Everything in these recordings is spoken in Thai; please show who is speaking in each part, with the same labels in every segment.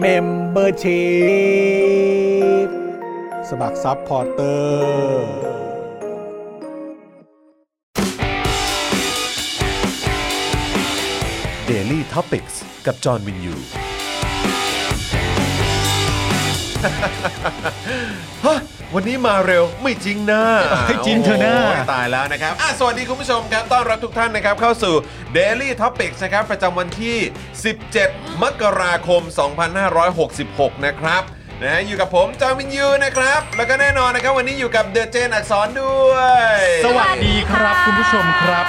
Speaker 1: เมมเบอร์ชีพสมัครซัพพอร์เตอร์
Speaker 2: Daily t o p i c กกับจอห์นวินยู ฮะวันนี้มาเร็วไม่จริงนะ
Speaker 3: เฮ้ยจริงเถอะนะ
Speaker 2: โโหตายแล้วนะครับอ่ะสวัสดีคุณผู้ชมครับ ต้อนรับทุกท่านนะครับ เข้าสู่ Daily Topics นะครับ ประจำวันที่ 17 มกราคม 2566 นะครับนะฮะอยู่กับผมจอห์นวินยูนะครับ แล้วก็แน่นอนนะครับ วันนี้อยู่กับเดอะเจนอักษรด้วย
Speaker 3: สวัสดีครับคุณผู้ชมครับ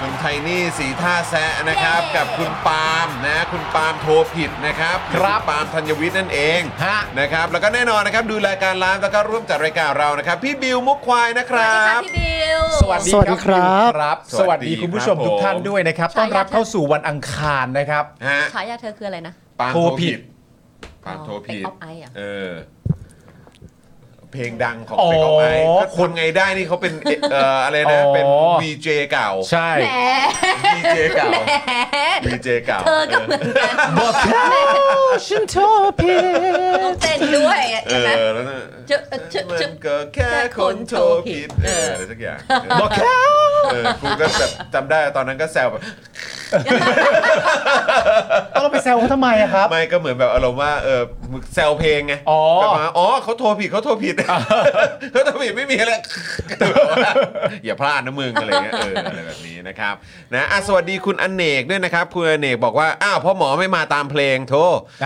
Speaker 2: คุณไทนี่สีท่าแซะนะครับ กับคุณปาล์มนะ คุณปาล์มโทรผิดนะครับ
Speaker 3: ครับ
Speaker 2: ณปาล์มธัญวิทย์นั่นเอง
Speaker 3: ฮะ
Speaker 2: นะครับ แล้วก็แน่นอนนะครับ ดูรายการไลฟ์แล้วก็ร่วมจัดรายการเรานะครับ พี่บิวมุกควายนะค
Speaker 4: ส
Speaker 2: รับ
Speaker 4: วัสดีค่ะพี่บิว
Speaker 1: สวัสดีครับ
Speaker 3: ครับ สวัสดีคุณผู้ชมทุกท่านด้วยนะครับต้
Speaker 4: ใช่ครับ
Speaker 3: อนรับเข้าสู่วันอังคารนะครับ
Speaker 2: ฮะ
Speaker 4: ฉายาเธอคืออะไรนะ
Speaker 2: ปาล์มโทรผิดปาล์มโทรผิด
Speaker 4: อ๋อ Back of Eye เหรอ
Speaker 2: เออ เพลงดังของ
Speaker 3: อ๋อ
Speaker 2: เปกอไอคนไงได้นี่เขาเป็นเอ่ออะไรนะ เป็น
Speaker 3: อ๋อ
Speaker 2: วีเจเก่า
Speaker 3: ใช่
Speaker 4: แหม
Speaker 2: วีเจเก่า
Speaker 4: แหม
Speaker 2: วีเจเก่า
Speaker 4: เธอก็เหมือนกัน
Speaker 3: บอกแล้วฉันโทรผิด
Speaker 4: ต้องเต้นด้วยใช่ไหม
Speaker 2: เออแล้วนะ
Speaker 4: จึ๊บจึ๊บ
Speaker 2: มั
Speaker 4: จึ๊บ
Speaker 2: นก็แค่คนโทรผิดเอออะไรสักอย่าง
Speaker 3: บอกแล้ว
Speaker 2: เออกูก็แบบจำได้ตอนนั้นก็แซวแบบ
Speaker 3: ต้องเราไปแซวเขาทำไมอะครับ
Speaker 2: ไม่ก็เหมือนแบบอารมณ์ว่าเออมึงแซวเพลงไง
Speaker 3: อ๋อ
Speaker 2: แบบว่าอ๋อเขาโทรผิดเขาโทรผิด เขาโทรผิดไม่มีอะไร แต่แบบว่าอย่าพลาดนะมึงอะไรเงี้ยเอออะไรแบบนี้นะครับนะอ่ะสวัสดีคุณอเนกด้วยนะครับ คุณอเนกบอกว่าอ้าวพ่อหมอไม่มาตามเพลงโท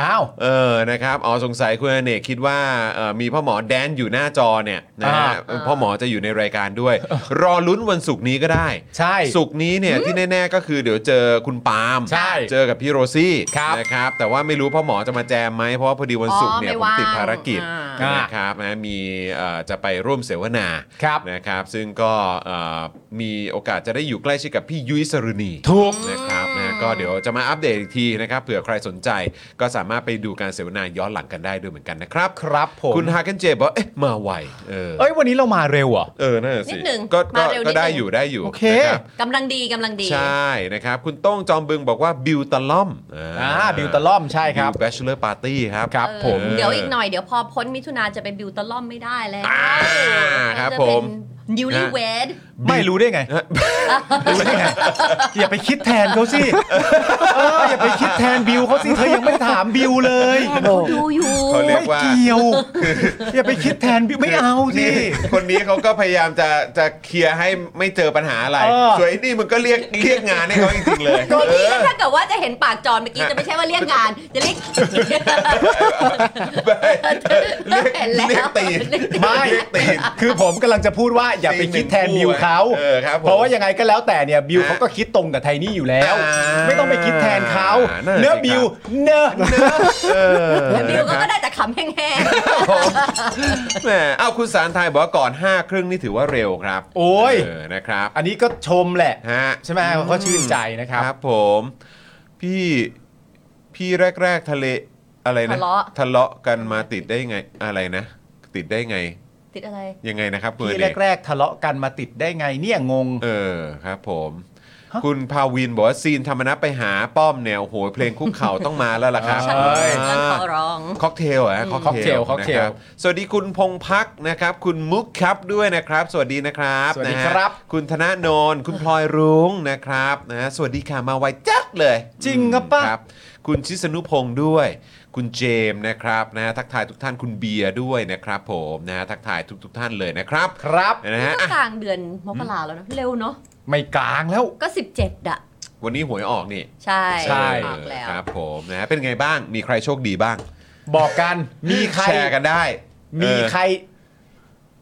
Speaker 3: อ้าว
Speaker 2: เออ นะครับ อ๋อ สงสัยคุณอเนกคิดว่าเอ่อมีพ่อหมอแดนอยู่หน้าจอเนี่ยนะฮะ
Speaker 3: อ่า
Speaker 2: เออพ่อหมอจะอยู่ในรายการด้วย รอลุ้นวันศุกร์นี้ก็ได้
Speaker 3: ใช่
Speaker 2: ศุกร์นี้เนี่ยที่แน่ ๆ ก็คือเดี๋ยวเจอคุณปาล์ม
Speaker 3: ใช่
Speaker 2: เจอกับพี่โรซี่
Speaker 3: ครับ
Speaker 2: นะครับ แต่ว่าไม่รู้พ่อหมอจะมาแจมไหม เพราะว่าพอดีวันศุกร์เนี่ย
Speaker 4: อ๋อ
Speaker 2: ผม
Speaker 4: ไม่ว่าง
Speaker 2: ติดภารกิจ
Speaker 3: อ่าน
Speaker 2: นะครับนะมีเอ่อจะไปร่วมเสวนา
Speaker 3: ครับ
Speaker 2: นะครับ ซึ่งก็เอ่อมีโอกาสจะได้อยู่ใกล้ชิดกับพี่ยุ้ยสรุณี
Speaker 3: ถูก
Speaker 2: นะครับนะก็เดี๋ยวจะมาอัปเดตอีกทีนะครับเผื่อใครสนใจก็สามารถไปดูการเสวนาย้อนหลังกันได้ด้วยเหมือนกันนะครับ
Speaker 3: ครับผม
Speaker 2: คุณฮาเกนเจบอกว่าเอ๊ะมาไวเออ
Speaker 3: เอ้ยวันนี้เรามาเร็วเหรอ่ะ
Speaker 2: เออนั่นนะสิ
Speaker 4: นิดหนึ่ง
Speaker 2: ก็ก็
Speaker 4: มาเร็วนิดหนึ่ง
Speaker 2: ก็ได้อยู่ได้อยู่
Speaker 3: โอเค
Speaker 2: นะครับ
Speaker 4: กำลังดีกำลังดี
Speaker 2: ใช่นะครับ คุณโต้งจอมบึงบอกว่าบิวตะล่อม
Speaker 3: อ่าบิวตะล่อมใช่ครับ
Speaker 2: แบชเลอร์ปาร์ตี้ครับ
Speaker 3: ครับ
Speaker 4: เออ
Speaker 3: ผม
Speaker 4: เดี๋ยวอีกหน่อยเดี๋ยวพอพ้นมิถุนาจะไปบิวตะล่อมไม่ได้แล้ว
Speaker 2: อ่าครับผม
Speaker 4: นิวลีเวด
Speaker 3: ไม่รู้ได้ไงรู้ได้ไง อย่าไปคิดแทนเขาสิเอออย่าไปคิดแทนบิวเขาสิเธอยังไม่ถามบิวเลย
Speaker 4: เขาดูอยู่
Speaker 2: เขาเรียก
Speaker 3: ไม่เกี่ยว อย่าไปคิดแทนบิวไม่เอาสิ
Speaker 2: นี่คนนี้เขาก็พยายามจะจะเคลียร์ให้ไม่เจอปัญหาอะไร
Speaker 3: เออ
Speaker 2: ส่วนไอ้นี่มันก็เรียกเรียกงานให้เขาจริงๆเลย
Speaker 4: ก็นี่
Speaker 2: เออ
Speaker 4: ถ้าเกิดว่าจะเห็นปากจอนเมื่อกี้จะไม่ใช่ว่าเรียกงาน จะเรียก
Speaker 2: เรียก
Speaker 4: เห็นแล้ว
Speaker 2: เรียกตีน
Speaker 3: ไม่
Speaker 2: เรียกตีน
Speaker 3: คือผมกำลังจะพูดว่าอย่าไปคิดแทนบิวเขา
Speaker 2: เออครับผม
Speaker 3: เพราะว่ายังไงก็แล้วแต่เนี่ยบิวเขาก็คิดตรงกับไทนี่อยู่แล้ว
Speaker 2: อ่า
Speaker 3: ไม่ต้องไปคิดแทนเขา
Speaker 2: นั่นน่ะสิ
Speaker 3: เนื้
Speaker 2: ครั
Speaker 3: อ
Speaker 2: บ
Speaker 3: บิวเนื้อ
Speaker 2: เออ
Speaker 4: แล้วบิวก็
Speaker 2: นะค
Speaker 4: ก็
Speaker 2: รับ
Speaker 4: ได้แต่ขำแห้ง
Speaker 2: ผมแหมเอาคุณสารไทยบอกว่าก่อน5้าครึ่งนี่ถือว่าเร็วครับ
Speaker 3: โอ้ย
Speaker 2: เออนะครับ
Speaker 3: อันนี้ก็ชมแหละ
Speaker 2: ฮะ
Speaker 3: ใช่ไหมเขาก็ชื่นใจนะค
Speaker 2: ครับ รับผมพี่พี่แรก ๆ ทะเลอะไรนะ
Speaker 4: ทะเลาะ
Speaker 2: ทะเลาะกันมาติดได้ไงอะไรนะ ติดได้ไง
Speaker 4: ๆ ติดอะไร
Speaker 2: ยังไงนะครับคุณ
Speaker 3: ที่
Speaker 2: อเนก
Speaker 3: แรก ๆ ทะเลาะกันมาติดได้ไงเนี่ยงง
Speaker 2: เออครับผม
Speaker 3: ฮะ
Speaker 2: คุณภาวินบอกว่าซีนธรรมนัตไปหาป้อมแนวโหยเพลงคุกเข่า ต้องมาแล้วล่ะครับ
Speaker 3: ใช่
Speaker 4: เงินขอร้อง
Speaker 2: ค็อกเทลเหรอ่ะค็อกเทล
Speaker 3: ค็อกเทลค็อกเท
Speaker 2: นะ
Speaker 3: ล
Speaker 2: ครับสวัสดีคุณพงพักนะครับ คุณมุกครับด้วยนะครับ สวัสดีนะครับ
Speaker 3: สวัสดี
Speaker 2: นะฮะ
Speaker 3: ครับ
Speaker 2: คุณธนาโนนคุณพลอยรุ้งนะครับนะฮะสวัสดีค่ะมาไวจัดเลย
Speaker 3: จริงกะปะ
Speaker 2: ครับ คุณชิสนุพงศ์ด้วย คุณเจมส์นะครับนะฮะทักทายทุกท่านคุณเบียร์ด้วยนะครับผมนะฮะทักทายทุกทท่านเลยนะครับ
Speaker 3: ครับ
Speaker 2: นะฮะ
Speaker 4: ก็
Speaker 2: อ่ะ
Speaker 4: กลางเดือนมกราแล้วนะเร็วเนาะ
Speaker 3: ไม่กลางแล้ว
Speaker 4: ก็ 17อะ
Speaker 2: วันนี้หวยออกนี่
Speaker 4: ใช่
Speaker 3: ใช่
Speaker 4: ออกแล้ว
Speaker 2: ครับผมนะฮะเป็นไงบ้างมีใครโชคดีบ้าง
Speaker 3: บอกกันมีใคร
Speaker 2: แชร์กันได้
Speaker 3: มี
Speaker 2: เออ
Speaker 3: ใคร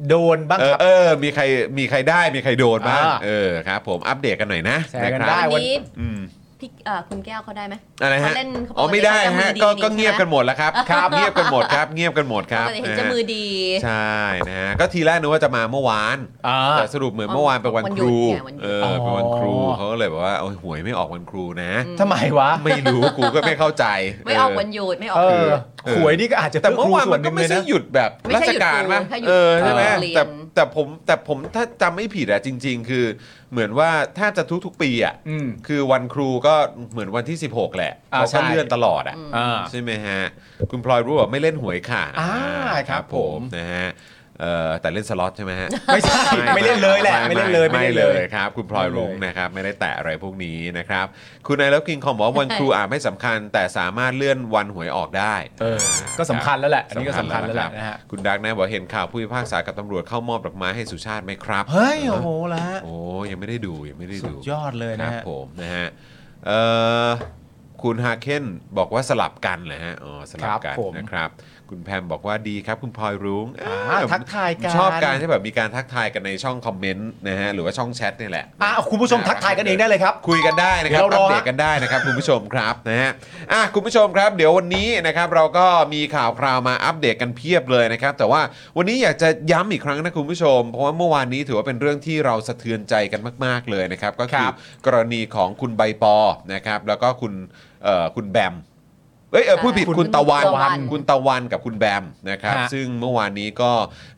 Speaker 3: โดนบ้าง
Speaker 2: เออ
Speaker 3: ครับ
Speaker 2: เออ มีใคร มีใครได้ มีใครโดนบ้าง
Speaker 3: อ่า
Speaker 2: เออ ครับ ผม อัปเดตกันหน่อยนะ
Speaker 3: แชร์กันะ
Speaker 2: คบ
Speaker 3: ได้
Speaker 4: วันนี้
Speaker 2: อืม
Speaker 4: พี่เอ่อคุณแก้วเขาได้ไหม
Speaker 2: อะไรฮะ
Speaker 4: เขาเล่นเขาปกติ
Speaker 2: อ๋อ ไม่ได้
Speaker 4: เขา
Speaker 2: ฮะ
Speaker 4: จะมือดี
Speaker 2: ก็
Speaker 4: นี่
Speaker 2: ก็เงียบ
Speaker 4: ใช่ไหม
Speaker 2: กันหมดแล้วครับ ครับ เงียบกันหมดครับ เงียบกันหมดครับ
Speaker 4: ปกติเห็นจะมือดี
Speaker 2: ใช่ นะฮะ ก็ทีแรกนึกว่าจะมาเมื่อวาน
Speaker 3: อ่า
Speaker 2: แต่สรุปเหมือนเมื่อวานเป็นวัน
Speaker 4: วัน
Speaker 2: ค
Speaker 4: หยุด
Speaker 2: รู
Speaker 4: ไงวันหยุด
Speaker 2: เออ เป็นวันครู
Speaker 3: อ๋อ
Speaker 2: เขาก็เลยบอกว่าโอ้ยหวยไม่ออกวันครูนะ
Speaker 3: ทำไมวะ
Speaker 2: ไม่รู้ กูก็ไม่เข้าใจ
Speaker 4: ไม่ออก
Speaker 2: เ
Speaker 4: วันหยุดไม่ออก
Speaker 3: เอ
Speaker 4: วัน
Speaker 3: อ
Speaker 4: หยุด
Speaker 2: เออ
Speaker 3: หวยนี่ก็อาจจะ
Speaker 2: แต่เมื่อวานมันก็ไม่
Speaker 3: เพื่
Speaker 2: ใช่
Speaker 3: อครูส่วหงเลยะ
Speaker 2: หยุดแบบ
Speaker 4: ไม่
Speaker 2: ราช
Speaker 4: ใช่หยุด
Speaker 2: การมั้ย
Speaker 4: ครูแค่หยุด
Speaker 2: เออใช่ไหม
Speaker 4: เออเรียน
Speaker 2: แต่แต่ผมแต่ผมถ้าจำไม่ผิดอะจริง ๆ คือเหมือนว่าแทบจะทุก ๆ ปีอะ
Speaker 3: อืม
Speaker 2: คือวันครูก็เหมือนวันที่ 16 แหละ
Speaker 3: อ่า
Speaker 2: เขา
Speaker 3: ใช่
Speaker 2: ก็เลื่อนตลอดอะ
Speaker 3: อ่า
Speaker 2: ใช่ไหมฮะ คุณพลอยรู้ว่าไม่เล่นหวยค่ะ
Speaker 3: อ่าครับผม
Speaker 2: นะฮะเออแต่เล่นสล็อตใช่ไหมฮะ
Speaker 3: ไม่ใช่ไม่เล่นเลยแหละไม่เล่นเลยไม่
Speaker 2: ไม่
Speaker 3: เล่น
Speaker 2: เล
Speaker 3: เลย ย
Speaker 2: ครับ คุณพลอยรุ้งนะครับ ไม่ได้แตะอะไรพวกนี้นะครับ คุณนายแล้วกินของบอกว่าวันครูอาจไม่สำคัญ แต่สามารถเลื่อนวันหวยออกได้
Speaker 3: เออก็สำคัญแล้วแหละอันนี้ก็สำคัญแล้วแหละนะฮะ
Speaker 2: คุณดักนะบอกเห็นข่าวผู้พิพากษากับตำรวจเข้ามอบดอกไม้ให้สุชาติไหมครับ
Speaker 3: เฮ้ยโอ้โหละฮะ
Speaker 2: โอ้ยังไม่ได้ดูยังไม่ได้
Speaker 3: สุ
Speaker 2: ดู
Speaker 3: ดยอดเลย
Speaker 2: ค
Speaker 3: นะ
Speaker 2: รับ
Speaker 3: ฮะ
Speaker 2: ผมนะฮะเอ่อคุณฮาเคนบอกว่าสลับกันเหรอฮะอ๋อสลับกันนะครับ คุณแพมบอกว่าดีครับ คุณพลอยรุ้ง
Speaker 3: อ่าทักทายกัน
Speaker 2: ชอบการที่แบบมีการทักทายกันในช่องคอมเมนต์นะฮะหรือว่าช่องแชทนี่แหละ
Speaker 3: อ่าคุณผู้ชมทักทายกันเองได้เลยครับ
Speaker 2: คุยกันได้นะครับ
Speaker 3: เดี๋ยว
Speaker 2: อัป
Speaker 3: รอ
Speaker 2: เดตกันได้นะครับ คุณผู้ชมครับนะฮะอ่ะคุณผู้ชมครับ เดี๋ยววันนี้นะครับเราก็มีข่าวคราวมาอัปเดตกันเพียบเลยนะครับ แต่ว่าวันนี้อยากจะย้ำอีกครั้งนะคุณผู้ชม เพราะว่าเมื่อวานนี้ถือว่าเป็นเรื่องที่เราสะเทือนใจกันมาก ๆเลยนะครับ ก็คื
Speaker 3: ค
Speaker 2: อ
Speaker 3: รับ
Speaker 2: กรณีของคุณใบปอนะครับ แล้วก็คุณเอ่อคุณแบมเอ้ยเออผู้ผิด
Speaker 4: คุณ
Speaker 2: คุณตะวัน
Speaker 4: ตะวัน
Speaker 2: คุณตะวันกับคุณแบมนะครับ
Speaker 3: ฮะ
Speaker 2: ซึ่งเมื่อวานนี้ก็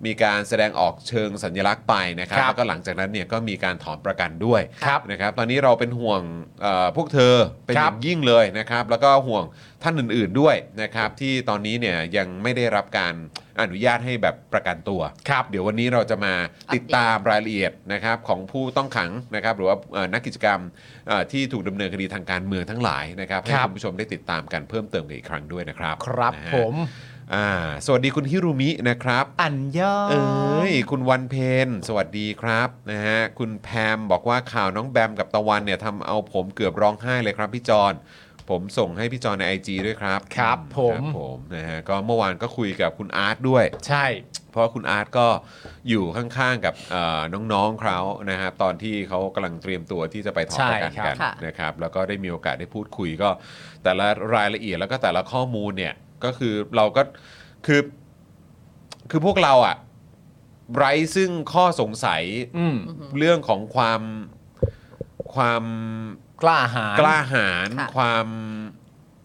Speaker 2: มีการแสดงออกเชิงสัญลักษณ์ไปนะครับ
Speaker 3: ครับ
Speaker 2: แล้วก็หลังจากนั้นเนี่ยก็มีการถอนประกันด้วย
Speaker 3: ครับ
Speaker 2: นะครับ ตอนนี้เราเป็นห่วงเอ่อพวกเธอเป็นอ
Speaker 3: ครั
Speaker 2: ย่า
Speaker 3: บ
Speaker 2: งยิ่งเลยนะครับ แล้วก็ห่วงท่านอื่นๆด้วยนะครับ ที่ตอนนี้เนี่ยยังไม่ได้รับการอนุญาตให้แบบประกันตัว
Speaker 3: ครับ
Speaker 2: เดี๋ยววันนี้เราจะมาติดตามรายละเอียดนะครับของผู้ต้องขังนะครับ หรือว่าเอ่อนักกิจกรรมเอ่อที่ถูกดำเนินคดีทางการเมืองทั้งหลายนะครับให้
Speaker 3: ครับ
Speaker 2: คุณผู้ชมได้ติดตามกันเพิ่มเติมกันอีกครั้งด้วยนะครับ
Speaker 3: ครับ
Speaker 2: นะฮะ
Speaker 3: ผม
Speaker 2: อ่าสวัสดีคุณฮิรุมินะครับ
Speaker 3: อันยอด
Speaker 2: เอ้ยคุณวันเพนสวัสดีครับนะฮะคุณแพมบอกว่าข่าวน้องแบมกับตะวันเนี่ยทำเอาผมเกือบร้องไห้เลยครับพี่จอนผมส่งให้พี่จอนใน IG ด้วยครับ
Speaker 3: ครับผม
Speaker 2: ครับผมนะฮะก็เมื่อวานก็คุยกับคุณอาร์ตด้วย
Speaker 3: ใช่
Speaker 2: เพราะคุณอาร์ตก็อยู่ข้างๆกับเอ่อน้องๆเขานะครับตอนที่เขากำลังเตรียมตัวที่จะไปถอนประกันกัน
Speaker 4: ใช่ครับ
Speaker 2: นะครับแล้วก็ได้มีโอกาสได้พูดคุยก็ แต่ละรายละเอียดแล้วก็แต่ละข้อมูลเนี่ยก็คือเราก็คือคือพวกเราอะไร้ซึ่งข้อสงสัย
Speaker 3: อืม
Speaker 2: เรื่องของความความ
Speaker 3: กล้าหาญ
Speaker 2: กล้าหาญ
Speaker 4: ค่ะ
Speaker 2: ความ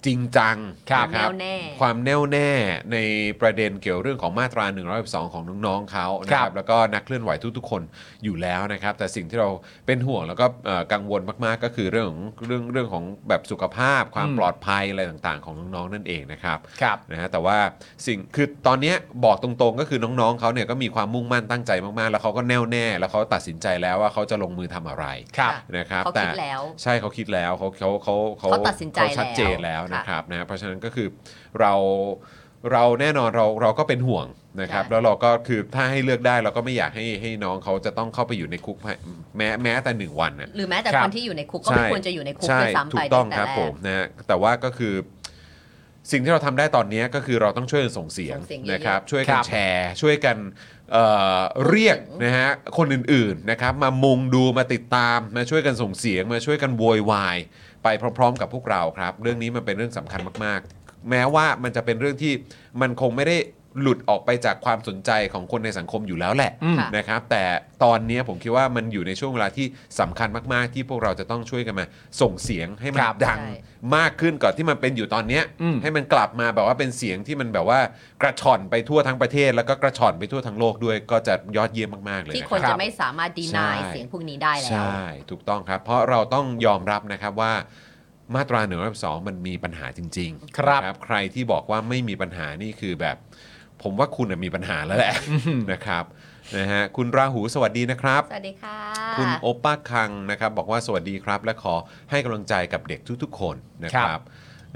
Speaker 2: จริงจัง
Speaker 3: ครับ
Speaker 2: นะ
Speaker 4: แน่วแน่
Speaker 2: ความแน่วแน่ในประเด็นเกี่ยวเรื่องของมาตรา 112 ของน้องๆเขานะค
Speaker 3: ครั
Speaker 2: รับบ แล้วก็นักเคลื่อนไหวทุกๆคนอยู่แล้วนะครับ แต่สิ่งที่เราเป็นห่วงแล้วก็เอ่อกังวลมากๆ ก็คือเรื่องของเรื่องเรื่องของแบบสุขภาพ ความ
Speaker 3: อืม
Speaker 2: ปลอดภัยอะไรต่างๆ ของน้องๆนั่นเองนะครับ
Speaker 3: ครับ
Speaker 2: นะฮะแต่ว่าสิ่งคือตอนเนี้ยบอกตรงๆ ก็คือน้องๆเขาเนี่ยก็มีความมุ่งมั่นตั้งใจมากๆ แล้วเขาก็แน่วแน่ แล้วเขาตัดสินใจแล้วว่าเขาจะลงมือทำอะไร
Speaker 3: ครับ
Speaker 2: นะครับ
Speaker 4: เขา
Speaker 2: แต่
Speaker 4: คิดแล้ว
Speaker 2: ใช่เขาคิดแล้วเขาเขาเขา
Speaker 4: เขาตัดสินใจ
Speaker 2: เขาชัดเจนแล้ว
Speaker 4: แล้ว
Speaker 2: นะครับนะเพราะฉะนั้นก็คือเราเราแน่นอนเราเราก็เป็นห่วงนะครับ
Speaker 4: ใช่
Speaker 2: แล้วเราก็คือถ้าให้เลือกได้เราก็ไม่อยากให้ให้น้องเขาจะต้องเข้าไปอยู่ในคุกแม้แม้แต่หนึ่งวันน่ะ
Speaker 4: หรือแม้แต่
Speaker 3: ครั
Speaker 4: ค
Speaker 3: บ
Speaker 4: นที่อยู่ในคุกก็ไม่
Speaker 2: ใช่
Speaker 4: ควรจะอยู่ในคุก
Speaker 2: ใช่
Speaker 4: ด้วยซ้ำ
Speaker 2: ถู
Speaker 4: ไป
Speaker 2: กต้อง
Speaker 4: ตั้งแต่
Speaker 2: ครับ
Speaker 4: แร
Speaker 2: ผ
Speaker 4: ก
Speaker 2: มนะฮะแต่ว่าก็คือสิ่งที่เราทำได้ตอนนี้ก็คือเราต้องช่วยกันส่งเสียง
Speaker 4: ส่งเสียงเยอะๆ
Speaker 2: นะครับ ช่วยกั
Speaker 3: คน รับ
Speaker 2: แชร์ ช่วยกันเอ่อเรียก
Speaker 4: พูดถึง
Speaker 2: นะฮะคนอื่นๆนะครับมามุงดูมาติดตามมาช่วยกันส่งเสียง มาช่วยกันโวยวายไปพร้อม ๆ กับพวกเราครับ เรื่องนี้มันเป็นเรื่องสำคัญมากๆ แม้ว่ามันจะเป็นเรื่องที่มันคงไม่ได้หลุดออกไปจากความสนใจของคนในสังคมอยู่แล้วแหละ
Speaker 3: อืม
Speaker 2: นะครับแต่ตอนนี้ผมคิดว่ามันอยู่ในช่วงเวลาที่สำคัญมาก ๆ ที่พวกเราจะต้องช่วยกันมา ส่งเสียงให้มัน
Speaker 3: ครับ
Speaker 2: ดัง
Speaker 4: ใช่
Speaker 2: มากขึ้นกว่อนที่มันเป็นอยู่ตอนเนี้ย
Speaker 3: อืม
Speaker 2: ให้มันกลับมาแบบว่าเป็นเสียงที่มันแบบว่ากระชอนไปทั่วทั้งประเทศ แล้วก็กระชอนไปทั่วทั้งโลกด้วยก็จะยอดเยี่ยมมาก ๆ เลย
Speaker 4: ที่
Speaker 2: นะ
Speaker 4: คน
Speaker 2: ค
Speaker 4: จะ
Speaker 2: รับ
Speaker 4: ไม่สามารถดี
Speaker 2: ใช่
Speaker 4: นายเสียงพวกนี้ได้แล้ว
Speaker 2: ใช่ถูกต้องครับ เพราะเราต้องยอมรับนะครับว่ามาตราหนึ่งสองมันมีปัญหาจริงๆ
Speaker 3: ครับ
Speaker 2: ใครที่บอกว่าไม่มีปัญหานี่คือแบบ ผมว่าคุณน่ะมีปัญหาแล้วแหละนะครับนะฮะคุณราหูสวัสดีนะครับ
Speaker 4: สวัสดีค่ะ
Speaker 2: คุณโอป้าคังนะครับบอกว่าสวัสดีครับ และขอให้กำลังใจกับเด็กทุกๆ คนนะค
Speaker 3: ครั
Speaker 2: รับบ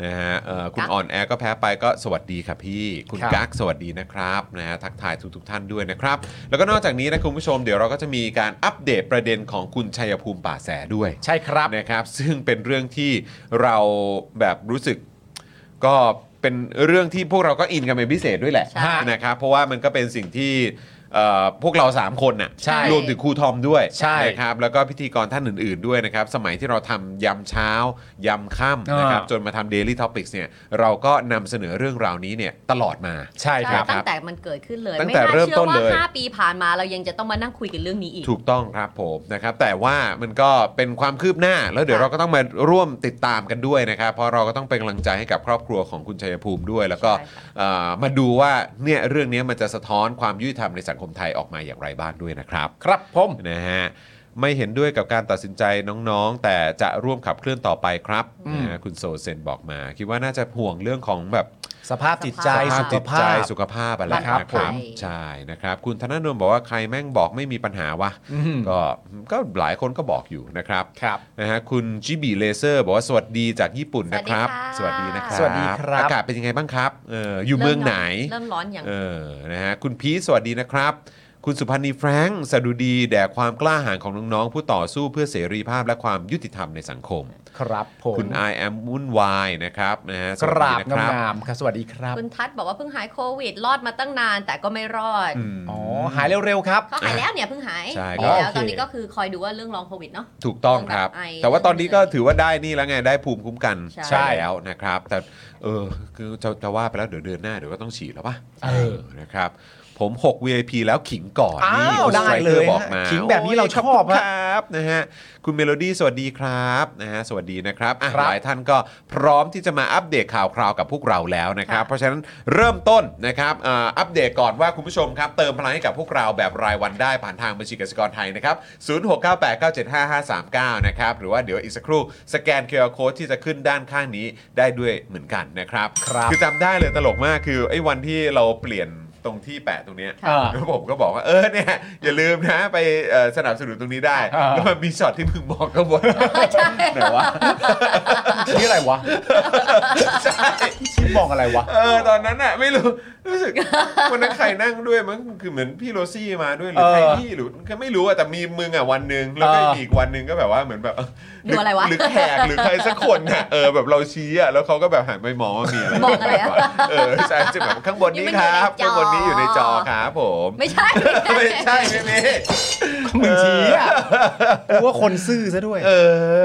Speaker 2: นะฮะเอ่อคุณ
Speaker 4: กั๊ก
Speaker 2: อ่อนแอก็แพ้ไปก็สวัสดีค่ะพี่ คุณ
Speaker 3: ครับ
Speaker 2: กั๊กสวัสดีนะครับนะฮะทักทายทุกทท่านด้วยนะครับ แล้วก็นอกจากนี้นะคุณผู้ชมเดี๋ยวเราก็จะมีการอัปเดตประเด็นของคุณชัยภูมิป่าแสด้วย
Speaker 3: ใช่ครับ
Speaker 2: นะครับ ซึ่งเป็นเรื่องที่เราแบบรู้สึกก็เป็นเรื่องที่พวกเราก็อินกันเป็นพิเศษด้วยแหละ
Speaker 4: ใช่
Speaker 2: นะครับเพราะว่ามันก็เป็นสิ่งที่เอ่อพวกเรา 3 คนน่ะ
Speaker 4: ใช่
Speaker 2: รวมถึงครูทอมด้วย
Speaker 3: ใช่
Speaker 2: นะครับแล้วก็พิธีกรท่านอื่นๆด้วยนะครับสมัยที่เราทำยำเช้ายำค่ำนะครับ
Speaker 3: อ่า
Speaker 2: จนมาทำ Daily Topics เนี่ยเราก็นำเสนอเรื่องราวนี้เนี่ยตลอดมา
Speaker 3: ใช่ครับ
Speaker 2: ครั
Speaker 4: ตั้
Speaker 2: บ
Speaker 4: งแต่มันเกิดขึ้นเลย
Speaker 2: ตั้งแต่เริ่มต้นเลย
Speaker 4: ไม่าชื่อว่าห้าปีผ่านมาเรายังจะต้องมานั่งคุยกันเรื่องนี้อีก
Speaker 2: ถูกต้องครับผมนะครับแต่ว่ามันก็เป็นความคืบหน้า แล้วเดี๋ยว
Speaker 4: ค่ะ
Speaker 2: เราก็ต้องมาร่วมติดตามกันด้วยนะครับ เพราะเราก็ต้องเป็นกำลังใจให้กับครอบครัวของคุณชัยภูมิด้วย แล้วก็
Speaker 4: ใช่ค่ะ
Speaker 2: เอ่อมาดูว่าเนี่ยเรื่องนี้มันจะสะท้อนความยุติธรรมในสังคมไทยออกมาอย่างไรบ้างด้วยนะครับ
Speaker 3: ครับผม
Speaker 2: นะฮะไม่เห็นด้วยกับการตัดสินใจน้องๆ แต่จะร่วมขับเคลื่อนต่อไปครับ
Speaker 3: อืม
Speaker 2: นะฮะคุณโซเซนบอกมา คิดว่าน่าจะห่วงเรื่องของแบบ
Speaker 3: สภาพจิตใจ
Speaker 2: สภาพ
Speaker 3: สุข
Speaker 2: จิตใจ
Speaker 3: ภาพ
Speaker 2: สุขภาพอะไร
Speaker 4: บัตร
Speaker 2: ครับ
Speaker 4: ภัย
Speaker 2: ใช่นะครับ คุณธนาโนมบอกว่าใครแม่งบอกไม่มีปัญหาวะ
Speaker 3: อืม
Speaker 2: ก็ก็หลายคนก็บอกอยู่นะครับ
Speaker 3: ครับ
Speaker 2: นะฮะคุณจิบีเลเซอร์บอกว่าสวัสดีจากญี่ปุ่นนะครับ ส
Speaker 4: สวั
Speaker 2: วัส
Speaker 4: ส
Speaker 2: ดี
Speaker 4: ดี
Speaker 2: นะครับ
Speaker 4: ค่ะ
Speaker 3: สวัสดีครับ
Speaker 2: อากาศเป็นยังไงบ้างครับเอออยู่เมืองไหน
Speaker 4: เริ่มร้อนอย่าง
Speaker 2: เออ นะฮะ คุณพีชสวัสดีนะครับ คุณสุพันธ์นีแฟรงค์สดุดี แด่ความกล้าหาญของน้องๆ ผู้ต่อสู้เพื่อเสรีภาพและความยุติธรรมในสังคม
Speaker 3: ครับผม
Speaker 2: คุณ I am วุ่นวายนะครับ นะฮะส
Speaker 3: ก
Speaker 2: วัส
Speaker 3: ราบ
Speaker 2: ดี
Speaker 3: ง
Speaker 2: นะครับ
Speaker 3: ามๆครับ สวัสดีครับ
Speaker 4: คุณทัศน์บอกว่าเพิ่งหายโควิด รอดมาตั้งนาน แต่ก็ไม่รอด
Speaker 2: อืม
Speaker 3: อ๋อ หายเร็วๆครับ
Speaker 4: เขาหายแล้วเนี่ยเพิ่งหาย
Speaker 2: ใช่ครับ
Speaker 4: ดีแล้ว
Speaker 3: โอเค
Speaker 4: ตอนนี้ก็คือคอยดูว่าเรื่องลองโควิดเนาะ
Speaker 2: ถูกต้องครับ
Speaker 4: แบบไอ
Speaker 2: แต่ว่าตอนนี้ก็ถือว่าได้นี่แล้วไง ได้ภูมิคุ้มกัน
Speaker 4: ใช่
Speaker 2: แล้วนะครับ แต่ เออ คือจะจะว่าไปแล้วเดี๋ยวเดือนหน้าเดี๋ยวก็ต้องฉีดแล้วป่ะ
Speaker 3: เออ
Speaker 2: นะครับ ผม 6 VIP แล้วขิงก่อนนี่
Speaker 3: อ้าว
Speaker 2: คุณสตรกอร์
Speaker 3: ได้เลยฮะ
Speaker 2: บอกมา
Speaker 3: ขิงแบบนี้เรา
Speaker 2: โย
Speaker 3: ชอบ
Speaker 2: ค
Speaker 3: ฮะ
Speaker 2: รับนะฮะ คุณเมโลดี้สวัสดีครับนะฮะ สวัสดีนะครับอ่ะ
Speaker 3: ครับ
Speaker 2: หลายท่านก็พร้อมที่จะมาอัปเดตข่าวคราวกับพวกเราแล้วนะครับ เพราะฉะนั้นเริ่มต้นนะครับอ่าอัปเดตก่อนว่าคุณผู้ชมครับ เติมพลังให้กับพวกเราแบบรายวันได้ผ่านทางบัญชีกสิกรไทยนะครับ 0698975539 นะครับ หรือว่าเดี๋ยวอีกสักครู่สแกน QR Code ที่จะขึ้นด้านข้างนี้ได้ด้วยเหมือนกันนะครับ
Speaker 3: ครับ
Speaker 2: คือจำได้เลยตลกมากคือไอ้วันที่เราเปลี่ยนตรงที่แปะตรงเนี้ย
Speaker 4: ค่ะ
Speaker 3: เออ
Speaker 2: แล้วผมก็บอกว่าเออเนี่ยอย่าลืมนะไปเอ่อสนับสนุนตรงนี้ได้
Speaker 3: อ่า
Speaker 2: แล้วมันมีช็อตที่มึงบอกข้างบน
Speaker 4: ใช่
Speaker 2: ไหนวะ
Speaker 3: ชื่ออะไรวะ
Speaker 2: ใช่
Speaker 3: ชื่อมองอะไรวะ
Speaker 2: เออตอนนั้นน่ะไม่รู้รู้สึกวันนั้นใครนั่งด้วยมั้งคือเหมือนพี่โรซี่มาด้วยหรือ
Speaker 3: เออ
Speaker 2: ใครพี่หรือก็ไม่รู้อะแต่มีมึงอะวันหนึ่งแล้วก็
Speaker 3: เอออี
Speaker 2: อีกวันหนึ่งก็แบบว่าเหมือนแบบเออ
Speaker 4: ดูอะไรวะ
Speaker 2: หรือแขกหรือใครสักคนน่ะเออแบบเราชี้อะแล้วเขาก็แบบหันไปมองว่ามีอะไร
Speaker 4: บอกอะไรอะ
Speaker 2: ยู่เออใช่จะแบบข้างบนนี้
Speaker 4: ยัง
Speaker 2: ค
Speaker 4: ไม่
Speaker 2: รับ
Speaker 4: อยู่
Speaker 2: ข้างบน
Speaker 4: ในจอ
Speaker 2: นี้อยู่ในจอครับผม
Speaker 4: ไม่ใช่
Speaker 2: ไม่ใช่ไม่มี
Speaker 3: เหมือนชี้อ่ะกูว่าคนซื่อซะด้วย
Speaker 2: เอ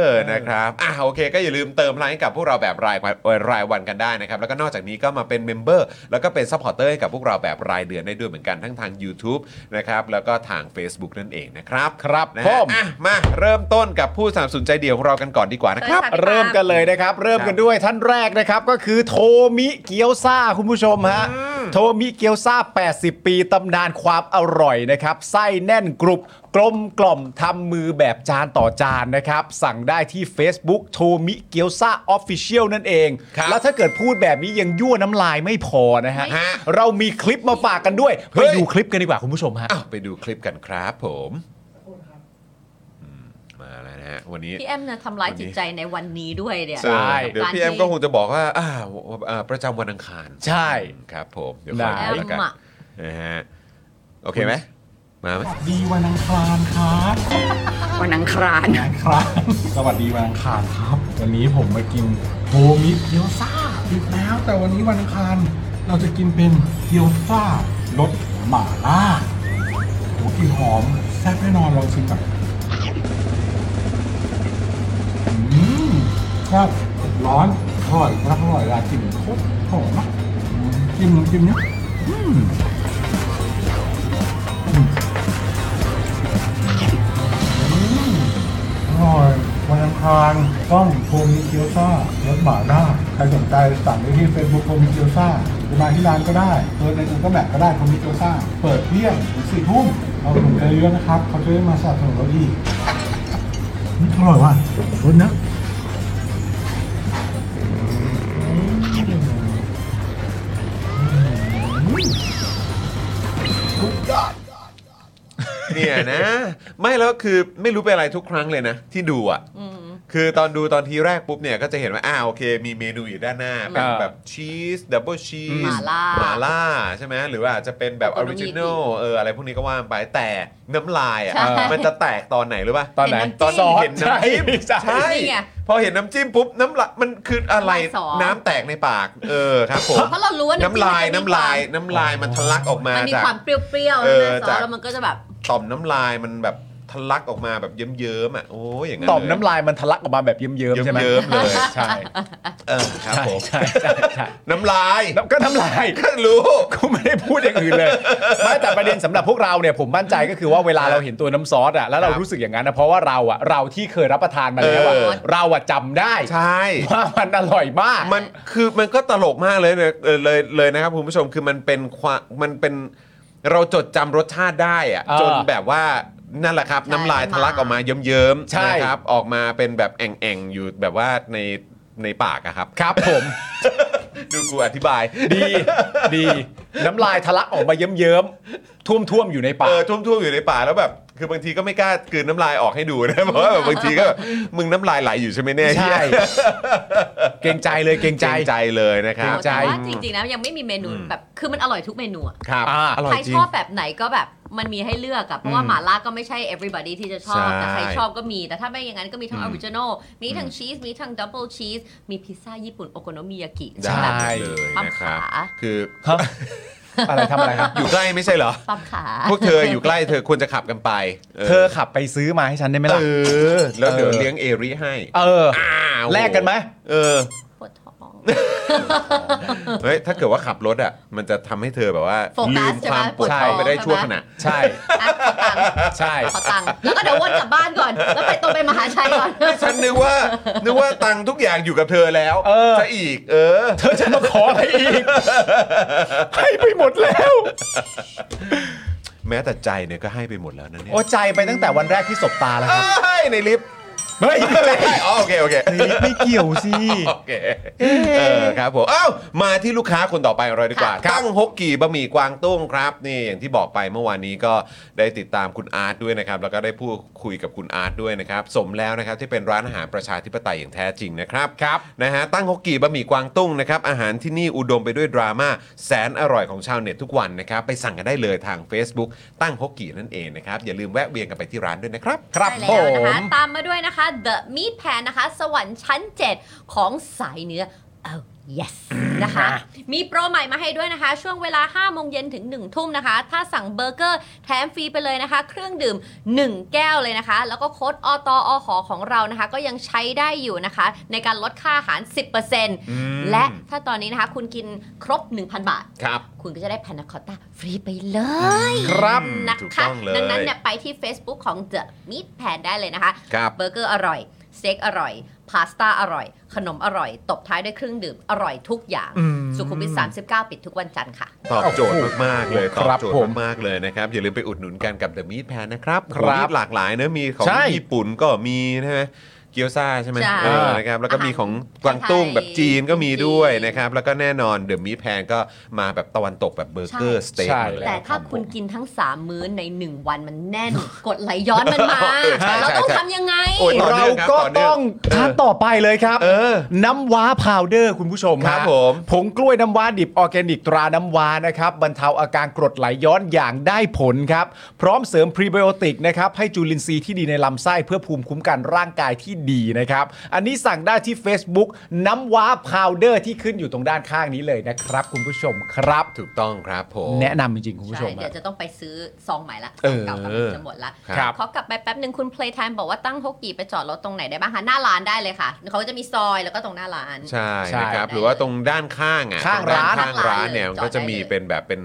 Speaker 2: อ นะครับ อ่ะ โอเค ก็อย่าลืมเติมพลังให้กับพวกเราแบบรายวันรายวันกันได้นะครับ แล้วก็นอกจากนี้ก็มาเป็นเมมเบอร์ แล้วก็เป็นซัพพอร์เตอร์ให้กับพวกเราแบบรายเดือนได้ด้วยเหมือนกันทั้งทาง YouTube นะครับ แล้วก็ทาง Facebook นั่นเองนะครับ ครับนะ
Speaker 3: ผ
Speaker 2: ฮะ
Speaker 3: ม
Speaker 2: อ่ะ มาเริ่มต้นกับผู้สนับสนุนใจเดียวของเรากันก่อนดีกว่านะครับ
Speaker 4: ใช่ค่ะ
Speaker 3: เริ่มกันเลยนะครับ เริ่มกันด้วยท่านแรกนะครับก็คือโทมิเกียวซาคุณผู้ชมฮะโทมิเกียวซา80 ปีตำนานความอร่อยนะครับ ไส้แน่นกรุบกลมกล่อมทำมือแบบจานต่อจานนะครับ สั่งได้ที่ Facebook โทมิเกียวซาออฟฟิเชียลนั่นเอง
Speaker 2: ครับ
Speaker 3: แล้วถ้าเกิดพูดแบบนี้ยังยั่วน้ำลายไม่พอนะฮะ
Speaker 2: ฮะ
Speaker 3: เรามีคลิปมาฝากกันด้วย
Speaker 2: เฮ้
Speaker 3: ไป
Speaker 2: ย
Speaker 3: ดูคลิปกันดีกว่าคุณผู้ชมฮะ
Speaker 2: อ้าวไปดูคลิปกันครับผมอืมมาแล้วนะฮะวันนี้
Speaker 4: พี่แอมเนี่ยทำร้ายจิตใจในวันนี้ด้วยเนี่ย
Speaker 3: ใช่
Speaker 2: เดี๋ยวพี่แอมก็คงจะบอกว่าอ่าอ่าประจำวันอังคาร
Speaker 3: ใช่
Speaker 2: ครับผม เดี๋ยวคอย
Speaker 3: ได้
Speaker 2: ดูแล้วกัน
Speaker 4: แอมอะ
Speaker 2: นะฮะโอเคไหมมาไหม
Speaker 5: ดีวันอังคารครับ
Speaker 4: วันอังคาร
Speaker 5: อังคารสวัสดีวันอังคารครับ วันนี้ผมมากินโฮมิเกียวซ่าอีกแล้ว แต่วันนี้วันอังคารเราจะกินเป็นเกียวซ่ารสหม่าล่าโอ้กลิ่นหอมแซ่บแน่นอนลองชิมก่อนอืมครับร้อนอร่อยครับอร่อยลากลิ่นโคตรหอมนะอืมกินกินเนี้ยอืมอืม อืมอร่อยวันอังคารต้องโพมิเกียวซ่ารสหมาล่าใครสนใจสั่งได้ที่เฟซบุ๊กโพมิเกียวซ่าหรือมาที่ร้านก็ได้เปิดในกูเกิลแมปก็ได้โพมิเกียวซ่าเปิดเที่ยงถึงสี่ทุ่มเราถึงใจเยอะนะครับ เขาจะได้มาสนับสนุนเราดีอืมอร่อยว่ะรสนะ
Speaker 2: เนี่ยนะ ไม่แล้วคือไม่รู้เป็นอะไรทุกครั้งเลยนะ ที่ดูอ่ะ คือตอนดูตอนทีแรกปุ๊บเนี่ยก็จะเห็นว่าอ่าโอเค มีเมนูอยู่ด้านหน้าเป็น
Speaker 3: อ่า
Speaker 2: แบบชีสดับเบิลชีส
Speaker 4: หม่าล่า
Speaker 2: หม่าล่าใช่ไหมหรือว่าอาจจะเป็นแบบอ
Speaker 4: โอ
Speaker 2: อ
Speaker 4: โกโน
Speaker 2: ริ
Speaker 4: มิ
Speaker 2: จินอลเอออะไรพวกนี้ก็ว่าไปแต่น้ำลายอ่ะ
Speaker 4: ใช่
Speaker 2: มันจะแตกตอนไหนหรือป่ะ
Speaker 3: ตอนไหน
Speaker 4: เห็นน้ำจิ้ม
Speaker 2: ตอนเห็นน้ำจิ้ม
Speaker 3: ใช่
Speaker 2: ใช่
Speaker 4: นี่ไง
Speaker 2: พอเห็นน้ำจิ้มปุ๊บน้ำลายมันคืออะไร
Speaker 4: น้ำลายสอ
Speaker 2: น้ำแตกในปากเออครับผม
Speaker 4: เพราะเรารู้ว่า
Speaker 2: น้ำลาย
Speaker 4: จิ้ม
Speaker 2: น้ำลายน้ำลายมันทะลักออกมา
Speaker 4: มันมี
Speaker 2: จาก
Speaker 4: ความเปรี้ยวๆ
Speaker 2: เออ
Speaker 4: ใช่ไหมซอ
Speaker 2: จาก
Speaker 4: สแล้วมันก็จะแบบ
Speaker 2: ต่อมน้ำลายมันแบบทะลักออกมาแบบเยิ้มๆอ่ะโอ้ยอย่างนั้น
Speaker 3: ต่อม
Speaker 2: เย
Speaker 3: น้ำลายมันทะลักออกมาแบบเยิ้มๆใช่ไหม
Speaker 2: เยิ้มๆเลย
Speaker 3: ใช่
Speaker 2: เออครับผม
Speaker 3: ใช่ใช่ใช่
Speaker 2: น้ำลาย
Speaker 3: แล้วก็น้ำ ลาย
Speaker 2: ก็รู้
Speaker 3: กูไม่ได้พูดอย่างอื่นเลยไม่แต่ประเด็นสำหรับพวกเราเนี่ยผมมั่นใจก็คือว่าเวลาเราเห็นตัวน้ำซอสอ่ะแล้วเรา
Speaker 2: ครับ
Speaker 3: รู้สึกอย่างนั้นนะเพราะว่าเราอ่ะเราที่เคยรับประทานมาแล้วอ่ะ
Speaker 2: เออ
Speaker 3: เราอ่ะจำได้
Speaker 2: ใช่
Speaker 3: ว่ามันอร่อยมาก
Speaker 2: มันคือมันก็ตลกมากเลยเนี่ยเออเลยเลยนะครับคุณผู้ชมคือมันเป็นความมันเป็นเราจดจำรสชาติได้อะ
Speaker 3: เออ
Speaker 2: จนแบบว่านั่นแหละครับ
Speaker 4: ใช่
Speaker 2: น้ำลาย
Speaker 4: น้ำลาย
Speaker 2: ทะลักออกมาเยิ้ม
Speaker 3: ใช่
Speaker 2: ๆนะครับออกมาเป็นแบบแอ่งๆอยู่แบบว่าในในปากอะครับ
Speaker 3: ครับผม
Speaker 2: ดูกูอธิบาย
Speaker 3: ดีดีน้ำลายทะลักออกมาเยิ้มๆท่วมๆอยู่ในปา
Speaker 2: เอก อท่วมๆอยู่ในป่าแล้วแบบ คือบางทีก็ไม่กล้ากลืนน้ำลายออกให้ดูนะ เพราะว่าแบบบางทีก็แบบมึงน้ำลายไหลอยู่ใช่ไหมเนี่ย
Speaker 3: ใช่ เกรงใจเลยเกรง
Speaker 2: ใจ
Speaker 3: ใจ
Speaker 2: ใจเลยนะค
Speaker 3: เกร
Speaker 2: รับ
Speaker 3: งใจ
Speaker 4: แต่ว่าจริงๆแล้วยังไม่มีเมนูแบบ คือมันอร่อยทุกเมนูอะ
Speaker 2: ครับ
Speaker 3: อ่า
Speaker 2: อร่อ
Speaker 4: ใคร
Speaker 2: ยจริ
Speaker 4: ช
Speaker 2: ง
Speaker 4: อบแบบไหนก็แบบมันมีให้เลือกอะเพราะว่าหม่าล่าก็ไม่ใช่ everybody ที่จะชอบ
Speaker 2: ใช่
Speaker 4: แต่ใครชอบก็มี แต่ถ้าไม่อย่างนั้นก็มีทั้ง
Speaker 2: อื
Speaker 4: อ
Speaker 2: ม
Speaker 4: อริจินอลมีทั้งชีส มีทั้งดับเบิลชีส มีพิซซ่าญี่ปุ่นโอโกโนมิยากิ
Speaker 2: ได้
Speaker 4: แบบ
Speaker 2: เลย
Speaker 4: ปั๊ม
Speaker 2: นะครับ
Speaker 4: ขา
Speaker 2: คือ
Speaker 3: ฮะอะไรทำอะไรครับ
Speaker 2: อยู่ใกล้ไม่ใช่เหรอ
Speaker 4: ปั๊มขา
Speaker 2: พวกเธออยู่ใกล้เธอควรจะขับกันไป
Speaker 3: เธอขับไปซื้อมาให้ฉันได้ไหม
Speaker 2: เอ
Speaker 3: ล่ะ
Speaker 2: อ แล้วเดี๋ยว
Speaker 3: เออ
Speaker 2: เลี้ยงเอริให้
Speaker 3: เออ
Speaker 2: อ้าว
Speaker 3: แลกกันไหม
Speaker 2: เออ
Speaker 4: ปวดท้อง
Speaker 2: เฮ้ย ถ้าเกิดว่าขับรถอ่ะ มันจะทำให้เธอแบบว่า
Speaker 4: โฟกั
Speaker 2: ลื
Speaker 4: ส
Speaker 2: มค
Speaker 4: ใช่ไหม
Speaker 2: วามปวด
Speaker 3: ใช่
Speaker 2: ท้องไปได้ชั่ว
Speaker 4: ใช่
Speaker 2: ข
Speaker 4: ไหม
Speaker 2: ณะ
Speaker 3: ใช่
Speaker 4: อ่ะขอตังค์
Speaker 3: ใช่
Speaker 4: ขอตังค์แล้วก็เดี๋ยววนกลับบ้านก่อน แล้วไปตรงไปมหาชัยก่อน
Speaker 2: ฉันนึกว่า นึกว่าตังค์ทุกอย่างอยู่กับเธอแล้วจะอีก เออ
Speaker 3: เธอจะมาขออะไรอี กให้ไปหมดแล้ว
Speaker 2: แม้แต่ใจเนี่ยก็ให้ไปหมดแล้วนะเนี่ย
Speaker 3: โอ้ใจไปตั้งแต่วันแรกที่สบตาแล้วครับ
Speaker 2: เอ้ยในลิฟต์
Speaker 3: เฮ้ย
Speaker 2: ไม่ได้อ๋อโอเคโอเค
Speaker 3: ไม่เกี่ยวสิ
Speaker 2: โอเคเออครับผมเอ้ามาที่ลูกค้าคนต่อไปของเราดีกว่า
Speaker 3: ครับ
Speaker 2: ตั้งฮกกี่บะหมี่กวางตุ้งครับ นี่อย่างที่บอกไปเมื่อวานนี้ก็ได้ติดตามคุณอาร์ตด้วยนะครับ แล้วก็ได้พูดคุยกับคุณอาร์ตด้วยนะครับ สมแล้วนะครับที่เป็นร้านอาหารประชาธิปไตยอย่างแท้จริงนะครับ
Speaker 3: ครับ
Speaker 2: นะฮะตั้งฮกกี่บะหมี่กวางตุ้งนะครับอาหารที่นี่อุดมไปด้วยดราม่าแสนอร่อยของชาวเน็ตทุกวันนะครับไปสั่งกันได้เลยทาง Facebook ตั้งฮกกี่นั่นเองนะครับอย่าลืมแวะเวียนกันไปที่ร้านด้วยนะครับ
Speaker 3: ครับผ
Speaker 4: ใช่แล้ว
Speaker 3: ม
Speaker 4: นะคะตามมาด้วยนะคะ The Meat Pan นะคะ สวรรค์ชั้น 7 ของสายเนื้อ oh yes นะคะ มีโปรใหม่มาให้ด้วยนะคะ ช่วงเวลา 5 โมงเย็นถึง 1 ทุ่มนะคะ ถ้าสั่งเบอร์เกอร์แถมฟรีไปเลยนะคะ เครื่องดื่ม 1 แก้วเลยนะคะ แล้วก็โค้ดอตออหอของเรานะคะ ก็ยังใช้ได้อยู่นะคะ ในการลดค่าอาหาร
Speaker 2: ม
Speaker 4: 10%และถ้าตอนนี้นะคะ คุณกินครบ 1,000 บาท
Speaker 2: ครับ
Speaker 4: คุณก็จะได้พานาคอตต้าฟรีไปเลย
Speaker 2: ครับ
Speaker 4: นะ
Speaker 2: ถูก
Speaker 4: คะ
Speaker 2: ต้องเลย
Speaker 4: ดังนั้นเนี่ยไปที่ Facebook ของ The Meat Pan ได้เลยนะคะ
Speaker 2: ครับ
Speaker 4: เบอร์เกอร์อร่อยสเต็กอร่อย พาสต้าอร่อย ขนมอร่อย ตบท้ายด้วยเครื่องดื่ม อร่อยทุกอย่าง สุขุมวิท39 ปิดทุกวันจันทร์ค่ะ
Speaker 2: ตอบโจทย์มากๆเลยต
Speaker 3: ค
Speaker 2: อ
Speaker 3: รั
Speaker 2: บบ โจท
Speaker 3: ผม
Speaker 2: ย์มากๆเลยนะครับอย่าลืมไปอุดหนุนกันกับ The Meat Pan นะครับ
Speaker 3: ครับ
Speaker 2: มีหลากหลายเนอะมีของ
Speaker 3: ใช่
Speaker 2: ญี่ปุ่นก็มีนะฮะเกี๊ยวซ่าใช่ไหม
Speaker 4: ใช่
Speaker 2: เออนะครับแล้วก็มีของกวางตุ้งแบบจีนก็มีด้วยนะครับแล้วก็แน่นอน The Meat Pan ก็มาแบบตะวันตกแบบเบอร์เกอร์
Speaker 4: ใช่
Speaker 2: สเต็กมาล้ว
Speaker 4: แต่
Speaker 2: รั
Speaker 4: ถ้า
Speaker 2: บ
Speaker 4: คุณ
Speaker 2: ผม
Speaker 4: กินทั้ง 3 มื้อใน 1 วันมันแน่ น กดไหลย้อนมันมา
Speaker 2: เออใช่
Speaker 4: เราต้อง
Speaker 2: ใช่ใช่
Speaker 4: ทำยังไง
Speaker 2: โอ้ย ต่อเนื่
Speaker 3: เรา
Speaker 2: องครับ
Speaker 3: ก็
Speaker 2: ต่อเนื่อง
Speaker 3: ต้อง
Speaker 2: เออ
Speaker 3: ท่านต่อไปเลยครับ
Speaker 2: เออ
Speaker 3: น้ำว้าพาวเดอร์คุณผู้ชม
Speaker 2: ค
Speaker 3: ค
Speaker 2: รั
Speaker 3: รั
Speaker 2: บบ ผม
Speaker 3: ผงกล้วยน้ำว้าดิบออร์แกนิกตราน้ำว้านะครับบรรเทาอาการกรดไหลย้อนอย่างได้ผลครับ พร้อมเสริมพรีไบโอติกนะครับให้จุลินทรีย์ที่ดีในลำไส้เพื่อภูมิคุ้มกันร่างกายที่ดีนะครับ อันนี้สั่งได้ที่ Facebook น้ำว้าพาวเดอร์ที่ขึ้นอยู่ตรงด้านข้างนี้เลยนะครับ คุณผู้ชมครับ
Speaker 2: ถูกต้องครับผม
Speaker 3: แนะนำจริงๆคุณผู้ช
Speaker 4: ใช่
Speaker 3: ม
Speaker 4: เดี๋ยว
Speaker 3: อะ
Speaker 4: จะต้องไปซื้อซองใหม่ละ
Speaker 2: เอ
Speaker 4: ซ
Speaker 2: อ
Speaker 4: องเก่ากำลังจะหมดละ
Speaker 2: ครับ
Speaker 4: ขอกลับไปแป๊บหนึ่งคุณ Playtime บอกว่าตั้งฮกกี่ไปจอดรถตรงไหนได้บ้างคะหน้าร้านได้เลยค่ะเขาจะมีซอยแล้วก็ตรงหน้าร้าน
Speaker 2: ใช่
Speaker 3: ใช่
Speaker 2: นะครับหรือว่าตรงด้านข้างอ่ะ
Speaker 3: ข้าง
Speaker 2: ตด้
Speaker 3: ร้าน
Speaker 2: ข้างร้านเนี่ย
Speaker 4: จ
Speaker 2: มั
Speaker 4: อดได้เลย
Speaker 2: นก็จะมีเป็นแบบเป็น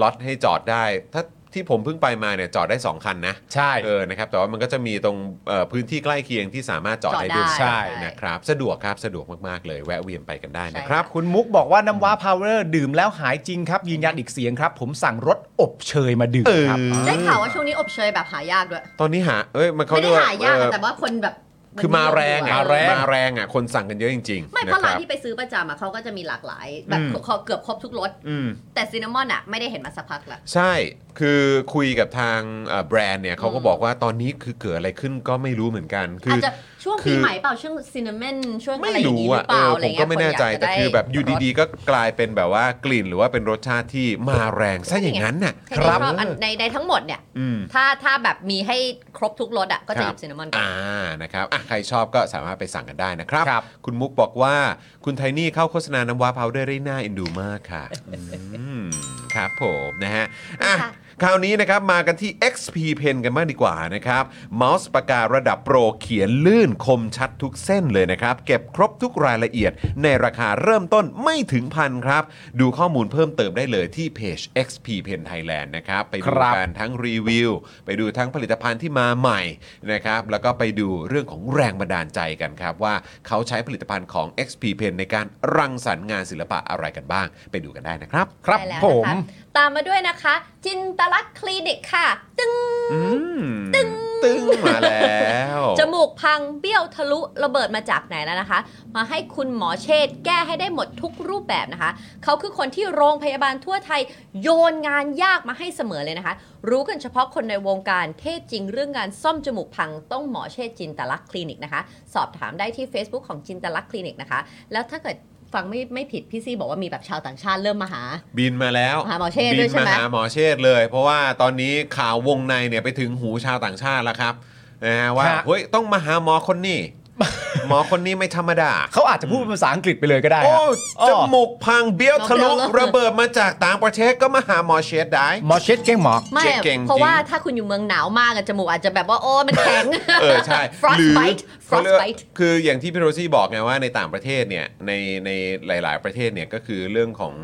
Speaker 2: ล็อตให้จอดได้ ถ้าที่ผมเพิ่งไปมาเนี่ยจอดได้ 2 คันนะ
Speaker 3: ใช่
Speaker 2: เออนะครับแต่ว่ามันก็จะมีตรงเอ่อพื้นที่ใกล้เคียงที่สามารถจอดได้ด้วย
Speaker 3: ใช่
Speaker 2: นะครับ สะดวกครับสะดวกมากๆเลยแวะเวียนไปกันได้นะครับ
Speaker 3: คุณมุกบอกว่าน้ำว้าพาวเดอร์ดื่มแล้วหายจริงครับยืนยันอีกเสียงครับ ผมสั่งรสอบเชยมาดื่มครับ
Speaker 2: เออ
Speaker 4: ได้ข่าวว่าช่วงนี้อบเชยแบบหายากด้วย
Speaker 2: ตอนนี้หาเอ้ยมันเขา
Speaker 4: ไม่
Speaker 2: เรียก
Speaker 4: ได้
Speaker 2: ว่า
Speaker 4: หายาก
Speaker 2: เอ่
Speaker 4: อะ
Speaker 2: อ
Speaker 4: แต่ว่าคนแบบ
Speaker 2: คือมาแรงอ่ะ
Speaker 4: มาแรง
Speaker 2: มาแรงอ่ะคนสั่งกันเยอะจริงๆ
Speaker 4: ไม่เพ
Speaker 2: นะ
Speaker 4: ราะ
Speaker 2: ค
Speaker 4: ร้า
Speaker 2: รั
Speaker 4: น
Speaker 2: บ
Speaker 4: ที่ไปซื้อประจำอ่ะเขาก็จะมีหลากหลาย แบบ
Speaker 2: อืม
Speaker 4: เขาเกือบครบทุกรส
Speaker 2: อืม
Speaker 4: แต่ซินนามอนอ่ะไม่ได้เห็นมาสักพักละ
Speaker 2: ใช่ คือคุยกับทางเอ่อแบรนด์เนี่ยเขาก็บอกว่าตอนนี้คือเกิดอะไรขึ้นก็ไม่รู้เหมือนกัน คื
Speaker 4: อาจ
Speaker 2: อ
Speaker 4: จะช่วง
Speaker 2: คื
Speaker 4: ปี
Speaker 2: อ
Speaker 4: ใหม่เปล่าช่วงซินนามอนช่วงอะ
Speaker 2: ไม่
Speaker 4: ไรอย่าง
Speaker 2: รู้
Speaker 4: นี้หรื
Speaker 2: อ่ะ
Speaker 4: อเป
Speaker 2: เอ
Speaker 4: ล่า
Speaker 2: อ
Speaker 4: อะไร
Speaker 2: ผม
Speaker 4: เงี้ย
Speaker 2: ก็ไม่แน่ใจ
Speaker 4: คนยากะ
Speaker 2: แต่คือแบบอยู่
Speaker 4: ได้
Speaker 2: ดีๆ ก็กลายเป็นแบบว่ากลิ่นหรือว่าเป็นรสชาติที่มาแรงซะอย่างนั้นน่ะ
Speaker 4: ใครที่ชอบอันในในทั้งหมดเนี่ย
Speaker 2: อืม
Speaker 4: ถ้าถ้าแบบมีให้ครบทุกรสอ่ะก็จะห
Speaker 2: ค
Speaker 4: ยิ
Speaker 2: รับ บ
Speaker 4: ซินนามอนก่อน
Speaker 2: อ่านะครับอ่ะใครชอบก็สามารถไปสั่งกันได้นะครับ
Speaker 3: ครับ
Speaker 2: คุณมุกบอกว่าคุณไทนี่เข้าโฆษณาน้ำว้าพาวเดอร์ได้น่าเอ็นดูมากค่ะอืมครับผมนะฮะอ่ะ
Speaker 4: ค่ะ
Speaker 2: คราวนี้นะครับมากันที่ XP Pen กันบ้างดีกว่านะครับเมาส์ปากการะดับโปรเขียนลื่นคมชัดทุกเส้นเลยนะครับ เก็บครบทุกรายละเอียดในราคาเริ่มต้นไม่ถึงพันครับ ดูข้อมูลเพิ่มเติมได้เลยที่เพจ XP Pen Thailand นะครับไปดู
Speaker 3: ครับ
Speaker 2: กัน ทั้งรีวิว ไปดูทั้งผลิตภัณฑ์ที่มาใหม่นะครับ แล้วก็ไปดูเรื่องของแรงบันดาลใจกันครับ ว่าเขาใช้ผลิตภัณฑ์ของ XP Pen ในการรังสรรค์งานศิลปะอะไรกันบ้าง ไปดูกันได้นะครับ
Speaker 3: ครับ
Speaker 4: ได้แล้ว
Speaker 3: ผ
Speaker 4: นะ
Speaker 3: ม
Speaker 4: คะตามมาด้วยนะคะ จินตลักษณ์คลินิกค่ะ ตึง
Speaker 2: อืมตึงมาแล้ว
Speaker 4: จมูกพังเบี้ยวทะลุระเบิดมาจากไหนแล้วนะคะ มาให้คุณหมอเชษฐ์แก้ให้ได้หมดทุกรูปแบบนะคะ เขาคือคนที่โรงพยาบาลทั่วไทยโยนงานยากมาให้เสมอเลยนะคะ รู้กันเฉพาะคนในวงการเทศจริงเรื่องงานซ่อมจมูกพังต้องหมอเชษฐ์จินตลักษณ์คลินิกนะคะ สอบถามได้ที่ Facebook ของจินตลักษณ์คลินิกนะคะ แล้วถ้าเกิดฟังไม่ไม่ผิดพี่ซี่บอกว่ามีแบบชาวต่างชาติเริ่มมาหา
Speaker 2: บินมาแล้ว
Speaker 4: หาหมอเชษฐ์
Speaker 2: บิ
Speaker 4: ด้วยใช่
Speaker 2: มา
Speaker 4: ไหม
Speaker 2: หาหมอเชษฐ์เลย เพราะว่าตอนนี้ข่าววงในเนี่ยไปถึงหูชาวต่างชาติแล้วครับนะฮะว่า
Speaker 3: ครับ
Speaker 2: เฮ้ยต้องมาหาหมอคนนี้ หมอคนนี้ไม่ธรรมดา
Speaker 3: เขาอาจจะพูดเป็นภาษาอังกฤษไปเลยก็ได้
Speaker 2: โอ้
Speaker 3: ฮะ
Speaker 2: จมูกพังเบี้ยวทะลุ
Speaker 4: เบี้ยวเลย
Speaker 2: ระเบิดมาจากต่างประเทศก็มาหาหมอเชษฐ์ได้
Speaker 3: หมอเช็ดเก่งหมอ
Speaker 4: ไม่
Speaker 2: เจ๊เก่ง
Speaker 4: เพราะ
Speaker 2: จริง
Speaker 4: ว่าถ้าคุณอยู่เมืองหนาวมากอะจมูกอาจจะแบบว่า โอ้มันแข็ง
Speaker 2: เออใช่
Speaker 4: frostbite
Speaker 2: หรือเขาเรียกว่า
Speaker 4: frostbite
Speaker 2: คืออย่างที่พี่โรซี่บอกไงว่าในต่างประเทศเนี่ยในในหลาย ๆ ประเทศเนี่ยก็คือเรื่องของ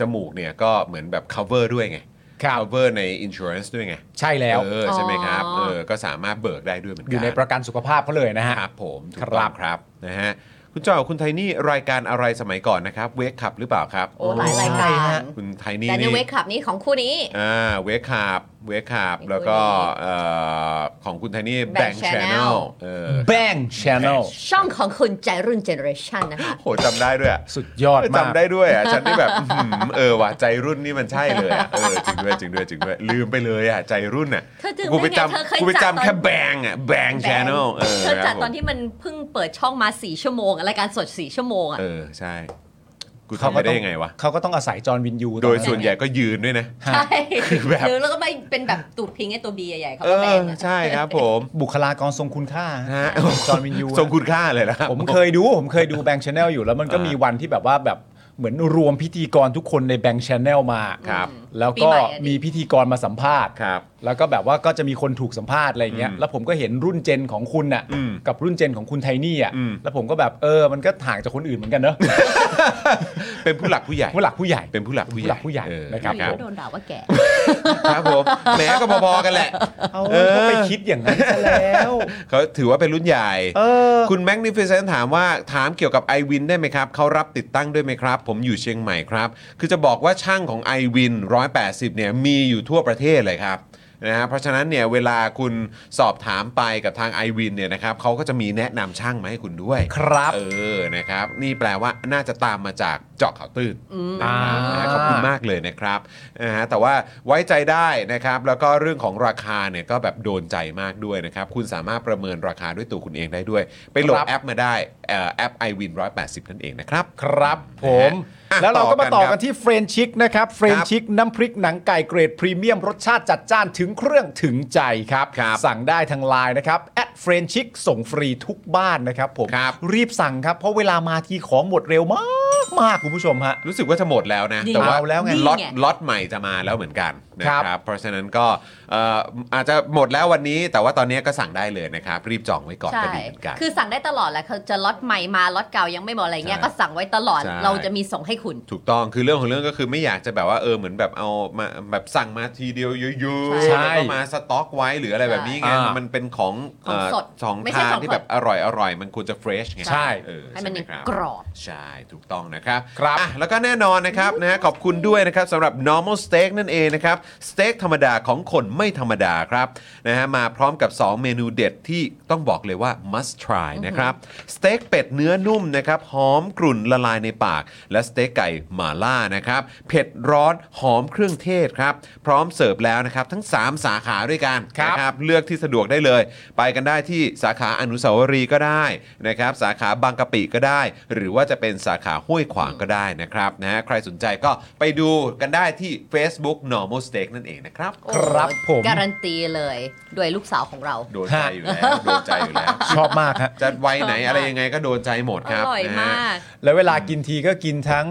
Speaker 2: จมูกเนี่ยก็เหมือนแบบ cover ด้วยไง
Speaker 3: ครับ
Speaker 2: cover ใน insurance ด้วยไง
Speaker 3: ใช่แล้ว
Speaker 2: เออใช่ไหมครับ
Speaker 4: อ๋อ
Speaker 2: เออก็สามารถเบิกได้ด้วยเหมือนกั
Speaker 3: อยู่ในประกันสุขภาพเขาเลยนะฮะ
Speaker 2: ครับผมถูก
Speaker 3: ครั
Speaker 2: ต้อง
Speaker 3: บ
Speaker 2: ครับนะฮะคุณจอยกับคุณไทนี่รายการอะไรสมัยก่อนนะครับเวกขับหรือเปล่าครับ
Speaker 4: โอ้หลายรายการ
Speaker 2: คุณไทนี่
Speaker 4: แต่ใน
Speaker 2: นี่
Speaker 4: เวกขับนี้ของคู่นี้
Speaker 2: อ่าเวคาบเวคาบ
Speaker 4: มี
Speaker 2: แล้วก็
Speaker 4: คุณนี่
Speaker 2: เอ่อของคุณไทนี่แบง
Speaker 4: Bang
Speaker 2: ค์ชแนล
Speaker 4: Channel
Speaker 2: เออ
Speaker 3: Bang Channel
Speaker 4: ช่องของคุณใจรุ่นเจเนอเรชันนะคะ
Speaker 2: โหจำได้ด้วยอะ
Speaker 3: สุดยอดมาก
Speaker 2: จำได้ด้วย อ่ะฉันได้แบบ อื้อหือเออว่ะใจรุ่นนี่มันใช่เลยอะเออจริงด้วยจริงด้วยจริงด้วยลืมไปเลยอ่ะใจรุ่นอ่ะ
Speaker 4: เธอถึง
Speaker 2: กูไป
Speaker 4: ได้ไงเธอเคย
Speaker 2: จำกูไป
Speaker 4: จัดตอ
Speaker 2: จำ
Speaker 4: น
Speaker 2: แค่แบงอ่ะแบงชแนลเออ
Speaker 4: เธอ
Speaker 2: ค
Speaker 4: จั
Speaker 2: รั
Speaker 4: ด
Speaker 2: บ
Speaker 4: ตอนที่มันเพิ่งเปิดช่องมา 4 ชั่วโมงอะรายการสด 4 ชั่วโมง
Speaker 2: ผม
Speaker 4: อ่ะ
Speaker 2: เออใช่กู
Speaker 3: เขา
Speaker 2: ทำ
Speaker 3: ก็
Speaker 2: ไม่
Speaker 3: ต้
Speaker 2: ได้
Speaker 3: อง
Speaker 2: ยังไงวะ
Speaker 3: เขาก็ต้องอาศัยจอร์นวินยู
Speaker 2: โดย
Speaker 3: ตอ
Speaker 2: ส่วนใหญ่ก็ยืนด้วยนะ
Speaker 3: ฮะ
Speaker 4: ใช่
Speaker 2: คือแบบ
Speaker 4: หรือแล้วก็ไม่เป็นแบบตูดพิงไอ้ตัวบีใหญ่ๆเขา
Speaker 2: เอ
Speaker 4: ก็แบ
Speaker 2: อน
Speaker 4: อะ
Speaker 2: ใช่ครับ ผม
Speaker 3: บุคลากรทรงคุณค่า
Speaker 2: ฮะ
Speaker 3: จอร์นวินยูอะ
Speaker 2: ทรงคุณค่าเลยนะครับ
Speaker 3: ผมเคยดู ผมเคยดูแบงค์ชแนลอยู่แล้วมันก็
Speaker 2: อ่ามี
Speaker 3: มีวันที่แบบว่าแบบเหมือนรวมพิธีกรทุกคนในแบงค์ชแนลมา
Speaker 2: ครับ
Speaker 3: แล้ว
Speaker 4: ปี
Speaker 3: ก็
Speaker 4: ใหอะดิ
Speaker 3: มีพิธีกรมาสัมภาษณ์
Speaker 2: ครับ
Speaker 3: แล้วก็แบบว่าก็จะมีคนถูกสัมภาษณ์อะไรอย่างเงี้ย
Speaker 2: อืม
Speaker 3: แล้วผมก็เห็นรุ่นเจนของคุณน่ะ
Speaker 2: อืม
Speaker 3: กับรุ่นเจนของคุณไทนี่อ่ะ
Speaker 2: อืม
Speaker 3: แล้วผมก็แบบเออมันก็ห่างจากคนอื่นเหมือน กันเนอะ
Speaker 2: เป็นผู้หลักผู้ใหญ่
Speaker 3: ผู้หลักผู้ใหญ่
Speaker 2: เป็นผู้หลักผู้ใหญ่
Speaker 3: ผู้หลักผู้ใหญ่
Speaker 2: เออ
Speaker 3: นะครับ
Speaker 4: แล้วโดนด่าว่าแก่
Speaker 2: ครับผมแหม้ก็พอๆกันแหละ
Speaker 3: เอา
Speaker 2: เออ
Speaker 3: เขาไปคิดอย่างนั้นซะแล้ว
Speaker 2: เขาถือว่าเป็นรุ่นใหญ่
Speaker 3: เออ
Speaker 2: คุณแม g นิฟิเซนถามว่าถามเกี่ยวกับ i w วินได้ไหมครับ เขารับติดตั้งด้วยไหมครับ ผมอยู่เชียงใหม่ครับ คือจะบอกว่าช่างของ i w วิน180 เนี่ยมีอยู่ทั่วประเทศเลยครับนะฮะเพราะฉะนั้นเนี่ยเวลาคุณสอบถามไปกับทาง i w วินเนี่ยนะครับเขาก็จะมีแนะนำช่างมาให้คุณด้วย
Speaker 3: ครับ
Speaker 2: เออนะครับ นี่แปลว่าน่าจะตามมาจากเจาะข่าวตื้น นะครับ
Speaker 3: อ่า
Speaker 2: นะฮะขอบคุณมากเลยนะครับนะฮะแต่ว่าไว้ใจได้นะครับ แล้วก็เรื่องของราคาเนี่ยก็แบบโดนใจมากด้วยนะครับ คุณสามารถประเมินราคาด้วยตัวคุณเองได้ด้วย ไปโหลด
Speaker 3: ครับ
Speaker 2: แอปมาได้เอ่อแอป iWin 180 นั่นเองนะครับ
Speaker 3: ครับผม
Speaker 2: นะฮะอ่ะ
Speaker 3: แล้วเราก็มา
Speaker 2: ต่
Speaker 3: ต่
Speaker 2: อ
Speaker 3: อ
Speaker 2: กัน
Speaker 3: กันที่เฟรนชิกนะครับเฟรนชิกน้ำพริกหนังไก่เกรดพรีเมียมรสชาติจัดจ้านถึงเครื่องถึงใจครับ
Speaker 2: ครับ
Speaker 3: สั่งได้ทางไลน์นะครับแอดเฟรนชิกส่งฟรีทุกบ้านนะครับผม
Speaker 2: ครับ
Speaker 3: รีบสั่งครับ เพราะเวลามาทีของหมดเร็วมากมากคุณผู้ชมฮะ
Speaker 2: รู้สึกว่าจะหมดแล้วนะ
Speaker 4: นี่
Speaker 2: แต่ว่า
Speaker 3: เอาแล้วไง
Speaker 2: ล็อต
Speaker 4: นี่ไง
Speaker 2: ล็อตใหม่จะมาแล้วเหมือนกันนะค
Speaker 3: ครั
Speaker 2: รับ
Speaker 3: บ
Speaker 2: เพราะฉะนั้นก็เอ่ออาจจะหมดแล้ววันนี้ แต่ว่าตอนนี้ก็สั่งได้เลยนะครับ รีบจองไว้ก่อน
Speaker 4: ใช่
Speaker 2: ก็ดีเหมือนกัน
Speaker 4: คือสั่งได้ตลอดแหละเขาจะล็อตใหม่มาล็อตเก่ายังไม่หมดอะไรเงี้ย
Speaker 2: ใช่
Speaker 4: ก็สั่งไว้ตลอด
Speaker 2: ใช่
Speaker 4: เราจะมีส่งให้คุณ
Speaker 2: ถูกต้องคือเรื่องของเรื่องก็คือไม่อยากจะแบบว่าเออเหมือนแบบเอามาแบบสั่งมาทีเดียวเยอะๆ
Speaker 4: ใช่
Speaker 2: แล้วก็มาสต็อกไว้หรืออะไรแบบนี้ไง
Speaker 3: อ่ามั
Speaker 2: มันเป็นของ
Speaker 4: ของ
Speaker 2: เอ่อ
Speaker 4: สด
Speaker 2: ของ
Speaker 4: ไม่ใช่
Speaker 2: ทาน
Speaker 4: ของ
Speaker 2: ที่
Speaker 4: สด
Speaker 2: แบบอร่อยอร่อยมันควรจะเฟรชไง
Speaker 3: ใช่
Speaker 2: เออ
Speaker 4: ให้มัน
Speaker 2: ใช่
Speaker 4: ยั
Speaker 2: ไห
Speaker 4: ง
Speaker 2: ครับ
Speaker 4: กรอบ
Speaker 2: ใช่ถูกต้องนะครับ
Speaker 3: ครับ
Speaker 2: อ่ะแล้วก็แน่นอนนะครับนะฮะขอบคุณด้วยนะครับสำหรับ normal steak นั่นเองนะครับ สเต็กธรรมดาของคนไม่ธรรมดาครับนะฮะมาพร้อมกับ 2 เมนูเด็ดที่ต้องบอกเลยว่า must try นะครับสเต็กเป็ดเนื้อนุ่มนะครับหอมกรุ่นละลายในปาก และสเต็กไก่หม่าล่านะครับเผ็ดร้อนหอมเครื่องเทศครับพร้อมเสิร์ฟแล้วนะครับทั้ง 3 สาขาด้วยกัน
Speaker 3: ครับ
Speaker 2: นะ นะครับเลือกที่สะดวกได้เลย ไปกันได้ที่สาขาอนุสาวรีย์ก็ได้นะครับ สาขาบางกะปิก็ได้ หรือว่าจะเป็นสาขาห้วยขวางก็ได้นะครับนะฮะใครสนใจก็ไปดูกันได้ที่ Facebook normal steak นั่นเองนะครับ
Speaker 3: ครับผม
Speaker 4: การันตีเลยด้วยลูกสาวของเรา
Speaker 2: โดนใจอยู่ แล้ว โดนใจอยู่แล้ว
Speaker 3: ชอบมากฮะ
Speaker 2: จะไวยไหนอะไรยังไงก็โดนใจหมด
Speaker 4: อ
Speaker 2: ครับ
Speaker 4: ร่อย
Speaker 2: นะ
Speaker 4: ม
Speaker 2: ฮะ
Speaker 4: าก
Speaker 3: แล้วเวลากินทีก็กินทั้ง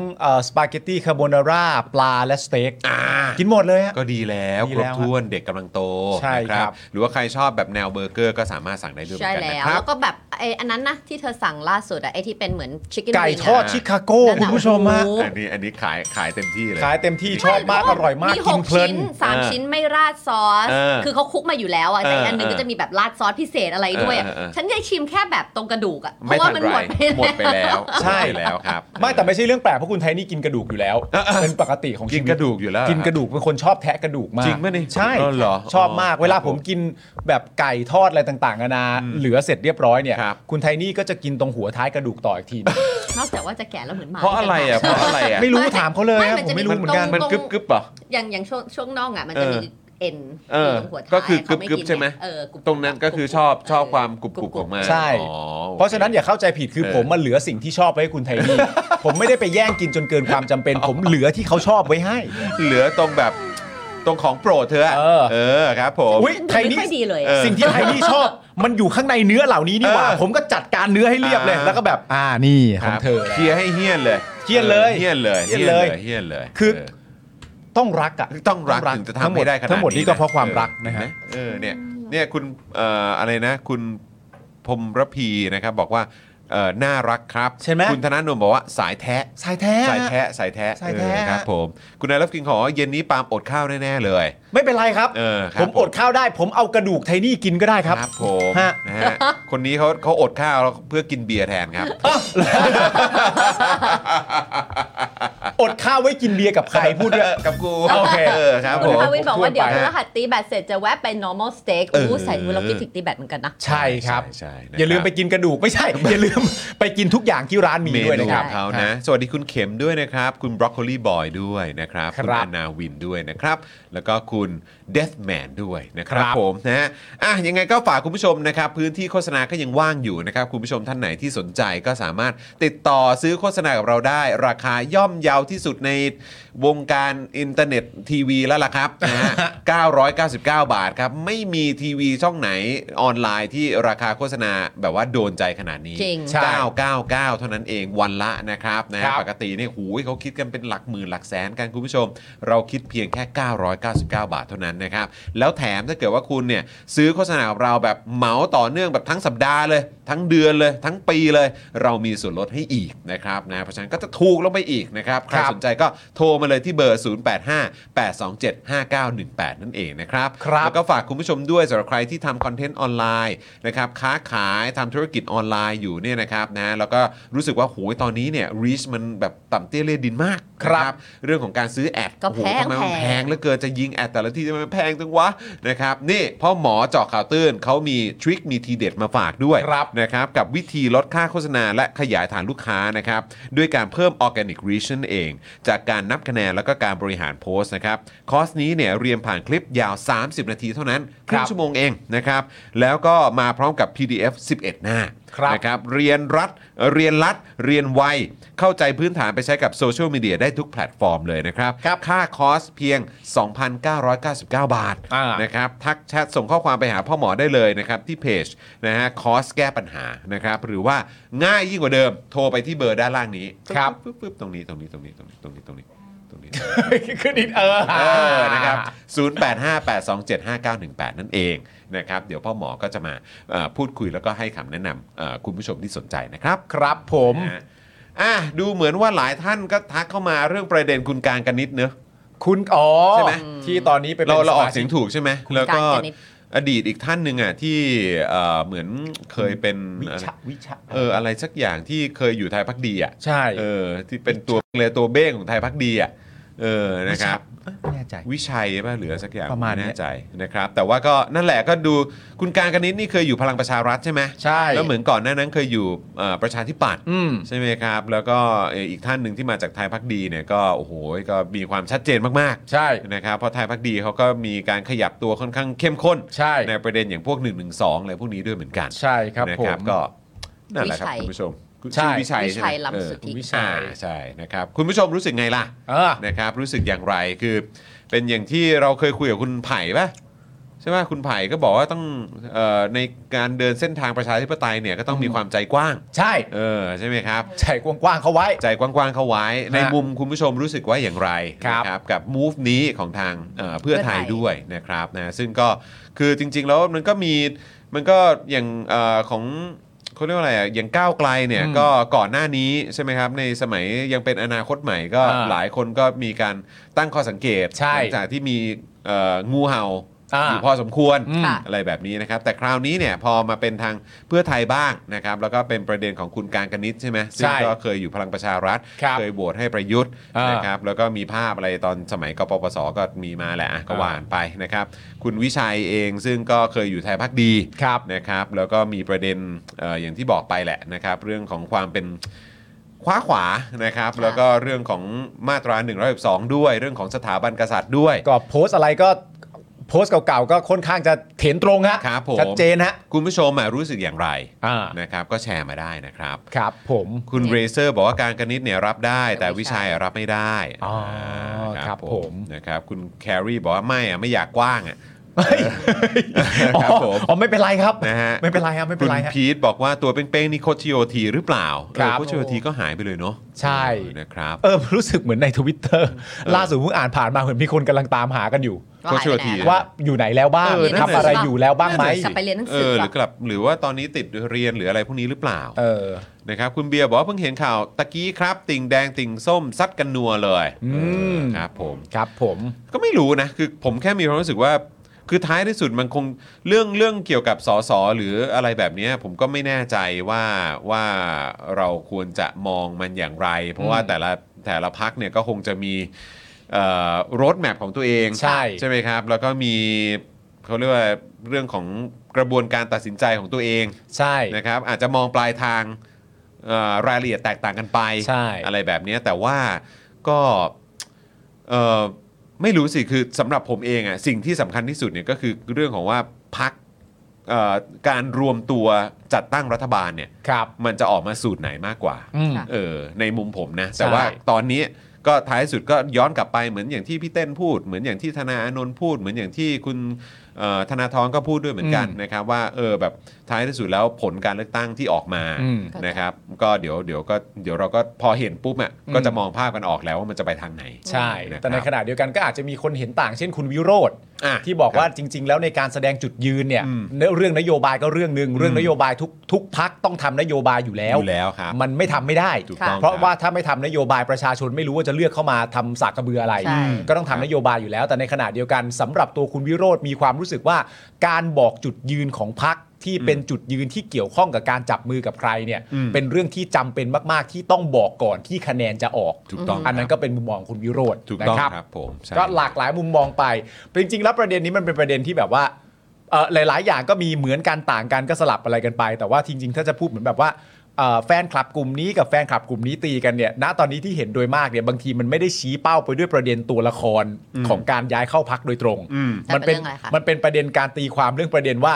Speaker 3: สปาเกตตี้คาโบนาร่าปลาและสเต็ก
Speaker 2: อ่า
Speaker 3: กินหมดเลยฮะ
Speaker 2: ก็ดีแล้ว
Speaker 3: ดี
Speaker 2: ครบ
Speaker 3: แล้วฮะ
Speaker 2: ถ้วนเด็กกำลังโต
Speaker 3: ใช่
Speaker 2: นะค
Speaker 3: ครั
Speaker 2: รับ
Speaker 3: บ
Speaker 2: หรือว่าใครชอบแบบแนวเบอร์เกอร์ก็สามารถสั่งได้ด้วยเหมื
Speaker 4: ใช่
Speaker 2: อนกัน
Speaker 4: แล้ว
Speaker 2: นะครั
Speaker 4: แล้
Speaker 2: บ
Speaker 4: วก็แบบไอ้อันนั้นนะที่เธอสั่งล่าสุดอะไอ้ที่เป็นเหมือนชิคเก้น
Speaker 3: ไก่ทอด
Speaker 2: อ่ะ
Speaker 3: ชิคาโก
Speaker 4: นั่น
Speaker 3: คุณ
Speaker 4: น่
Speaker 3: ผู้ชมฮะ
Speaker 4: โอ้โห
Speaker 2: อันนี้อันนี้ขายขายเต็มที่เลย
Speaker 3: ขายเต็มที่ชอบมากอร่อยมาก
Speaker 4: มีห
Speaker 3: กิน
Speaker 4: ก
Speaker 3: เพลิน
Speaker 4: ชิ้นสาม
Speaker 2: เออ
Speaker 4: ชิ้นไม่ราดซอส
Speaker 2: เออ
Speaker 4: คือเขาคลุกมาอยู่แล้วอะแต่อีกอันหนึ่งก็จะมีแบบราดซอสพิเศษอะไรด้วยอะ
Speaker 2: เออเออเออ
Speaker 4: ฉันเคยชิมแค่แบบตรงกระดูกอะเพ
Speaker 2: ไม่
Speaker 4: ราะว่า
Speaker 2: ทัน
Speaker 4: มัน
Speaker 2: ไร
Speaker 4: หมด
Speaker 2: หมดไป
Speaker 4: ไป
Speaker 2: แล้ว
Speaker 3: ใช่
Speaker 2: หมดไปแล้วครับ
Speaker 3: ไม่แต่ไม่ใช่เรื่องแปลกเพราะคุณไทยนี่กินกระดูกอยู่แล้ว
Speaker 2: เออเออ
Speaker 3: เป็นปกติของ
Speaker 2: กิ
Speaker 3: ชี
Speaker 2: น
Speaker 3: วิต
Speaker 2: กระดูกอยู่แล้ว
Speaker 3: กินกระดูกเป็นคนชอบแทะกระดูกมาก
Speaker 2: จริงปะนี่
Speaker 3: ใช่
Speaker 2: อ๋อเหรอ
Speaker 3: ชอบมาก
Speaker 2: อ๋อ
Speaker 3: เวลาผมกินแบบไก่ทอดอะไรต่างๆนานาเหลือเสร็จเรียบร้อยเนี่ย
Speaker 2: ครับ
Speaker 3: คุณไทยนี่ก็จะกินตรงหัวท้ายกระดูกต่ออีกทีหนึ่ง
Speaker 4: นอกจากว่าจะแก่แล้วเหมือนหมา
Speaker 2: เพราะอะไรอ่ะเพราะอะไรอ่ะ
Speaker 3: ไม่รู้ถามเขาเลยฮะผมไม่รู้เหมือนกัน
Speaker 2: มันกึบกึบเหรอ
Speaker 4: อย่างอย่างช่วงช่วงน่องอะมันจะมี
Speaker 2: เออ
Speaker 4: เอ็น
Speaker 2: เออ
Speaker 4: ตรงหัวท้าย
Speaker 2: ก็คือกึบ
Speaker 4: เขาไม่
Speaker 2: กึบใช่ไหม
Speaker 4: เออกรุบ
Speaker 2: ตรงนั้นก็คือชอบชอบความกรุบกรุบของมัน
Speaker 3: ใช่
Speaker 2: อ๋อโอค
Speaker 3: เพราะฉะนั้นอย่าเข้าใจผิดคือ
Speaker 2: เออ
Speaker 3: ผมมาเหลือสิ่งที่ชอบไว้ให้คุณไท นี่ ผมไม่ได้ไปแย่งกินจนเกินความจำเป็น ผมเหลือที่เขาชอบไว้ให้
Speaker 2: เหลือตรงแบบตรงของโปรดเธออะ
Speaker 3: เออ
Speaker 2: เออครับผม
Speaker 3: อุ๊ยไท
Speaker 4: ไม่
Speaker 3: นี่
Speaker 4: ค่อยดีเลย
Speaker 2: เออ
Speaker 3: สิ่งที่ไทนี่ชอบ มันอยู่ข้างในเนื้อเหล่านี้นี่หว่า
Speaker 2: เออ
Speaker 3: ผมก็จัดการเนื้อให้เรียบเลย
Speaker 2: อ่า
Speaker 3: แล้วก็แบบ อ่านี่
Speaker 2: ค
Speaker 3: ข
Speaker 2: รั
Speaker 3: อง
Speaker 2: บ
Speaker 3: เธอ
Speaker 2: เคลียร์ให้เฮี้ยนเลย
Speaker 3: เหี้ยนเลย
Speaker 2: เฮี้ยนเลย
Speaker 3: เหี้ยนเลย
Speaker 2: เฮี้ยนเลย
Speaker 3: คือ
Speaker 2: เ
Speaker 3: ต้องรักอ่ะ
Speaker 2: ต้องรักถึงจะทำให้ได้ขนาดนี้
Speaker 3: ทั้งหมดนี่ก็เพราะความรักนะ
Speaker 2: เห็
Speaker 3: ฮะ
Speaker 2: ไหมเออเนี่ยเนี่ยคุณเอ่ออะไรนะ คุณพรหมระพีนะครับบอกว่าเอ่อน่ารักครับ
Speaker 3: ใช่ไหม
Speaker 2: คุณธนาโนมบอกว่าสายแท้
Speaker 3: สายแท้
Speaker 2: สายแทะสายแทะ
Speaker 3: สายแทะ
Speaker 2: เออครับผม คุณนายรับกินของเย็นนี้ปาล์มอดข้าวแน่ ๆ เลย
Speaker 3: ไม่เป็นไรครับ
Speaker 2: เออครับ
Speaker 3: ผมอดข้าวได้ ผมเอากระดูกไทนี่กินก็ได้ครับ
Speaker 2: ผม
Speaker 3: ฮะ
Speaker 2: นะฮะคนนี้เขาเขาอดข้าวแล้วเพื่อกินเบียร์แทนครับ
Speaker 3: อดข้าวไว้กินเบียร์กับใครพูดด้วย
Speaker 2: กับกู
Speaker 3: โอเค
Speaker 2: อครับผ
Speaker 4: คุณ
Speaker 2: ม
Speaker 4: ภาวินบอกว่าเดี๋ยว
Speaker 2: ผมพูดไป
Speaker 4: รหัสตีแบตเสร็จจะแวะไป normal steak
Speaker 2: เออ
Speaker 4: โอ้ใส่ดูเราคิดถึงตีแบตเหมือนกันนะ
Speaker 3: ใช่ครับ
Speaker 2: ใช่ใช่นะครับ
Speaker 3: อย่าลืมไปกินกระดูกไม่ใช่ อย่าลืมไปกินทุกอย่างที่ร้านมี
Speaker 2: เมนู
Speaker 3: ด้วยนะครับ
Speaker 2: ของเขานะ สวัสดีคุณเข็มด้วยนะครับ คุณบรอกโคลีบอยด้วยนะครับ
Speaker 3: ครับ
Speaker 2: คุณอานาวินด้วยนะครับ แล้วก็คุณเดธแมนด้วยนะครับ
Speaker 3: ครับ
Speaker 2: ผมนะฮะอ่ะยังไงก็ฝากคุณผู้ชมนะครับ พื้นที่โฆษณาก็ยังว่างอยู่นะครับ คุณผู้ชมท่านไหนที่สนใจก็สามารถติดต่อซื้อโฆษณากับเราได้ ราคาย่อมเยาวที่สุดในวงการอินเทอร์เน็ตทีวีแล้วล่ะครับนะ ฮะ 999 บาทครับ ไม่มีทีวีช่องไหนออนไลน์ที่ราคาโฆษณาแบบว่าโดนใจขนาดนี้
Speaker 4: จริง
Speaker 3: ใช่
Speaker 2: 999 เท่านั้นเองวันละนะครับนะฮะ
Speaker 3: ครับ
Speaker 2: ปกติเนี่ยหูยเขาคิดกันเป็นหลักหมื่นหลักแสนกันคุณผู้ชม เราคิดเพียงแค่ 999 บาทเท่านั้นนะครับ แล้วแถมถ้าเกิดว่าคุณเนี่ยซื้อโฆษณาของเราแบบเหมาต่อเนื่องแบบทั้งสัปดาห์เลย ทั้งเดือนเลย ทั้งปีเลย เรามีส่วนลดให้อีกนะครับนะเพราะฉะนั้นก็จะถูกลงไปอีกนะครับใครสนใจก็โทรมาเลยที่เบอร์ 0858275918 นั่นเองนะครับ
Speaker 3: ครับ
Speaker 2: แล้วก็ฝากคุณผู้ชมด้วยสำหรับใครที่ทำคอนเทนต์ออนไลน์นะครับค้าขายทำธุรกิจออนไลน์อยู่เนี่ยนะครับนะแล้วก็รู้สึกว่าโหยตอนนี้เนี่ย reach มันแบบต่ำเตี้ยเลียดินมาก
Speaker 3: ครั
Speaker 2: นะ
Speaker 3: บ
Speaker 2: เรื่องของการซื้อแอด
Speaker 4: ก็แพ
Speaker 2: โอ้โห
Speaker 4: ง
Speaker 2: ทำไมมัน
Speaker 4: แพง
Speaker 2: แพงเหลือเกินจะยิงแอดแต่ละที่ทำไมมันแพงจังวะนะครับนี่พ่อหมอเจาะข่าวตื้นเขามีทริคมีทีเด็ดมาฝากด้วย
Speaker 3: ครับ
Speaker 2: นะครับกับวิธีลดค่าโฆษณาและขยายฐานลูกค้านะครับด้วยการเพิ่ม Organic Reach นั่นเอง จากการนับคะแนนแล้วก็การบริหารโพสต์นะครับคอร์สนี้เนี่ยเรียนผ่านคลิปยาว 30 นาทีเท่านั้นครึ่งชั่วโมงเองนะครับแล้วก็มาพร้อมกับ PDF 11 หน้า
Speaker 3: ครับ
Speaker 2: นะครับเรียนรัดเรียนรัด เรียนไว เข้าใจพื้นฐานไปใช้กับโซเชียลมีเดียได้ทุกแพลตฟอร์มเลยนะครับ
Speaker 3: ครับ
Speaker 2: ค่าคอร์สเพียง 2,999 บาท
Speaker 3: อ่าน
Speaker 2: ะ นะครับทักแชทส่งข้อความไปหาพ่อหมอได้เลยนะครับ ที่เพจนะฮะคอสแก้ปัญหานะครับ หรือว่าง่ายยิ่งกว่าเดิม โทรไปที่เบอร์ด้านล่างนี้
Speaker 3: ครับ
Speaker 2: ปึ๊บปึ๊บตรงนี้ตรงนี้ตรงนี้ตรงนี้ตรงนี้ตรงนี้ตรงนี้
Speaker 3: ขึ้นอีกเออ
Speaker 2: เออนะครับ 0858275918 นั่นเองนะครับ เดี๋ยวพ่อหมอก็จะมาเอ่อพูดคุยแล้วก็ให้คำแนะนำเอ่อคุณผู้ชมที่สนใจนะครับ
Speaker 3: ครับผม
Speaker 2: นะฮะอ่ะดูเหมือนว่าหลายท่านก็ทักเข้ามาเรื่องประเด็นคุณการกันนิดเนอะ
Speaker 3: คุณอ๋อ
Speaker 2: ใช่ไหม
Speaker 3: ที่ตอนนี้ไปป็น
Speaker 2: เราเราออก
Speaker 3: มชิ
Speaker 2: เสียงถูกใช่ไหม แล้วก็
Speaker 4: การกนิษฐ์
Speaker 2: อดีตอีกท่านหนึ่งอ่ะที่เอ่อเหมือนเคยเป็นอะไรเอออะไรสักอย่างที่เคยอยู่ไทยพักดีอ่ะ
Speaker 3: ใช่
Speaker 2: เออที่เป็นตัวเลยตัวเบ้งของไทยพักดีอ่ะ เออนะครับ
Speaker 3: ไม่แน่ใจ
Speaker 2: วิชัยป่ะเหลือสักอย่าง
Speaker 3: ประมาณเนี้
Speaker 2: ไแน่
Speaker 3: ย
Speaker 2: ใจนะครับ แต่ว่าก็นั่นแหละก็ดูคุณการกนิษฐ์นี่เคยอยู่พลังประชารัฐใช่ไหม
Speaker 3: ใช่
Speaker 2: แล้วเหมือนก่อนหน้านั้นเคยอยู่เอ่อประชาธิปัตย์
Speaker 3: อืม
Speaker 2: ใช่ไหมครับ แล้วก็เอ่ออีกท่านหนึ่งที่มาจากไทยพักดีเนี่ยก็โอ้โหก็มีความชัดเจนมากๆ
Speaker 3: ใช่
Speaker 2: นะครับเพราะไทยพักดีเขาก็มีการขยับตัวค่อนข้างเข้มข้น
Speaker 3: ใช่
Speaker 2: ประเด็นอย่างพวก1นึอะไรพวกนี้ด้วยเหมือนกัน
Speaker 3: ใช่ครับ
Speaker 2: นะ
Speaker 3: ผม
Speaker 2: ก็นั่นแหละครับ
Speaker 4: วิชัย
Speaker 2: คุณผู้ชมคุณ
Speaker 3: ใช่
Speaker 2: ชื่อวิชัย
Speaker 4: วิ
Speaker 2: ใช่
Speaker 4: ชัย
Speaker 2: ไหม
Speaker 4: ลำ
Speaker 2: เออ
Speaker 4: สุทธิ
Speaker 2: คุณวิชัยใช่นะครับคุณผู้ชมรู้สึกไงล่ะ
Speaker 3: เออ
Speaker 2: นะครับรู้สึกอย่างไรคือเป็นอย่างที่เราเคยคุยกับคุณไผ่ปะใช่ไหมคุณไผ่ก็บอกว่าต้องเออในการเดินเส้นทางประชาธิปไตยเนี่ยก็ต้องมีความใจกว้าง
Speaker 3: ใช่
Speaker 2: เออใช่ไหมครับ
Speaker 3: ใช่กว้างๆเขาไว้
Speaker 2: ใจกว้างๆเข้าไว้ ในมุมคุณผู้ชมรู้สึกว่าอย่างไร
Speaker 3: ครับ
Speaker 2: นะครับกับ move นี้ของทางเอ่อเพื่อไทย
Speaker 4: เพื่อไทย
Speaker 2: ด้วยนะครับนะซึ่งก็คือจริง ๆ แล้วมันก็มีมันก็อย่างเออของเขาเรียกว่าอะไรอ่ะอย่างก้าวไกลเนี่ย
Speaker 3: อืม
Speaker 2: ก็ก่อนหน้านี้ใช่ไหมครับในสมัยยังเป็นอนาคตใหม่ก็
Speaker 3: อ่า
Speaker 2: หลายคนก็มีการตั้งข้อสังเกต
Speaker 3: ใช่
Speaker 2: หลังจากที่มีเอ่องูเห่า
Speaker 3: อ่า
Speaker 2: อยู่พอสมควร
Speaker 3: อืม
Speaker 2: อะไรแบบนี้นะครับ แต่คราวนี้เนี่ยพอมาเป็นทางเพื่อไทยบ้างนะครับ แล้วก็เป็นประเด็นของคุณการกนิษฐ์ใช่ไหมซึ่ง
Speaker 3: ใช่
Speaker 2: ก็เคยอยู่พลังประชารัฐ
Speaker 3: ครับ
Speaker 2: เคยโหวตให้ประยุทธ์
Speaker 3: อ่าน
Speaker 2: นะครับแล้วก็มีภาพอะไรตอนสมัยกปปสก็มีมาแหละอ่ะก็
Speaker 3: อ่า
Speaker 2: หวานไปนะครับ คุณวิชัยเองซึ่งก็เคยอยู่ไทยพักดี
Speaker 3: ครับ
Speaker 2: นะครับแล้วก็มีประเด็นเอออย่างที่บอกไปแหละนะครับ เรื่องของความเป็นขว้าขวานะครับ
Speaker 4: ค่ะ
Speaker 2: แล้วก็เรื่องของมาตรา1นึด้วย เรื่องของสถาบันกษัตริย์ด้วย
Speaker 3: ก็โพสต์อะไรก็โพสต์เก่าๆก็ค่อนข้างจะเห็นตรงฮะ
Speaker 2: ครับผม
Speaker 3: ชัดเจนฮะ
Speaker 2: คุณผู้ชมอ่ะรู้สึกอย่างไร
Speaker 3: อ่า
Speaker 2: นะครับก็แชร์มาได้นะครับ
Speaker 3: ครับผม
Speaker 2: คุณเรเซอร์บอกว่าการกนิดเนี่ยรับได้ แต่
Speaker 4: แต่วิ
Speaker 2: วิ
Speaker 4: ชั
Speaker 2: ชัย
Speaker 4: ย
Speaker 2: อะรับไม่ได้
Speaker 3: อ๋อ
Speaker 2: อ่า
Speaker 3: ครับผม
Speaker 2: นะครับคุณแครีบอกว่าไม่อ่ะไม่อยากกว้างอ่ะ
Speaker 3: เฮ้ย
Speaker 2: ครับผม
Speaker 3: อ๋อไม่เป็นไรครับ
Speaker 2: นะฮะ
Speaker 3: ไม่เป็นไรครับไม่เป็นไร
Speaker 2: คุ
Speaker 3: ฮะ
Speaker 2: ณพีทบอกว่าตัวเป้งๆนี่โคชโยทีหรือเปล่า
Speaker 3: ครั
Speaker 2: เออ
Speaker 3: บ
Speaker 2: โคชโยทีก็หายไปเลยเนาะ
Speaker 3: ใช่
Speaker 2: เออนะครับ
Speaker 3: เออรู้สึกเหมือนในทวิตเตอร์ล่าสุดเพิ่งอ่านผ่านมาเหมือนมีคนกำลังตามหากันอยู่
Speaker 2: โค้ชโยธี
Speaker 4: หายไปไหนอะ
Speaker 3: ว่าอยู่ไหนแล้วบ้าง
Speaker 2: เออนั่นน่ะ
Speaker 3: ทำอะไร
Speaker 2: สิ
Speaker 3: อยู่แล้วบ้างไหม
Speaker 4: กลับไปเรียนหนัง
Speaker 2: เอ
Speaker 4: สือ
Speaker 2: อหรื
Speaker 4: ก่อน
Speaker 2: อกลับหรือว่าตอนนี้ติดเรียนหรืออะไรพวกนี้หรือเปล่า
Speaker 3: เออ
Speaker 2: นะครับคุณเบียร์บอกว่าเพิ่งเห็นข่าวตะกี้ครับ ติ่งแดงติ่งส้มซัดกันนัวเลย
Speaker 3: อืม
Speaker 2: เออครับผม
Speaker 3: ครับผม
Speaker 2: ก็ไม่รู้นะ คือผมแค่มีความรู้สึกว่า คือท้ายที่สุดมันคงเรื่องเรื่องเกี่ยวกับสอสอหรืออะไรแบบเนี้ยผมก็ไม่แน่ใจว่าว่าเราควรจะมองมันอย่างไร เพราะว่าแต่ละแต่ละพักเนี่ยก็คงจะมีรถแมพของตัวเอง
Speaker 3: ใช่
Speaker 2: ใช่ไหมครับ แล้วก็มีเขาเรียกว่าเรื่องของกระบวนการตัดสินใจของตัวเอง
Speaker 3: ใช่
Speaker 2: นะครับอาจจะมองปลายทางเอ่อรายละเอียดแตกต่างกันไป
Speaker 3: ใช่
Speaker 2: อะไรแบบเนี้ยแต่ว่าก็เอ่อไม่รู้สิคือสำหรับผมเองอะสิ่งที่สำคัญที่สุดเนี่ยก็คือเรื่องของว่าพักการรวมตัวจัดตั้งรัฐบาลเนี่ย
Speaker 3: ครับ
Speaker 2: มันจะออกมาสูตรไหนมากกว่า
Speaker 3: อืม
Speaker 4: ค่ะ
Speaker 2: เออในมุมผมนะ
Speaker 3: ใช่
Speaker 2: แต่ว่าตอนนี้ก็ท้ายสุดก็ย้อนกลับไปเหมือนอย่างที่พี่เต้นพูด เหมือนอย่างที่ธนาอานนท์พูด เหมือนอย่างที่คุณเอ่อธนาธรก็พูดด้วยเหมือนกันนะครับว่าเออแบบท้ายที่สุดแล้วผลการเลือกตั้งที่ออกมา
Speaker 3: อืม
Speaker 2: นะครับก็เดี๋ยวเดี๋ยวก็เดี๋ยวเราก็พอเห็นปุ๊บอ่ะ
Speaker 3: อืม
Speaker 2: ก็จะมองภาพกันออกแล้วว่ามันจะไปทางไหน
Speaker 3: ใช่
Speaker 2: นะครับ
Speaker 3: แต่ในขณะเดียวกันก็อาจจะมีคนเห็นต่าง เช่นคุณวิโรธ
Speaker 2: อ่ะ
Speaker 3: ที่บอกว่าจริง ๆ แล้วในการแสดงจุดยืนเนี่ย
Speaker 2: อืม
Speaker 3: เรื่องนโยบายก็เรื่องหนึ่งเรื่องนโยบายทุกทุกพักต้องทำนโยบายอยู่แล้ว
Speaker 2: อยู่แล้วครับ
Speaker 3: มันไม่ทำไม่ได้
Speaker 2: ถูกต้อง
Speaker 3: เพราะ
Speaker 2: ครับ
Speaker 3: ว่าถ้าไม่ทำนโยบายประชาชนไม่รู้ว่าจะเลือกเข้ามาทำสากกระเบืออะไร
Speaker 4: ใช่
Speaker 3: ก็ต้อง
Speaker 2: ครับ
Speaker 3: ทำนโยบายอยู่แล้ว แต่ในขณะเดียวกันสำหรับตัวคุณวิโรธมีความรู้สึกว่า การบอกจุดยืนของพักที่เป็นจุดยืนที่เกี่ยวข้องกับการจับมือกับใครเนี่ยเป็นเรื่องที่จำเป็นมากๆ ที่ต้องบอกก่อนที่คะแนนจะออก
Speaker 2: ถูกต้อง
Speaker 3: อันนั้น
Speaker 2: ครับ
Speaker 3: ก็เป็นมุมมองของคุณวิโรธ
Speaker 2: ถูก
Speaker 3: นะ
Speaker 2: ต้อง
Speaker 3: ครับ
Speaker 2: ครับผมใช่
Speaker 3: ก็หลากหลายมุมมองไป จริง ๆ แล้วประเด็นนี้มันเป็นประเด็นที่แบบว่าเอ่อหลาย ๆ อย่างก็มีเหมือนกันต่างกันก็สลับอะไรกันไป แต่ว่าจริง ๆ ถ้าจะพูดเหมือนแบบว่าเอ่อแฟนคลับกลุ่มนี้กับแฟนคลับกลุ่มนี้ตีกันเนี่ย ณ ตอนนี้ที่เห็นโดยมากเนี่ยบางทีมันไม่ได้ชี้เป้าไปด้วยประเด็นตัวละครของการย้ายเข้าพักโดยตรง
Speaker 2: อืม
Speaker 4: แต่
Speaker 3: เป็น
Speaker 4: เป็นเรื่องอะไรคะ
Speaker 3: มันเป็นประเด็นการตีความเรื่องประเด็นว่า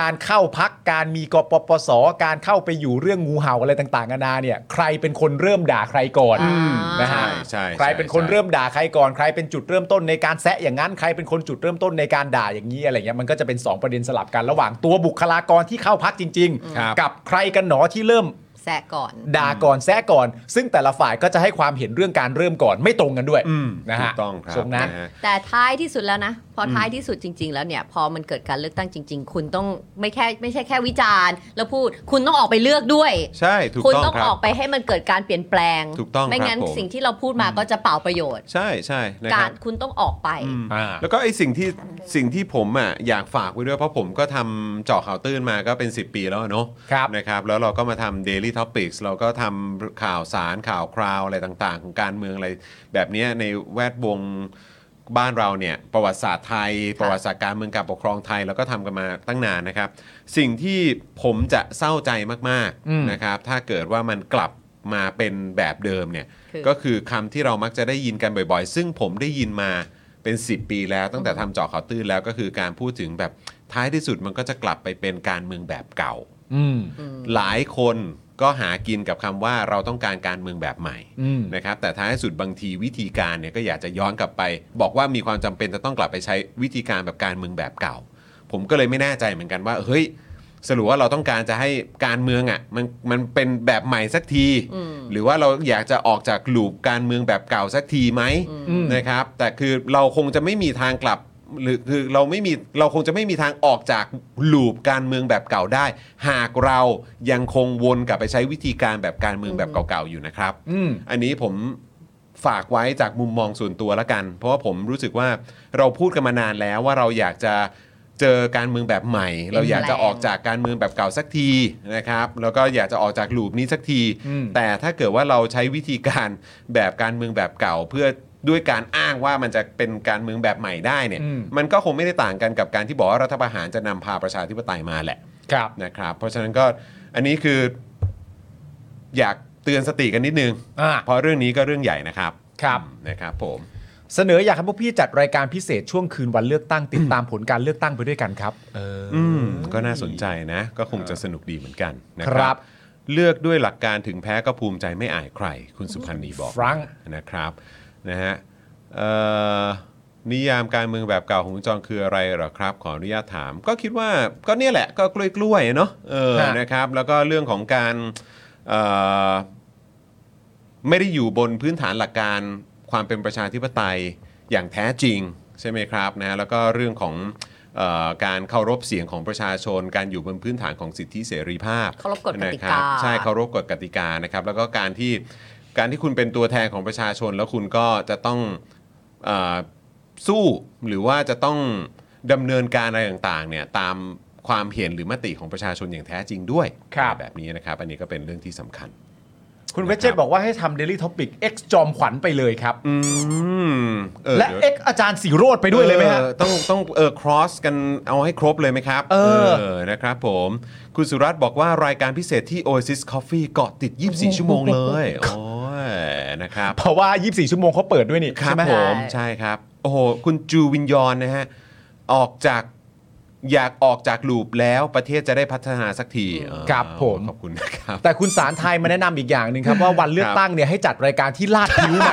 Speaker 3: การเข้าพักการมีกปปส การเข้าไปอยู่เรื่องงูเห่าอะไรต่างๆนานาเนี่ยใครเป็นคนเริ่มด่าใครก่อน
Speaker 4: อ่า
Speaker 3: นะฮะ
Speaker 2: ใช่ใช่
Speaker 3: ใครเป็นคน
Speaker 2: ใช่
Speaker 3: เริ่มด่าใครก่อนใครเป็นจุดเริ่มต้นในการแซะอย่างนั้นใครเป็นคนจุดเริ่มต้นในการด่าอย่างนี้อะไรเงี้ยมันก็จะเป็นสองประเด็นสลับกันระหว่างตัวบุคลากรที่เข้าพักจริง
Speaker 2: ครับ
Speaker 3: ๆ กับใครกันหนอที่เริ่ม
Speaker 4: แซะก่อน
Speaker 3: ด่าก่อนแซะก่อน ซึ่งแต่ละฝ่ายก็จะให้ความเห็นเรื่องการเริ่มก่อนไม่ตรงกันด้วย
Speaker 2: อืม
Speaker 3: นะ
Speaker 2: ถู
Speaker 3: ฮะ
Speaker 2: กต้องครับ
Speaker 3: ทงนะ
Speaker 2: นะฮะ
Speaker 4: แต่ท้ายที่สุดแล้วนะ พอท้ายที่สุดจริง ๆ แล้วเนี่ย พอมันเกิดการเลือกตั้งจริง ๆ คุณต้องไม่แค่ไม่ใช่แค่วิจารณ์แล้วพูด คุณต้องออกไปเลือกด้วย
Speaker 2: ใช่ถูก
Speaker 4: คุณ
Speaker 2: ต้อง
Speaker 4: ต้อง
Speaker 2: ครั
Speaker 4: ออบ กไปให้มันเกิดการเปลี่ยนแปลง
Speaker 2: ถูกต้อง
Speaker 4: ไม่งั้น
Speaker 2: ครับผม
Speaker 4: สิ่งที่เราพูดมาก็จะเปล่าประโยชน์
Speaker 2: ใช่ใช่นะ
Speaker 4: การ
Speaker 2: คั
Speaker 4: ร
Speaker 2: บ
Speaker 4: คุณต้องออกไป
Speaker 2: อืม
Speaker 3: อ่า
Speaker 2: แล้วก็ไอ้สิ่งที่ สิ่งที่ผมอ่ะอยากฝากไว้ด้วยเพราะผมก็ทำเจาะข่าวตื้นมาก็เป็น 10 ปีแล้วอะเนาะ
Speaker 3: ครับ
Speaker 2: นะครับ แล้วเราก็มาทำ Daily Topics เราก็ทำข่าวสารข่าวคราวอะไรต่างๆ ของการเมืองอะไร แบบเนี้ยในแวดวงบ้านเราเนี่ยประวัติศาสตร์ไทย ประวัติศาสตร์การเมืองการปกครองไทยเราก็ทำกันมาตั้งนานนะครับ สิ่งที่ผมจะเศร้าใจมาก
Speaker 3: อืม
Speaker 2: ๆนะครับถ้าเกิดว่ามันกลับมาเป็นแบบเดิมเนี่ย
Speaker 4: คือ
Speaker 2: ก็คือคำที่เรามักจะได้ยินกันบ่อยๆ ซึ่งผมได้ยินมาเป็น 10 ปีแล้ว ตั้งแต่ทำเจาะข่าวตื้นแล้วก็คือการพูดถึงแบบท้ายที่สุดมันก็จะกลับไปเป็นการเมืองแบบเก่า
Speaker 3: อืม
Speaker 2: หลายคนก็หากินกับคำว่าเราต้องการการเมืองแบบใหม่
Speaker 3: อืม
Speaker 2: นะครับแต่ท้ายสุดบางทีวิธีการเนี่ยก็อยากจะย้อนกลับไป บอกว่ามีความจำเป็นจะต้องกลับไปใช้วิธีการแบบการเมืองแบบเก่า ผมก็เลยไม่แน่ใจเหมือนกันว่า เฮ้ย สรุปว่าเราต้องการจะให้การเมืองอะ่ะมันมันเป็นแบบใหม่สักที
Speaker 4: อืม
Speaker 2: หรือว่าเราอยากจะออกจากลูปการเมืองแบบเก่าสักทีไหม
Speaker 3: อืม
Speaker 2: นะครับแต่คือเราคงจะไม่มีทางกลับ หรือคือเราไม่มีเราคงจะไม่มีทางออกจากลูปการเมืองแบบเก่าได้ หากเรายังคงวนกลับไปใช้วิธีการแบบการเมืองแบบเก่าๆอยู่นะครับ
Speaker 3: อืม
Speaker 2: อันนี้ผมฝากไว้จากมุมมองส่วนตัวละกัน เพราะว่าผมรู้สึกว่าเราพูดกันมานานแล้วว่าเราอยากจะเจอการเมืองแบบใหม่ เราอยากจะออกจากการเมืองแบบเก่าสักทีนะครับแล้วก็อยากจะออกจากลูปนี้สักที
Speaker 3: อืม
Speaker 2: แต่ถ้าเกิดว่าเราใช้วิธีการแบบการเมืองแบบเก่า เพื่อด้วยการอ้างว่ามันจะเป็นการเมืองแบบใหม่ได้เนี่ย
Speaker 3: อืม
Speaker 2: มันก็คงไม่ได้ต่างกันกับการที่บอกว่ารัฐประหารจะนำพาประชาธิปไตยมาแหละ
Speaker 3: ครับ
Speaker 2: นะครับเพราะฉะนั้นก็อันนี้คืออยากเตือนสติกันนิดนึง
Speaker 3: อ่า
Speaker 2: เพราะเรื่องนี้ก็เรื่องใหญ่นะครับ
Speaker 3: ครับ
Speaker 2: อืมนะครับผม
Speaker 3: เสนออยากให้พวกพี่จัดรายการพิเศษช่วงคืนวันเลือกตั้งติดตามผลการเลือกตั้งไปด้วยกันครับ เออ
Speaker 2: อืมก็น่าสนใจนะ ก็คงจะสนุกดีเหมือนกันนะค
Speaker 3: ครั
Speaker 2: รับ
Speaker 3: บ
Speaker 2: เลือกด้วยหลักการถึงแพ้ก็ภูมิใจไม่อายใคร คุณสุพันธ์นีบอก
Speaker 3: ฟรังก์
Speaker 2: นะครับนะฮะเอ่อนิยามการเมืองแบบเก่าของคุณจองคืออะไรเหรอครับ ขออนุญาตถาม ก็คิดว่าก็เนี่ยแหละก็กล้วยๆเนาะเออนะครับ แล้วก็เรื่องของการเอ่อ ไม่ได้อยู่บนพื้นฐานหลักการความเป็นประชาธิปไตยอย่างแท้จริงใช่ไหมครับนะแล้วก็เรื่องของเออการเคารพเสียงของประชาชน การอยู่บนพื้นฐานของสิทธิเสรีภาพ
Speaker 4: เคารพกฎกติ
Speaker 2: นะ
Speaker 4: กา
Speaker 2: คบใช่เคารพกฎกติกานะครับแล้วก็การที่การที่คุณเป็นตัวแทนของประชาชน แล้วคุณก็จะต้องเออสู้หรือว่าจะต้องดำเนินการอะไรต่างๆเนี่ยตามความเห็นหรือมติของประชาชนอย่างแท้จริงด้วย
Speaker 3: ครับ
Speaker 2: แบบนี้นะครับอันนี้ก็เป็นเรื่องที่สำคัญ
Speaker 3: คุณเวชเจตบอกว่าให้ทำ Daily Topic X จอมขวัญไปเลยครับ
Speaker 2: อืมเออ
Speaker 3: และ
Speaker 2: ดี๋ยว
Speaker 3: X อาจารย์สีโรดไปด้วยเลยไหมฮะ
Speaker 2: ออต้องต้องเออ cross กันเอาให้ครบเลยไหมครับ
Speaker 3: เออ
Speaker 2: นะครับผม คุณสุรัตน์บอกว่ารายการพิเศษที่ Oasis Coffee เกาะติด 24 ชั่วโมงเลย โอ้ยนะครับ
Speaker 3: เพราะว่า 24 ชั่วโมงเขาเปิดด้วยนี่
Speaker 2: ครั
Speaker 3: ใช่
Speaker 2: บ
Speaker 3: ไหม
Speaker 2: ผมใช่ครับ โอ้โห คุณจูวินยอนนะฮะ ออกจากอยากออกจากลูปแล้วประเทศจะได้พัฒนาสักทีเออ
Speaker 3: ครับผม
Speaker 2: ขอบคุณนะครับ
Speaker 3: แต่คุณสารไทยมาแนะนำอีกอย่างหนึ่งครับ ว่าวันเลือกตั้งเนี่ยให้จัดรายการที่ลาดผิวไหน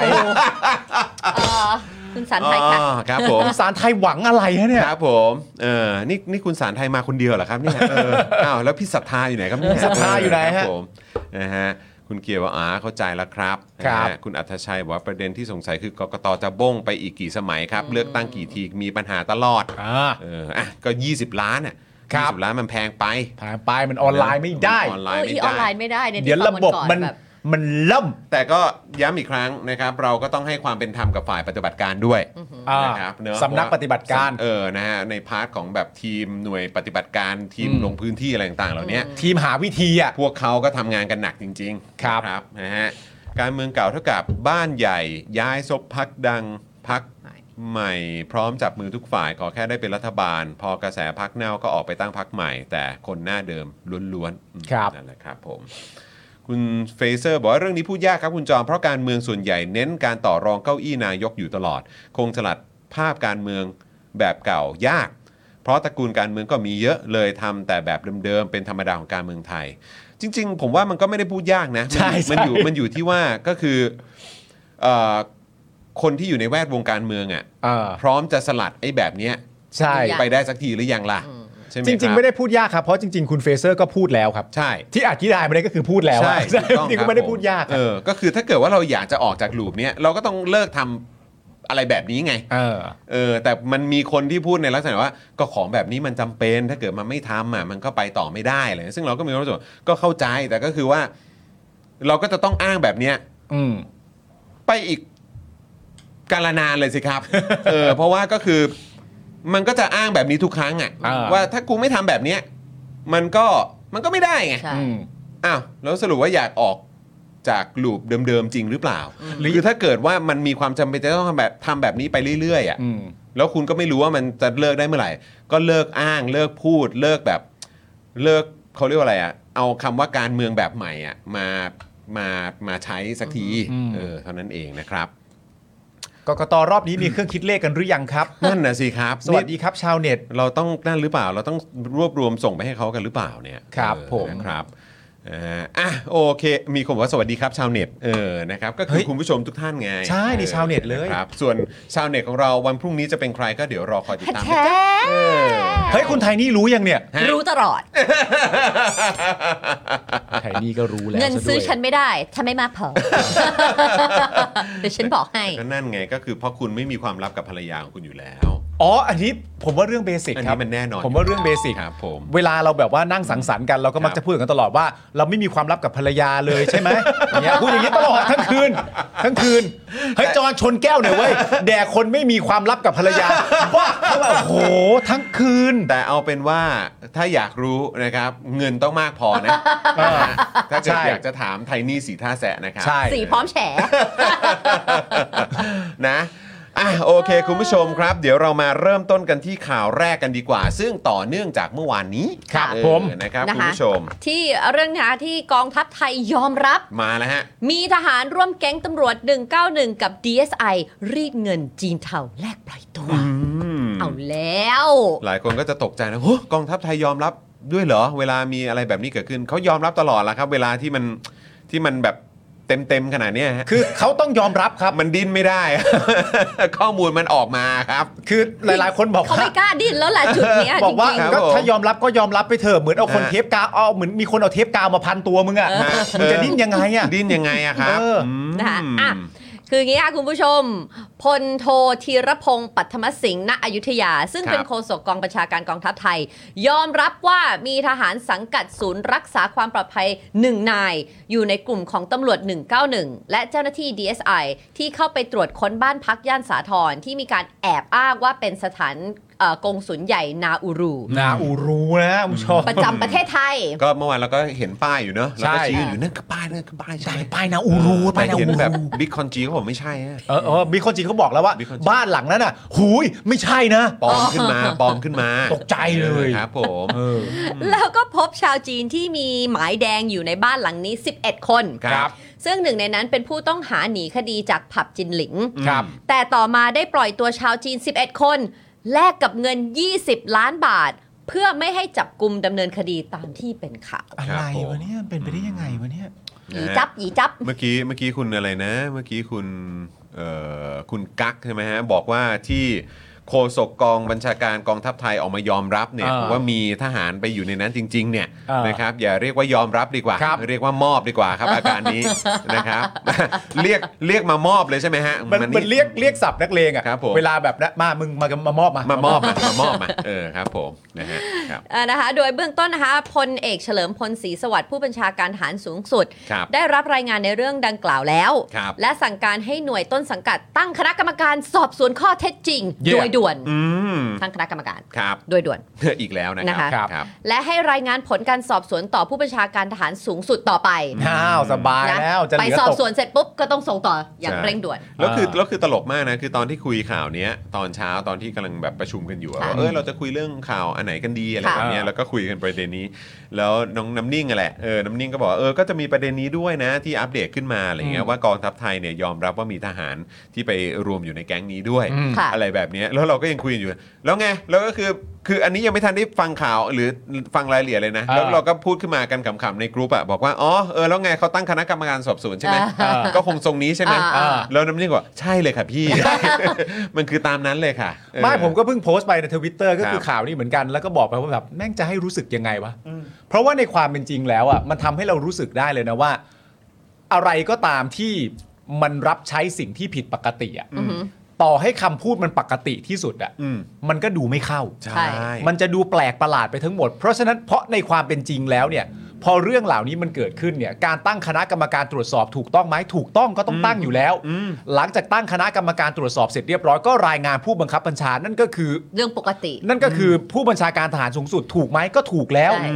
Speaker 4: เอ่อคุณสันไทยค่ะ
Speaker 2: อ๋อครับผม
Speaker 3: คุณสารไทยหวังอะไรฮะเนี่ย
Speaker 2: ครับผมเออนี่นี่คุณสารไทยมาคนเดียวเหรอครับเนี่ยเอ อ อ้าวแล้วพี่ศรัทธาอยู่ไหนครับเนี่ย
Speaker 3: ศรัทธาอยู่ไหน
Speaker 2: ครับ
Speaker 3: ฮะ
Speaker 2: ผมนะฮะคุณเกียร์ว่าอ๋าเข้าใจแล้วครับ
Speaker 3: ครับ
Speaker 2: นะฮะคุณอัธชัยบอกว่าประเด็นที่สงสัยคือกกตจะบ้งไปอีกกี่สมัยครับ เลือกตั้งกี่ทีมีปัญหาตลอด
Speaker 3: อ่า
Speaker 2: เอออ่ะก็ 20 ล้านอ่ะ
Speaker 3: ครั
Speaker 2: ยี่
Speaker 3: บ
Speaker 2: สิบล้านมันแพงไป
Speaker 3: ผ่านไปมันออนไลน์ไม่ได้
Speaker 2: ออนไล
Speaker 4: เออ
Speaker 2: น์
Speaker 4: อี
Speaker 2: ไม่
Speaker 4: อ
Speaker 2: ได
Speaker 4: อนไล้ น์ไม่ได้เนี่ย
Speaker 3: เดี๋ยวระบบมัน
Speaker 4: ที่ฟังก่อแบบ
Speaker 3: มันล่ม
Speaker 2: แต่ก็ย้ำอีกครั้งนะครับ เราก็ต้องให้ความเป็นธรรมกับฝ่ายปฏิบัติการด้วย
Speaker 3: อ่า
Speaker 2: นะครับเนอะ
Speaker 3: สำนักปฏิบัติการ
Speaker 2: เออนะฮะในพาร์ทของแบบทีมหน่วยปฏิบัติการทีม
Speaker 3: อืม
Speaker 2: ลงพื้นที่อะไรต่างๆเหล่าเนี้ย
Speaker 3: ทีมหาวิธีอ่ะ
Speaker 2: พวกเขาก็ทำงานกันหนักจริงๆ
Speaker 3: ครับ
Speaker 2: นะนะฮะการเมืองเก่าเท่ากับบ้านใหญ่ ย้ายซบพักดังพักใหม่ พร้อมจับมือทุกฝ่ายขอแค่ได้เป็นรัฐบาล พอกระแสพักเน่าก็ออกไปตั้งพักใหม่ แต่คนหน้าเดิมล้วนๆอืม
Speaker 3: ครับ
Speaker 2: นั่นแหละครับผม คุณเฟเซอร์บอกว่าเรื่องนี้พูดยากครับคุณจอม เพราะการเมืองส่วนใหญ่เน้นการต่อรองเก้าอี้นายกอยู่ตลอด คงสลัดภาพการเมืองแบบเก่ายาก เพราะตระกูลการเมืองก็มีเยอะเลยทำแต่แบบเดิมๆเป็นธรรมดาของการเมืองไทย จริง ๆ ผมว่ามันก็ไม่ได้พูดยากนะ
Speaker 3: ใช่ใช่
Speaker 2: มันอยู่มันอยู่ที่ว่าก็คือเอ่อคนที่อยู่ในแวดวงการเมืองอ่ะ
Speaker 3: เออ
Speaker 2: พร้อมจะสลัดไอ้แบบเนี้ย
Speaker 3: ใช่
Speaker 2: ไปได้สักทีหรือยังล่ะใช่ไหม
Speaker 3: จริง
Speaker 2: ค
Speaker 3: ๆ
Speaker 2: บ
Speaker 3: ไม่ได้พูดยากครับ เพราะจริง ๆ คุณเฟเซอร์ก็พูดแล้วครับ
Speaker 2: ใช่
Speaker 3: ที่อธิบายมาได้ก็คือพูดแล้วอะ
Speaker 2: ใช่ถูต้อง
Speaker 3: จริง
Speaker 2: ค
Speaker 3: ๆก็
Speaker 2: บ
Speaker 3: ไม่ได้พูดยาก
Speaker 2: เออก็คือถ้าเกิดว่าเราอยากจะออกจากลูปเนี้ยเราก็ต้องเลิกทำอะไรแบบนี้ไง
Speaker 3: เออ
Speaker 2: เออแต่มันมีคนที่พูดในลักษณะว่า ก็ของแบบนี้มันจำเป็นถ้าเกิดมันไม่ทำอ่ะมันก็ไปต่อไม่ได้เลยซึ่งเราก็มีความรู้สึกว่าก็เข้าใจแต่ก็คือว่า เราก็จะต้องอ้างแบบเนี้ย
Speaker 3: อืม
Speaker 2: ไปอีกกาลนานเลยสิครับ เออเพราะว่าก็คือ มันก็จะอ้างแบบนี้ทุกครั้งอ่ะ
Speaker 3: อ่า
Speaker 2: ว่าถ้ากูไม่ทำแบบเนี้ยมันก็มันก็ไม่ได้ไง
Speaker 4: ใช่
Speaker 3: อืม
Speaker 2: อ้าวแล้วสรุปว่าอยากออกจากลูปเดิมๆจริงหรือเปล่า หรือถ้าเกิดว่ามันมีความจำเป็นจะต้องทำแบบทำแบบนี้ไปเรื่อยๆอ่ะ
Speaker 3: อืม
Speaker 2: แล้วคุณก็ไม่รู้ว่ามันจะเลิกได้เมื่อไหร่ ก็เลิกอ้างเลิกพูด เลิกแบบเลิกเขาเรียกว่าอะไรอ่ะเอาคำว่าการเมืองแบบใหม่อ่ะมามามาใช้สักที
Speaker 3: อืม
Speaker 2: เออเท่านั้นเองนะครับ
Speaker 3: กกตรอบนี้มีเครื่องคิดเลขกันหรือยังครับ
Speaker 2: นั่นนะสิครับ
Speaker 3: สวัสดีครับชาวเน็ต
Speaker 2: นี่เราต้องนั่นหรือเปล่า เราต้องรวบรวมส่งไปให้เขากันหรือเปล่าเนี่ย
Speaker 3: ครับ
Speaker 2: เออ
Speaker 3: ผม
Speaker 2: นะครับอ่าอ่ะโอเค มีคนบอกว่าสวัสดีครับชาวเน็ตเออนะครับก็คือคุณผู้ชมทุกท่านไง
Speaker 3: ใช่นี่ชาวเน็ตเลย
Speaker 2: ะครับส่วนชาวเน็ตของเราวันพรุ่งนี้จะเป็นใครก็เดี๋ยวรอคอยติดตามนะจ๊ะเออ
Speaker 3: เฮ้ยคนไทยนี่รู้ยังเนี่ย
Speaker 2: ฮะ
Speaker 4: รู้ตลอด
Speaker 3: ไทยนี่ก็รู้แล้ว
Speaker 4: เงิน
Speaker 3: ซะด้วย
Speaker 4: ซื้อฉันไม่ได้ ถ้าไม่มากพ อ เดี๋ยวฉันบอกให้
Speaker 2: ก็นั่นไงก็คือเพราะคุณไม่มีความลับกับภรรยาของคุณอยู่แล้ว
Speaker 3: อ๋อ อันนี้ผมว่าเรื่องเบสิก
Speaker 2: อัน
Speaker 3: ครั
Speaker 2: นี้
Speaker 3: บ
Speaker 2: มันแน่นอน
Speaker 3: ผมว่าเรื่องเบสิก
Speaker 2: ครับผม
Speaker 3: เวลาเราแบบว่านั่งสังสรรค์กันเราก็มั
Speaker 2: ค
Speaker 3: ก
Speaker 2: รับ
Speaker 3: จะพูดกันตลอดว่า เราไม่มีความลับกับภรรยาเลยใช่ไหมอย่างเงี้ยพูดอย่างนี้ตลอดทั้งคืน ทั้งคืนเฮ้ยจอนชนแก้วหน่อยเว้ยแด่คนไม่มีความลับกับภรรยาว่าเขาแบบโอ้โหทั้งคืน
Speaker 2: แต่เอาเป็นว่าถ้าอยากรู้นะครับ เงินต้องมากพอนะถ้าเกิด
Speaker 3: ใช่
Speaker 2: อยากจะถามไทนี่สีท่าแสะนะครับ
Speaker 3: ใช่
Speaker 4: สีพร้อมแฉ
Speaker 2: นะอ่ะโอเค คุณผู้ชมครับ เดี๋ยวเรามาเริ่มต้นกันที่ข่าวแรกกันดีกว่า ซึ่งต่อเนื่องจากเมื่อวานนี้
Speaker 3: ครับ
Speaker 2: เออ
Speaker 3: ผม
Speaker 2: นะครับ
Speaker 4: นะ
Speaker 2: คุณ
Speaker 4: คะ
Speaker 2: ผู้ชม
Speaker 4: ที่เรื่องนะคะที่กองทัพไทยยอมรับ
Speaker 2: มาแล้วฮะ
Speaker 4: มีทหารร่วมแก๊งตำรวจ 191 กับ DSI รีดเงินจีนเทาแลกปล่อยตัว เอาแล้ว
Speaker 2: หลายคนก็จะตกใจนะโอ้กองทัพไทยยอมรับด้วยเหรอ เวลามีอะไรแบบนี้เกิดขึ้น เขายอมรับตลอดละครับ เวลาที่มันที่มันแบบเต็มเต็มๆขนาดเนี้ยฮะ
Speaker 3: คือเขาต้องยอมรับครับ
Speaker 2: มันดิ้นไม่ได้ ข้อมูลมันออกมาครับ
Speaker 3: คือหลายๆ คนบอก
Speaker 4: เขา
Speaker 3: ว่า
Speaker 4: ไม่กล้าดิ้นแล้วล่ะจุดเนี้ย
Speaker 3: บ
Speaker 4: จ
Speaker 3: อกว่า
Speaker 4: ริง
Speaker 2: ครับ
Speaker 3: ก็
Speaker 2: ผม
Speaker 3: ถ้ายอมรับก็ยอมรับไปเถอะเหมือนเอาคน
Speaker 2: ฮะ
Speaker 3: เทปกาวเอาเหมือนมีคนเอาเทปกาวมาพันตัวมึงอ่ะมึงจะดิ้นยังไงอ่ะ
Speaker 2: ดิ้นยังไงอะครับ
Speaker 3: เอออื
Speaker 2: ม
Speaker 4: ๆนะคะอ่ะคืออย่างนี้ค่ะคุณผู้ชม พลโทธีรพงศ์ปัทมสิงห์ณอยุธยา ซึ่ง
Speaker 2: ครับ
Speaker 4: เป็นโฆษกกองประชาการกองทัพไทย ยอมรับว่ามีทหารสังกัดศูนย์รักษาความปลอดภัยหนึ่งนาย อยู่ในกลุ่มของตำรวจ 191 และเจ้าหน้าที่ DSI ที่เข้าไปตรวจค้นบ้านพักย่านสาทรที่มีการแอบอ้างว่าเป็นสถานเอ่อกงสุลใหญ่นาอูรู
Speaker 3: นาอูรู้นะคุณผู้ชม
Speaker 4: ประจำประเทศไทย
Speaker 2: ก็เมื่อวานเราก็เห็นป้ายอยู่เนอะเราก็
Speaker 3: ใช่
Speaker 2: ชี้อยู่นั่นก็ป้ายนั่นก็ป้ายใช่
Speaker 3: ใช่ป้ายนาอูรู้
Speaker 2: แต่
Speaker 3: ป้ายนา
Speaker 2: เห็น
Speaker 3: อู
Speaker 2: แบบ
Speaker 3: รู้
Speaker 2: บิ๊กคอนจีเขาบอกไม่ใช่อะ
Speaker 3: เออเออมีคนจีนเขาบอกแล้วว่า
Speaker 2: มีคนจีน
Speaker 3: บ้านหลังนั้นน่ะ หูยไม่ใช่นะ
Speaker 2: ปลอมขึ้นมาปลอมขึ้นมา
Speaker 3: ตกใจเลย
Speaker 2: ครับผม
Speaker 3: เออ
Speaker 4: แล้วก็พบชาวจีนที่มีหมายแดงอยู่ในบ้านหลังนี้ 11 คน
Speaker 2: ครับ
Speaker 4: ซึ่งหนึ่งในนั้นเป็นผู้ต้องหาหนีคดีจากผับจินหลิง
Speaker 3: ครับ
Speaker 4: แต่ต่อมาได้ปล่อยตัวชาวจีน 11 คน แลกกับเงิน 20 ล้านบาท เพื่อไม่ให้จับกลุ่มดำเนินคดีตามที่เป็นข่าว
Speaker 3: อะ
Speaker 2: ครั
Speaker 3: ไร
Speaker 2: บผม
Speaker 3: วะเนี่ยมันเป็นไปได้ยังไงวะเนี่ย
Speaker 4: หยีจับหยีจับ
Speaker 2: เมื่อกี้เมื่อกี้คุณอะไรนะ เมื่อกี้คุณเอ่อคุณกั๊กใช่ไหมฮะบอกว่าที่โฆษกกองบัญชาการกองทัพไทยออกมายอมรับเนี่ย
Speaker 3: เออ
Speaker 2: ว่ามีทหารไปอยู่ในนั้นจริงๆเนี่ย
Speaker 3: เออ
Speaker 2: นะครับอย่าเรียกว่ายอมรับดีกว่า
Speaker 3: ครับ
Speaker 2: เรียกว่ามอบดีกว่าครับ อาการนี้ นะครับ เรียกเรียกมามอบเลยใช่ไหมฮะ
Speaker 3: มันมันเรียกเรียกสับนักเลงอ่ะ
Speaker 2: ครับผม
Speaker 3: เวลาแบบนะมามึงมามามอบมา
Speaker 2: าม
Speaker 3: มาม
Speaker 2: อบมามามอบมาเออครับผมนะฮะครับ
Speaker 4: เอ่อนะคะ โดยเบื้องต้นนะคะ พลเอกเฉลิมพลศรีสวัสดิ์ผู้บัญชาการทหารสูงสุด
Speaker 2: ครับ
Speaker 4: ได้รับรายงานในเรื่องดังกล่าวแล้ว
Speaker 2: ครับ
Speaker 4: และสั่งการให้หน่วยต้นสังกัดตั้งคณะกรรมการสอบสวนข้อเท็จจริง
Speaker 3: เยี่ยม
Speaker 4: โดยด่วน
Speaker 2: อืม
Speaker 4: ตั้งคณะกรรมการ
Speaker 2: ครับ
Speaker 4: โดยด่วน
Speaker 2: อีกแล้วนะ
Speaker 4: นะคะ
Speaker 2: ครับครับ
Speaker 4: และให้รายงานผลการสอบสวนต่อผู้บัญชาการทหารสูงสุดต่อไป
Speaker 3: อ้าวสบายแล้วจะเห
Speaker 4: ไป
Speaker 3: ลือ
Speaker 4: สอบ
Speaker 3: ตก
Speaker 4: สวนเสร็จปุ๊บ ก็ต้องส่งต่ออย่าง
Speaker 2: ใช่
Speaker 4: เร่งด่วน
Speaker 2: แล้วคือ
Speaker 3: อ่า
Speaker 2: แล้วคือตลกมากนะ คือตอนที่คุยข่าวเนี้ยตอนเช้าตอนที่กำลังแบบประชุมกันอยู่อะ
Speaker 4: ค่ะ
Speaker 2: ว่าเออเราจะคุยเรื่องข่าวอันไหนกันดีอะไร
Speaker 4: ค่ะ
Speaker 2: แบบเนี้ย
Speaker 3: อ่า
Speaker 2: แล้วก็คุยกันประเด็นนี้ แล้วน้องน้ำนิ่งอะแหละเออน้ำนิ่งก็บอกว่าเออก็จะมีประเด็นนี้ด้วยนะที่อัปเดตขึ้นมาอะไรเงี้ย
Speaker 3: อืม
Speaker 2: ว่ากองทัพไทยเนี่ยยอมรับว่ามีทหารที่ไปรวมอยู่ในแก๊งนี้ด้วย
Speaker 3: อืม
Speaker 4: ค่ะ
Speaker 2: อะไรแบบเนี้ยแล้วเราก็ยังคุยกันอยู่ แล้วไงแล้วก็คือคืออันนี้ยังไม่ทันได้ฟังข่าวหรือฟังรายละเอียดเลยนะแล้ว
Speaker 3: อ่า
Speaker 2: เราก็พูดขึ้นมากันขำๆในกรุ๊ปอะบอกว่าอ๋อเออแล้วไงเขาตั้งคณะกรรมการสอบสวนใช่ไหม
Speaker 3: อ่า
Speaker 2: ก็คงทรงนี้ใช่ไหม
Speaker 4: อ่าอ่า
Speaker 2: แล้วน้ำนิ่งบอกว่าใช่เลยค่ะ พี่ มันคือตามนั้นเลยค่ะเออ
Speaker 3: ไม่ผมก็เพิ่งโพสต์ไปในทวิตเตอร์ก็
Speaker 2: ค
Speaker 3: คื
Speaker 2: รั
Speaker 3: อบ ข่าวนี้เหมือนกันแล้วก็บอกไปว่าแบบแม่งจะให้รู้สึกยังไงวะ เพราะว่าในความเป็นจริงแล้วอ่ะมันทำให้เรารู้สึกได้เลยนะว่า อะไรก็ตามที่มันรับใช้สิ่งที่ผิดปกติอ่ะ
Speaker 4: อือหือ
Speaker 3: ต่อให้คำพูดมันปกติที่สุดอ่ะ
Speaker 2: อืม
Speaker 3: มันก็ดูไม่เข้า
Speaker 2: ใช่
Speaker 4: ใช่
Speaker 3: มันจะดูแปลกประหลาดไปทั้งหมด เพราะฉะนั้นเพราะในความเป็นจริงแล้วเนี่ย พอเรื่องเหล่านี้มันเกิดขึ้นเนี่ยการตั้งคณะกรรมการตรวจสอบถูกต้องไหมถูกต้องก็ต้องตั้งอยู่แล้ว หลังจากตั้งคณะกรรมการตรวจสอบเสร็จเรียบร้อยก็รายงานผู้บังคับบัญชานั่นก็คือ
Speaker 4: เรื่องปกติ
Speaker 3: นั่นก็คือผู้บัญชาการทหารสูงสุดถูกไหมก็ถูกแล้ว
Speaker 4: ใช่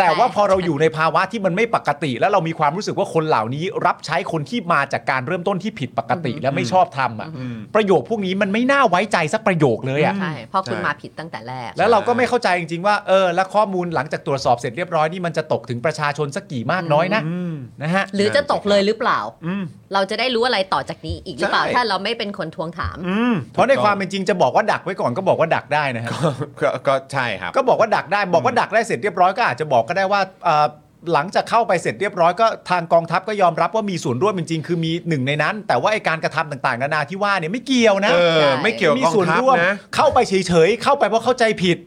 Speaker 3: แต่ว่า
Speaker 4: ใช่
Speaker 3: พอเราอยู่ในภาวะที่มันไม่ปกติ แล้วเรามีความรู้สึกว่าคนเหล่านี้ รับใช้คนที่มาจากการเริ่มต้นที่ผิดปกติ และไม่ชอบทำอ่ะประโยคพวกนี้มันไม่น่าไว้ใจสักประโยคเลยอ่ะ
Speaker 4: ใช่เพราะคุณ
Speaker 2: ใช่
Speaker 4: มาผิดตั้งแต่แรก
Speaker 3: แล้วเราก็ไม่เข้าใจจริงๆว่าเออและข้อมูลหลังจากตรวจสอบเสร็จเรียบร้อยนี่มันจะตกถึงประชาชนสักกี่มากน้อยนะนะฮะ
Speaker 4: หรือจะตกเลยหรือเปล่า
Speaker 2: อืม
Speaker 4: เราจะได้รู้อะไรต่อจากนี้อีกหรือเปล่า
Speaker 3: ใช่
Speaker 4: ถ้าเราไม่เป็นคนทวงถาม
Speaker 2: อืม
Speaker 3: เพราะในความเป็นจริงจะบอกว่าดักไว้ก่อนก็บอกว่าดักได้นะฮะ
Speaker 2: ก็ก็ใช่ครับ
Speaker 3: ก็บอกว่าดักได้บอกว่าดักได้เสร็จเรียบร้อยก็อาจจะบอกก็ได้ว่าเอ่อหลังจากเข้าไปเสร็จเรียบร้อยก็ทางกองทัพก็ยอมรับว่ามีส่วนร่วมจริงๆคือมีหนึ่งในนั้น แต่ว่าไอการกระทำต่างๆนานาที่ว่าเนี่ยไม่เกี่ยวนะ
Speaker 2: เออ
Speaker 4: ใช่
Speaker 2: ไม่เกี่ยว
Speaker 3: มี
Speaker 2: กอง
Speaker 3: ส่วน
Speaker 2: ทัพ
Speaker 3: ร่วม
Speaker 2: นะ
Speaker 3: เข้าไปเฉยๆเข้าไปเพราะเข้าใจผิด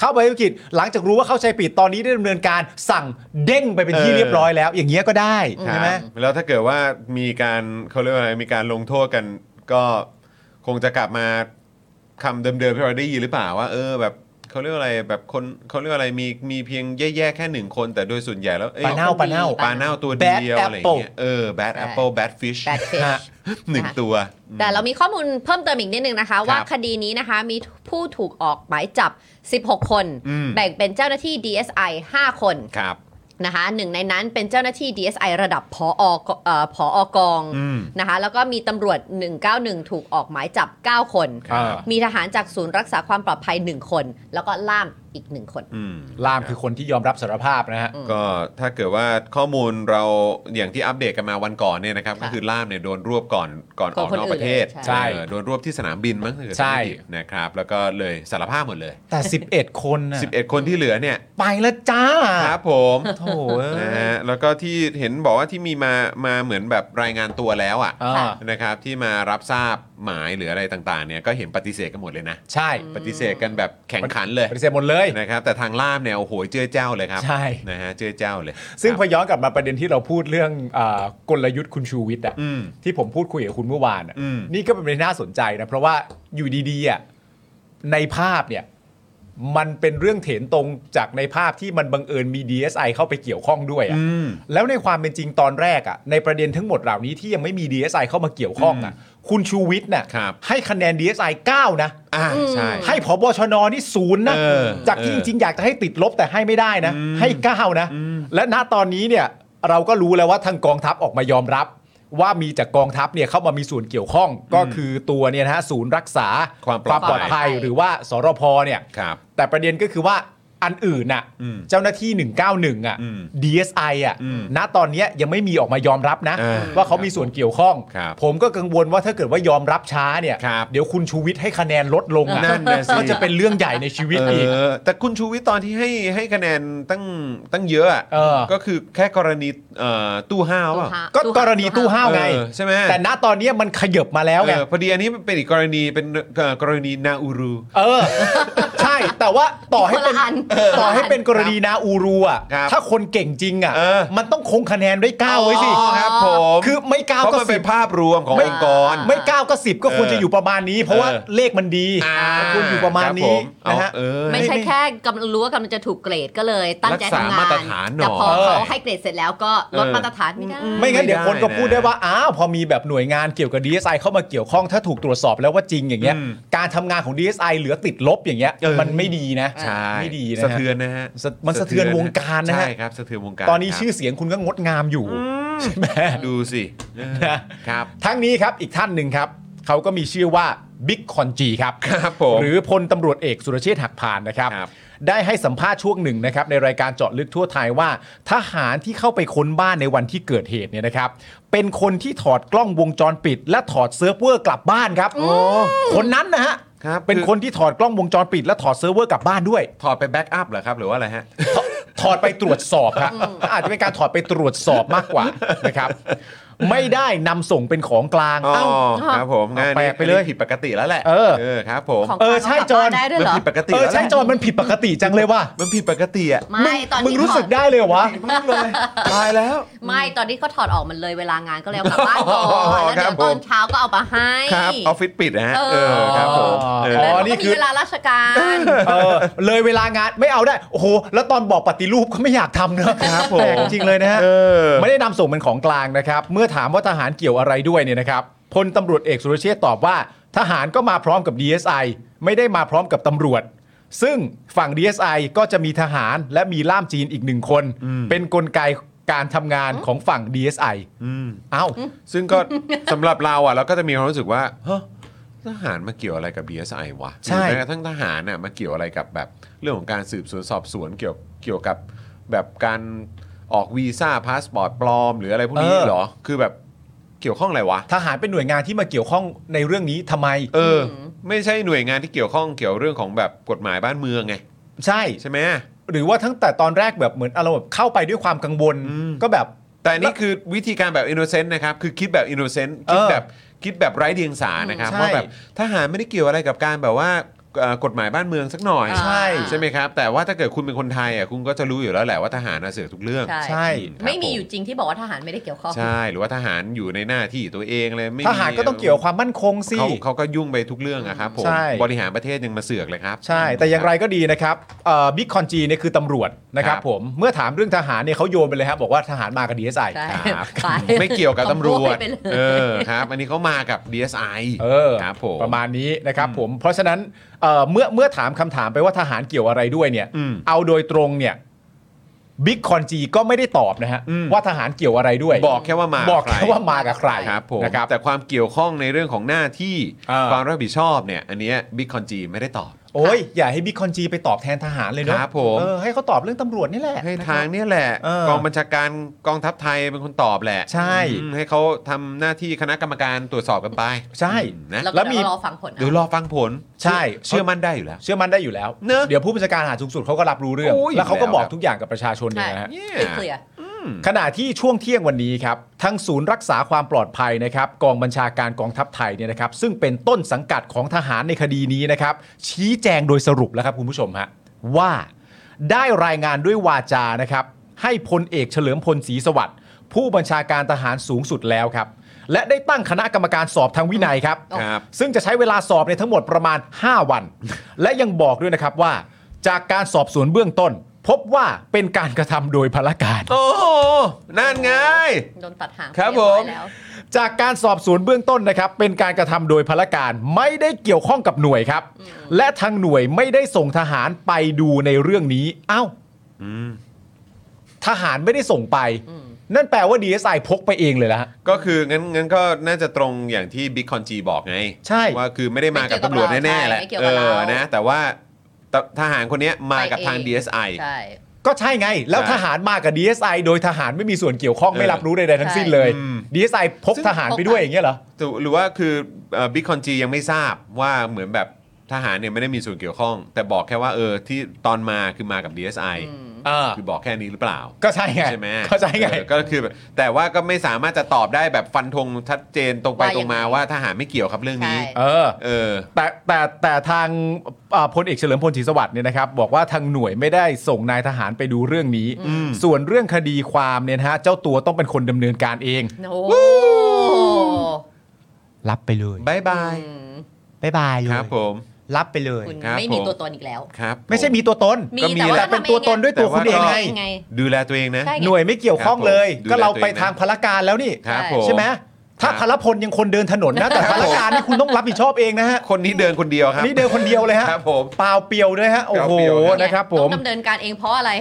Speaker 3: เข้าไปผิดหลังจากรู้ว่าเข้าใจผิดตอนนี้ได้ดำเนินการสั่งเด้งไปเป็นที่
Speaker 2: เออ
Speaker 3: เรียบร้อยแล้ว อย่างเงี้ยก็ได้
Speaker 2: ค
Speaker 3: ใช่
Speaker 2: รับ
Speaker 3: ไหม
Speaker 2: แล้วถ้าเกิดว่ามีการเขาเรียกว่าอะไรมีการลงโทษกันก็คงจะกลับมาคำเดิมๆที่เราได้ยินหรือเปล่าว่า เออแบบเขาเรียกว่าอะไรแบบคนเขาเรียกว่าอะไรมีมีเพียงแย่ๆแค่หนึ่งคน แต่โดยส่วนใหญ่แล้วเอ้ย
Speaker 3: ปลาเน่าปลาเน่า
Speaker 2: ปลาเน่าตัวเดียว
Speaker 3: Bad
Speaker 2: อะไรอย่างเงี้ย
Speaker 3: apple
Speaker 2: เออ bad apple bad fish
Speaker 4: bad fish
Speaker 3: ฮะ
Speaker 2: หนึ่งตัว
Speaker 4: แต่เรามีข้อมูลเพิ่มเติมอีกนิดนึงนะคะ ว่าคดีนี้นะคะมีผู้ถูกออกหมายจับ 16 คน
Speaker 2: อืม
Speaker 4: แบ่งเป็นเจ้าหน้าที่ DSI 5 คน
Speaker 2: ครับ
Speaker 4: นะคะหนึ่งในนั้นเป็นเจ้าหน้าที่ DSI ระดับพออกเอ่อพออกอง
Speaker 2: อืม
Speaker 4: นะคะแล้วก็มีตำรวจ 191 ถูกออกหมายจับ 9 คน
Speaker 2: ครับ
Speaker 4: มีทหารจากศูนย์รักษาความปลอดภัย 1 คน แล้วก็ล่ามอีก 1 คน
Speaker 2: อืม
Speaker 3: ล่ามคือคนที่ยอมรับสารภาพนะฮะ
Speaker 2: ก็ถ้าเกิดว่าข้อมูลเราอย่างที่อัปเดตกันมาวันก่อนเนี่ยนะครับ
Speaker 4: ค่ะ
Speaker 2: ก็คือล่ามเนี่ยโดนรวบก่อนก่อนอ
Speaker 4: ก่อ
Speaker 2: อน ก
Speaker 4: คน
Speaker 2: นอก
Speaker 4: อื่น
Speaker 2: ประเทศ
Speaker 4: เลย
Speaker 3: ใช่
Speaker 2: เออโดนรวบที่สนามบินมั้งถ้าเกิด
Speaker 3: ใช่
Speaker 2: จำไม่ผิดนะครับแล้วก็เลยสารภาพหมดเลย
Speaker 3: แต่ 11 คนน่ะ
Speaker 2: 11 คนที่เหลือเนี่ย
Speaker 3: ไปแล้วจ้า
Speaker 2: ครับผม
Speaker 3: โถ่เอ้ย
Speaker 2: นะฮะแล้วก็ที่เห็นบอกว่าที่มีมามาเหมือนแบบรายงานตัวแล้วอ่ะ
Speaker 3: อ่า
Speaker 4: ค่ะ
Speaker 2: นะครับที่มารับทราบหมายหรืออะไรต่างๆเนี่ยก็เห็นปฏิเสธกันหมดเลยนะ
Speaker 3: ใช่
Speaker 2: ปฏิเสธกันแบบแข่งขันเลย
Speaker 3: ปฏิเสธหมดเลย
Speaker 2: นะครับแต่ทางล่ามเนี่ยโอ้โหเจ้อเจ้าเลยครับ
Speaker 3: ใช่
Speaker 2: นะฮะเจ้อเจ้าเลย
Speaker 3: ซึ่ง
Speaker 2: ค
Speaker 3: พ
Speaker 2: รับ
Speaker 3: อย้อนกลับมาประเด็นที่เราพูดเรื่องอากลยุทธ์คุณชูวิทย์อะ
Speaker 2: อืม
Speaker 3: ที่ผมพูดคุยกับคุณเมื่อวานอะ
Speaker 2: อืม
Speaker 3: นี่ก็เป็นประเด็นน่าสนใจนะ เพราะว่าอยู่ดีๆอะในภาพเนี่ย มันเป็นเรื่องเถนตรงจากในภาพที่มันบังเอิญมี DSI เข้าไปเกี่ยวข้องด้วยอะ
Speaker 2: อืม
Speaker 3: แล้วในความเป็นจริงตอนแรกอะในประเด็นทั้งหมดเหล่านี้ที่ยังไม่มี DSI เข้ามาเกี่ยวข้องอะคุณชูวิทย์น่ะ
Speaker 2: ครับ
Speaker 3: ให้คะแนน DSI 9 นะ
Speaker 2: อ่าใช่
Speaker 3: ให้ผบชนนี่ศูนย์นะ
Speaker 2: เออ
Speaker 3: จากที่
Speaker 2: เอ
Speaker 3: จ
Speaker 2: อ
Speaker 3: ริงๆอยากจะให้ติดลบแต่ให้ไม่ได้นะ
Speaker 2: อืม
Speaker 3: ให้เก้านะ และณตอนนี้เนี่ยเราก็รู้แล้วว่าทางกองทัพออกมายอมรับ ว่ามีจากกองทัพเนี่ยเข้ามามีส่วนเกี่ยวข้อง ก็คือตัวเนี่ยนะฮะศูนย์รักษา
Speaker 2: ความปลอดภัย
Speaker 3: ภัยหรือว่าสรพเนี่ย
Speaker 2: ครับ
Speaker 3: แต่ประเด็นก็คือว่าอันอื่นน่ะ
Speaker 2: อืม
Speaker 3: เจ้าหน้าที่ 191อ่ะ
Speaker 2: อืม
Speaker 3: DSI อ่ะ
Speaker 2: อืม
Speaker 3: ณตอนเนี้ยยังไม่มีออกมายอมรับนะ
Speaker 2: อ่า
Speaker 3: ว่าเขามีส่วนเกี่ยวข้อง
Speaker 2: ครับ
Speaker 3: ผมก็กังวลว่าถ้าเกิดว่ายอมรับช้าเนี่ย
Speaker 2: ครับ
Speaker 3: เดี๋ยวคุณชูวิทย์ให้คะแนนลดลงอะ
Speaker 2: นั่นนะสิ
Speaker 3: ก็จะเป็นเรื่องใหญ่ในชีวิตอีก
Speaker 2: เออแต่คุณชูวิทย์ตอนที่ให้ให้คะแนนตั้งตั้งเยอะอะ
Speaker 3: เออ
Speaker 2: ก็คือแค่กรณีเอ่อตู้ห้าวเปล่า
Speaker 3: ก็
Speaker 4: ตู้
Speaker 3: ก
Speaker 4: ห่าว
Speaker 3: รณีตู้ห้าวไง
Speaker 2: เออใช่ไหม
Speaker 3: แต่ณตอนเนี้ยมันขยบมาแล้วไง
Speaker 2: เออพอดีอันนี้มันเป็นอีกกรณีเป็นเอ่อกรณีนาอูรู
Speaker 3: เออ ใช่แต่ว่าต่อให้เป็น
Speaker 4: คนละอัน
Speaker 3: ต่อให้เป็นกรณีนาอูรูอ่ะ
Speaker 2: ครับ
Speaker 3: ถ้าคนเก่งจริงอ่ะ
Speaker 2: เออ
Speaker 3: มันต้องคงคะแนนด้วยเก้าไว้สิ
Speaker 2: อ๋อครับผม
Speaker 3: คือไม่เก้า
Speaker 2: เพราะ
Speaker 3: ก็
Speaker 2: มัน
Speaker 3: สิ
Speaker 2: เป็
Speaker 3: บ
Speaker 2: นภาพรวมของ
Speaker 4: ไม่
Speaker 2: องค์กร
Speaker 3: ไม่เก้าก็สิบก็ควรจะอยู่ประมาณนี้ เพราะว่า
Speaker 2: เออ
Speaker 3: เลขมันดี
Speaker 2: อ่า
Speaker 3: ควรอยู่ประมาณ
Speaker 2: คบผ
Speaker 3: นี้
Speaker 2: เอา
Speaker 3: นะฮะ
Speaker 2: เออ
Speaker 4: ไม่ใช่แค่กำลังรู้ว่ากำลังจะถูกเกรดก็เลย ตั้งใจทำ
Speaker 2: รัก
Speaker 4: งาน
Speaker 2: ษามาตรฐานหน่อย
Speaker 4: แต่พอเขา
Speaker 3: เออ
Speaker 4: ให้เกรดเสร็จแล้วก็ลดมาตรฐานไม่ได้
Speaker 3: ไม่งั้นเดี๋ยวคนก็พูด
Speaker 2: ไม่ได้
Speaker 3: ได้
Speaker 2: นะ
Speaker 3: ว่าอ้าวพอมีแบบหน่วยงานเกี่ยวกับ DSI เข้ามาเกี่ยวข้องถ้าถูกตรวจสอบแล้วว่าจริงอย่างเงี้ย
Speaker 2: อืม
Speaker 3: การทำงานของ DSI เหลือติดลบอย่างเงี้ย
Speaker 2: เออ
Speaker 3: มันไม่ดีนะ
Speaker 2: ใช่
Speaker 3: ไม่ดีนะ
Speaker 2: สะ
Speaker 3: ฮะ
Speaker 2: เทือนนะฮะ
Speaker 3: สะมันสะเทือนวงการนะฮะ
Speaker 2: ใช่ครับสะเทือนวงการ
Speaker 3: ตอนนี้
Speaker 2: ครับ
Speaker 3: ชื่อเสียงคุณก็งดงามอยู่ใช่ไหม
Speaker 2: ดูสิเออ
Speaker 3: นะ
Speaker 2: ครับ
Speaker 3: ทั้งนี้ครับอีกท่านหนึ่งครับ เขาก็มีชื่อว่าบิ๊กคอนจีครับ
Speaker 2: ครับผม
Speaker 3: หรือพลตำรวจเอกสุรเชษฐ์หักพานนะครับ
Speaker 2: ครับ
Speaker 3: ได้ให้สัมภาษณ์ช่วงหนึ่งนะครับ ในรายการเจาะลึกทั่วไทยว่า ทหารที่เข้าไปค้นบ้านในวันที่เกิดเหตุเนี่ยนะครับ เป็นคนที่ถอดกล้องวงจรปิด และถอดเซิร์ฟเวอร์กลับบ้านครับคนนั้นนะฮะ
Speaker 2: ครับ
Speaker 3: เป็นคนที่ถอดกล้องวงจรปิด และถอดเซิร์ฟเวอร์กลับบ้าน ด้วย
Speaker 2: ถอดไปแบ็กอัพเหรอครับ หรือว่าอะไรฮะ
Speaker 3: ถอดไปตรวจสอบครับอาจจะเป็นการถอดไปตรวจสอบมากกว่านะครับ ไม่ได้นำส่งเป็นของกลาง
Speaker 2: อ๋อ
Speaker 3: เอ้า
Speaker 2: ครับผมงาน
Speaker 3: แปล
Speaker 2: นี้
Speaker 3: กไปเลย
Speaker 2: อันนี้ผิดปกติแล้วแหละ
Speaker 3: เออ
Speaker 2: ครับผม
Speaker 4: ของ
Speaker 3: เออใช่จอน
Speaker 4: ได้ด้วย
Speaker 2: มัน
Speaker 4: เหรอ
Speaker 2: ผิดปกติ
Speaker 3: เออ
Speaker 2: แล้วแห
Speaker 3: ใช่
Speaker 2: ละ
Speaker 3: จอนมันผิดปกติจังเลยว่ะ
Speaker 2: มันผิดปกติอ่ะ
Speaker 4: ไม่ตอน
Speaker 3: มึง
Speaker 4: ที่
Speaker 3: รู้
Speaker 4: ถ
Speaker 3: สึ
Speaker 4: อก ด
Speaker 3: ได้เลยวะ
Speaker 2: มากเลยตายแล้ว
Speaker 4: ไม่ตอนที่เขาถอดออกมันเลยเวลางานก็เลยเอากลับบ้านก่อนแล้ว
Speaker 2: ครั
Speaker 4: เดี๋
Speaker 2: บ
Speaker 4: ยว
Speaker 2: ผ
Speaker 4: ต
Speaker 2: ม
Speaker 4: อนเช้าก็เอามาให้
Speaker 2: ครับออฟฟิศปิดนะฮะ
Speaker 4: เอ
Speaker 2: เอ
Speaker 4: อ
Speaker 2: อครับผมเออ
Speaker 4: เห็นไหม
Speaker 3: อ๋อนี่
Speaker 4: มัน
Speaker 3: คื
Speaker 4: ก็มี
Speaker 3: อ
Speaker 4: เวลาราชการ
Speaker 3: เออเลยเวลางานไม่เอาได้โอ้โหแล้วตอนบอกปฏิรูปก็ไม่อยากทำเนอะ
Speaker 2: ครับผม
Speaker 3: แปลกจริงเลยนะฮะ
Speaker 2: เออ
Speaker 3: ไม่ได้นำส่งเป็นของกลางนะครับ เมื่อถามว่าทหารเกี่ยวอะไรด้วยเนี่ยนะครับพลตำรวจเอกสุรเชษฐ์ตอบว่า ทหารก็มาพร้อมกับ DSI ไม่ได้มาพร้อมกับตำรวจ ซึ่งฝั่ง DSI ก็จะมีทหารและมีล่ามจีนอีกหนึ่งคน เป็นกลไกการทำงานของฝั่ง DSI
Speaker 2: อืม
Speaker 3: เอ้า
Speaker 2: ซึ่งก็ สำหรับเราอ่ะเราก็จะมีความรู้สึกว่าเฮ้อทหารมาเกี่ยวอะไรกับ BSI วะ
Speaker 3: ใช่
Speaker 2: หรือแม้กระทั่งทหารน่ะมาเกี่ยวอะไรกับแบบเรื่องของการสืบสวนสอบสวนเกี่ยวเกี่ยวกับแบบการออกวีซ่าพาสปอร์ตปลอม หรืออะไรพวกนี้เหรอ คือแบบเกี่ยวข้องอะไรวะ
Speaker 3: ทหารเป็นหน่วยงานที่มาเกี่ยวข้องในเรื่องนี้ทำไม
Speaker 2: เออ ไม่ใช่หน่วยงานที่เกี่ยวข้องเกี่ยวเรื่องของแบบกฎหมายบ้านเมืองไง
Speaker 3: ใช่
Speaker 2: ใช่ไหม
Speaker 3: หรือว่าทั้งแต่ตอนแรกแบบเหมือนอารมณ์แบบเข้าไปด้วยความกังวล
Speaker 2: อืม
Speaker 3: ก็แบบ
Speaker 2: แต่อันนี่คือวิธีการแบบอินโนเซนต์นะครับ คือคิดแบบอินโนเซนต์คิด
Speaker 3: เออ
Speaker 2: แบบคิดแบบไร้เดียงสานะครับ
Speaker 3: ใช่
Speaker 2: ว่าแบบทหารไม่ได้เกี่ยวอะไรกับการแบบว่าเอ่อกฎหมายบ้านเมืองสักหน่อย
Speaker 4: ใช่
Speaker 2: ใช่ไหมครับ แต่ว่าถ้าเกิดคุณเป็นคนไทยอ่ะคุณก็จะรู้อยู่แล้วแหละว่าทหารน่ะเสือกทุกเรื่อง
Speaker 4: ใช่
Speaker 3: ใช่
Speaker 2: ครับ
Speaker 4: ไม่มีอยู่จริงที่บอกว่าทหารไม่ได้เกี่ยวข้อง
Speaker 2: ใช่หรือว่าทหารอยู่ในหน้าที่ตัวเองเลยไม่มี
Speaker 3: ทหารก็ต้องเกี่ยวกับความมั่นคงสิ
Speaker 2: เขาเขาก็ยุ่งไปทุกเรื่องอะครับผม
Speaker 3: ใช่
Speaker 2: บริหารประเทศยังมาเสือกเลยครับ
Speaker 3: ใช่ แต่อย่างไรก็ดีนะครับเอ่อบิ๊กคอนจีเนี่ยคือตำรวจนะครับ
Speaker 2: ครับ
Speaker 3: ผม เมื่อถามเรื่องทหารเนี่ยเขาโยนไปเลยครับบอกว่าทหารมากับดีเอสไอ
Speaker 4: ใช่
Speaker 2: ครับ
Speaker 4: ไป
Speaker 2: ไม่เกี่ยวกับตำรวจ
Speaker 4: ขโมยไปเลย
Speaker 2: เออครับ อันนี้เขามากับ DSI
Speaker 3: เออ
Speaker 2: ครับผม
Speaker 3: ประมาณนี้นะครับผม เพราะฉะนั้นเอ่อเมื่อเมื่อถามคำถามไปว่าทหารเกี่ยวอะไรด้วยเนี่ย
Speaker 2: อืม
Speaker 3: เอาโดยตรงเนี่ยบิ๊กคอนจีก็ไม่ได้ตอบนะฮะ
Speaker 2: อืม
Speaker 3: ว่าทหารเกี่ยวอะไรด้วย
Speaker 2: บอกแค่ว่ามา
Speaker 3: บอก
Speaker 2: ใร
Speaker 3: แค่ว่ามากับใคร
Speaker 2: ครับผม
Speaker 3: นะครับ
Speaker 2: แต่ความเกี่ยวข้องในเรื่องของหน้าที่
Speaker 3: อ่า
Speaker 2: ความรับผิดชอบเนี่ย อันเนี้บิ๊กคอนจีไม่ได้ตอบ
Speaker 3: โอ้ยอย่าให้บิ๊กคอนจีไปตอบแทนทหารเลยเนอะ
Speaker 2: ครับผม
Speaker 3: เออให้เขาตอบเรื่องตำรวจนี่แหละ
Speaker 2: ให้
Speaker 3: นะครับ
Speaker 2: ทางเนี่ยแหละ
Speaker 3: เออก
Speaker 2: องบัญชาการกองทัพไทยเป็นคนตอบแหละ
Speaker 3: ใช่
Speaker 2: อืมให้เขาทำหน้าที่คณะกรรมการตรวจสอบกันไป
Speaker 3: ใช่
Speaker 2: อืมนะ
Speaker 4: แล้ว
Speaker 3: แล้
Speaker 4: ก็
Speaker 3: วมี
Speaker 4: เดี๋ยวรอฟังผลเอา
Speaker 2: เดี๋ยวรอฟังผล
Speaker 3: ใช่
Speaker 2: เชื่อมั่นได้อยู่แล้ว
Speaker 3: เชื่อมั่นได้อยู่แล้ว
Speaker 2: เนอะ
Speaker 3: เดี๋ยวผู้บัญชาการทหารสูงสุดเขาก็รับรู้เรื่อง
Speaker 2: โอ้ย
Speaker 3: แล้วเขาก็
Speaker 2: แล้วครับ
Speaker 3: บอกทุกอย่างกับประชาชนเนี่
Speaker 4: ใช่
Speaker 3: ยนะฮะ
Speaker 2: เนี่ย
Speaker 4: เคลียร์
Speaker 3: ขณะที่ช่วงเที่ยงวันนี้ครับทางศูนย์รักษาความปลอดภัยนะครับกองบัญชาการกองทัพไทยเนี่ยนะครับซึ่งเป็นต้นสังกัดของทหารในคดีนี้นะครับชี้แจงโดยสรุปแล้วครับคุณผู้ชมฮะว่าได้รายงานด้วยวาจานะครับให้พลเอกเฉลิมพลศรีสวัสดิ์ผู้บัญชาการทหารสูงสุดแล้วครับและได้ตั้งคณะกรรมการสอบทางวินัยครับ
Speaker 2: ครับ
Speaker 3: ซึ่งจะใช้เวลาสอบในยทั้งหมดประมาณ 5 วัน และยังบอกด้วยนะครับว่า จากการสอบสวนเบื้องต้น พบว่าเป็นการกระทำโดยพละการ
Speaker 2: โอ้โหนั่นไง
Speaker 4: โดนตัดหาง
Speaker 2: ครับ
Speaker 4: เยอย
Speaker 2: ผม
Speaker 4: แล้ว
Speaker 3: จากการสอบสวนเบื้องต้นนะครับ เป็นการกระทำโดยพละการไม่ได้เกี่ยวข้องกับหน่วยครับ และทางหน่วยไม่ได้ส่งทหารไปดูในเรื่องนี้ เอ้า
Speaker 2: อืม
Speaker 3: ทหารไม่ได้ส่งไป นั่นแปลว่า DSI พกไปเองเลยละฮะ
Speaker 2: ก็คืองั้นงั้นก็น่าจะตรงอย่างที่บิ๊กคอนจีบอกไง
Speaker 3: ใช่
Speaker 2: ว่าคือไม่ได้มากับตำรวจแน่ๆแหละ
Speaker 4: ไม่เกี่ยว
Speaker 2: เอ
Speaker 4: กับเรา
Speaker 2: อนะแต่ว่าตทหารคนเนี้ยมากับ
Speaker 4: ไปเอง
Speaker 2: ทาง DSI
Speaker 4: ใช่
Speaker 3: ก็ใช่ไง แล้ว
Speaker 2: ใช่
Speaker 3: ทหารมากับ DSI โดยทหารไม่มีส่วนเกี่ยวข้อง
Speaker 2: เออ
Speaker 3: ไม่รับรู้ใดๆทั้งสิ้นเลย
Speaker 2: อืม
Speaker 3: DSI พกทหารไปด้วยอย่างเงี้ยเหรอ
Speaker 2: ถูกหรือว่าคือบิ๊กคอนจียังไม่ทราบว่าเหมือนแบบทหารเนี่ยไม่ได้มีส่วนเกี่ยวข้อง แต่บอกแค่ว่าเออที่ตอนมาคือมากับ DSI
Speaker 3: อ่า
Speaker 2: คือบอกแค่นี้หรือเปล่า
Speaker 3: ก็ใช่ไง
Speaker 2: ใช่ไหม
Speaker 3: ก็ใช่ไง
Speaker 2: เออก็คือแบบแต่ว่าก็ไม่สามารถจะตอบได้แบบฟันธงชัดเจนตรงไป
Speaker 4: ว่ายังไง
Speaker 2: ตรงมาว่าทหารไม่เกี่ยวครับเรื่องนี้
Speaker 4: ใช่
Speaker 3: เออ
Speaker 2: เออ
Speaker 3: แต่แต่แต่ทางอ่าพลเอกเฉลิมพลศรีสวัสดิ์เนี่ยนะครับบอกว่าทางหน่วยไม่ได้ส่งนายทหารไปดูเรื่องนี้
Speaker 2: อืม
Speaker 3: ส่วนเรื่องคดีความเนี่ยนะฮะเจ้าตัวต้องเป็นคนดำเนินการเอง
Speaker 4: โอ้โห
Speaker 3: รับไปเลย
Speaker 2: บายบาย
Speaker 4: อืม
Speaker 3: บายบายเลย
Speaker 2: ครับผม
Speaker 3: รับไปเลย
Speaker 4: คุณ
Speaker 2: ครับ
Speaker 4: ไม่มี
Speaker 2: ผม
Speaker 4: ตัวตนอีกแล้ว
Speaker 2: ครับผ
Speaker 3: ไม่ใช่มีตัวตน
Speaker 4: มี
Speaker 2: ก็มี
Speaker 4: แต่ว่า
Speaker 3: แต่เป็นตัวตนด้วยตัวคุณเอง
Speaker 4: ทำ
Speaker 3: ไง
Speaker 4: เองไง
Speaker 2: ดูแลตัวเองนะ
Speaker 4: ใช่
Speaker 3: หน่วยไม่เกี่ยวข้องเลย
Speaker 2: ครับผม
Speaker 3: ก็เรา
Speaker 2: ดูแลตั
Speaker 3: ไป
Speaker 2: วเองนะ
Speaker 3: ทางพลการแล้วนี่
Speaker 2: ครับผม
Speaker 3: ใช่ไหมถ้าพลพลยังคนเดินถนนนะแต่
Speaker 2: ค
Speaker 3: พ
Speaker 2: รับ
Speaker 3: ล
Speaker 2: ผม
Speaker 3: การนี่คุณต้องรับผิดชอบเองนะฮะ
Speaker 2: คนนี้เดินคนเดียวครับ
Speaker 3: นี่เดินคนเดียวเลยฮะ
Speaker 2: ครับผม
Speaker 3: เปล่าเปลี่ยวเลยฮะโอ้โห
Speaker 2: เปล่าเปลี่ยวครับ
Speaker 3: นะครับผม
Speaker 4: ต้องดำเนินการเองเพราะอะไร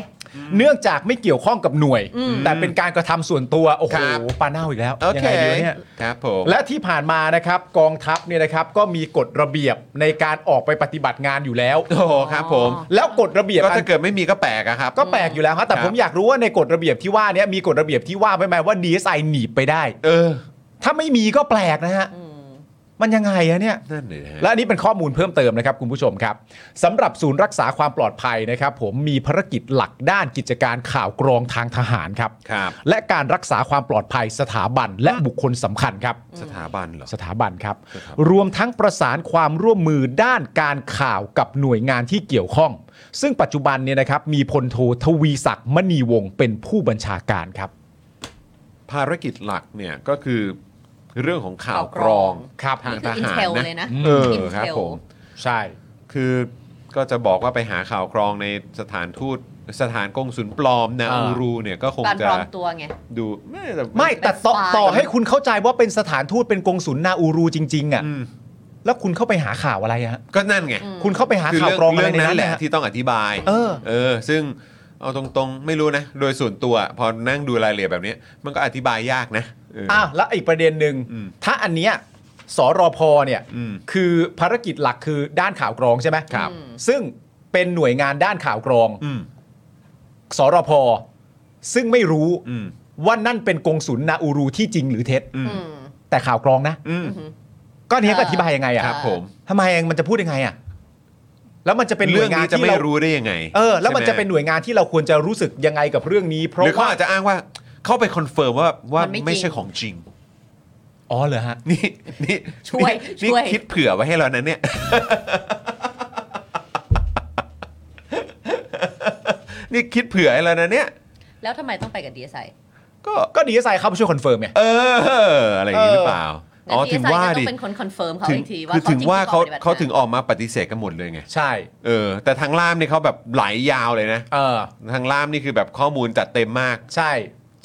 Speaker 3: เนื่องจากไม่เกี่ยวข้องกับหน่วย แต่เป็นการกระทำส่วนตัว โอ้โห
Speaker 2: ครับ
Speaker 3: ปาเน่าอีกแล้ว
Speaker 2: โอ
Speaker 3: ยั
Speaker 2: เค
Speaker 3: ไงดีวะเนี่ย
Speaker 2: ครับผม
Speaker 3: และที่ผ่านมานะครับกองทัพเนี่ยนะครับก็มีกฎระเบียบในการออกไปปฏิบัติงานอยู่แล้ว
Speaker 2: โอ้โหครับผม
Speaker 3: แล้วกฎระเบียบ
Speaker 2: ก็
Speaker 3: อั
Speaker 2: ถ้านเกิดไม่มีก็แปลกอะครับ
Speaker 3: ก็แปลกอยู่แล้วครับแต่
Speaker 2: ครับ
Speaker 3: ผมอยากรู้ว่าในกฎระเบียบที่ว่าเนี้มีกฎระเบียบที่ว่าไว้ไหมว่า DSI หนีบไปได้
Speaker 2: เออ
Speaker 3: ถ้าไม่มีก็แปลกนะฮะ มันยังไงอะเนี่ย
Speaker 2: นั่นเลยฮะ
Speaker 3: และอันนี้เป็นข้อมูลเพิ่มเติมนะครับคุณผู้ชมครับสำหรับศูนย์รักษาความปลอดภัยนะครับ ผมมีภารกิจหลักด้านกิจการข่าวกรองทางทหารครับ
Speaker 2: ครับ
Speaker 3: และการรักษาความปลอดภัยสถาบันและบุคคลสำคัญครับ
Speaker 2: สถาบันเหรอ
Speaker 3: สถาบันครับ
Speaker 2: สถาบัน
Speaker 3: รวมทั้งประสานความร่วมมือด้านการข่าวกับหน่วยงานที่เกี่ยวข้อง ซึ่งปัจจุบันเนี่ยนะครับมีพลโททวีศักดิ์มณีวงศ์เป็นผู้บัญชาการครับ
Speaker 2: ภารกิจหลักเนี่ยก็คือเรื่องของข่าวกรอง
Speaker 3: ครับ
Speaker 2: ทาง
Speaker 4: นี่
Speaker 2: ท
Speaker 4: คืออิน
Speaker 2: หาร
Speaker 4: เทล
Speaker 2: นะ
Speaker 4: เลยนะ
Speaker 2: เออ
Speaker 4: ม
Speaker 2: ครับผม
Speaker 3: ใช่
Speaker 2: คือก็จะบอกว่าไปหาข่าวกรองในสถานทูตสถานกงสุลปลอมนา
Speaker 3: อ่า
Speaker 2: อูรูเนี่ยก็คง
Speaker 4: การ
Speaker 2: จะ
Speaker 4: ปลอมตัวไง
Speaker 2: ดูไม่แต่
Speaker 3: ไม่แต่ต่อ
Speaker 4: เป็นฝ่าย
Speaker 3: ต่อให้คุณเข้าใจว่าเป็นสถานทูตเป็นกงสุลนาอูรูจริง ๆอะ่ะ
Speaker 2: อืม
Speaker 3: แล้วคุณเข้าไปหาข่าวอะไรอะฮะ
Speaker 2: ก็นั่นไง
Speaker 3: คุณเข้าไปหา
Speaker 2: คือ
Speaker 3: ข่าว
Speaker 2: เรื่อง
Speaker 3: กรองอะ
Speaker 2: เรื่
Speaker 3: ไร
Speaker 2: อง
Speaker 3: ใน
Speaker 2: นั้
Speaker 3: นั้นน
Speaker 2: แห
Speaker 3: แห
Speaker 2: ละ
Speaker 3: ละ
Speaker 2: ที่ต้องอธิบาย
Speaker 3: เออ
Speaker 2: เออ ซึ่งเอาตรงๆ ไม่รู้นะ โดยส่วนตัวพอนั่งดูรายละเอียดแบบนี้ มันก็อธิบายยากนะเอออ
Speaker 3: อ่ะแล้วอีกประเด็นหนึ่ง
Speaker 2: อืม
Speaker 3: ถ้าอันเนี้ยสรพเนี่ย
Speaker 2: อืม
Speaker 3: คือภารกิจหลักคือด้านข่าวกรองใช่ไหม
Speaker 2: ครับ
Speaker 3: ซึ่งเป็นหน่วยงานด้านข่าวกรอง
Speaker 2: อืม
Speaker 3: สรพซึ่งไม่รู้
Speaker 2: อืม
Speaker 3: ว่านั่นเป็นกงสุลนาอูรูที่จริงหรือเท็จ
Speaker 2: อืม
Speaker 4: อืม
Speaker 3: แต่ข่าวกรองนะ
Speaker 2: อืม
Speaker 3: ก็เนี้ยก็อธิบายยังไงอ่ะ
Speaker 2: ครับ ผม
Speaker 3: ทำไมมันจะพูดยังไงอ่ะแล้วมันจะเป็นหน่
Speaker 2: เรื่
Speaker 3: ว
Speaker 2: อย ง
Speaker 3: งาน
Speaker 2: นี้จะ
Speaker 3: ที่
Speaker 2: ไม่
Speaker 3: เรา
Speaker 2: รู้ได้ยังไง
Speaker 3: เออ แล้วมันจะ
Speaker 2: ใช่ไห
Speaker 3: เป็นหน่วยงานที่เราควรจะรู้สึกยังไงกับเรื่องนี้ เพราะ
Speaker 2: หรือเขา
Speaker 3: ว่า
Speaker 2: อาจจะอ้างว่าเข้าไปคอนเฟิร์มว่าว่า
Speaker 4: มันไม่จริง
Speaker 2: ไม่ใช่ของจ ริง
Speaker 3: อ๋อเหรอฮะ
Speaker 2: นี่นี่
Speaker 4: ช่วย
Speaker 2: นี่นี่
Speaker 4: ช่วย
Speaker 2: คิดเผื่อไว้ให้เรานะเนี่ย นี่คิดเผื่อให้เรานะเนี่ย
Speaker 4: แล้วทำไมต้องไปกับดีไซน์
Speaker 2: ก็
Speaker 3: ก็ดีไซน์เข้าไปช่วยคอนเฟิร์มไง
Speaker 2: เอออะไรอย่างนี้หรือเปล่าอ๋อถึงว่าดิ
Speaker 4: ต้องเป็นคนคอนเฟิร์มเขา
Speaker 2: ถึง
Speaker 4: อีกทีว่า
Speaker 2: คือถึงว่าเขา
Speaker 4: จริงหรือปล่
Speaker 2: เขาถึง
Speaker 4: ปฏิบัติ
Speaker 2: ออกมาปฏิเสธกันหมดเลยไง
Speaker 3: ใช่
Speaker 2: เออ แต่ทางล่ามนี่เขาแบบไหลยาวเลยนะ
Speaker 3: เออ
Speaker 2: ทางล่ามนี่คือแบบข้อมูลจัดเต็มมาก
Speaker 3: ใช่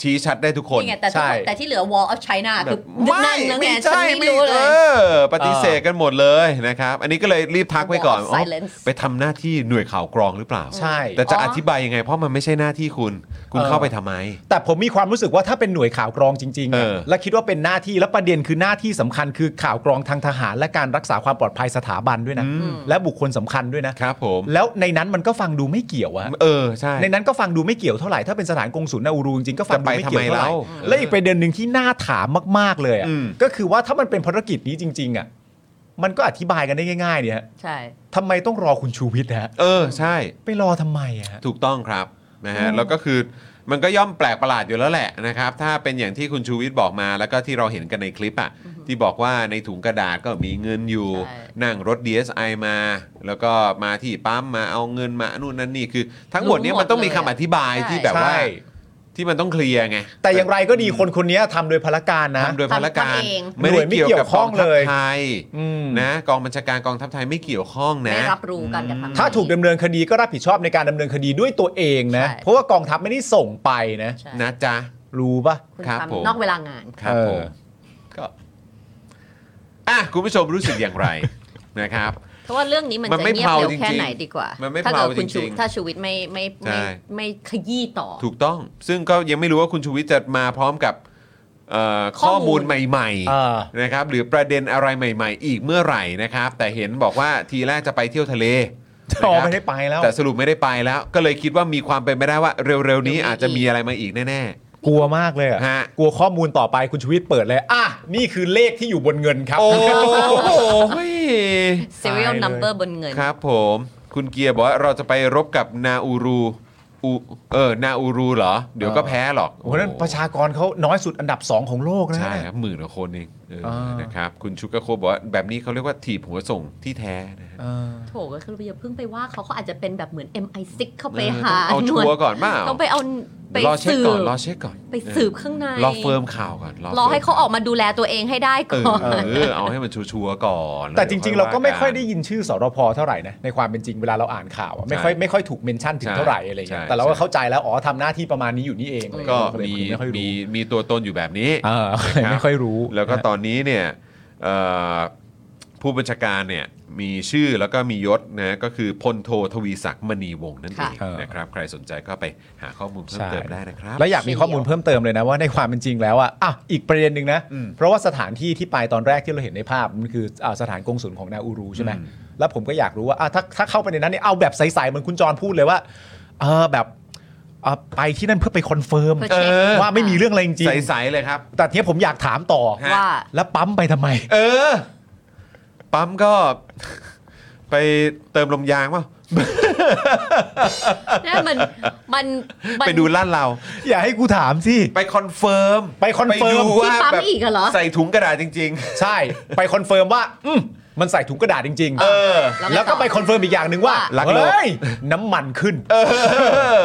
Speaker 2: ชี้ชัดได้ทุกคน
Speaker 4: นี่ไงแต่
Speaker 3: ใช่
Speaker 4: ทุกคนแต่ที่เหลือ wall of China
Speaker 2: แบ
Speaker 4: คือบ นั่นแล้วไง
Speaker 2: ไม่
Speaker 4: ฉัน
Speaker 2: ใช่
Speaker 4: ไม่
Speaker 2: ไม่
Speaker 4: รู้เล
Speaker 2: เอย อปฏิเสธกันหมดเลยนะครับ อันนี้ก็เลยรีบทักไว้ก่อน
Speaker 4: Wall of
Speaker 2: อ๋อ
Speaker 4: silence
Speaker 2: ไปทำหน้าที่หน่วยข่าวกรองหรือเปล่า
Speaker 3: ใช่
Speaker 2: แต่จะ
Speaker 4: อ๋อ
Speaker 2: อ
Speaker 4: อ
Speaker 2: ธิบายยังไง เพราะมันไม่ใช่หน้าที่คุณ คุณ
Speaker 3: เออ
Speaker 2: เข้าไปทำไม
Speaker 3: แต่ผมมีความรู้สึกว่าถ้าเป็นหน่วยข่าวกรองจริงๆอะ
Speaker 2: เออ
Speaker 3: และคิดว่าเป็นหน้าที่และประเด็นคือหน้าที่สำคัญคือข่าวกรองทางทหาร และการรักษาความปลอดภัยสถาบันด้วยนะและบุคคลสำคัญด้วยนะ
Speaker 2: ครับผม
Speaker 3: แล้วในนั้นมันก็ฟังดูไม่เกี่ยวอะ
Speaker 2: เออ ใช่
Speaker 3: ในนั้นก็ฟังดูไม่เกี่ยวเท่าไหร่ ถ้าเป็นสถานกงสุลนาอูรูจริงๆก็ฟังดูไม่เกี่ยวเท่า
Speaker 2: จะไปทำไม
Speaker 3: ไหร่
Speaker 2: เรา
Speaker 3: และอีกประเด็นหนึ่งที่น่าถามมากๆเลยอะ
Speaker 2: อืม
Speaker 3: ก็คือว่าถ้ามันเป็นภารกิจนี้จริง ๆอะมันก็อธิบายกันได้ง่ายๆเนี่ยฮะ
Speaker 4: ใช่
Speaker 3: ทำไมต้องรอคุณชูวิทย์ฮะ
Speaker 2: เออ ใช่
Speaker 3: ไปรอทำไมอะฮะ
Speaker 2: ถูกต้องครับนะฮะแล้วก็คือมันก็ย่อมแปลกประหลาดอยู่แล้วแหละนะครับ ถ้าเป็นอย่างที่คุณชูวิทย์บอกมา แล้วก็ที่เราเห็นกันในคลิปอะ่ะที่บอกว่าในถุงกระดาษก็มีเงินอยู่
Speaker 4: ใช่
Speaker 2: นั่งรถ DSI มา แล้วก็มาที่ปั๊มมาเอาเงินมานู่นนั่นนี่คือทั้งหมดเนี้มันต้องมีคำอธิบายที่แบบว่า
Speaker 3: ใช่
Speaker 2: ที่มันต้องเคลียร์ไง
Speaker 3: แต่อย่างไรก็ดีคนคนนี้ทำโดยพละการนะ
Speaker 2: ทำโดยพลการ
Speaker 4: ทำเอง
Speaker 2: ไม่ได้เกี่ยวกับกองทัพไทย
Speaker 3: อืม
Speaker 2: นะกองบัญชาการกองทัพไทยไม่เกี่ยวข้องนะ
Speaker 4: ไม่รับรู้การกระทำ
Speaker 3: ถ้าถูกดำเนินคดีก็รับผิดชอบในการดำเนินคดีด้วยตัวเองนะ
Speaker 4: ใช่
Speaker 3: เพราะว่ากองทัพไม่ได้ส่งไปนะ
Speaker 4: ใช่
Speaker 2: นะจ๊ะ
Speaker 3: รู้ปะ
Speaker 4: คุณ
Speaker 2: ครับผม
Speaker 4: ทำนอกเวลางาน
Speaker 2: ครับผม
Speaker 3: เออ
Speaker 2: ก็อ่ะคุณผู้ชมรู้สึกอย่าง ไร นะครับ
Speaker 4: เพราะว่าเรื่องนี้มัน
Speaker 2: มัน
Speaker 4: จะ
Speaker 2: ไม่
Speaker 4: เงียบเร็ว
Speaker 2: เผาจ
Speaker 4: แค่
Speaker 2: ริงๆ
Speaker 4: ไหนดีกว่า
Speaker 2: มันไม่
Speaker 4: ถ้า
Speaker 2: เผา
Speaker 4: เกิดคุณชู
Speaker 2: จริงๆ
Speaker 4: ถ้าชูวิทย์ไม่ไม่ไม่
Speaker 2: ใช่
Speaker 4: ไม่ขยี้ต่อ
Speaker 2: ถูกต้อง ซึ่งก็ยังไม่รู้ว่าคุณชูวิทย์จะมาพร้อมกับเอ่อ
Speaker 4: ข้
Speaker 2: ข้อ
Speaker 4: อมู
Speaker 2: มูล
Speaker 4: ล
Speaker 2: ใหม่
Speaker 3: อ่า
Speaker 2: นะครับ หรือประเด็นอะไรใหม่ ๆ อีกเมื่อไหร่นะครับ แต่เห็นบอกว่าทีแรกจะไปเที่ยวทะเล
Speaker 3: อ๋อ
Speaker 2: นะครับ
Speaker 3: ไม่ได้ไปแล้ว
Speaker 2: แต่สรุปไม่ได้ไปแล้ว ก็เลยคิดว่ามีความเป็นไปได้ว่าเร็วๆนี้
Speaker 4: เดี๋ยวมี
Speaker 2: อาจจะมีอะไรมาอีกแน่
Speaker 3: กลัวมากเลยอะ
Speaker 2: ฮะ
Speaker 3: กลัวข้อมูลต่อไปคุณชูวิทย์เปิดเลย อ่ะ นี่คือเลขที่อยู่บนเงินครั
Speaker 2: ๆ
Speaker 3: บ
Speaker 2: โอ้โห
Speaker 4: serial
Speaker 3: ตายเลย
Speaker 4: number บนเงิน
Speaker 2: ครับผม คุณเกียร์บอกว่าเราจะไปรบกับนาอูรูอูเออนาอูรูเหรอ เดี๋ยวก็แพ้หรอก
Speaker 3: โอ้โหนั่นประชากรเขาน้อยสุดอันดับ 2 ของโลกนะ
Speaker 2: ใช่ครับหมื่นกว่าคนเองเอออา นะครับ คุณชุกกะโคบอกว่าแบบนี้เขาเรียกว่าถีบหัวส่งที่แท้นะฮะ
Speaker 3: เออ
Speaker 4: โถก็คืออย่าเพิ่งไปว่าเขาเขาอาจจะเป็นแบบเหมือน MI6 เข้าไป
Speaker 2: เออ
Speaker 4: หา
Speaker 2: ต้องเอา
Speaker 4: ห
Speaker 2: ชั
Speaker 4: น่วยว
Speaker 2: ร์ก่อนเปล่า
Speaker 4: ต้องไปเอาไป
Speaker 2: รอเช็ค
Speaker 4: สืบ
Speaker 2: ก่อนรอเช็คก่อน
Speaker 4: ไปสืบข้างใน
Speaker 2: รอเฟิร์มข่าวก่อน
Speaker 4: รอให้เขาออ
Speaker 2: ฟิ
Speaker 4: ก
Speaker 2: ร์ม
Speaker 4: มาดูแลตัวเองให้ได้
Speaker 2: เอ
Speaker 4: ก่
Speaker 2: อ
Speaker 4: อน
Speaker 2: เออเอาให้มันชัวร์ๆก่อน
Speaker 3: แต่จริง ๆ เราก็ไม่ค่อย
Speaker 2: น
Speaker 3: ได้ยินชื่อสรพเท่าไหร่นะในความเป็นจริงเวลาเราอ่านข่าวอะไม่ค่อย
Speaker 2: ใช่
Speaker 3: ไม่ค่อยถูกเมนชั่นถึงเท่าไหร่อะไร
Speaker 2: ใช่
Speaker 3: เงี้ยแต่เราก็
Speaker 2: ใช่
Speaker 3: เข้าใจแล้วอ๋อทำหน้าที่ประมาณนี้อยู่นี่เองอะไรเงี้ย
Speaker 2: ก็
Speaker 3: เลย
Speaker 2: มี
Speaker 3: ไม่ค่อย
Speaker 2: มี
Speaker 3: รู้
Speaker 2: มีตัวตนอยู่แบบนี้
Speaker 3: เออเลยไม่ค่อยรู้
Speaker 2: แล้วก็ตอนนี้เนี่ยเอ่อผู้บัญชาการเนี่ยมีชื่อแล้วก็มียศนะก็คือพลโททวีศักดิ์มณีวงศ์นั่นเอง
Speaker 3: ะ
Speaker 2: นะครับ ใครสนใจก็ไปหาข้อมูลเพิ่มเติมได้นะครับ
Speaker 3: แล้วอยากมีข้อมูลเพิ่มเติมเลยนะว่าในความเป็นจริงแล้วอ่ะอ่ะอีกประเด็นหนึ่งนะ
Speaker 2: อืม
Speaker 3: เพราะว่าสถานที่ที่ไปตอนแรกที่เราเห็นในภาพมันคืออ่าสถานกงสุลของนาอูรูใช่ไหม
Speaker 2: อืม
Speaker 3: แล้วผมก็อยากรู้ว่าอ่ะถ้าถ้าเข้าไปในนั้นเนี่ยเอาแบบใสๆเหมือนคุณจรพูดเลยว่าเออแบบเอ่อไปที่นั่นเพื่อไปคอนเฟิร์ม
Speaker 4: เพื่อเช็ค
Speaker 2: เออ
Speaker 3: ว่าไม่มีเรื่องอะไรจริง
Speaker 2: ใสๆเลยครับ
Speaker 3: ๆแต่เนี้ยผมอยากถามต่อ
Speaker 2: ฮะ
Speaker 4: ว่า
Speaker 3: แล้วปั๊มไปทำไม
Speaker 2: เออ ปั๊มก็ ไปเติมลมยางเปล่า
Speaker 4: เนี่ยมันมันมัน
Speaker 2: ไปดูลาดเรา
Speaker 3: อย่าให้กูถามสิ
Speaker 2: ไปคอนเฟิร์ม
Speaker 3: ไปคอนเฟิร์ม
Speaker 2: ดูว่า
Speaker 4: ที่ปั๊ม
Speaker 2: แบบ
Speaker 4: อีกเหรอ
Speaker 2: ใส่ถุงกระดาษจริง
Speaker 3: ใช่ ไปคอนเฟิร์มว่า อืมมันใส่ถุงกระดาษจริง
Speaker 2: ๆ เออ
Speaker 3: ๆ แล้วก็ไปคอนเฟิร์มอีกอย่างหนึ่งว่า
Speaker 2: รักโลก
Speaker 3: เฮ้ยน้ำมันขึ้น
Speaker 2: เอ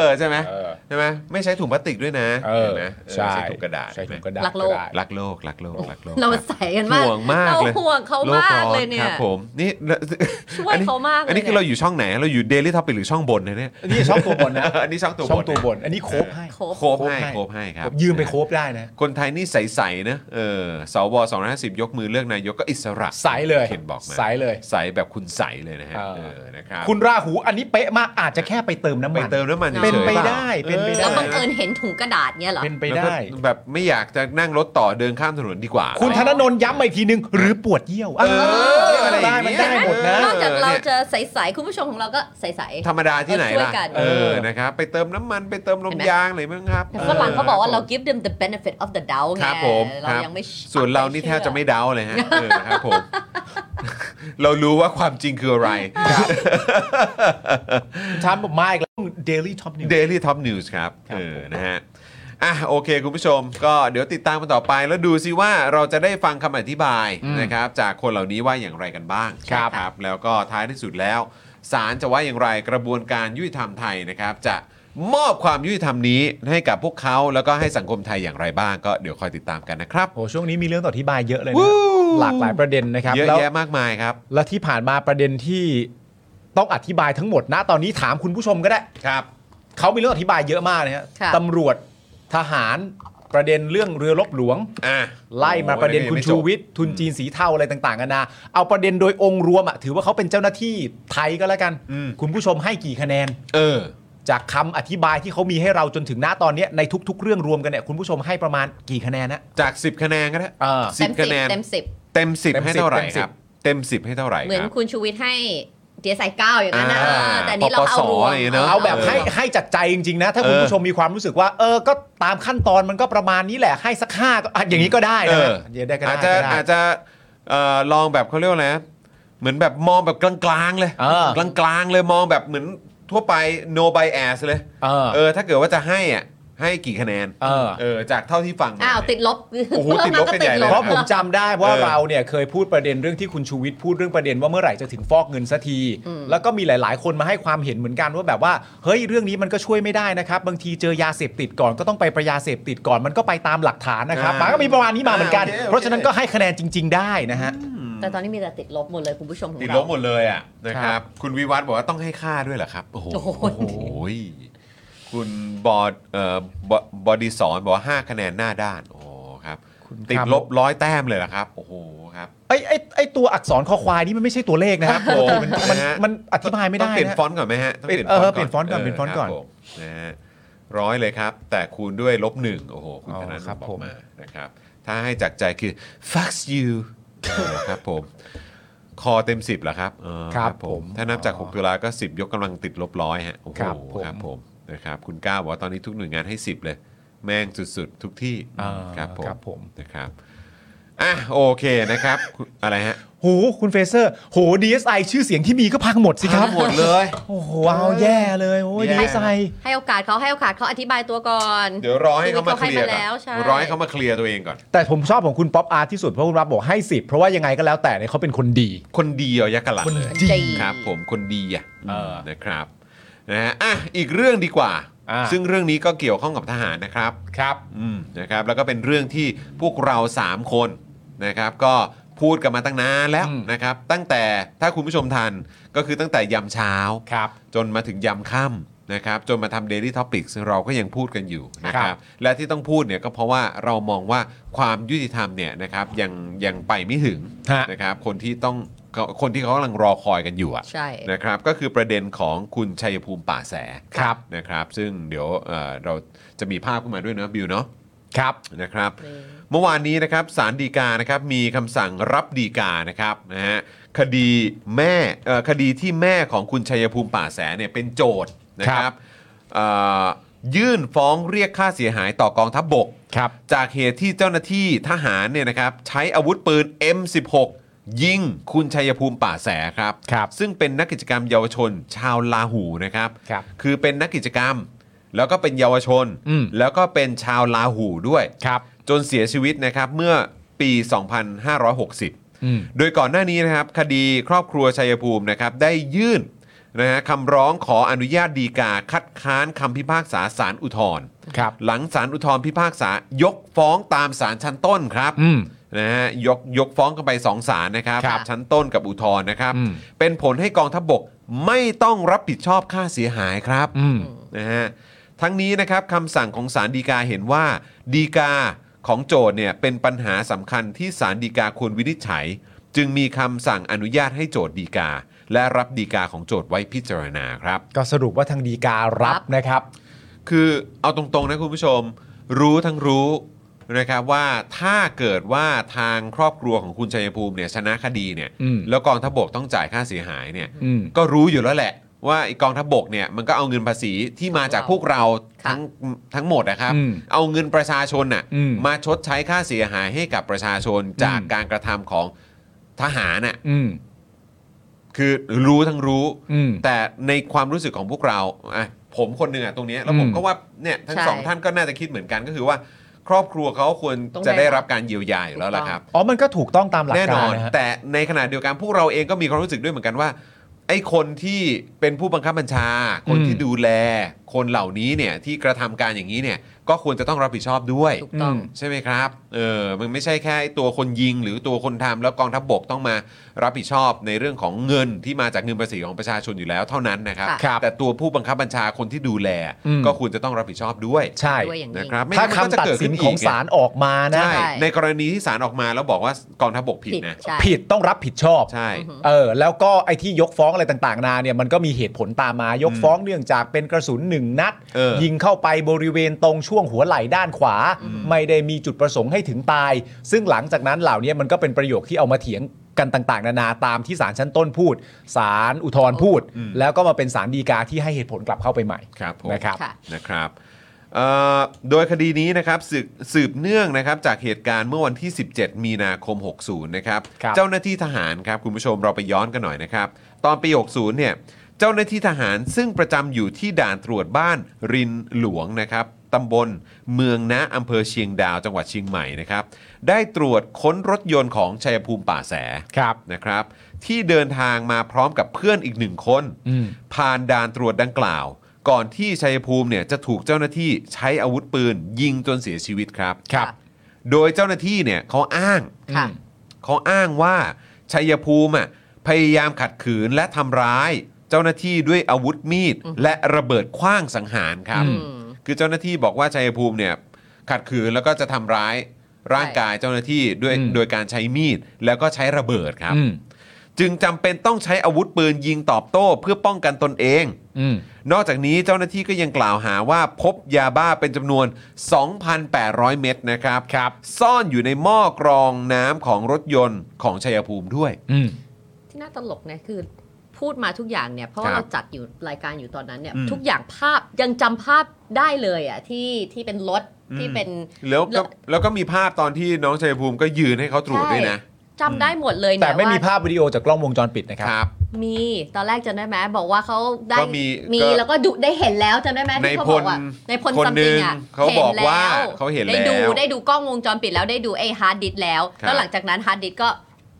Speaker 2: อใช่ไหม
Speaker 3: เออ
Speaker 2: ใช่ไหมไม่ใช้ถุงพลาสติกด้วยนะ
Speaker 3: เออ
Speaker 2: ห็นไหมเออ
Speaker 3: ใช่
Speaker 2: ใช้ถุงกระดาษ
Speaker 3: ใช้ถุงกระดาษ
Speaker 4: รักโลก
Speaker 3: ระดาษ
Speaker 2: รักโลกรักโลกรักโลก
Speaker 4: เรา
Speaker 2: ครับ
Speaker 4: ใส่กันมาก
Speaker 2: ห่วงมาก
Speaker 4: เรา
Speaker 2: เลย
Speaker 4: ห่วงเขา
Speaker 2: โล
Speaker 4: มาก
Speaker 2: ร้อ
Speaker 4: เลยเนี่
Speaker 2: ค
Speaker 4: ย
Speaker 2: รับผมนี่
Speaker 4: ช่วยเขามากเลย
Speaker 2: อันนี้คือ
Speaker 4: เนี่ย
Speaker 2: เราอยู่ช่องไหนเราอยู่ Daily Topic หรือช่องบนนะเนี่ย
Speaker 3: อันนี้ชอบตัวบนนะ
Speaker 2: อันนี้ช่องตัวบน
Speaker 3: ชอบตัวบ
Speaker 2: นะ
Speaker 3: น อันนี้โคบให้
Speaker 4: โค
Speaker 2: โคบให้โคบให้ครับ
Speaker 3: ยืมไปโคบได้นะ
Speaker 2: คนไทยนี่ใสๆนะเออสว250 ยกมือเลือกนายกก็อิสระ
Speaker 3: ใสเลย
Speaker 2: เห็นบอกมา
Speaker 3: ใสเลย
Speaker 2: ใสแบบคุณใสเลยนะฮะ
Speaker 3: เออ
Speaker 2: เออนะครับ
Speaker 3: คุณราหูอันนี้เป๊ะมากอาจจะแค่ไปเติมน้ำ
Speaker 2: ไป
Speaker 3: มัน
Speaker 2: เติมน้ำมัน
Speaker 3: เป็น
Speaker 2: ฉยๆ
Speaker 3: ไป
Speaker 2: ล่า
Speaker 3: ได้เป็นไปได้
Speaker 4: แล้วบังเอิญเห็นถุงกระดาษเนี่ยเหรอ
Speaker 3: เป็นไป
Speaker 2: แล้วก็
Speaker 3: ได้
Speaker 2: แบบไม่อยากจะนั่งรถต่อเดินข้ามถนนดีกว่า
Speaker 3: คุณธนนท์ย้ำมาอีกทีนึง หรือปวดเยี่ยวเอ
Speaker 2: อ
Speaker 3: อได้มันได้หมดนะ
Speaker 4: นอกจากเรา
Speaker 2: เนี่ย
Speaker 4: จะใสๆคุณผู้ชมของเราก็ใส
Speaker 2: ธรรมดาที่ไหนล่ะ
Speaker 4: เราช่วยกัน
Speaker 2: เออ นะครับ ไปเติมน้ำมัน ไปเติมลม
Speaker 4: เห็นไหม
Speaker 2: ยางหน่อยมั้งครับ
Speaker 4: ๆแต่ฝรั่งเขาบอกว่าเรา
Speaker 2: ค
Speaker 4: give them the benefit of the doubt ไง
Speaker 2: ครับผม
Speaker 4: เรา
Speaker 2: ครับ
Speaker 4: ยังไม่
Speaker 2: บส่วนเรานี่แทบจะไม่เดาเลยฮะ เออ ครับผม เรารู้ว่าความจริงคือ อะไร
Speaker 3: ถามผมมาอีกแล้ว Daily Top News
Speaker 2: Daily Top News ครับ
Speaker 3: ครับ
Speaker 2: เออ
Speaker 3: ผม
Speaker 2: นะฮะ อ่ะ โอเค คุณผู้ชม ก็เดี๋ยวติดตามกันต่อไป แล้วดูซิว่าเราจะได้ฟังคำอธิบายนะครับ จากคนเหล่านี้ว่าอย่างไรกันบ้าง
Speaker 3: ครับ
Speaker 2: ครับ แล้วก็ท้ายที่สุดแล้วศาลจะว่าอย่างไรกระบวนการยุติธรรมไทยนะครับ จะมอบความยุติธรรมนี้ให้กับพวกเขาแล้วก็ให้สังคมไทยอย่างไรบ้าง ก็เดี๋ยวคอยติดตามกันนะครับ
Speaker 3: โหช่วงนี้มีเรื่องต่ออธิบายเยอะเลย
Speaker 2: วู้
Speaker 3: นะ หลากหลายประเด็นนะครับ
Speaker 2: เยอะ
Speaker 3: แล้ว
Speaker 2: แยะมากมายครับ
Speaker 3: และที่ผ่านมาประเด็นที่ต้องอธิบายทั้งหมดนะตอนนี้ถามคุณผู้ชมก็ได้
Speaker 2: ครับ
Speaker 3: เขามีเรื่องอธิบายเยอะมากนะฮะ
Speaker 4: ค่ะ
Speaker 3: ตำรวจทหารประเด็นเรื่องเรือรบหลวง
Speaker 2: อ่ะ
Speaker 3: ไล่มาประเด็นคุณ
Speaker 2: โอ้โห
Speaker 3: ชูวิทย์ทุนจีนสีเทาอะไรต่างๆกันานาเอาประเด็นโดยองค์รวมอะถือว่าเขาเป็นเจ้าหน้าที่ไทยก็แล้วกัน คุณผู้ชมให้กี่คะแนน
Speaker 2: เออ
Speaker 3: จากคำอธิบายที่เขามีให้เราจนถึงหน้าตอนเนี้ยในทุก ๆ เรื่องรวมกันเนี่ยคุณผู้ชมให้ประมาณกี่คะแนนนะ
Speaker 2: จาก 10 คะแนนก็ได้
Speaker 3: เออ
Speaker 2: สิ
Speaker 4: เต็
Speaker 2: บคะ
Speaker 4: มสิบ
Speaker 2: แนน
Speaker 4: เต็มสิบ
Speaker 2: เต็ม 10
Speaker 3: เต็ม
Speaker 2: ให้เท่าไหร่
Speaker 3: 10
Speaker 2: ครับ เต็ม 10 ให้เท่าไหร่
Speaker 4: เหมือน
Speaker 2: ครับ
Speaker 4: คุณชูวิทย์ให้เดียใส่เก้าอย่างนั้นนะ
Speaker 2: อ่า
Speaker 4: เออแต่อันนี้เราเอาร
Speaker 2: ป
Speaker 4: ว
Speaker 2: ปส
Speaker 4: ม
Speaker 2: อะไรอย่างเงี้ยเนอะ
Speaker 3: เอาแบบให้ให้จากใจจริง ๆ นะ ถ้าคุณผู้ชมมีความรู้สึกว่า เออก็ตามขั้นตอนมันก็ประมาณนี้แหละให้สักห้าก็อ่ะอย่างนี้ก็ได้
Speaker 2: เอ
Speaker 3: นะ
Speaker 2: อ
Speaker 3: เดี๋ยวได้ก็ได้
Speaker 2: อาจจะ
Speaker 3: ก็ได้
Speaker 2: อาจจะเอ่อลองแบบเขาเรียกว่าอะไรนะเหมือนแบบมองแบบกลางๆเลย
Speaker 3: เออก
Speaker 2: ลางๆเลยมองแบบเหมือนทั่วไป no bias เลย
Speaker 3: เออ
Speaker 2: ถ้าเกิดว่าจะให้อ่ะให้กี่คะแนน
Speaker 3: เออ
Speaker 2: จากเท่าที่ฟังม
Speaker 4: อ้าวติดลบ
Speaker 2: โอ้โหติดลบกันใหญ่เลย
Speaker 3: เพราะผมจำได้ว่า
Speaker 2: เออ
Speaker 3: เราเนี่ยเคยพูดประเด็นเรื่องที่คุณชูวิทย์พูดเรื่องประเด็นว่าเมื่อไหร่จะถึงฟอกเงินสักที แล้วก็มีหลาย ๆ คนมาให้ความเห็นเหมือนกันว่าแบบว่าเฮ้ยเรื่องนี้มันก็ช่วยไม่ได้นะครับบางทีเจอยาเสพติดก่อนก็ต้องไปประยาเสพติดก่อนมันก็ไปตามหลักฐานนะครับ
Speaker 2: อ่ามั
Speaker 3: มันก็มีประมาณนี้มาเหมือนกัน
Speaker 2: โอเคโอเค
Speaker 3: เพราะฉะนั้นก็ให้คะแนนจริง ๆ ได้นะฮะ
Speaker 4: แต่ตอนนี้มีแต่ติดลบหมดเลยคุณผู้ชมของ
Speaker 2: ติด
Speaker 4: เรา
Speaker 2: ลบหมดเลยอ่ะนะค
Speaker 3: ครั
Speaker 2: รับ
Speaker 3: บ
Speaker 2: คุณวิวัฒน์บอกว่าต้องให้ค่าด้วยเหรอครับ โอ้โห
Speaker 4: โอ้โห
Speaker 2: ยคุณบอดเอ่อบอบอดีสอนบอกว่าห้าคะแนนหน้าด้านโอ้โหครับติดลบร้อยแต้มเลยเหรอครับโอ้โหครับ
Speaker 3: ไอ้ไอ้ไอ้ตัวอักษรคอควายนี่มันไม่ใช่ตัวเลขนะครับ
Speaker 2: ครับผม
Speaker 3: มันมัน
Speaker 2: นะฮะ
Speaker 3: มันอธิบายไม่
Speaker 2: ต้
Speaker 3: ได้
Speaker 2: องเปลี่ยน
Speaker 3: นะ
Speaker 2: ฟอนต์ก่อนไหมฮะต้อง
Speaker 3: เออเปลี่ยนฟอนต์ก่อนเปลี่ยนฟอนต์ก่อน
Speaker 2: ครับผมนะฮะร้อยเลยครับ แต่คูณด้วยลบหนึ่งโอ้โห คุณ
Speaker 3: อ๋อ
Speaker 2: ธนาโน
Speaker 3: ครับ
Speaker 2: บอ
Speaker 3: ผ
Speaker 2: ก
Speaker 3: ม
Speaker 2: มานะครับ ถ้าให้จากใจคือ fuck you เออครับผม คอเต็ม 10เหรอครับเออถ้านับจาก 6 ตุลาก็ 10 ยกกำลังติดลบร้อยฮะ โอ้โห
Speaker 3: ครับผม
Speaker 2: ครับผมนะครับคุณก้าวบอกว่าตอนนี้ทุกหน่วยงานให้ 10 เลย แม่งสุดๆ ทุกที่
Speaker 3: อ่า
Speaker 2: ครับผม
Speaker 3: ครับผม
Speaker 2: นะครับอ่ะโอเคนะครับคุณอะไรฮะ
Speaker 3: โหคุณเฟเซอร์โห DSI ชื่อเสียงที่มีก็พังหมดสิครับ
Speaker 2: หมดเลย
Speaker 3: โอ้โหเอาแย่เลยโอ้ย
Speaker 2: แย่
Speaker 3: DSI
Speaker 4: ให้โอกาสเขาให้โอกาสเขาอธิบายตัวก่อน
Speaker 2: เดี๋ยวรอให้เขามาเคลียร์
Speaker 4: เขาให้มาแล้วใช่
Speaker 2: ก่อนรอให้เขามาเคลียร์ตัวเองก่อน
Speaker 3: แต่ผมชอบของคุณป๊อปอาร์ตที่สุดเพราะคุณรับบอกให้สิบเพราะว่ายังไงก็แล้วแต่เนี่ยเขาเป็นคนดี
Speaker 2: คนดีเหรอยักษ์กะหลัด
Speaker 3: คน
Speaker 2: เลย
Speaker 3: ดี
Speaker 2: ครับ ผมคนดีอ่ะ
Speaker 3: เออ
Speaker 2: นะครับนะฮะอ่ะอีกเรื่องดีกว่า
Speaker 3: อ่า
Speaker 2: ซึ่งเรื่องนี้ก็เกี่ยวข้องกับทหารนะครับ
Speaker 3: ครับ
Speaker 2: อืมนะครับแล้วก็เป็นเรื่องที่พวกเรา 3 คนนะครับก็พูดกันมาตั้งนานแล้ว
Speaker 3: อืม
Speaker 2: นะครับ ตั้งแต่ถ้าคุณผู้ชมทันก็คือตั้งแต่ยามเช้า
Speaker 3: ครับ
Speaker 2: จนมาถึงยามค่ำนะครับจนมาทำ Daily Topics เราก็ยังพูดกันอยู่นะค
Speaker 3: ครั
Speaker 2: รับบ และที่ต้องพูดเนี่ยก็เพราะว่าเรามองว่าความยุติธรรมเนี่ยนะครับยังยังไปไม่ถึง
Speaker 3: ฮะ
Speaker 2: นะครับคนที่ต้องคนที่เขากำลังรอคอยกันอยู่อะ
Speaker 4: ใช่
Speaker 2: นะครับก็คือประเด็นของคุณชัยภูมิป่าแส
Speaker 3: ครับ
Speaker 2: นะครับ ซึ่งเดี๋ยวเอ่อเราจะมีภาพขึ้นมาด้วยเนอะบิวเนาะ
Speaker 3: ครับ
Speaker 2: นะครับ เมื่อวานนี้นะครับสารดีกานะครับมีคำสั่งรับดีกานะครับนะฮะคดีแม่เอ่อคดีที่แม่ของคุณชัยภูมิป่าแสเนี่ยเป็นโจทย์นะค
Speaker 3: ครั
Speaker 2: รับบ เอ่อยื่นฟ้องเรียกค่าเสียหายต่อกองทัพบบก
Speaker 3: ครับ
Speaker 2: จากเหตุที่เจ้าหน้าที่ทหารเนี่ยนะครับใช้อาวุธปืน M16 ยิงคุณชัยภูมิป่าแสครับ
Speaker 3: ครับ
Speaker 2: ซึ่งเป็นนักกิจกรรมเยาวชนชาวลาหูนะครับ
Speaker 3: ครับ
Speaker 2: คือเป็นนักกิจกรรม แล้วก็เป็นเยาวชน
Speaker 3: อืม
Speaker 2: แล้วก็เป็นชาวลาหูด้วย
Speaker 3: ครับ
Speaker 2: จนเสียชีวิตนะครับเมื่อปี
Speaker 3: อืม
Speaker 2: 2560 โดยก่อนหน้านี้นะครับคดีครอบครัวชัยภูมินะครับได้ยื่นนะฮะคำร้องขออนุญาตดีกาคัดค้านคำพิพากษาศาลอุทธรณ์
Speaker 3: ครับ
Speaker 2: หลังศาลอุทธรณ์พิพากษายกฟ้องตามศาลชั้นต้นครับ
Speaker 3: อืม
Speaker 2: นะฮะยกยกฟ้องกันไปสองศาลนะครับ
Speaker 3: ครับ
Speaker 2: ชั้นต้นกับอุทธรณ์นะครับ
Speaker 3: อืม
Speaker 2: เป็นผลให้กองทัพบกไม่ต้องรับผิดชอบค่าเสียหายครับ
Speaker 3: อืม
Speaker 2: นะฮะทั้งนี้นะครับคำสั่งของศาลฎีกาเห็นว่าฎีกาของโจทย์เนี่ยเป็นปัญหาสำคัญที่ศาลฎีกาควรวินิจฉัย จึงมีคำสั่งอนุญาตให้โจทย์ฎีกา และรับฎีกาของโจทย์ไว้พิจารณาครับ
Speaker 3: ก็สรุปว่าทางดีการั
Speaker 4: ครับ บ
Speaker 3: นะครับ
Speaker 2: คือเอาตรงๆนะคุณผู้ชม รู้ทั้งรู้นะครับว่าถ้าเกิดว่าทางครอบครัวของคุณชัยภูมิเนี่ยชนะคดีเนี่ย
Speaker 3: อืม
Speaker 2: แล้วกองทัพบกต้องจ่ายค่าเสียหายเนี่ย
Speaker 3: อืม
Speaker 2: ก็รู้อยู่แล้วแหละ ว่าไอ้กองทัพบกเนี่ยมันก็เอาเงินภาษีที่มาจากพวกเราทั้งทั้งหมดนะครับ
Speaker 3: อืม
Speaker 2: เอาเงินประชาชนน่ะ
Speaker 3: อืม
Speaker 2: มาชดใช้ค่าเสียหายให้กับประชาชนจาก
Speaker 3: อืม
Speaker 2: การกระทำของทหารน่ะ
Speaker 3: อืม
Speaker 2: คือรู้ทั้งรู้
Speaker 3: อืม
Speaker 2: แต่ในความรู้สึกของพวกเราอ่ะผมคนหนึ่งอ่ะตรงเนี้ยแล้วผม
Speaker 3: อืม
Speaker 2: ก็ว่าเนี่ยทั้ง
Speaker 4: ใช่
Speaker 2: สองท่านก็น่าจะคิดเหมือนกันก็คือว่า ครอบครัวเขาควร
Speaker 4: ต้อง
Speaker 2: จะ
Speaker 4: ได้
Speaker 2: ได้
Speaker 4: รั
Speaker 2: รับบ การเยียวยาอยู่แล้วล่ะครับ
Speaker 3: อ๋อมันก็ถูกต้องตามหลัก
Speaker 2: แน่น
Speaker 3: กา
Speaker 2: อ
Speaker 3: ร
Speaker 2: น
Speaker 3: นะฮะ
Speaker 2: แต่ในขณะเดียวกันพวกเราเองก็มีความรู้สึกด้วยเหมือนกันว่า ไอ้คนที่เป็นผู้บังคับบัญชา คน
Speaker 3: อืม
Speaker 2: ที่ดูแล คนเหล่านี้เนี่ยที่กระทำการอย่างนี้เนี่ยก็ควรจะต้องรับผิดชอบด้วย
Speaker 4: ถูกต้อง
Speaker 3: อืม
Speaker 2: ใช่ไหมครับเออมันไม่ใช่แค่ตัวคนยิง หรือตัวคนทำแล้วกองทัพบกต้องมารับผิดชอบในเรื่องของเงินที่มาจากเงินภาษีของประชาชนอยู่แล้วเท่านั้นนะครับ
Speaker 4: ค่ะ
Speaker 3: ครับ
Speaker 2: แต่ตัวผู้บังคับบัญชาคนที่ดูแล
Speaker 3: อืม
Speaker 2: ก็ควรจะต้องรับผิดชอบด้วย
Speaker 3: ใช่
Speaker 4: ด้วยอย่างนี้
Speaker 2: นะครับไม่
Speaker 3: ถ้า
Speaker 2: งั้นมันก็
Speaker 3: คำ
Speaker 2: จะ
Speaker 3: ตัด
Speaker 2: เกิด
Speaker 3: สิ
Speaker 2: ขึ้
Speaker 3: น
Speaker 2: น
Speaker 3: ข
Speaker 2: อี
Speaker 3: อง
Speaker 2: ก
Speaker 3: ศาลออกมานะ
Speaker 2: ใช่
Speaker 4: ใช่
Speaker 2: ในกรณีที่ศาลออกมาแล้วบอกว่ากองทัพบกผิดนะ
Speaker 4: ใช่
Speaker 3: ผิดต้องรับผิดชอบ
Speaker 2: ใช่
Speaker 4: อืม
Speaker 3: เออแล้วก็ไอ้ที่ยกฟ้องอะไรต่างๆนาเนี่ยมันก็มีเหตุผลตามมายกฟ้องเนื่องจากเป็นกระสุนหนึ่งนัด
Speaker 2: เออ
Speaker 3: ยิงเข้าไปบริเวณตรงช่วงหัวไหล่ด้านขวา ไม่ได้มีจุดประสงค์ให้ถึงตาย ซึ่งหลังจากนั้นเหล่านี้มันก็เป็นประโยคที่เอามาเถียงกันต่างๆ นานาตามที่ศาลชั้นต้นพูดศาลอุทธรณ์พูด
Speaker 2: อืม
Speaker 3: แล้วก็มาเป็นศาลฎีกาที่ให้เหตุผลกลับเข้าไปใหม่
Speaker 2: ครับผม
Speaker 3: นะครับ
Speaker 4: ค่ะ
Speaker 2: นะครับเอ่อโดยคดีนี้นะครับสืบสืบเนื่องนะครับจากเหตุการณ์เมื่อวันที่ 17 มีนาคม 60 นะครับ
Speaker 3: ครับ
Speaker 2: เจ้าหน้าที่ทหารครับคุณผู้ชมเราไปย้อนกันหน่อยนะครับ ตอนปี 60 เนี่ยเจ้าหน้าที่ทหารซึ่งประจำอยู่ที่ด่านตรวจบ้านรินหลวงนะครับตำบลเมืองนะอำเภอเชียงดาวจังหวัดเชียงใหม่นะครับได้ตรวจค้นรถยนต์ของชัยภูมิป่าแส
Speaker 3: ครับ
Speaker 2: นะครับที่เดินทางมาพร้อมกับเพื่อนอีกหนึ่งคน
Speaker 3: อืม
Speaker 2: ผ่านด่านตรวจดังกล่าว ก่อนที่ชัยภูมิเนี่ยจะถูกเจ้าหน้าที่ใช้อาวุธปืน ยิงจนเสียชีวิตครับ
Speaker 3: ครับ
Speaker 2: โดยเจ้าหน้าที่เนี่ยเขาอ้าง
Speaker 4: ค่ะ
Speaker 2: เขาอ้างว่าชัยภูมิอ่ะพยายามขัดขืนและทำร้าย เจ้าหน้าที่ด้วยอาวุธมีดและระเบิดขว้างสังหารครับ
Speaker 3: อื
Speaker 4: อืม
Speaker 2: คือเจ้าหน้าที่บอกว่าชัยภูมิเนี่ยขัดขืนแล้วก็จะทำร้ายร่างกายเจ้าหน้าที่ด้วย
Speaker 3: อืม
Speaker 2: โดยการใช้มีดแล้วก็ใช้ระเบิดครับ
Speaker 3: อืม
Speaker 2: จึงจำเป็นต้องใช้อาวุธปืนยิงตอบโต้เพื่อป้องกันตนเอง
Speaker 3: อืม
Speaker 2: นอกจากนี้เจ้าหน้าที่ก็ยังกล่าวหาว่าพบยาบ้าเป็นจำนวน 2,800 เม็ดนะครับ
Speaker 3: ครับ
Speaker 2: ซ่อนอยู่ในหม้อกรองน้ำของรถยนต์ของชัยภูมิด้วย
Speaker 3: อืม
Speaker 4: ที่น่าตลกเนี่ยคือพูดมาทุกอย่างเนี่ยเพราะ
Speaker 2: ครับ
Speaker 4: ว่าเราจัดอยู่รายการอยู่ตอนนั้นเนี่ย
Speaker 2: อืม
Speaker 4: ทุกอย่างภาพยังจำภาพได้เลยอ่ะที่ที่เป็นรถ
Speaker 2: อืม
Speaker 4: ที่เป็น
Speaker 2: แล้วก็
Speaker 4: แล้ว
Speaker 2: แล้วก็มีภาพตอนที่น้องชัยภูมิก็ยืนให้เขาตรวจด้วยนะ
Speaker 4: ใช่จำได้หมดเลย
Speaker 3: แต่
Speaker 4: เนี่ย
Speaker 3: ไม่มี
Speaker 4: ว่า
Speaker 3: ภาพวิดีโอจากกล้องวงจรปิดนะ
Speaker 2: ค
Speaker 3: ค
Speaker 2: รับ รับ
Speaker 4: มีตอนแรกจำได้ไหมบอกว่าเขาได้
Speaker 2: ก็มีก็
Speaker 4: แล้วก็ดูได้เห็นแล้วจำได้ไหมที่เขาบอกว่าในพล
Speaker 2: คน
Speaker 4: ซัม
Speaker 2: หนึ่
Speaker 4: ติ
Speaker 2: ง
Speaker 4: งอ่ะ
Speaker 2: เขาบอก
Speaker 4: ห็น
Speaker 2: ว่า
Speaker 4: แล้ว
Speaker 2: เขาเห็น
Speaker 4: ได้ดู
Speaker 2: แล้ว
Speaker 4: ได้ดูกล้องวงจรปิดแล้วได้ดูไอ้ฮาร์ดดิสก์แล้ว
Speaker 2: ครับ
Speaker 4: แล้วหลังจากนั้นฮาร์ดดิสก์ก็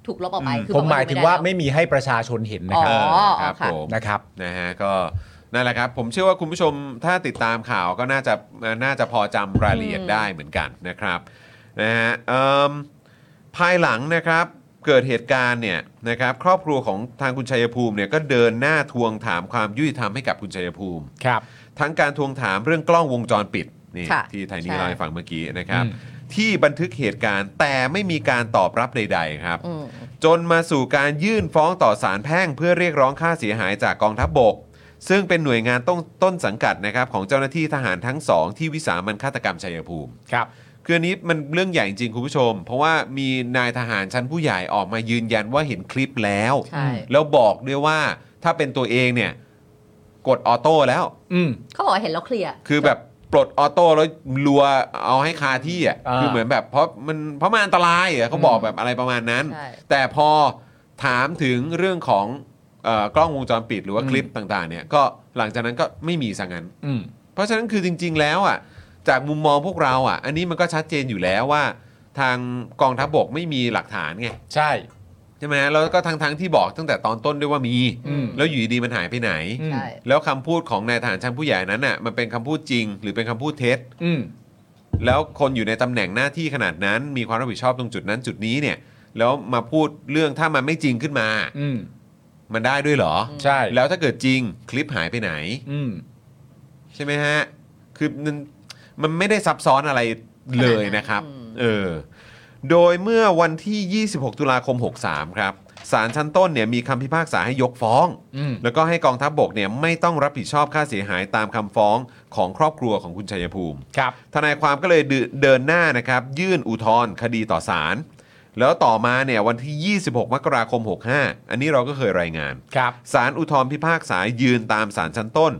Speaker 4: ถูกลบออกไป
Speaker 2: อืม
Speaker 4: คือ
Speaker 3: ผมหมายถึงว่า
Speaker 4: ไม่
Speaker 3: ไม่มีให้ประชาชนเห็น
Speaker 4: ได้
Speaker 3: นะ
Speaker 4: แล้ว
Speaker 3: ค
Speaker 2: ครั
Speaker 3: รับ
Speaker 4: อ๋อค่ะ
Speaker 2: ผม
Speaker 3: นะครับ
Speaker 2: นะฮะก็นั่นแหละครับผมเชื่อว่าคุณผู้ชมถ้าติดตามข่าวก็น่าจะน่าจะพอจำรายละเอียด
Speaker 4: อืม
Speaker 2: ได้เหมือนกันนะครับนะฮะเอิ่มภายหลังนะครับเกิดเหตุการณ์เนี่ยนะครับครอบครัวของทางคุณชัยภูมิเนี่ยก็เดินหน้าทวงถามความยุติธรรมให้กับคุณชัยภูมิ
Speaker 3: ครับ
Speaker 2: ทั้งการทวงถามเรื่องกล้องวงจรปิดนี่
Speaker 4: ค่ะ
Speaker 2: ที่ไทยนี่
Speaker 4: ใช่
Speaker 2: เล่าให้ฟังเมื่อกี้นะครับ
Speaker 3: อืม
Speaker 2: ที่บันทึกเหตุการณ์แต่ไม่มีการตอบรับใด ๆ ครับ
Speaker 4: อืม
Speaker 2: จนมาสู่การยื่นฟ้องต่อศาลแพ่งเพื่อเรียกร้องค่าเสียหายจากกองทัพบก ซึ่งเป็นหน่วยงานต้นต้นสังกัดนะครับของเจ้าหน้าที่ทหารทั้งสองที่วิสามันฆาตกรรมชัยภูมิ
Speaker 3: ครับ
Speaker 2: คืออันนี้มันเรื่องใหญ่จริงคุณผู้ชม เพราะว่ามีนายทหารชั้นผู้ใหญ่ออกมายืนยันว่าเห็นคลิปแล้ว
Speaker 4: ใช่
Speaker 2: แล้วบอกด้วยว่าถ้าเป็นตัวเองเนี่ยกดออโต้แล้ว
Speaker 3: อืม
Speaker 4: เขาบอกว่าเห็นแล้วเคลียร์
Speaker 2: คือแบบ ปลดออโต้แล้วรัวเอาให้คาที่อ่ะ
Speaker 3: อ่า
Speaker 2: คือเหมือนแบบเพราะมันเพราะมันอันตรายอ่ะเขาบอกแบบอะไรประมาณนั้น
Speaker 4: ใช่
Speaker 2: แต่พอถามถึงเรื่องของเออกล้องวงจรปิดหรือว่าคลิปต่างๆเนี่ยก็หลังจากนั้นก็ไม่มีซะงั้น
Speaker 3: อืม
Speaker 2: เพราะฉะนั้นคือจริง ๆ แล้วอ่ะจากมุมมองพวกเราอ่ะ อันนี้มันก็ชัดเจนอยู่แล้วว่า ทางกองทัพบกไม่มีหลักฐานไง
Speaker 3: ใช่
Speaker 2: ใช่ไหมแล้วก็ทั้งๆที่บอกตั้งแต่ตอนต้นด้วยว่ามี
Speaker 3: อืม
Speaker 2: แล้วอยู่ดีๆมันหายไปไหน
Speaker 3: อืม
Speaker 4: ใช่
Speaker 2: แล้วคำพูดของนายทหารชั้นผู้ใหญ่นั้นน่ะมันเป็นคำพูดจริง หรือเป็นคำพูดเท็จ
Speaker 3: อืม
Speaker 2: แล้วคนอยู่ในตำแหน่งหน้าที่ขนาดนั้น มีความรับผิดชอบตรงจุดนั้นจุดนี้เนี่ย แล้วมาพูดเรื่องถ้ามันไม่จริงขึ้นมา
Speaker 3: อืม
Speaker 2: มันได้ด้วยเหรอ
Speaker 3: ใช่
Speaker 2: แล้วถ้าเกิดจริงคลิปหายไปไหน
Speaker 3: อืม
Speaker 2: ใช่ไหมฮะ คือมันมันไม่ได้ซับซ้อนอะไรเลยนะครับ เออ โดยเมื่อวันที่ 26 ตุลาคม 63 ครับ ศาลชั้นต้นเนี่ยมีคำพิพากษาให้ยกฟ้อง
Speaker 3: อืม
Speaker 2: แล้วก็ให้กองทัพบกเนี่ยไม่ต้องรับผิดชอบค่าเสียหายตามคำฟ้องของครอบครัวของคุณชัยภูมิ
Speaker 3: ครับ
Speaker 2: ทนายความก็เลยเดินหน้านะครับ ยื่นอุทธรณ์คดีต่อศาลแล้วต่อมาเนี่ยวันที่ 26 มกราคม 65 อันนี้เราก็เคยรายงาน
Speaker 3: ครับ
Speaker 2: ศาลอุทธรณ์พิพากษายืนตามศาลชั้นต้น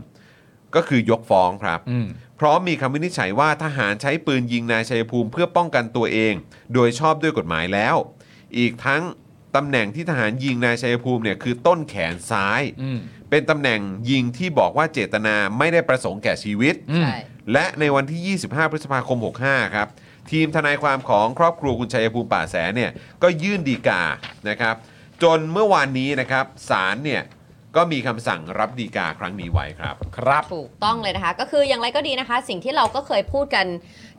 Speaker 2: ก็คือยกฟ้องครับ
Speaker 3: อืม
Speaker 2: พร้อมมีคำวินิจฉัยว่าทหารใช้ปืนยิงนายชัยภูมิเพื่อป้องกันตัวเอง โดยชอบด้วยกฎหมายแล้ว อีกทั้งตำแหน่งที่ทหารยิงนายชัยภูมิเนี่ยคือต้นแขนซ้าย
Speaker 3: อืม
Speaker 2: เป็นตำแหน่งยิงที่บอกว่าเจตนาไม่ได้ประสงค์แก่ชีวิต
Speaker 3: อืม
Speaker 4: ใช่
Speaker 2: และในวันที่ 25 พฤษภาคม 65 ครับ ทีมทนายความของครอบครัวคุณชัยภูมิป่าแสนเนี่ยก็ยื่นดีกานะครับ จนเมื่อวานนี้นะครับศาลเนี่ยก็มีคำสั่งรับดีกาครั้งนี้ไว้ครับ
Speaker 3: ครับ
Speaker 4: ถูกต้องเลยนะคะ ก็คืออย่างไรก็ดีนะคะ สิ่งที่เราก็เคยพูดกัน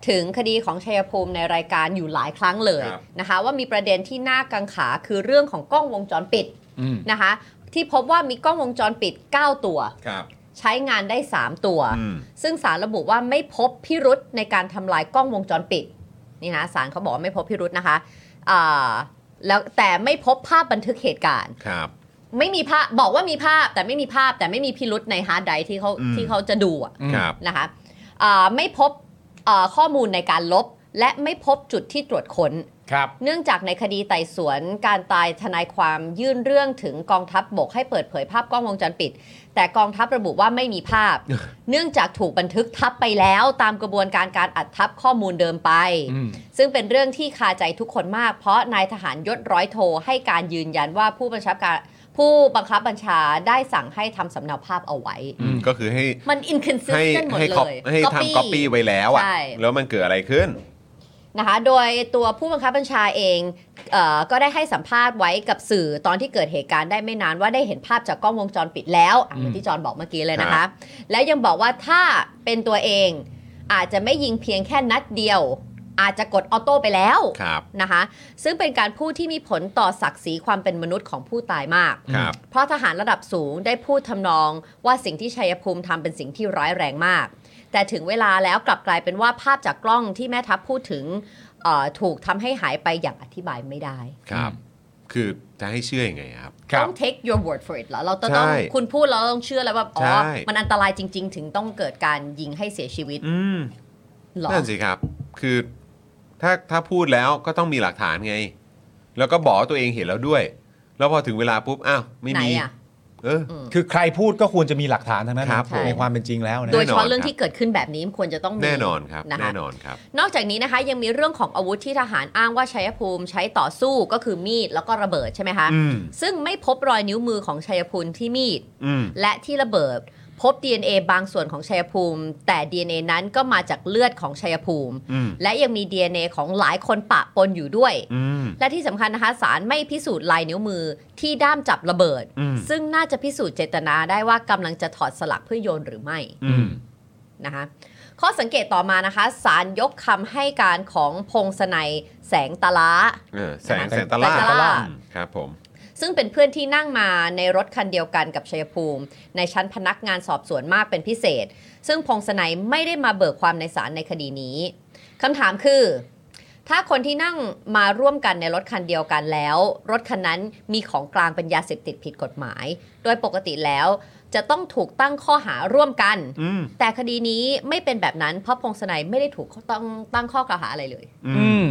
Speaker 4: ถึงคดีของชัยภูมิในรายการอยู่หลายครั้งเลย
Speaker 2: ครับ
Speaker 4: นะคะ ว่ามีประเด็นที่น่ากังขาคือเรื่องของกล้องวงจรปิด
Speaker 3: อืม
Speaker 4: นะคะ ที่พบว่ามีกล้องวงจรปิด 9 ตัว
Speaker 2: ครับ
Speaker 4: ใช้งานได้ 3 ตัว
Speaker 2: อืม
Speaker 4: ซึ่งสารระบุว่าไม่พบพิรุษในการทำลายกล้องวงจรปิดนี่นะสารเขาบอกว่าไม่พบพิรุษนะคะอ่าแล้วแต่ไม่พบภาพบันทึกเหตุการณ์
Speaker 2: ครับ
Speaker 4: ไม่มีภาพบอกว่ามีภาพแต่ไม่มีภาพแต่ไม่มีพิรุษในฮาร์ดไดรฟ์ที่เขา
Speaker 2: อืม
Speaker 4: ที่เขาจะดูอะ
Speaker 3: อืม
Speaker 2: ครับ
Speaker 4: นะคะอ่าไม่พบอ่าข้อมูลในการลบ และไม่พบจุดที่ตรวจค้น
Speaker 3: ครับ
Speaker 4: เนื่องจากในคดีไต่สวนการตายทนายความยื่นเรื่องถึงกองทัพบกให้เปิดเผยภาพกล้องวงจรปิด แต่กองทัพระบุว่าไม่มีภา พ เนื่องจากถูกบันทึกทับไปแล้วตามกระบวนการการอัดทับข้อมูลเดิมไป
Speaker 3: อืม
Speaker 4: ซึ่งเป็นเรื่องที่คาใจทุกคนมาก เพราะนายทหารยศร้อยโทให้การยืนยันว่าผู้บังคับการผู้บังคับบัญชาได้สั่งให้ทำสำเนาภาพเอาไว้
Speaker 2: อืมก็คือให้
Speaker 4: มันอินค n นซิส
Speaker 2: ให้
Speaker 4: เ n นหมด
Speaker 2: ให้
Speaker 4: เล
Speaker 2: คอป
Speaker 4: ย
Speaker 2: ให้
Speaker 4: copy
Speaker 2: ทำก๊อปปี้ไว้แล้วอ่ะ
Speaker 4: ใช่
Speaker 2: แล้วมันเกิดอะไรขึ้น
Speaker 4: นะคะ โดยตัวผู้บังคับบัญชาเองเออก็ได้ให้สัมภาษณ์ไว้กับสื่อตอนที่เกิดเหตุการณ์ได้ไม่นานว่าได้เห็นภาพจากกล้องวงจรปิดแล้วอ่ะเหมือนที่จอนบอกเมื่อกี้เลยนะ
Speaker 2: ครั
Speaker 4: คะ
Speaker 2: บ
Speaker 4: แล้วยังบอกว่าถ้าเป็นตัวเองอาจจะไม่ยิงเพียงแค่นัดเดียว อาจจะกดออโต้ไปแล้ว
Speaker 2: ครับ
Speaker 4: นะคะ ซึ่งเป็นการพูดที่มีผลต่อศักดิ์ศรีความเป็นมนุษย์ของผู้ตายมาก
Speaker 2: ครับ
Speaker 4: เพราะทหารระดับสูงได้พูดทำนองว่าสิ่งที่ชัยภูมิทำเป็นสิ่งที่ร้ายแรงมาก แต่ถึงเวลาแล้วกลับกลายเป็นว่าภาพจากกล้องที่แม่ทัพพูดถึงเอ่อถูกทำให้หายไปอย่างอธิบายไม่ได้
Speaker 2: ครับ คือจะให้เชื่อยังไงครับ
Speaker 3: ครับ
Speaker 4: ต้อง take your word for it แล้วเราจะต้อง
Speaker 2: ใช่
Speaker 4: คุณพูดแล้วเราต้องเชื่อแล้วว่าอ๋อ
Speaker 2: ใช่
Speaker 4: มันอันตรายจริง ๆ ถึงต้องเกิดการยิงให้เสียชีวิต
Speaker 2: อืม
Speaker 4: เหรอ
Speaker 2: นั่นสิครับ คือถ้าถ้าพูดแล้วก็ต้องมีหลักฐานไง แล้วก็บอกว่าตัวเองเห็นแล้วด้วย แล้วพอถึงเวลาปุ๊บ อ้าว ไม่
Speaker 4: ไหน
Speaker 2: มี
Speaker 4: อ่ะ
Speaker 2: เออ
Speaker 3: คือใครพูดก็ควรจะมีหลักฐานทั้งนั้น
Speaker 2: ครับ
Speaker 4: ผม
Speaker 3: ในความเป็นจริงแล้วนะ
Speaker 4: โดยเฉพาะเรื่อ
Speaker 2: ค
Speaker 4: ง
Speaker 2: รับ
Speaker 4: ที่เกิดขึ้นแบบนี้มันควรจะต้องมี
Speaker 2: แน่นอนครับ
Speaker 4: นะคะ
Speaker 2: แน่นอนครับ
Speaker 4: นอกจากนี้นะคะยังมีเรื่องของอาวุธที่ทหารอ้างว่าชัยภูมิใช้ต่อสู้ก็คือมีดแล้วก็ระเบิดใช่ไหมคะ
Speaker 2: อืม
Speaker 4: ซึ่งไม่พบรอยนิ้วมือของชัยภูมิที่มีด
Speaker 2: อืม
Speaker 4: และที่ระเบิด พบ DNA บางส่วนของชัยภูมิ แต่ DNA นั้นก็มาจากเลือดของชัยภูมิ
Speaker 2: อืม
Speaker 4: และยังมี DNA ของหลายคนปะปนอยู่ด้วย
Speaker 2: อืม
Speaker 4: และที่สำคัญนะคะสารไม่พิสูจน์ลายนิ้วมือที่ด้ามจับระเบิด
Speaker 2: อืม
Speaker 4: ซึ่งน่าจะพิสูจน์เจตนาได้ว่ากำลังจะถอดสลักเพื่อโยนหรือไม่
Speaker 2: อืม
Speaker 4: นะคะข้อสังเกตต่อมานะคะสารยกคำให้การของพงศนัยแสงตะล้า
Speaker 2: เออแสงแสงตะล่า
Speaker 4: แสงตะล่า
Speaker 2: อืมครับผม
Speaker 4: ซึ่งเป็นเพื่อนที่นั่งมาในรถคันเดียวกันกับชัยภูมิ ในชั้นพนักงานสอบสวนมากเป็นพิเศษ ซึ่งพงศนัยไม่ได้มาเบิกความในศาลในคดีนี้คำถามคือ ถ้าคนที่นั่งมาร่วมกันในรถคันเดียวกันแล้ว รถคันนั้นมีของกลางเป็นยาเสพติดผิดกฎหมาย โดยปกติแล้ว จะต้องถูกตั้งข้อหาร่วมกัน
Speaker 2: อืม
Speaker 4: แต่คดีนี้ไม่เป็นแบบนั้นเพราะพงศนัยไม่ได้ถูกต้องตั้งข้อกล่าวหาอะไรเลย
Speaker 2: อื
Speaker 3: อื
Speaker 2: ม
Speaker 3: ม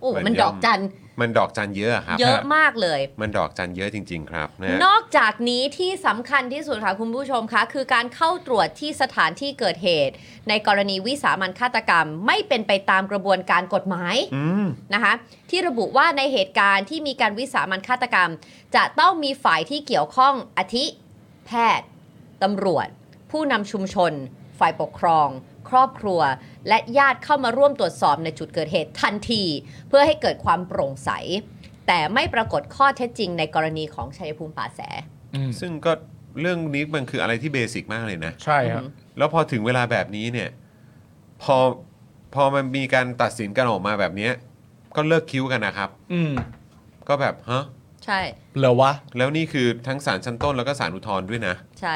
Speaker 4: โ อ้
Speaker 2: มัน
Speaker 4: มัน
Speaker 2: เยอะ
Speaker 4: ดอกจัน
Speaker 2: มันดอกจันเยอะครับ
Speaker 4: เยอะมากเลย
Speaker 2: มันดอกจันเยอะจริง ๆ ครับนะ
Speaker 4: น
Speaker 2: ฮะ
Speaker 4: อกจากนี้ที่สำคัญที่สุดค่ะคุณผู้ชมคะ คือการเข้าตรวจที่สถานที่เกิดเหตุ ในกรณีวิสามันฆาตกรรม ไม่เป็นไปตามกระบวนการกฎหมาย
Speaker 2: อืม
Speaker 4: นะคะที่ระบุว่าในเหตุการณ์ที่มีการวิสามันฆาตกรรม จะต้องมีฝ่ายที่เกี่ยวข้องอาทิ แพทย์ ตำรวจ ผู้นำชุมชน ฝ่ายปกครอง ครอบครัว และญาติเข้ามาร่วมตรวจสอบในจุดเกิดเหตุทันที เพื่อให้เกิดความโปร่งใส แต่ไม่ปรากฏข้อเท็จจริงในกรณีของชัยภูมิป่าแส
Speaker 2: ซึ่งก็เรื่องนี้มันคืออะไรที่เบสิกมากเลยนะ
Speaker 3: ใช่ครับ
Speaker 2: แล้วพอถึงเวลาแบบนี้เนี่ย พอพอมันมีการตัดสินกันออกมาแบบเนี้ยก็เลิกคิ้วกันนะครับ
Speaker 3: อืม
Speaker 2: ก็แบบฮะ
Speaker 4: ใช่
Speaker 3: เหรอวะ
Speaker 2: แล้วนี่คือทั้งศาลชั้นต้นแล้วก็ศาลอุทธรณ์ด้วยนะ
Speaker 4: ใช่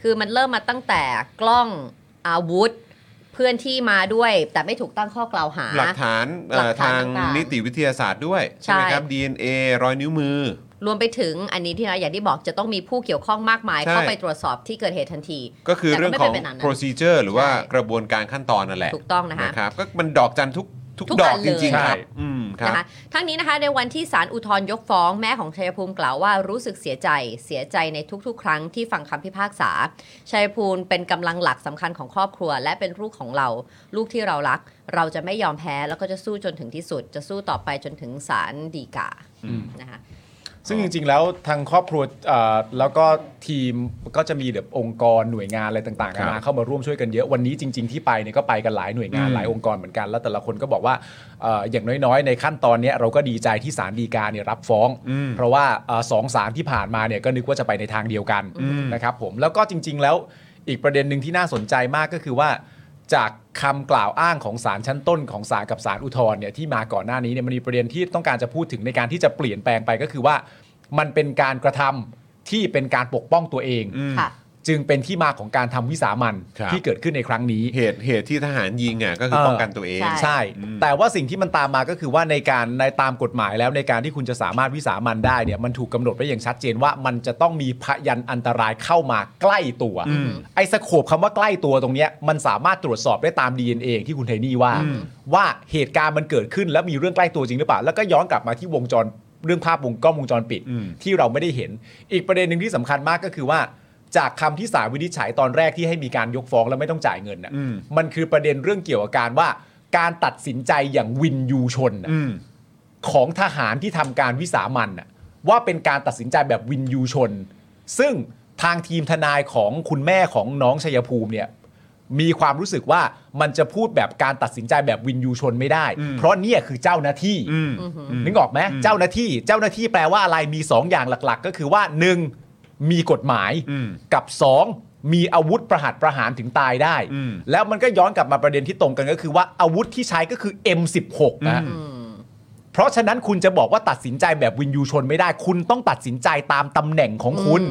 Speaker 4: คือมันเริ่มมาตั้งแต่กล้องอาวุธ เพื่อนที่มาด้วย แต่ไม่ถูกตั้งข้อกล่าวหา
Speaker 2: หลักฐานเอ่อ
Speaker 4: หลักฐา
Speaker 2: ทาน ง
Speaker 4: ต่างๆ
Speaker 2: นิติวิทยาศาสตร์ด้วย
Speaker 4: ใช่
Speaker 2: ใช่ไหมครับ DNA รอยนิ้วมือ
Speaker 4: รวมไปถึงอันนี้ที่นะอย่างที่บอกจะต้องมีผู้เกี่ยวข้องมากมาย
Speaker 2: ใช่
Speaker 4: เข้าไปตรวจสอบที่เกิดเหตุทันที
Speaker 2: ก็คือเรื่องของ
Speaker 4: แต่ก็ไม่เป็นแบบนั้น
Speaker 2: procedure หรือว่ากระบวนการขั้นตอนนั่นแหละ
Speaker 4: ถูกต้องนะคะ
Speaker 2: นะครับก็มันดอกจันทุกทุก
Speaker 4: ทุก
Speaker 2: ดอ
Speaker 4: อั
Speaker 2: ก
Speaker 4: น
Speaker 2: จ
Speaker 4: เลย
Speaker 2: ริงๆครับ
Speaker 3: ใช่
Speaker 2: อืมครับ
Speaker 4: นะคะทั้งนี้นะคะในวันที่ศาลอุทธรณ์ยกฟ้องแม่ของชัยภูมิกล่าวว่ารู้สึกเสียใจเสียใจในทุกๆ ครั้งที่ฟังคำพิพากษา ชัยภูมิเป็นกำลังหลักสำคัญของครอบครัว และเป็นลูกของเรา ลูกที่เรารัก เราจะไม่ยอมแพ้แล้วก็จะสู้จนถึงที่สุด จะสู้ต่อไปจนถึงศาลฎีกา
Speaker 3: อืม
Speaker 4: นะคะ
Speaker 3: ซึ่งจริง ๆ แล้วทางครอบครัวเอ่อแล้วก็ทีมก็จะมีแบบองค์กรหน่วยงานอะไรต่างๆ
Speaker 2: ครั
Speaker 3: นา
Speaker 2: บ
Speaker 3: นาเข้ามาร่วมช่วยกันเยอะวันนี้จริง ๆ ที่ไปเนี่ยก็ไปกันหลายหน่วยงาน
Speaker 2: อืม
Speaker 3: หลายองค์กรเหมือนกันแล้วแต่ละคนก็บอกว่าเอ่ออย่างน้อยๆ ในขั้นตอนเนี้ยเราก็ดีใจที่ศาลฎีกาเนี่ยรับฟ้อง เพราะว่าเอ่อสองศาลที่ผ่านมาเนี่ยก็นึกว่าจะไปในทางเดียวกันนะครับผมแล้วก็จริง ๆ แล้วอีกประเด็นหนึ่งที่น่าสนใจมากก็คือว่า จากคำกล่าวอ้างของศาลชั้นต้นของศาลกับศาลอุทธรณ์เนี่ยที่มาก่อนหน้านี้เนี่ยมันมีประเด็นที่ต้องการจะพูดถึงในการที่จะเปลี่ยนแปลงไปก็คือว่า มันเป็นการกระทำที่เป็นการปกป้องตัวเอง
Speaker 2: อืม
Speaker 4: ค่ะ
Speaker 3: จึงเป็นที่มาของการทำวิสามัน
Speaker 2: ครับ
Speaker 3: ที่เกิดขึ้นในครั้งนี้
Speaker 2: เหตุเหตุที่ทหารยิงอ่ะก็คือ
Speaker 3: เออ
Speaker 2: ป้องกันตัวเอง
Speaker 4: ใช่
Speaker 3: ใช่
Speaker 2: อืม
Speaker 3: แต่ว่าสิ่งที่มันตามมาก็คือว่าในการในตามกฎหมายแล้วในการที่คุณจะสามารถวิสามันได้เนี่ยมันถูกกำหนดไว้อย่างชัดเจนว่ามันจะต้องมีพยันอันตรายเข้ามาใกล้ตัว ไอ้สโคบคำว่าใกล้ตัวตรงเนี้ยมันสามารถตรวจสอบได้ตาม DNA อย่างที่คุณไทนี่ว่า ว่าเหตุการณ์มันเกิดขึ้นแล้วมีเรื่องใกล้ตัวจริงหรือเปล่า แล้วก็ย้อนกลับมาที่วงจรเรื่องภาพวงกล้องวงจรปิด
Speaker 2: อืม
Speaker 3: ที่เราไม่ได้เห็น อีกประเด็นหนึ่งที่สำคัญมากก็คือว่า จากคำที่ศาลวินิจฉัยตอนแรกที่ให้มีการยกฟ้องแล้วไม่ต้องจ่ายเงินน่ะ
Speaker 2: อืม
Speaker 3: มันคือประเด็นเรื่องเกี่ยวกับการว่าการตัดสินใจอย่างวินยูชนน่ะ
Speaker 2: อืม
Speaker 3: ของทหารที่ทำการวิสามันน่ะว่าเป็นการตัดสินใจแบบวินยูชน ซึ่งทางทีมทนายของคุณแม่ของน้องชัยภูมิเนี่ยมีความรู้สึกว่ามันจะพูดแบบการตัดสินใจแบบวินยูชนไม่ได้
Speaker 2: อืม
Speaker 3: เพราะเนี่ยคือเจ้าหน้าที่
Speaker 2: อืม
Speaker 3: นึกออกไหมเจ้าหน้าที่เจ้าหน้าที่แปลว่าอะไรมี 2 อย่างหลัก ๆ ก็คือว่า 1. มีกฎหมาย
Speaker 2: อืม
Speaker 3: กับ 2. มีอาวุธประหัตประหารถึงตายได้
Speaker 2: อืม
Speaker 3: แล้วมันก็ย้อนกลับมาประเด็นที่ตรงกันก็คือว่าอาวุธที่ใช้ก็คือ M16 นะ เพราะฉะนั้นคุณจะบอกว่าตัดสินใจแบบวินยูชนไม่ได้ คุณต้องตัดสินใจตามตำแหน่งของคุณ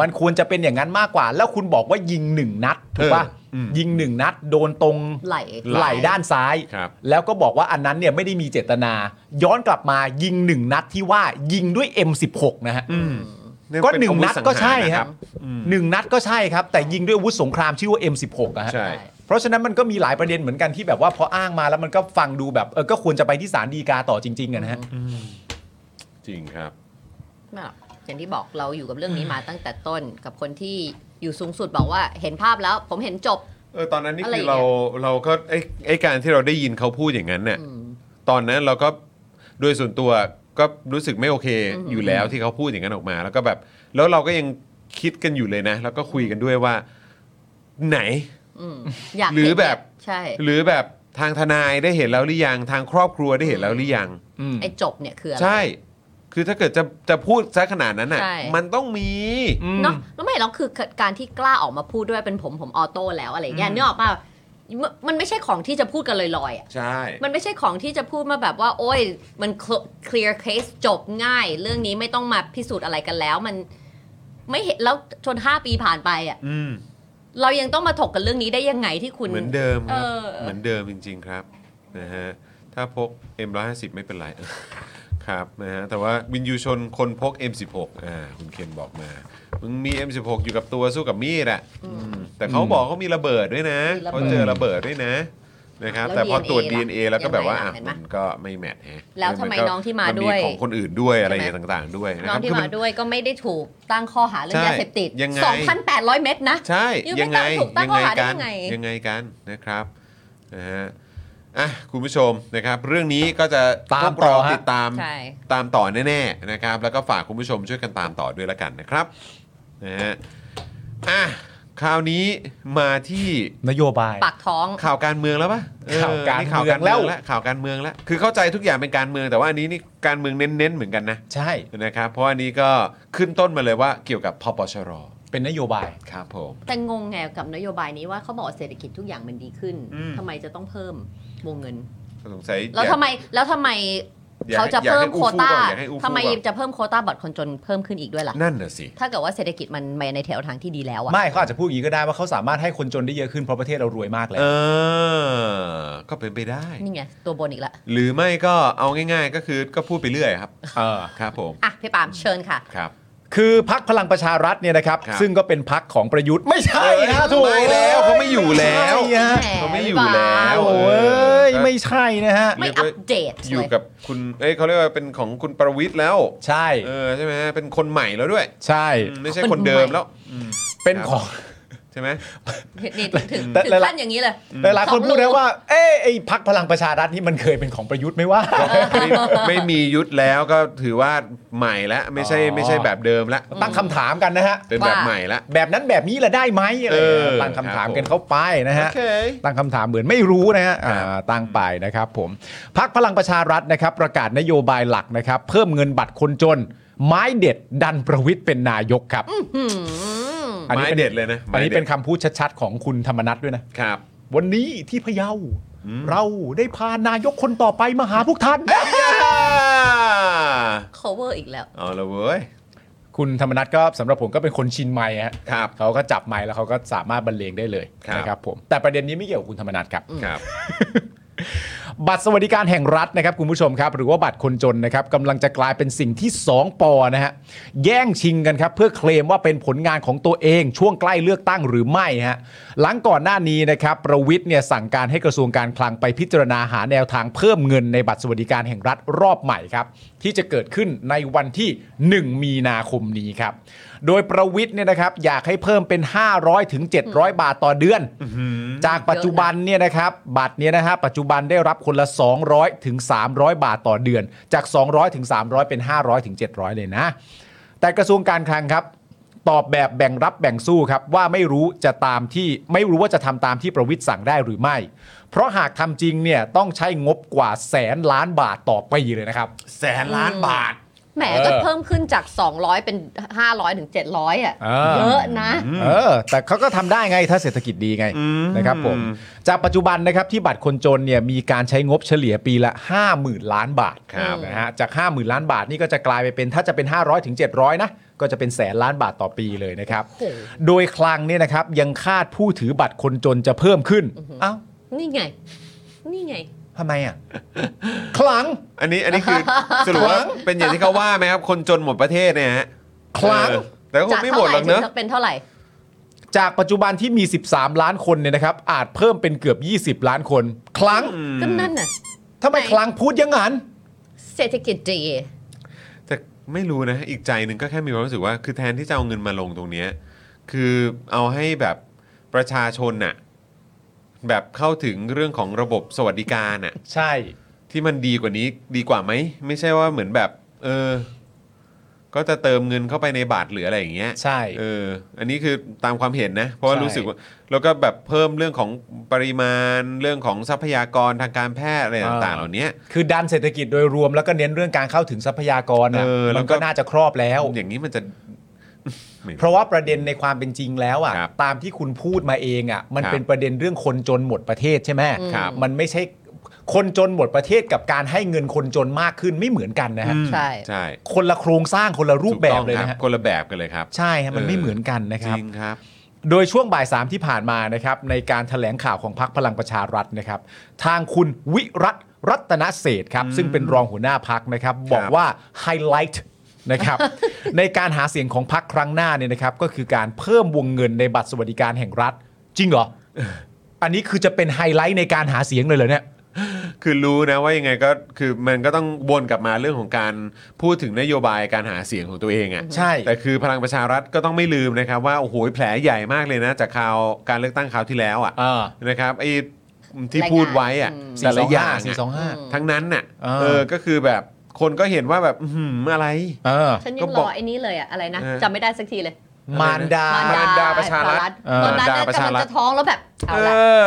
Speaker 3: มันควรจะเป็นอย่างนั้นมากกว่า แล้วคุณบอกว่ายิงหนึ่งนัดถูกปะ
Speaker 2: เอออืม
Speaker 3: ยิงหนึ่งนัดโดนตรง
Speaker 4: ไหล
Speaker 3: ไหล่ด้านซ้าย
Speaker 2: ครับ
Speaker 3: แล้วก็บอกว่าอันนั้นเนี่ยไม่ได้มีเจตนา ย้อนกลับมายิงหนึ่งนัดที่ว่ายิงด้วย M16 นะฮะ ก็หนึ่งนัดก็ใช่ครับหนึ่งนัดก็ใช่ครับ แต่ยิงด้วยอาวุธสงครามชื่อว่า M16 อะฮะ
Speaker 2: ใช่
Speaker 3: เพราะฉะนั้นมันก็มีหลายประเด็นเหมือนกันที่แบบว่าพออ้างมาแล้วมันก็ฟังดูแบบเออก็ควรจะไปที่ศาลฎีกาต่อจริงๆอะนะฮะ
Speaker 2: จริงครับ
Speaker 4: ไม่หรอกอย่างที่บอกเราอยู่กับเรื่องนี้มาตั้งแต่ต้นกับคนที่อยู่สูงสุดบอกว่าเห็นภาพแล้วผมเห็นจบ
Speaker 2: เออตอนนั้นนี่
Speaker 4: อะไร
Speaker 2: คื
Speaker 4: เนี่
Speaker 2: อย เราเราก็ไอ้ไอ้การที่เราได้ยินเขาพูดอย่างนั้นเนี่ย
Speaker 4: อืม
Speaker 2: ตอนนั้นเราก็โดยส่วนตัวก็รู้สึกไม่โอเค
Speaker 4: อืม
Speaker 2: อยู่แล้วที่เขาพูดอย่างนั้นออกมา แล้วก็แบบแล้วเราก็ยังคิดกันอยู่เลยนะ แล้วก็คุยกันด้วยว่า ไหน
Speaker 4: อืมอยาก
Speaker 2: หรือแบบ
Speaker 4: เห็นเนี่ยใช่
Speaker 2: หรือแบบทางทนายได้เห็นแล้วหรือยังทางครอบครัวได้เห็นแล้วหรือยัง
Speaker 4: ไอ้จบเนี่ยคืออะไร
Speaker 2: ใช่ คือถ้าเกิดจะจะพูดซะขนาดนั้นน่ะ
Speaker 4: ใช่
Speaker 2: มันต้องมี
Speaker 4: เนาะแล้วไม่เราคือการที่กล้าออกมาพูดด้วยเป็นผมผมออโต้แล้วอะไรอย่างเงี้ยนึกออกป่ะมันมันไม่ใช่ของที่จะพูดกันลอยๆอ่ะ
Speaker 2: ใช่
Speaker 4: มันไม่ใช่ของที่จะพูดมาแบบว่า โอ้ยมัน clear case จบง่าย เรื่องนี้ไม่ต้องมาพิสูจน์อะไรกันแล้ว มันไม่เห็นแล้วจนห้าปีผ่านไปอ่ะ
Speaker 2: อืม
Speaker 4: เรายังต้องมาถกกันเรื่องนี้ได้ยังไงที่คุณ
Speaker 2: เหมือนเดิมครับ
Speaker 4: เออ
Speaker 2: เหมือนเดิมจริง ๆ ครับนะฮะถ้าพก M150 ไม่เป็นไร ครับนะฮะแต่ว่าวินยูชนคนพก M16 อ่าคุณเคนบอกมามึงมี M16 อยู่กับตัวสู้กับมีดอะแต่เขาบอกเขามีระเบิดด้วยนะ
Speaker 4: มีระเบิด
Speaker 2: เขาเจอระเบิดด้วยนะ นะครับ
Speaker 4: แล้ว
Speaker 2: แต่พอตรวจ
Speaker 4: DNA ล่ะ
Speaker 2: DNA แล้วก็แบบว่า
Speaker 4: ยังไง
Speaker 2: อ่ะ
Speaker 4: ล่ะเห็น
Speaker 2: มั
Speaker 4: ปะ
Speaker 2: นก็ไม่แมทแฮะ
Speaker 4: แล้วทำไม
Speaker 2: ก็
Speaker 4: น้องที่มาด้วย
Speaker 2: นของคนอื่นด้วยอะไร
Speaker 4: ใช่ไหม
Speaker 2: ต่างๆ ด้วยนะ
Speaker 4: น้
Speaker 2: ค
Speaker 4: อ
Speaker 2: รั
Speaker 4: ง
Speaker 2: บ
Speaker 4: ที่
Speaker 2: คือ
Speaker 4: มา
Speaker 2: มัน
Speaker 4: ด้วยก็ไม่ได้ถูกตั้งข้อหาเรื่อ
Speaker 2: ใช่
Speaker 4: งยาเสพติด
Speaker 2: ยังไง
Speaker 4: 2,800 เม็ดนะ
Speaker 2: ใช่
Speaker 4: ยัง
Speaker 2: ยัง
Speaker 4: ไม่
Speaker 2: ไง
Speaker 4: ตั้งถูกตั้งข้อหาได้
Speaker 2: กัน
Speaker 4: ยังไง
Speaker 2: ยังไงกันนะครับนะฮะอ่ะคุณผู้ชมนะครับ เรื่องนี้ก็จะ
Speaker 3: ตาม
Speaker 2: พวกเร
Speaker 3: ต่อฮะ
Speaker 2: ติดตาม
Speaker 4: ใช่
Speaker 2: ตามต่อแน่ๆนะครับ แล้วก็ฝากคุณผู้ชมช่วยกันตามต่อด้วยละกันนะครับนะฮะอ่ะคราวนี้มาที่
Speaker 3: นโยบาย
Speaker 4: ปากท้อง
Speaker 2: ข่าวการเมืองแล้วปะเออ
Speaker 3: ข่าวการ
Speaker 2: นี่
Speaker 3: เมืองแล้ว
Speaker 2: ข่าวการเมืองแล้ว คือเข้าใจทุกอย่างเป็นการเมืองแต่ว่าอันนี้นี่การเมืองเน้นๆเหมือนกันนะ
Speaker 3: ใช่
Speaker 2: นะครับ เพราะอันนี้ก็ขึ้นต้นมาเลยว่าเกี่ยวกับพปชร
Speaker 3: เป็นนโยบาย
Speaker 2: ครับผม
Speaker 4: แต่งงไงกับนโยบายนี้ว่าเขาบอกว่าเศรษฐกิจทุกอย่างมันดีขึ้น
Speaker 2: อืม
Speaker 4: ทำไมจะต้องเพิ่มวงเงิน
Speaker 2: สงสัย
Speaker 4: แล้ว
Speaker 2: อยาก
Speaker 4: ทำไมแล้วทำไม
Speaker 2: อยากให้
Speaker 4: เขาจะเพิ่ม
Speaker 2: อยากให้อู้
Speaker 4: โคว
Speaker 2: ฟู่
Speaker 4: ต้า
Speaker 2: ก่อนอยากให้อู้ฟู่
Speaker 4: ทำไม
Speaker 2: ก่อน
Speaker 4: จะเพิ่มโควต้าบัตรคนจนเพิ่มขึ้นอีกด้วยล่ะ
Speaker 2: นั่นน่ะสิ
Speaker 4: ถ้าเกิดว่าเศรษฐกิจมันไปในแถวทางที่ดีแล้วอะ
Speaker 3: ไม่เขาอาจจะพูดอย่างนี้ก็ได้ว่าเขาสามารถให้คนจนได้เยอะขึ้นเพราะประเทศเรารวยมากแล้ว
Speaker 2: เออก็เป็นไปได้
Speaker 4: นี่ไง ตัวบนอีกละ
Speaker 2: หรือไม่ก็เอาง่ายๆ ก็คือก็พูดไปเรื่อยครับ
Speaker 3: เออ
Speaker 2: ครับผม
Speaker 4: อ่ะ พี่ปาล์มเชิญค่ะ
Speaker 2: ครับ
Speaker 3: คือพักพลังประชารัฐเนี่ยนะครับ
Speaker 2: ครับ
Speaker 3: ซึ่งก็เป็นพักของประยุทธ์ไม่ใช่ฮะถูก
Speaker 2: ไม่แล้วเขาไม่อยู่แล้ว
Speaker 3: ไม่ใช่ฮะ
Speaker 2: เขาไม่อยู่แล้ว
Speaker 3: โอ้ยไม่ใช่นะฮะ
Speaker 4: ไม่อัปเดต
Speaker 2: อยู่
Speaker 4: เลย
Speaker 2: กับคุณเอ้ยเขาเรียกว่าเป็นของคุณประวิทย์แล้ว
Speaker 3: ใช่
Speaker 2: เออใช่ไหมฮะเป็นคนใหม่แล้วด้วย
Speaker 3: ใช่
Speaker 2: อืมไม่ใช่คนเดิมแล้วอืม
Speaker 3: เป็นของ
Speaker 2: ใช่ไหม
Speaker 4: นี่ถึงถึง
Speaker 3: แต่
Speaker 4: ถึง
Speaker 3: หลายๆ
Speaker 4: ขั้นอย่างนี้เลย
Speaker 3: หลายๆคนพูดนะว่า เอ้ยไอ้พักพลังประชารัฐนี่มันเคยเป็นของประยุทธ์ไหมว่า
Speaker 2: ไม่ไม่มียุทธแล้วก็ถือว่าใหม่แล้วไม่ใช่
Speaker 3: อ๋อ
Speaker 2: ไม่ใช่แบบเดิมละ
Speaker 3: ตั้งคำถามกันนะฮะ
Speaker 2: เป็นแบบ
Speaker 4: ว่า
Speaker 2: ใหม่ละ
Speaker 3: แบบนั้นแบบนี้ละได้ไหมอะไรอย่างเงี้ย
Speaker 2: เออ
Speaker 3: ตั้งคำถาม
Speaker 2: ครับผม
Speaker 3: กันเข้าไปนะ
Speaker 2: โอ
Speaker 3: ฮะ
Speaker 2: เค
Speaker 3: ตั้งคำถามเหมือนไม่รู้นะฮะอ่า
Speaker 2: ครับ
Speaker 3: ตั้งไปนะครับผมพักพลังประชารัฐนะครับ ประกาศนโยบายหลักนะครับ เพิ่มเงินบัตรคนจน ไม้เด็ดดันประวิทย์เป็นนายกครับ
Speaker 4: หืม
Speaker 3: อันนี้
Speaker 2: ไม้
Speaker 3: เป็น
Speaker 2: เด็ดเลยนะ
Speaker 3: อันนี้เป็น
Speaker 2: ไม้ด็ด
Speaker 3: คำพูดชัดๆ ของคุณธรรมนัฐด้วยนะ
Speaker 2: ครับ
Speaker 3: วันนี้ที่พะเยา เราได้พานายกคนต่อไปมาหาพวกท่าน
Speaker 4: cover อีกแล้ว
Speaker 2: เอาละเว้ย
Speaker 3: คุณธรรมนัฐก็สำหรับผมก็เป็นคนชินไม้ฮะ
Speaker 2: ครับ
Speaker 3: เขาก็จับไม้แล้วเขาก็สามารถบรรเลงได้เลย
Speaker 2: ครับ
Speaker 3: นะครับผมแต่ประเด็นนี้ไม่เกี่ยวกับคุณธรรมนัฐครับ
Speaker 2: ครับ
Speaker 3: บัตรสวัสดิการแห่งรัฐนะครับคุณผู้ชมครับ หรือว่าบัตรคนจนนะครับกำลังจะกลายเป็นสิ่งที่ 2ปอนะฮะแย่งชิงกันครับ เพื่อเคลมว่าเป็นผลงานของตัวเองช่วงใกล้เลือกตั้งหรือไม่ฮะหลังก่อนหน้านี้นะครับประวิทย์เนี่ยสั่งการให้กระทรวงการคลังไปพิจารณาหาแนวทางเพิ่มเงินในบัตรสวัสดิการแห่งรัฐรอบใหม่ครับที่จะเกิดขึ้นในวันที่ 1 มีนาคมนี้ครับโดยประวิทย์เนี่ยนะครับอยากให้เพิ่มเป็น 500ถึง700 บาทต่อเดือน จากปัจจุบันเนี่ยนะครับบัตรเนี่ยนะฮะปัจจุบันได้รับคนละ 200ถึง300 บาทต่อเดือน จาก 200ถึง300 เป็น 500ถึง700 เลยนะ แต่กระทรวงการคลังครับ ตอบแบบแบ่งรับแบ่งสู้ครับ ว่าไม่รู้จะตามที่ไม่รู้ว่าจะทำตามที่ประวิทย์สั่งได้หรือไม่ เพราะหากทำจริงเนี่ยต้องใช้งบกว่าแสนล้านบาทต่อปีเลยนะครับ
Speaker 2: แสนล้านบาท
Speaker 4: แหมก็
Speaker 3: เออ
Speaker 4: เพิ่มขึ้นจาก 200 เป็น 500 ถึง 700 อ่ะ
Speaker 3: เออ
Speaker 4: เยอะนะ
Speaker 3: เออแต่เขาก็ทำได้ไงถ้าเศรษฐกิจดีไงนะครับผมจากปัจจุบันนะครับที่บัตรคนจนเนี่ยมีการใช้งบเฉลี่ยปีละ 50,000 ล้านบาท
Speaker 2: ครับ
Speaker 3: นะฮะจาก 50,000 ล้านบาทนี่ก็จะกลายไปเป็นถ้าจะเป็น 500ถึง700นะก็จะเป็นแสนล้านบาทต่อปีเลยนะครับ
Speaker 4: โอ้โห
Speaker 3: โดยคลังเนี่ยนะครับยังคาดผู้ถือบัตรคนจนจะเพิ่มขึ้นเอ้า
Speaker 4: นี่ไง นี่ไง
Speaker 3: ทำไมอ่ะคลัง
Speaker 2: อันนี้อันนี้คือสรุปว่าเป็นอย่างที่เขาว่าไหมครับ คนจนหมดประเทศเนี่ยฮะ
Speaker 3: ครั้ง
Speaker 2: เออแต่ก็ค
Speaker 4: จาง ก
Speaker 2: ไม่ห
Speaker 4: เท่าม
Speaker 2: ด
Speaker 4: ไห
Speaker 2: หร
Speaker 4: ร่
Speaker 2: อก
Speaker 4: ถึ
Speaker 2: เนอะ
Speaker 4: งจะเป็นเท่าไหร่
Speaker 3: จากปัจจุบันที่มี 13 ล้านคนเนี่ยนะครับอาจเพิ่มเป็นเกือบ 20 ล้านคนคลัง
Speaker 4: ก็นั่นน่ะ
Speaker 3: ทำไมคลังพูดอยังงั้น
Speaker 4: เศรษฐกิจดี
Speaker 2: แต่ไม่รู้นะ อีกใจหนึ่งก็แค่มีความรู้สึกว่า คือแทนที่จะเอาเงินมาลงตรงเนี้ยคือเอาให้แบบประชาชนน่ะแบบเข้าถึงเรื่องของระบบสวัสดิการน่ะ
Speaker 3: ใช่
Speaker 2: ที่มันดีกว่านี้ดีกว่าไหม ไม่ใช่ว่าเหมือนแบบ เออ ก็จะเติมเงินเข้าไปในบาทหรืออะไรอย่างเงี้ย
Speaker 3: ใช่
Speaker 2: เออ อันนี้คือตามความเห็นนะ เพราะว่า
Speaker 3: ใช่
Speaker 2: รู้สึกว่าแล้วก็แบบเพิ่มเรื่องของปริมาณเรื่องของทรัพยากรทางการแพทย์อะไรต่างๆ เหล่านี้
Speaker 3: คือดันเศรษฐกิจโดยรวมแล้วก็เน้นเรื่องการเข้าถึงทรัพยากรนะ
Speaker 2: เออแล้ว
Speaker 3: มั
Speaker 2: น ก็
Speaker 3: ก็น่าจะครอบแล้ว
Speaker 2: อย่างนี้มันจะ
Speaker 3: เพราะว่าประเด็นในความเป็นจริงแล้วอ่ะ
Speaker 2: ครับ
Speaker 3: ตามที่คุณพูดมาเองอ่ะมัน
Speaker 2: ครับ
Speaker 3: เป็นประเด็นเรื่องคนจนหมดประเทศใช่ไหม
Speaker 2: ครับ
Speaker 3: มันไม่ใช่คนจนหมดประเทศกับการให้เงินคนจนมากขึ้นไม่เหมือนกันนะฮะ
Speaker 4: ใช่
Speaker 2: ใช่
Speaker 3: คนละโครงสร้างคนละรูปแบบเลย
Speaker 2: ถูกต้องค
Speaker 3: นะ
Speaker 2: รั
Speaker 3: ฮะ
Speaker 2: คนละแบบกันเลยครับ
Speaker 3: ใช่ฮะมันไม่เหมือนกันนะ
Speaker 2: จ
Speaker 3: ครับ
Speaker 2: ริงครับ
Speaker 3: โดยช่วงบ่ายสามที่ผ่านมานะครับในการถแถลงข่าวของพักพลังประชารัฐนะครับ ทางคุณวิรัตรัตนเศรษฐ์ครับซึ่งเป็นรองหัวหน้าพักนะครับ บอกว่าไฮไลท์นะครับ ในการหาเสียงของพักครั้งหน้าเนี่ยนะครับ ก็คือการเพิ่มวงเงินในบัตรสวัสดิการแห่งรัฐ จริงเหรอ อันนี้คือจะเป็นไฮไลท์ในการหาเสียงเลยเหรอเนี่ย
Speaker 2: คือรู้นะว่ายังไงก็คือมันก็ต้องวนกลับมาเรื่องของการพูดถึงนโยบายการหาเสียงของตัวเองอะ่ะ
Speaker 3: ใช่
Speaker 2: แต่คือพลังประชารัฐก็ต้องไม่ลืมนะครับว่าโอ้โหแผลใหญ่มากเลยนะ จากคราวการเลือกตั้งคราวที่แล้วอะ่ะ
Speaker 3: อ่า
Speaker 2: นะครับไอ้ที่พูดไว้อะ
Speaker 4: อืม
Speaker 2: แต่ละอย่าง
Speaker 3: สี่
Speaker 2: อะ
Speaker 3: สองห้า
Speaker 2: ทั้งนั้นน่ะ
Speaker 3: อ่า
Speaker 2: เออก็คือแบบคนก็เห็นว่าแบบอื้อหืออะไร
Speaker 3: เออ
Speaker 4: ฉัน
Speaker 2: ก็
Speaker 4: ยัง
Speaker 2: บ
Speaker 4: ร
Speaker 2: อก
Speaker 4: อไอ้นี้เลยอะอะไรนะ
Speaker 2: เออ
Speaker 4: จำไม่ได้สักทีเลย
Speaker 3: มารดา
Speaker 2: มารดาประชารัฐ
Speaker 3: เออ
Speaker 4: ตอนนั้น
Speaker 2: มารดา
Speaker 4: น่ะ
Speaker 2: ประชาก
Speaker 4: ำลัง
Speaker 2: รัฐ
Speaker 4: จะท้องแล้วแบบเอา
Speaker 2: เอ
Speaker 4: ละ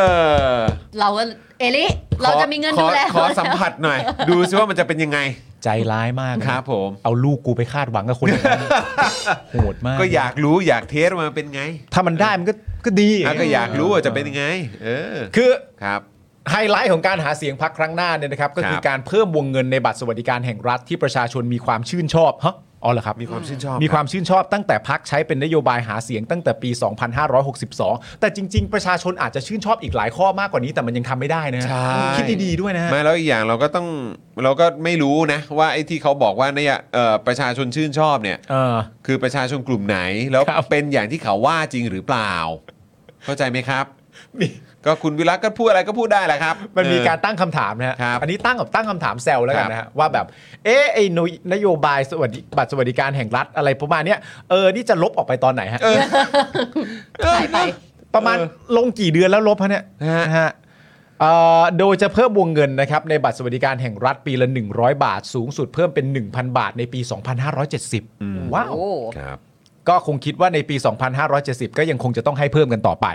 Speaker 2: อ
Speaker 4: เราก็เอลิเราจะมีเงิน
Speaker 2: ขอ
Speaker 4: ดูแล
Speaker 2: ขอสัมผัสหน่อย ดูซิว่ามันจะเป็นยังไง
Speaker 3: ใจร้ายมากนะครับ
Speaker 2: ผม
Speaker 3: เอาลูกกูไปคาดหวังกับคนอย่างนั้น โหดมาก
Speaker 2: ก็อยากรู้อยากเทสว่ามันเป็นไง
Speaker 3: ถ้ามันได้มันก็ก็ดี
Speaker 2: อ่ะก็อยากรู้ว่าจะเป็นยังไง เออ
Speaker 3: คือ
Speaker 2: ครับ
Speaker 3: ไฮไลท์ของการหาเสียงพักครั้งหน้าเนี่ยนะครับ ก็
Speaker 2: ค
Speaker 3: คือ
Speaker 2: รับ
Speaker 3: การเพิ่มวงเงินในบัตรสวัสดิการแห่งรัฐที่ประชาชนมีความชื่นชอบฮะอ๋อเหรอครับ
Speaker 2: มีความชื่นชอบ
Speaker 3: มีความชื่นชอบตั้งแต่พักใช้เป็นนโยบายหาเสียงตั้งแต่ปี 2562 แต่จริง ๆ ประชาชนอาจจะชื่นชอบอีกหลายข้อมากกว่านี้แต่มันยังทำไม่ได้นะฮะ
Speaker 2: ใช่
Speaker 3: คิดดีๆด้วยนะฮะ
Speaker 2: ไม่แล้วอีกอย่างเราก็ต้องเราก็ไม่รู้นะ ว่าไอ้ที่เขาบอกว่าเนี่ยเอ่อประชาชนชื่นชอบเนี่ย
Speaker 3: เออ
Speaker 2: คือประชาชนกลุ่มไหน แล้ว
Speaker 3: ครับ
Speaker 2: เป็นอย่างที่เขาว่าจริงหรือเปล่า เข้าใจไหมครับ ก็คุณวิรักก็พูดอะไรก็พูดได้แหละครับ
Speaker 3: มันมีการ
Speaker 2: เอ
Speaker 3: ตั้งคำถามนะฮะ
Speaker 2: ครับ
Speaker 3: อันนี้ตั้งกับตั้งคำถามแซวแล้วกั
Speaker 2: ค
Speaker 3: น
Speaker 2: รับ
Speaker 3: นะฮะว่าแบบ เอ๊ะไอ้นโยนโยบายสวัสดิบัตรสวัสดิการแห่งรัฐอะไรประมาณเนี้ย เออ นี่จะลบออกไปตอนไหนฮะ
Speaker 2: เออ
Speaker 4: หายไป
Speaker 3: ประมาณ
Speaker 2: เออ
Speaker 3: ลงกี่เดือนแล้วลบฮะเนี่ย
Speaker 2: ฮะ
Speaker 3: นะฮะเอ่อโดยจะเพิ่มวงเงินนะครับในบัตรสวัสดิการแห่งรัฐปีละ 100 บาท สูงสุดเพิ่มเป็น 1,000 บาทในปี 2570 ว้าว
Speaker 4: โอ้
Speaker 2: อครับ
Speaker 3: ก็คงคิดว่าในปี 2570 ก็ยังคงจะต้องให้เพิ่มกันต่อไป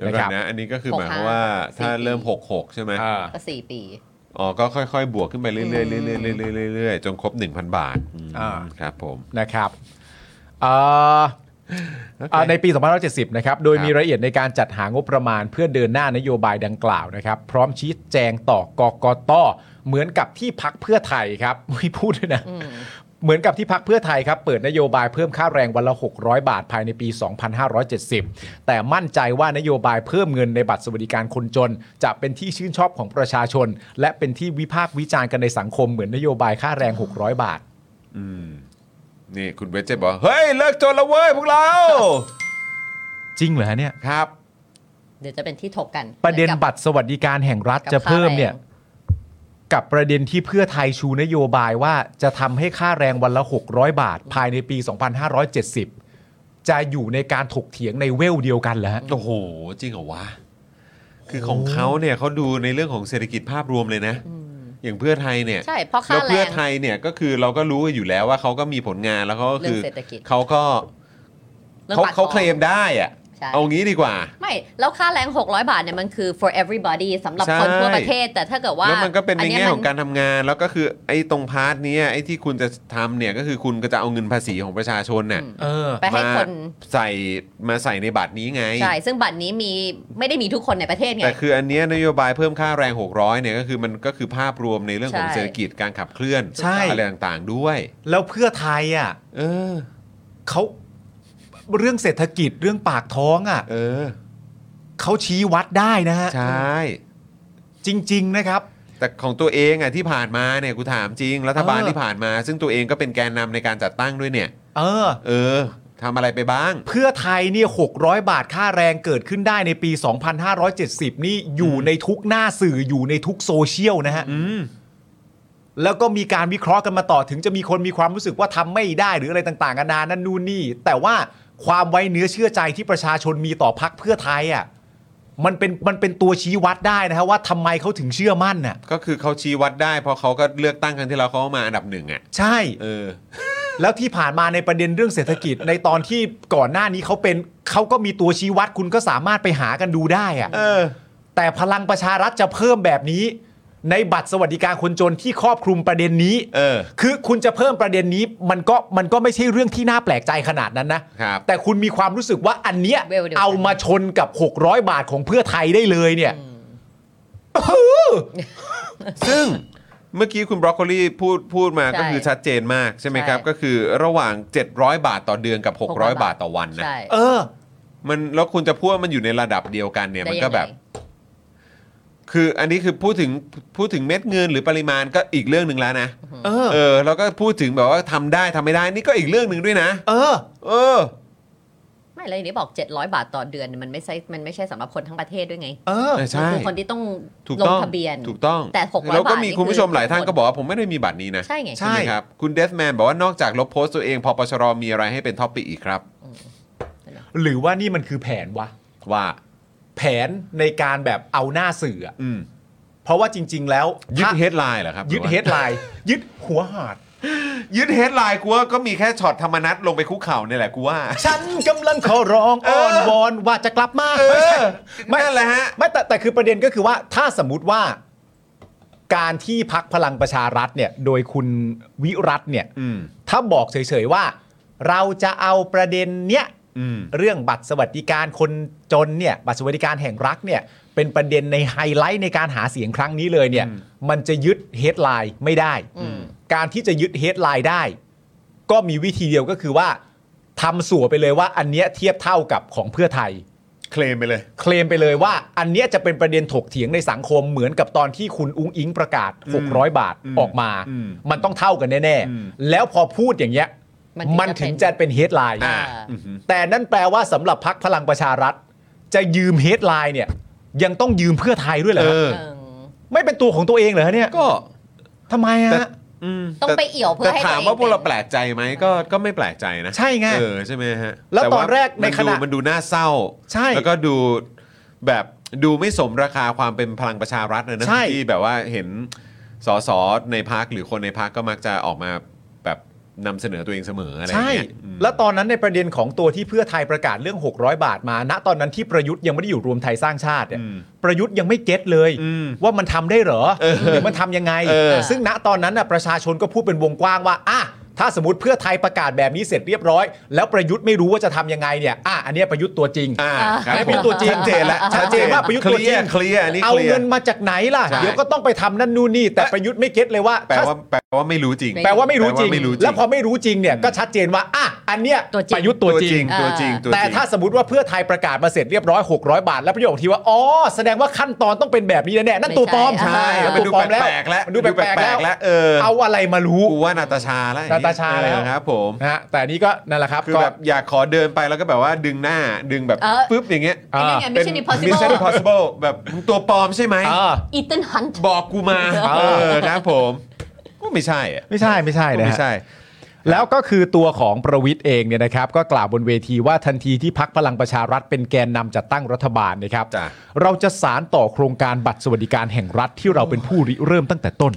Speaker 2: เดี๋ยว
Speaker 3: นะ
Speaker 2: ก่อ
Speaker 3: คน รับ
Speaker 2: นะ อันนี้ก็คือหมายความว่าถ้าเริ่ม 66 ใช่ไหม
Speaker 3: อ่า
Speaker 4: ก็สี่ปี
Speaker 2: อ๋อ ก็ค่อยๆ บวกขึ้นไปเรื่อยๆเรื่อยๆเรื่อยๆเรื่อยๆจนครบ 1,000 บาทอืม
Speaker 3: อ่า
Speaker 2: ครับผม
Speaker 3: นะครับเอ่ออ่าในปี2570 นะครับ โดย
Speaker 2: ครับ
Speaker 3: มีรายละเอียดในการจัดหางบประมาณเพื่อเดินหน้านโยบายดังกล่าวนะครับ พร้อมชี้แจงต่อกกตเหมือนกับที่พักเพื่อไทยครับ ไม่พูดด้วยนะ เหมือนกับที่พักเพื่อไทยครับ เปิดนโยบายเพิ่มค่าแรงวันละ 600 บาทภายในปี 2570 แต่มั่นใจว่านโยบายเพิ่มเงินในบัตรสวัสดิการคนจน จะเป็นที่ชื่นชอบของประชาชน และเป็นที่วิพากษ์วิจารณ์กันในสังคมเหมือนนโยบายค่าแรง 600 บาท
Speaker 2: นี่คุณเวจเจบอกว่าเฮ้ย เลิกจนแล้วเว้ยพวกเรา
Speaker 3: จริงเหรอฮะเนี่ย
Speaker 2: ครับ
Speaker 4: เดี๋ยวจะเป็นที่ถกกัน
Speaker 3: ประเด็น
Speaker 4: กับ
Speaker 3: บัตรสวัสดิการแห่งรัฐ
Speaker 4: กับ
Speaker 3: จะเพิ่ม
Speaker 4: ค่าแรง
Speaker 3: เนี่ย กับประเด็นที่เพื่อไทยชูนโยบายว่าจะทำให้ค่าแรงวันละ 600 บาท ภายในปี 2570 จะอยู่ในการถกเถียงในเวลเดียวกันเหรอฮะ
Speaker 2: โอ้โห จริงเหรอวะ คือของเขาเนี่ยเขาดูในเรื่องของเศรษฐกิจภาพรวมเลยนะ อย่างเพื่อไทยเนี่ย
Speaker 4: ใช่เพราะค่า
Speaker 2: แล้ว
Speaker 4: แร
Speaker 2: เพื่อง ไทยเนี่ยก็คือเราก็รู้อยู่แล้วว่าเขาก็มีผลงานแล้วเขาก็คือ
Speaker 4: เรื่องเศรษฐกิจ
Speaker 2: เขาก็
Speaker 4: รื่อง
Speaker 2: เขา
Speaker 4: ปก
Speaker 2: เขา
Speaker 4: ท้อง
Speaker 2: เคลมได้อะ
Speaker 4: ใช่
Speaker 2: เอางี้ดีกว่า
Speaker 4: ไม่ แล้วค่าแรง 600 บาทเนี่ยมันคือ for everybody สำหรับ
Speaker 2: ใช่
Speaker 4: คนทั่วประเทศ แต่ถ้าเกิดว่า
Speaker 2: แล้วมันก็เป็นใน
Speaker 4: อัย
Speaker 2: แง่
Speaker 4: มั
Speaker 2: ของการทำงาน แล้วก็คือไอ้ตรงพาร์ทเนี้ยไอ้ที่คุณจะทำเนี่ยก็คือคุณก็จะเอาเงินภาษีของประชาชนเนี่ย
Speaker 4: อืม
Speaker 3: เออ
Speaker 4: ไปให้
Speaker 2: มา
Speaker 4: คน
Speaker 2: ใส่มาใส่ในบัตรนี้ไง
Speaker 4: ใช่ ซึ่งบัตรนี้มีไม่ได้มีทุกคนในประเทศไง
Speaker 2: แต่คืออันเนี้ยนโยบายเพิ่มค่าแรง 600เนี่ยก็คือมันก็คือภาพรวมในเรื่องของ
Speaker 4: ใช่
Speaker 2: เศรษฐกิจการขับเคลื่อน
Speaker 3: ใช่
Speaker 2: อะไรต่างๆด้วย
Speaker 3: แล้วเพื่อไทยอ่ะ
Speaker 2: เออ
Speaker 3: เขาเรื่องเศรษฐกิจเรื่องปากท้องอ่ะ
Speaker 2: เออ
Speaker 3: เขาชี้วัดได้นะฮะ
Speaker 2: ใช่
Speaker 3: จริง ๆ นะครับ
Speaker 2: แต่ของตัวเองอ่ะที่ผ่านมาเนี่ยกูถามจริงรัฐบาล
Speaker 3: เออ
Speaker 2: ที่ผ่านมา ซึ่งตัวเองก็เป็นแกนนำในการจัดตั้งด้วยเนี่ย
Speaker 3: เออ
Speaker 2: เออทำอะไรไปบ้าง
Speaker 3: เพื่อไทยเนี่ย600 บาทค่าแรงเกิดขึ้นได้ในปี 2570 นี่อยู่ในทุกหน้าสื่ออยู่ในทุกโซเชียลนะฮะ
Speaker 2: อืม
Speaker 3: แล้วก็มีการวิเคราะห์กันมาต่อถึงจะมีคนมีความรู้สึกว่าทำไม่ได้หรืออะไรต่างๆนานานั่นนู่นนี่ แต่ว่าความไว้เนื้อเชื่อใจที่ประชาชนมีต่อพักเพื่อไทยอ่ะมันเป็นมันเป็นตัวชี้วัดได้นะฮะว่าทำไมเขาถึงเชื่อมั่นน่ะ
Speaker 2: ก็คือเขาชี้วัดได้ เพราะเขาก็เลือกตั้งครั้งที่แล้วเขาก็มาอันดับหนึ่งอ่ะ
Speaker 3: ใช่
Speaker 2: เออ
Speaker 3: แล้วที่ผ่านมาในประเด็นเรื่องเศรษฐกิจในตอนที่ก่อนหน้านี้เขาเป็นเขาก็มีตัวชี้วัดคุณก็สามารถไปหากันดูได้อะ
Speaker 2: เออ
Speaker 3: แต่พลังประชารัฐจะเพิ่มแบบนี้ ในบัตรสวัสดิการคนจนที่ครอบคลุมประเด็นนี้
Speaker 2: เออ
Speaker 3: คือคุณจะเพิ่มประเด็นนี้มันก็มันก็ไม่ใช่เรื่องที่น่าแปลกใจขนาดนั้นนะครับ แต่คุณมีความรู้สึกว่าอันเนี้ย
Speaker 4: เวลเดียวกัน
Speaker 3: เอามาชนกับ 600 บาทของเพื่อไทยได้เลยเนี่ย
Speaker 2: ซึ่งเมื่อกี้คุณบรอกโคลีพูดพูดมา
Speaker 4: ใช่
Speaker 2: ก็คือชัดเจนมากใช่ไหม
Speaker 4: ใช่
Speaker 2: ครับ ก็คือระหว่าง 700 บาทต่อเดือนกับ 600 บาทต่อวันนะ
Speaker 4: ใช่
Speaker 3: เออ
Speaker 2: มันแล้วคุณจะพูดว่ามันอยู่ในระดับเดียวกันเนี่ย
Speaker 4: ได้
Speaker 2: มัน
Speaker 4: ยังไง
Speaker 2: ก็แบบ คืออันนี้คือพูดถึงพูดถึงเม็ดเงินหรือปริมาณก็อีกเรื่องหนึ่งแล้วนะ
Speaker 3: เออ
Speaker 2: เออแล้วก็พูดถึงแบบว่าทำได้ทำไม่ได้นี่ก็อีกเรื่องหนึ่งด้วยนะ
Speaker 3: เออ
Speaker 2: เออ
Speaker 4: ไม่ อะไรนี่บอก 700 บาทต่อเดือนมันไม่ใช่มันไม่ใช่สำหรับคนทั้งประเทศด้วยไง
Speaker 3: เออ
Speaker 2: เออ
Speaker 4: มั
Speaker 2: ใช่
Speaker 4: คือคนที่ต้อง
Speaker 2: ถูก
Speaker 4: ลง
Speaker 2: ต้อง
Speaker 4: ทะเบียน
Speaker 2: ถูกต้อง
Speaker 4: แต่600
Speaker 2: แล้วก็มี
Speaker 4: บาทนี่
Speaker 2: คุณผู้ชม
Speaker 4: คือ
Speaker 2: หลายท่าน
Speaker 4: คน
Speaker 2: ก็บอกว่าผมไม่ได้มีบัตรนี้นะ
Speaker 4: ใช่ไง
Speaker 3: ใช่
Speaker 2: ไหมครับคุณเดฟแมนบอกว่านอกจากลบโพสต์ตัวเองพอปชรมีอะไรให้เป็นท็อปิกอีกครับ
Speaker 3: หรือว่านี่มันคือแผนวะ
Speaker 2: ว่า
Speaker 3: แผนในการแบบเอาหน้าสื่ออะ
Speaker 2: อืม
Speaker 3: เพราะว่าจริง ๆ แล้ว
Speaker 2: ยึด
Speaker 3: ถ้า
Speaker 2: เฮดไลน์เหรอครับ
Speaker 3: ยึดเฮดไลน์ ยึดหัวหาด
Speaker 2: ยึดเฮดไลน์กูว่าก็มีแค่ช็อตธรรมนัตลงไปคุกเข่าเนี่ยแหละกูว่า
Speaker 3: ฉันกำลังขอร้อง
Speaker 2: เอ
Speaker 3: อ้
Speaker 2: อ
Speaker 3: อนวอนว่าจะกลับมา
Speaker 2: เออ
Speaker 3: ไม่
Speaker 2: นั่นแหละฮะ
Speaker 3: ไม่แต่แต่คือประเด็นก็คือว่าถ้าสมมติว่า การที่พักพลังประชารัฐเนี่ย โดยคุณวิรัตเนี่ย
Speaker 2: อืม
Speaker 3: ถ้าบอกเฉยๆว่า เราจะเอาประเด็นเนี้ย
Speaker 2: อืม
Speaker 3: เรื่องบัตรสวัสดิการคนจนเนี่ย บัตรสวัสดิการแห่งรัฐเนี่ย เป็นประเด็นในไฮไลท์ในการหาเสียงครั้งนี้เลยเนี่ย มันจะยึดเฮดไลน์ไม่ได้
Speaker 4: อืม
Speaker 3: การที่จะยึดเฮดไลน์ได้ ก็มีวิธีเดียวก็คือว่าทำสัวไปเลยว่าอันเนี้ยเทียบเท่ากับของเพื่อไทย
Speaker 2: เคลมไปเลย
Speaker 3: เคลมไปเลยว่า อันเนี้ยจะเป็นประเด็นถกเถียงในสังคมเหมือนกับตอนที่คุณอุ้งอิงประกาศ
Speaker 2: อืม
Speaker 3: 600 บาท
Speaker 2: อืม
Speaker 3: ออกมา
Speaker 2: อืม
Speaker 3: มันต้องเท่ากันแน่
Speaker 2: อืม
Speaker 3: ๆ แล้วพอพูดอย่างเงี้ย
Speaker 4: มั
Speaker 3: มัน
Speaker 4: นถึ
Speaker 3: ถึง
Speaker 4: ง
Speaker 3: จะ
Speaker 4: จะเป็
Speaker 3: เป็น
Speaker 4: น
Speaker 3: เฮดไลน์
Speaker 4: อ่า
Speaker 2: อื้อหือ
Speaker 3: แต่นั่นแปลว่าสำหรับพักพลังประชารัฐ จะยืมเฮดไลน์เนี่ย ยังต้องยืมเพื่อไทยด้วยเหร
Speaker 2: เอ
Speaker 3: อฮะ
Speaker 2: อ
Speaker 4: เออ
Speaker 3: ไม่เป็นตัวของตัวเองเหรอฮะเนี่ย
Speaker 2: ก็
Speaker 3: ทำไม
Speaker 2: แต่
Speaker 3: ฮะ
Speaker 2: อืม
Speaker 4: ต้องไปเอี่ยวเพื่
Speaker 2: แต่
Speaker 4: อให้
Speaker 2: ถาม
Speaker 4: ตัอง
Speaker 2: ว่าพวกเรา
Speaker 4: น
Speaker 2: แปลกใจไหมก็ก็ไม่แปลกใจนะ
Speaker 3: ใช่ไง
Speaker 2: เออใช่ไหมฮะ
Speaker 3: แล้วตอน
Speaker 2: า
Speaker 3: แรกใน
Speaker 2: มั
Speaker 3: ขณะ
Speaker 2: ดูมันดูน่าเศร้า
Speaker 3: ใช่
Speaker 2: แล้วก็ดูแบบดูไม่สมราคาความเป็นพลังประชารัฐนะนะ
Speaker 3: ใช่
Speaker 2: ที่แบบว่าเห็นสสในพักหรือคนในพักก็มักจะออกมาแบบนำเสนอตัวเองเสมออะไรอย่าง
Speaker 3: ใช่
Speaker 2: เงี้ยอืม
Speaker 3: แล้วตอนนั้นในประเด็นของตัวที่เพื่อไทยประกาศเรื่อง 600 บาทมา ณ ตอนนั้นที่ประยุทธ์ยังไม่ได้อยู่รวมไทยสร้างชาติเนี่ย
Speaker 2: อืม
Speaker 3: ประยุทธ์ยังไม่เก็ตเลย
Speaker 2: อืม
Speaker 3: ว่ามันทำได้เหรอหรือมันทำยังไง
Speaker 2: เออ
Speaker 3: ซึ่งณตอนนั้นน่ะประชาชนก็พูดเป็นวงกว้างว่าอ่ะถ้าสมมติเพื่อไทยประกาศแบบนี้เสร็จเรียบร้อย แล้วประยุทธ์ไม่รู้ว่าจะทำยังไงเนี่ยอ่ะอันเนี้ยประยุทธ์ตัวจริง
Speaker 2: อ่าครับ
Speaker 3: อันนี้ประยุทธ์ตัวจริง
Speaker 2: ชัดเจนแล้ว
Speaker 3: ชัดเจนว่าประยุทธ์
Speaker 2: เค
Speaker 3: ตัว
Speaker 2: ลี
Speaker 3: จริ
Speaker 2: ย
Speaker 3: ง
Speaker 2: ร์เคลียร์อันนี่
Speaker 3: เอา
Speaker 2: เคลีย
Speaker 3: เงิ
Speaker 2: ร์
Speaker 3: นมาจากไหนล่ะ
Speaker 2: ใช่
Speaker 3: เดี๋ยวก็ต้องไปทำนั่นนู่นนี่แต่ประยุทธ์ไม่เก็ตเลยว่า
Speaker 2: แปล
Speaker 3: ถ้า
Speaker 2: ว่าแปลว่าไม่รู้จริง
Speaker 4: ไม่
Speaker 3: แปลว่าไม่รู้จริ
Speaker 2: แปล
Speaker 3: ง
Speaker 2: ว่าไม่รู้จริง
Speaker 3: แล้วพอไม่รู้จริงเนี่ยก็ชัดเจนว่าอ่ะอันเนี้ย
Speaker 4: ตัวจริง
Speaker 3: ประยุทธ์ตัวจริง
Speaker 2: ตัวจริงตัวจริง
Speaker 3: แต่ถ้าสมมติว่าเพื่อไทยประกาศมาเสร็จเรียบร้อย 600 บาท แล้วประโยคที่ว่า อ๋อ แสดงว่าขั้นตอนต้องเป็นแบบนี้แน่ๆนั่นตัวปลอม
Speaker 4: ไม่ใช่
Speaker 2: ใช่
Speaker 3: นั่
Speaker 2: มัน
Speaker 3: ตัว
Speaker 2: ดู
Speaker 3: ปลอ
Speaker 2: แป
Speaker 3: ม
Speaker 2: ลกๆ
Speaker 3: แล้ว
Speaker 2: แล้ว
Speaker 3: มันดูแปลกๆแล้ว
Speaker 2: แล้วเออ
Speaker 3: เอาอะไรมารู้
Speaker 2: กูว่านาตาชาแล้วอย่ง
Speaker 3: นาตาชาแล้ว
Speaker 2: เออครับผม
Speaker 3: นะฮะแต่อันนี้ก็นั่นแหละครับ
Speaker 2: คือ
Speaker 3: ก็
Speaker 2: แบบอยากขอเดินไปแล้วก็แบบว่าดึงหน้าดึงแบบ
Speaker 4: เออ
Speaker 2: ปึ๊บอย่างเงี้ย
Speaker 4: ไอ้นั่นไง Mission
Speaker 2: เป็น Mission
Speaker 4: Impossible
Speaker 2: Impossible แบบมึงตัวปลอมใช่ไหม
Speaker 3: เออ
Speaker 4: Ethan Hunt
Speaker 2: บอกกูมา
Speaker 3: เอ
Speaker 2: เอ
Speaker 3: อ
Speaker 2: อครับผมก็ไม่ใช่อะ
Speaker 3: ไม่ใช่ไม่ใช่
Speaker 2: ก็
Speaker 3: นะ
Speaker 2: ไม่
Speaker 3: ฮะ
Speaker 2: ใช่
Speaker 3: แล้วก็คือตัวของประวิทย์เองเนี่ยนะครับก็กล่าวบนเวทีว่าทันทีที่พักพลังประชารัฐเป็นแกนนำจัดตั้งรัฐบาลนะครับ
Speaker 2: จ้ะ
Speaker 3: เราจะสารต่อโครงการบัตรสวัสดิการแห่งรัฐที่เราเป็นผู้ริเริ่มตั้งแต่ต้น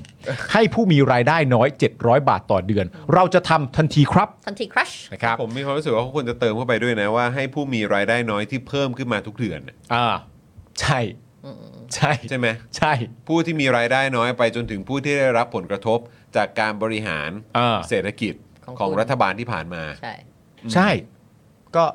Speaker 3: ให้ผู้มีรายได้น้อย 700 บาทต่อเดือน เราจะทำทันทีครับ
Speaker 4: ทันที Crush
Speaker 3: นะครับ
Speaker 2: ผมมีความรู้สึกว่าเขาควรจะเติมเข้าไปด้วยนะว่าให้ผู้มีรายได้น้อยที่เพิ่มขึ้นมาทุกเดือนน่ะ
Speaker 3: อ่าใช่ใช่
Speaker 2: ใช่ไหม
Speaker 3: ใช่
Speaker 2: ผู้ที่มีรายได้น้อยไปจนถึงผู้ที่ได้รับผลกระทบจากการบริหาร
Speaker 3: อ่า
Speaker 2: เศรษฐกิจ
Speaker 4: ของ
Speaker 2: ของ
Speaker 4: คุณ
Speaker 2: รัฐบาลที่ผ่านมา
Speaker 4: ใช่
Speaker 3: ใช่ก็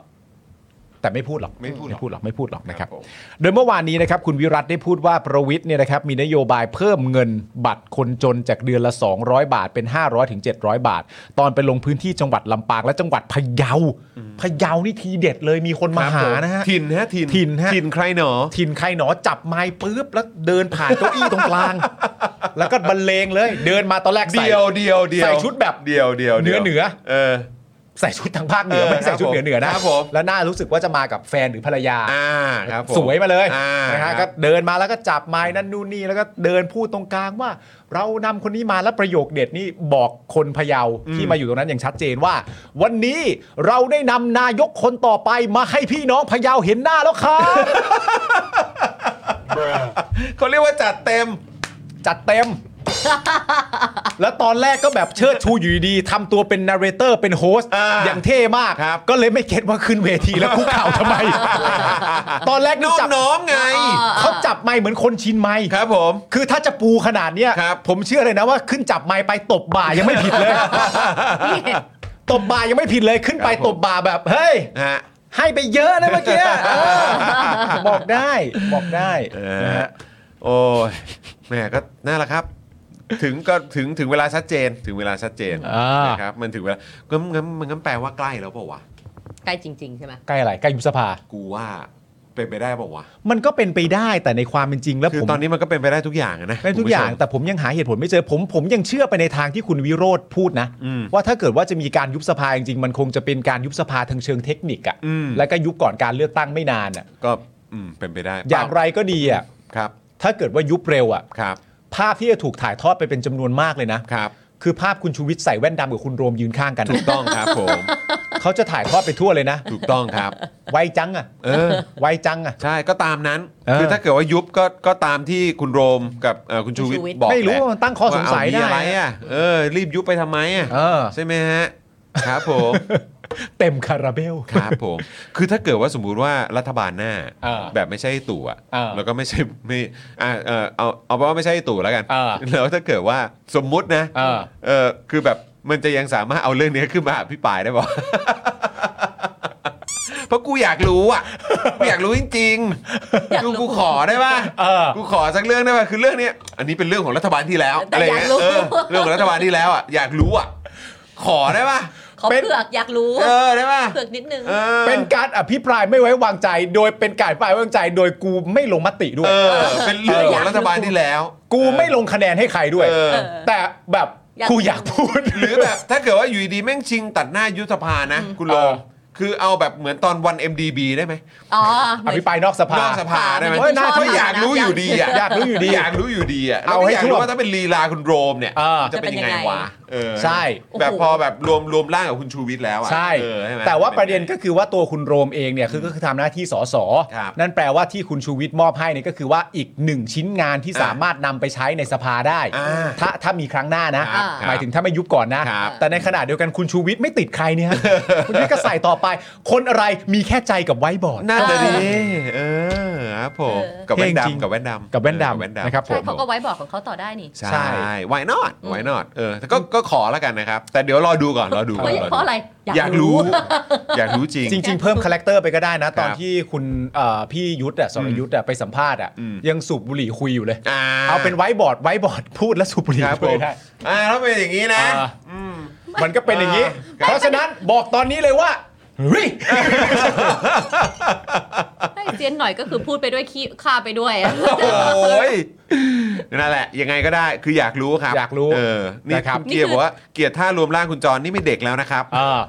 Speaker 3: แต่ไม่พูดหรอก
Speaker 2: ไม่พูดหรอก
Speaker 3: ไม่พูดหรอกไม่พูดหรอกนะครับ
Speaker 2: ผม
Speaker 3: โดยเมื่อวานนี้นะครับคุณวิรัตได้พูดว่าประวิทย์เนี่ยนะครับมีนโยบายเพิ่มเงินบัตรคนจนจากเดือนละ 200 บาทเป็น 500ถึง700 บาท ตอนไปลงพื้นที่จังหวัดลำปางและจังหวัดพะเยาพะเยานี่ทีเด็ดเลยมีคนมาหานะฮะ
Speaker 2: ถิ่นฮะถิ่น
Speaker 3: ถิ่นฮะ
Speaker 2: ถิ่นใครหนอ
Speaker 3: ถิ่นใครหนอจับไม้ปุ๊บแล้วเดินผ่านเก้าอี้ตรงกลาง แล้วก็บรรเลงเลย เดินมาตอนแรกใส่
Speaker 2: เดียวเดียวเดียว
Speaker 3: ใส่ชุดแบบ
Speaker 2: เดียวเดียว
Speaker 3: เหนือเหนือ
Speaker 2: เออ
Speaker 3: ใส่ชุดทางภาคเหนือ
Speaker 2: เออ
Speaker 3: ไม่ใส่ชุด
Speaker 2: ครับผม
Speaker 3: เหนือเหนือนะครับ
Speaker 2: ผม
Speaker 3: แล้วหน้ารู้สึกว่าจะมากับแฟนหรือภรรยา
Speaker 2: อ่าครับผม
Speaker 3: สวยมาเลย
Speaker 2: อ่า
Speaker 3: นะ
Speaker 2: ครั
Speaker 3: ฮะ
Speaker 2: บ
Speaker 3: ก็เดินมาแล้วก็จับไม้นั่นนู่นนี่แล้วก็เดินพูดตรงกลางว่า เรานำคนนี้มาแล้วประโยคเด็ดนี่บอกคนพะเยาที่มาอยู่ตรงนั้นอย่างชัดเจนว่า วันนี้เราได้นำนายกคนต่อไปมาให้พี่น้องพะเยาเห็นหน้าแล้วครับ
Speaker 2: เขาเรียกว่าจัดเต็ม
Speaker 3: จัดเต็ม แล้วตอนแรกก็แบบเชิดชูอยู่ดีๆทำตัวเป็นนาร์เรเตอร์เป็นโฮสต์
Speaker 2: อ่า
Speaker 3: อย่างเท่มาก
Speaker 2: ครับ
Speaker 3: ก็เลยไม่เก็ตว่าขึ้นเวทีแล้วคุกเข่าทำไม ตอนแรก
Speaker 2: น้
Speaker 3: นี่
Speaker 2: อม
Speaker 3: จับ
Speaker 2: น้อมไง
Speaker 3: เขาจับไม่เหมือนคนชินไม่
Speaker 2: ครับผม
Speaker 3: คือถ้าจะปูขนาดเนี้ย
Speaker 2: ครับ
Speaker 3: ผมเชื่อเลยนะว่าขึ้นจับไม้ไปตบบ่ายังไม่ผิดเลย ตบบ่ายังไม่ผิดเลยขึ้นไปตบบ่าแบบ เฮ้ย
Speaker 2: ฮะ
Speaker 3: ให้ไปเยอะนะเมื่อกี้ เออบอกได้บอกได้
Speaker 2: เออ
Speaker 3: นะฮะ
Speaker 2: โอ้ยแหม่ก็นั่นแหละครับ ถึงก็ถึงถึงเวลาชัดเจนถึงเวลาชัดเจนนะครับมันถึงเวลาก็งั้นมันงั้นแปลว่าใกล้แล้วเปล่าวะ
Speaker 4: ใกล้จริง ๆ ใช่ไหม
Speaker 3: ใกล้อะไรใกล้ยุบสภา
Speaker 2: กูว่า เป็นไปได้ป่าวะ
Speaker 3: มันก็เป็นไปได้แต่ในความเป็นจริงแล้ว
Speaker 2: คือ
Speaker 3: ผม
Speaker 2: ตอนนี้มันก็เป็นไปได้ทุกอย่างอะนะ
Speaker 3: ในทุกอย่าง
Speaker 2: คุณผู้ชม
Speaker 3: แต่ผมยังหาเหตุผลไม่เจอผมผมยังเชื่อไปในทางที่คุณวิโรธพูดนะ
Speaker 2: อืม
Speaker 3: ว่าถ้าเกิดว่าจะมีการยุบสภาจริงๆมันคงจะเป็นการยุบสภาทางเชิงเทคนิค
Speaker 2: อืม
Speaker 3: อะ่ะแล้วก็ยุบก่อนการเลือกตั้งไม่นานอะ่ะ
Speaker 2: ก็อืมเป็นไปได้
Speaker 3: อย่างไรก็ดีอะ่ะ
Speaker 2: ครับ
Speaker 3: ถ้าเกิดว่ายุบเร็วอะ่ะ
Speaker 2: ครับ
Speaker 3: ภาพที่จะถูกถ่ายทอดไปเป็นจำนวนมากเลยนะครับ คือภาพคุณชูวิทย์ใส่แว่นดำกับคุณโรมยืนข้างกัน
Speaker 2: ถู
Speaker 3: อะ
Speaker 2: กต้องครับผม
Speaker 3: เขาจะถ่ายทอดไปทั่วเลยนะ
Speaker 2: ถูกต้องครับ
Speaker 3: ไวจังอะ่ะ
Speaker 2: เออ
Speaker 3: ไวจังอ่ะ
Speaker 2: ใช่ก็ตามนั้น
Speaker 3: เออ
Speaker 2: คือถ้าเกิดว่ายุบก็ก็ตามที่คุณโรมกับเอ่อคุณชูวิท
Speaker 4: คุณชูวิทย์
Speaker 2: ย์บอก
Speaker 3: ไม่รู้
Speaker 2: แหละ
Speaker 3: ว่ามันตั้งข้อสงสัย
Speaker 2: ว่าเอามี
Speaker 3: ได้
Speaker 2: อะไรอ่ะเออ รีบยุบไปทำไมอ่ะ
Speaker 3: เออ
Speaker 2: ใช่ไหมฮะครับผม
Speaker 3: เต็มคาราเบล
Speaker 2: ครับผม คือถ้าเกิดว่าสมมุติว่ารัฐบาลหน้า
Speaker 3: เออ
Speaker 2: แบบไม่ใช่ตู่อะ
Speaker 3: เออ
Speaker 2: แล้วก็ไม่ใช่ ไม่อ่าเออเอาเอาเป็นว่าไม่ใช่ตู่แล้วกัน
Speaker 3: เออ
Speaker 2: แล้วถ้าเกิดว่าสมมุตินะ
Speaker 3: เออ
Speaker 2: เออคือแบบมันจะยังสามารถเอาเรื่องนี้ขึ้นมาอภิปรายได้ป่ เพราะกูอยากรู้อ่ะกูอยากรู้จริงๆกูกูขอได้ป่ะกูขอสักเรื่องได้ป่ะคือเรื่องเนี้ยอันนี้เป็นเรื่องของรัฐบาลที่แล้ว
Speaker 4: แต่อยา
Speaker 2: ะ
Speaker 4: ก
Speaker 2: ไเงี้
Speaker 4: รู้
Speaker 2: เออเรื่องของรัฐบาลที่แล้วอ่ะอยากรู้อ่ะขอได้ ป่ะ
Speaker 4: เขาเผือกอยากรู้
Speaker 2: เออได้ป่ะ
Speaker 4: เผือกนิดนึง
Speaker 2: ออ
Speaker 3: เป็นการอภิปรายไม่ไว้วางใจ โดยเป็นการอภิปรายไม่ไว้วางใจ โดยกูไม่ลงมติด้วย
Speaker 2: เออ เป็นเรื่องของรัฐบาลที่แล้ว
Speaker 3: กูไม่ลงคะแนนให้ใครด้วย
Speaker 2: เออ
Speaker 3: แต่แบบ
Speaker 4: อยาก
Speaker 3: กูอยากพูด
Speaker 2: หรือแบบถ้าเกิดว่าอยู่ดีๆแม่งชิงตัดหน้ายุทธภานะ คุณลง
Speaker 3: เออ
Speaker 2: คือเอาแบบเหมือนตอนวัน MDB ได้ไหม
Speaker 4: อ๋อ
Speaker 3: อภิปรายนอกสภาน น
Speaker 2: อกสภาได้ไหม
Speaker 3: เฮ้ยน่า
Speaker 2: ก็อยากรู้อยู่ดีอ่ะ
Speaker 3: อยากรู้อยู่ดี
Speaker 2: อยากรู้อยู่ดีอ่ะ
Speaker 3: เอาให้
Speaker 2: แล้วก็อยาก
Speaker 3: ทั่
Speaker 2: รู้
Speaker 3: ว
Speaker 2: ว่าถ้าเป็นลีลาคุณโรมเนี่ย
Speaker 3: เออ
Speaker 2: จะเป็นยังไงวะเออ
Speaker 3: ใช่
Speaker 2: แบบพอแบบรวมรวมร่างกับคุณชูวิทย์แล้วอ่ะ
Speaker 3: ใช่
Speaker 2: เออใช่ไหม
Speaker 3: แต่ว่าประเด็นก็คือว่าตัวคุณโรมเองเนี่ยคือก็คือทำหน้าที่สส
Speaker 2: ครับ
Speaker 3: นั่นแปลว่าที่คุณชูวิทย์มอบให้เนี่ยก็คือว่าอีกหนึ่งชิ้นงานที่
Speaker 2: อ่า
Speaker 3: สามารถนำไปใช้ในสภาได้
Speaker 2: อ่า
Speaker 3: ถ้าถ้ามีครั้งหน้านะ
Speaker 2: ครับ
Speaker 3: หมายถึงถ้าไม่ยุบก่อนนะ
Speaker 2: ครับ
Speaker 3: แต่ในขณะเดียวกันคุณชูวิทย์ไม่ติดใครเนี่ยฮะ คุณชูวิทย์ก็ใส่ต่อไป คนอะไรมีแค่ใจกับไว้บอร์ด
Speaker 2: นั่นเลยดิเออครับผมกับแว่น
Speaker 3: เท่จริง
Speaker 2: ดำกับแว่นดำ
Speaker 3: กับแว่นดำ
Speaker 2: เออ
Speaker 3: นะครับ
Speaker 4: ใช่เขาก็ไว้บอกของเขาต่อได้นี่
Speaker 2: ใช่
Speaker 3: ใช่
Speaker 2: why not why not เออแต่ก็ก็ขอแล้วกันนะครับ แต่เดี๋ยวรอดูก่อนรอดูก่อนดู
Speaker 4: เพราะอะไร
Speaker 2: อยากรู้ อ ยากรู้จริง
Speaker 3: จริง ๆ เพิ่มคาแรคเตอร์ไปก็ได้นะ ตอน
Speaker 2: ครับ
Speaker 3: ที่คุณเอ่อพี่ยุทธอะสรยุทธอะไปสัมภาษณ์อะ
Speaker 2: อืม
Speaker 3: ยังสูบบุหรี่คุยอยู่เลย
Speaker 2: อ่า
Speaker 3: เอาเป็นไว้บอร์ดไว้บอร์ดพูดแล้วสูบบุหรี่
Speaker 2: ครับ
Speaker 3: คุ
Speaker 2: ผ
Speaker 3: ย
Speaker 2: ม
Speaker 3: ได้
Speaker 2: อ่าถ้าเป็นอย่างนี้นะ
Speaker 3: อ่า
Speaker 2: อืม
Speaker 3: มันก็เป็นอย่างนี้
Speaker 2: ครับ
Speaker 3: เพราะฉะนั้นบอกตอนนี้เลยว่าเฮ้ย
Speaker 4: ไอ้เซียนหน่อยก็คือพูดไปด้วยขี้ฆ่าไปด้วย
Speaker 2: โอ้ยนั่นแหละ ยังไงก็ได้คืออยากรู้ครับ
Speaker 3: อยากรู้
Speaker 2: เออนี่
Speaker 3: นะครับ
Speaker 2: คุณเกียร์บอกว่าเกียรติท่ารวมร่างคุณจรนี่ไม่เด็กแล้วนะครับ
Speaker 3: อ่า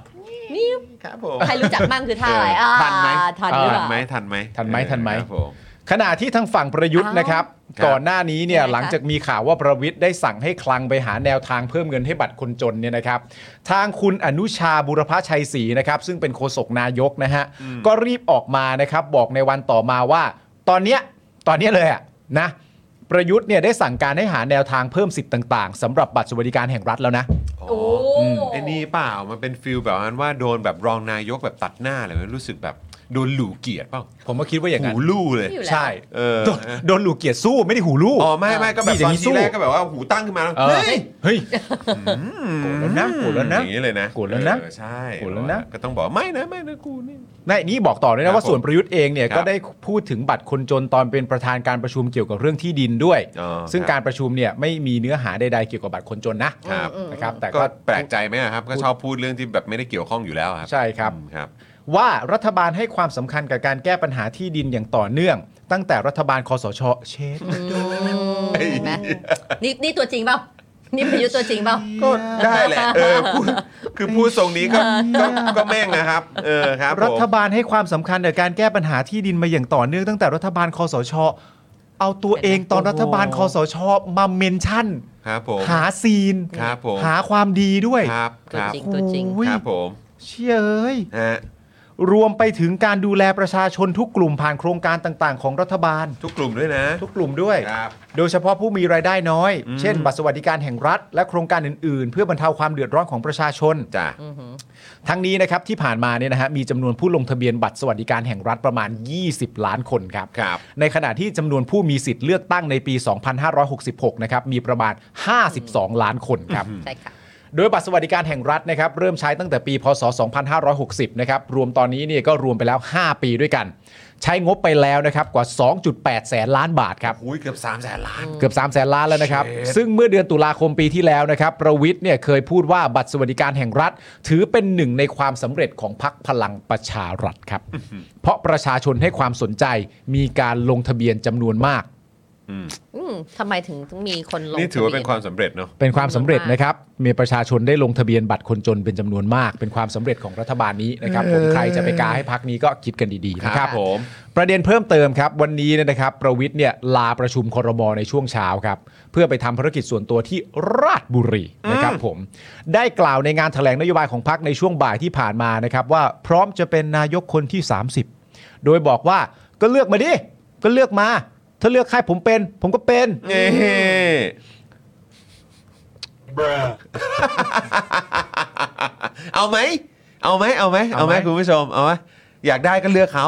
Speaker 4: นี่
Speaker 2: ครับผม
Speaker 4: ใครรู้จักมั่งคือท่าอะไร
Speaker 2: เอออ่
Speaker 4: า
Speaker 2: ทันไหม
Speaker 4: ทันหรือเป
Speaker 2: ทัน
Speaker 4: ล่า
Speaker 2: ไหมทันไหม
Speaker 3: ทันไหมทันไหม
Speaker 2: ครับผม
Speaker 3: ขณะที่ทางฝั่งประยุทธ์
Speaker 4: อ้าว
Speaker 3: นะครับ
Speaker 2: ครับ
Speaker 3: ก่อนหน้านี้เนี่ย
Speaker 4: ยังไงคะ
Speaker 3: หลังจากมีข่าวว่าประวิทย์ได้สั่งให้คลังไปหาแนวทางเพิ่มเงินให้บัตรคนจนเนี่ยนะครับ ทางคุณอนุชาบุรพชัยศรีนะครับ ซึ่งเป็นโฆษกนายกนะฮะ ก็รีบออกมานะครับ บอกในวันต่อมาว่า ตอนเนี้ยตอนเนี้ยเลยอะนะ ประยุทธ์เนี่ยได้สั่งการให้หาแนวทางเพิ่มสิทธิ์ต่าง ๆสำหรับบัตรสวัสดิการแห่งรัฐแล้วนะ
Speaker 4: โอ้
Speaker 2: ไอ้นี่เปล่ามันเป็นฟิลแบบนั้นว่าโดนแบบรองนายกแบบตัดหน้าเลยมันรู้สึกแบบโดนหลูเกียรติเปล่า
Speaker 3: ผมก็คิดว่าอย่างนั้
Speaker 2: หู
Speaker 3: น
Speaker 2: ลู่เลย
Speaker 4: อยู่แล้ว
Speaker 3: ใช่
Speaker 2: เออ
Speaker 3: โดนโดนหลูเกียรติสู้ไม่ได้หูลู่
Speaker 2: อ๋อไม่ไม่ก็แบบ
Speaker 3: นี่อ
Speaker 2: ต
Speaker 3: ย่า
Speaker 2: อง น
Speaker 3: นี้สู้
Speaker 2: ที่แรกก็แบบว่าหูตั้งขึ้นมาแล้ว
Speaker 3: เออ
Speaker 2: เฮ้ย
Speaker 3: เฮ้ยโกรธแล้วนะโกรธแล้วนะ
Speaker 2: อย่างนี้เลยนะ
Speaker 3: โกรธแล้วนะ
Speaker 2: เออใช่
Speaker 3: โกรธแล้วนะ
Speaker 2: ก็ต้องบอกไม่นะไม่นะกูนี่
Speaker 3: นายนี่บอกต่อด้วย
Speaker 2: ครั
Speaker 3: นะ
Speaker 2: บ
Speaker 3: ว่าส่วนประยุทธ์เองเนี่ย
Speaker 2: ครับ
Speaker 3: ก็ได้พูดถึงบัตรคนจนตอนเป็นประธานการประชุมเกี่ยวกับเรื่องที่ดินด้วย
Speaker 2: อ๋อ
Speaker 3: ซึ่ง
Speaker 2: ครับ
Speaker 3: การประชุมเนี่ยไม่มีเนื้อหาใดๆเกี่ยวกับบัตรคนจนนะครับ นะครับ แต่
Speaker 2: ก็
Speaker 3: ก็
Speaker 2: แปลกใจไหมอะครับ ก็ชอบพูดเรื่องที่แบบไม่ได้เกี่ยวข้องอยู่แล้วอะครับ
Speaker 3: ใช่ครับ
Speaker 2: อืมครับ
Speaker 3: ว่ารัฐบาลให้ความสำคัญกับการแก้ปัญหาที่ดินอย่างต่อเนื่อง ตั้งแต่รัฐบาลคอสชเชด
Speaker 2: เฮ้ย
Speaker 4: เห็นไหมนี่นี่ตัวจริงเปล่า นี่ประยุทธ์ตัวจริงเปล่า
Speaker 2: ก็ได้แหละเออพูดคือพูดทรงนี้ก็ก็ก็แม่งนะครับ เออครับผม
Speaker 3: รัฐบาลให้ความสำคัญกับการแก้ปัญหาที่ดินมาอย่างต่อเนื่อง ตั้งแต่รัฐบาลคอสช เอาตัวเองตอนรัฐบาลคอสชมาเมนชั่น
Speaker 2: ครับผม
Speaker 3: หาซีน
Speaker 2: ครับผม
Speaker 3: หาความดีด้วย
Speaker 2: ครับครับ
Speaker 4: ตัวจริงตัวจริง
Speaker 3: โอ้ย
Speaker 2: ครับผม
Speaker 3: เชี่ยเอ้ย
Speaker 2: ฮะ
Speaker 3: รวมไปถึงการดูแลประชาชนทุกกลุ่มผ่านโครงการต่างๆ ของรัฐบาล
Speaker 2: ทุกกลุ่มด้วยนะ
Speaker 3: ทุกกลุ่มด้วย
Speaker 2: ครับ
Speaker 3: โดยเฉพาะผู้มีรายได้น้อย เช่น บัตรสวัสดิการแห่งรัฐ และโครงการอื่นๆ เพื่อบรรเทาความเดือดร้อนของประชาชน
Speaker 2: จ้ะ
Speaker 3: ทั้งนี้นะครับที่ผ่านมาเนี่ยนะฮะมีจำนวนผู้ลงทะเบียนบัตรสวัสดิการแห่งรัฐประมาณ 20 ล้านคนครับ
Speaker 2: ครับ
Speaker 3: ในขณะที่จำนวนผู้มีสิทธิ์เลือกตั้งในปี 2566 นะครับมีประมาณ 52 ล้านคนครับ
Speaker 4: ใช่ค่ะ
Speaker 3: โดยบัตรสวัสดิการแห่งรัฐนะครับเริ่มใช้ตั้งแต่ปีพศ 2560 นะครับรวมตอนนี้เนี่ยก็รวมไปแล้ว 5 ปีด้วยกัน ใช้งบไปแล้วนะครับกว่า 2.8 แสนล้านบาทครับ
Speaker 2: อุ้ยเกือบ3ามแสนล้าน
Speaker 3: เกือบ3 0 0แสนล้านแล้วนะครับ
Speaker 2: Shit
Speaker 3: ซึ่งเมื่อเดือนตุลาคมปีที่แล้วนะครับ ประวิทย์เนี่ยเคยพูดว่าบัตรสวัสดิการแห่งรัฐ ถือเป็นหนึ่งในความสำเร็จของพักพลังประชารัฐครับ เพราะประชาชนให้ความสนใจมีการลงทะเบียนจำนวนมาก
Speaker 4: อืมทำไมถึงต้องมีคนลง
Speaker 2: นี่ถือว่า
Speaker 4: ทะบีย
Speaker 2: เป็นความสำเร็จเนาะ
Speaker 3: เป็นความสำเร็จนะครับ มีประชาชนได้ลงทะเบียนบัตรคนจนเป็นจำนวนมาก เป็นความสำเร็จของรัฐบาลนี้นะครับผมใครจะไปกาให้พักนี้ก็คิดกันดีๆนะค
Speaker 2: ครั
Speaker 3: รั
Speaker 2: บบ ผม
Speaker 3: ประเด็นเพิ่มเติมครับ วันนี้เนี่ยนะครับ ประวิทย์เนี่ยลาประชุมครมในช่วงเช้าครับ เพื่อไปทำภารกิจส่วนตัวที่ราชบุรีนะครับผม ได้กล่าวในงานแถลงนโยบายของพักในช่วงบ่ายที่ผ่านมานะครับว่าพร้อมจะเป็นนายกคนที่ 30 โดยบอกว่าก็เลือกมาดิก็เลือกมา ถ้าเลือกใครผมเป็น ผมก็เป็น
Speaker 2: เย้ เอาไหม เอาไหม เอาไหม เอาไหม
Speaker 3: เอาไหม
Speaker 2: คุณผู้ชม เอาไหมอยากได้ก็เลือกเขา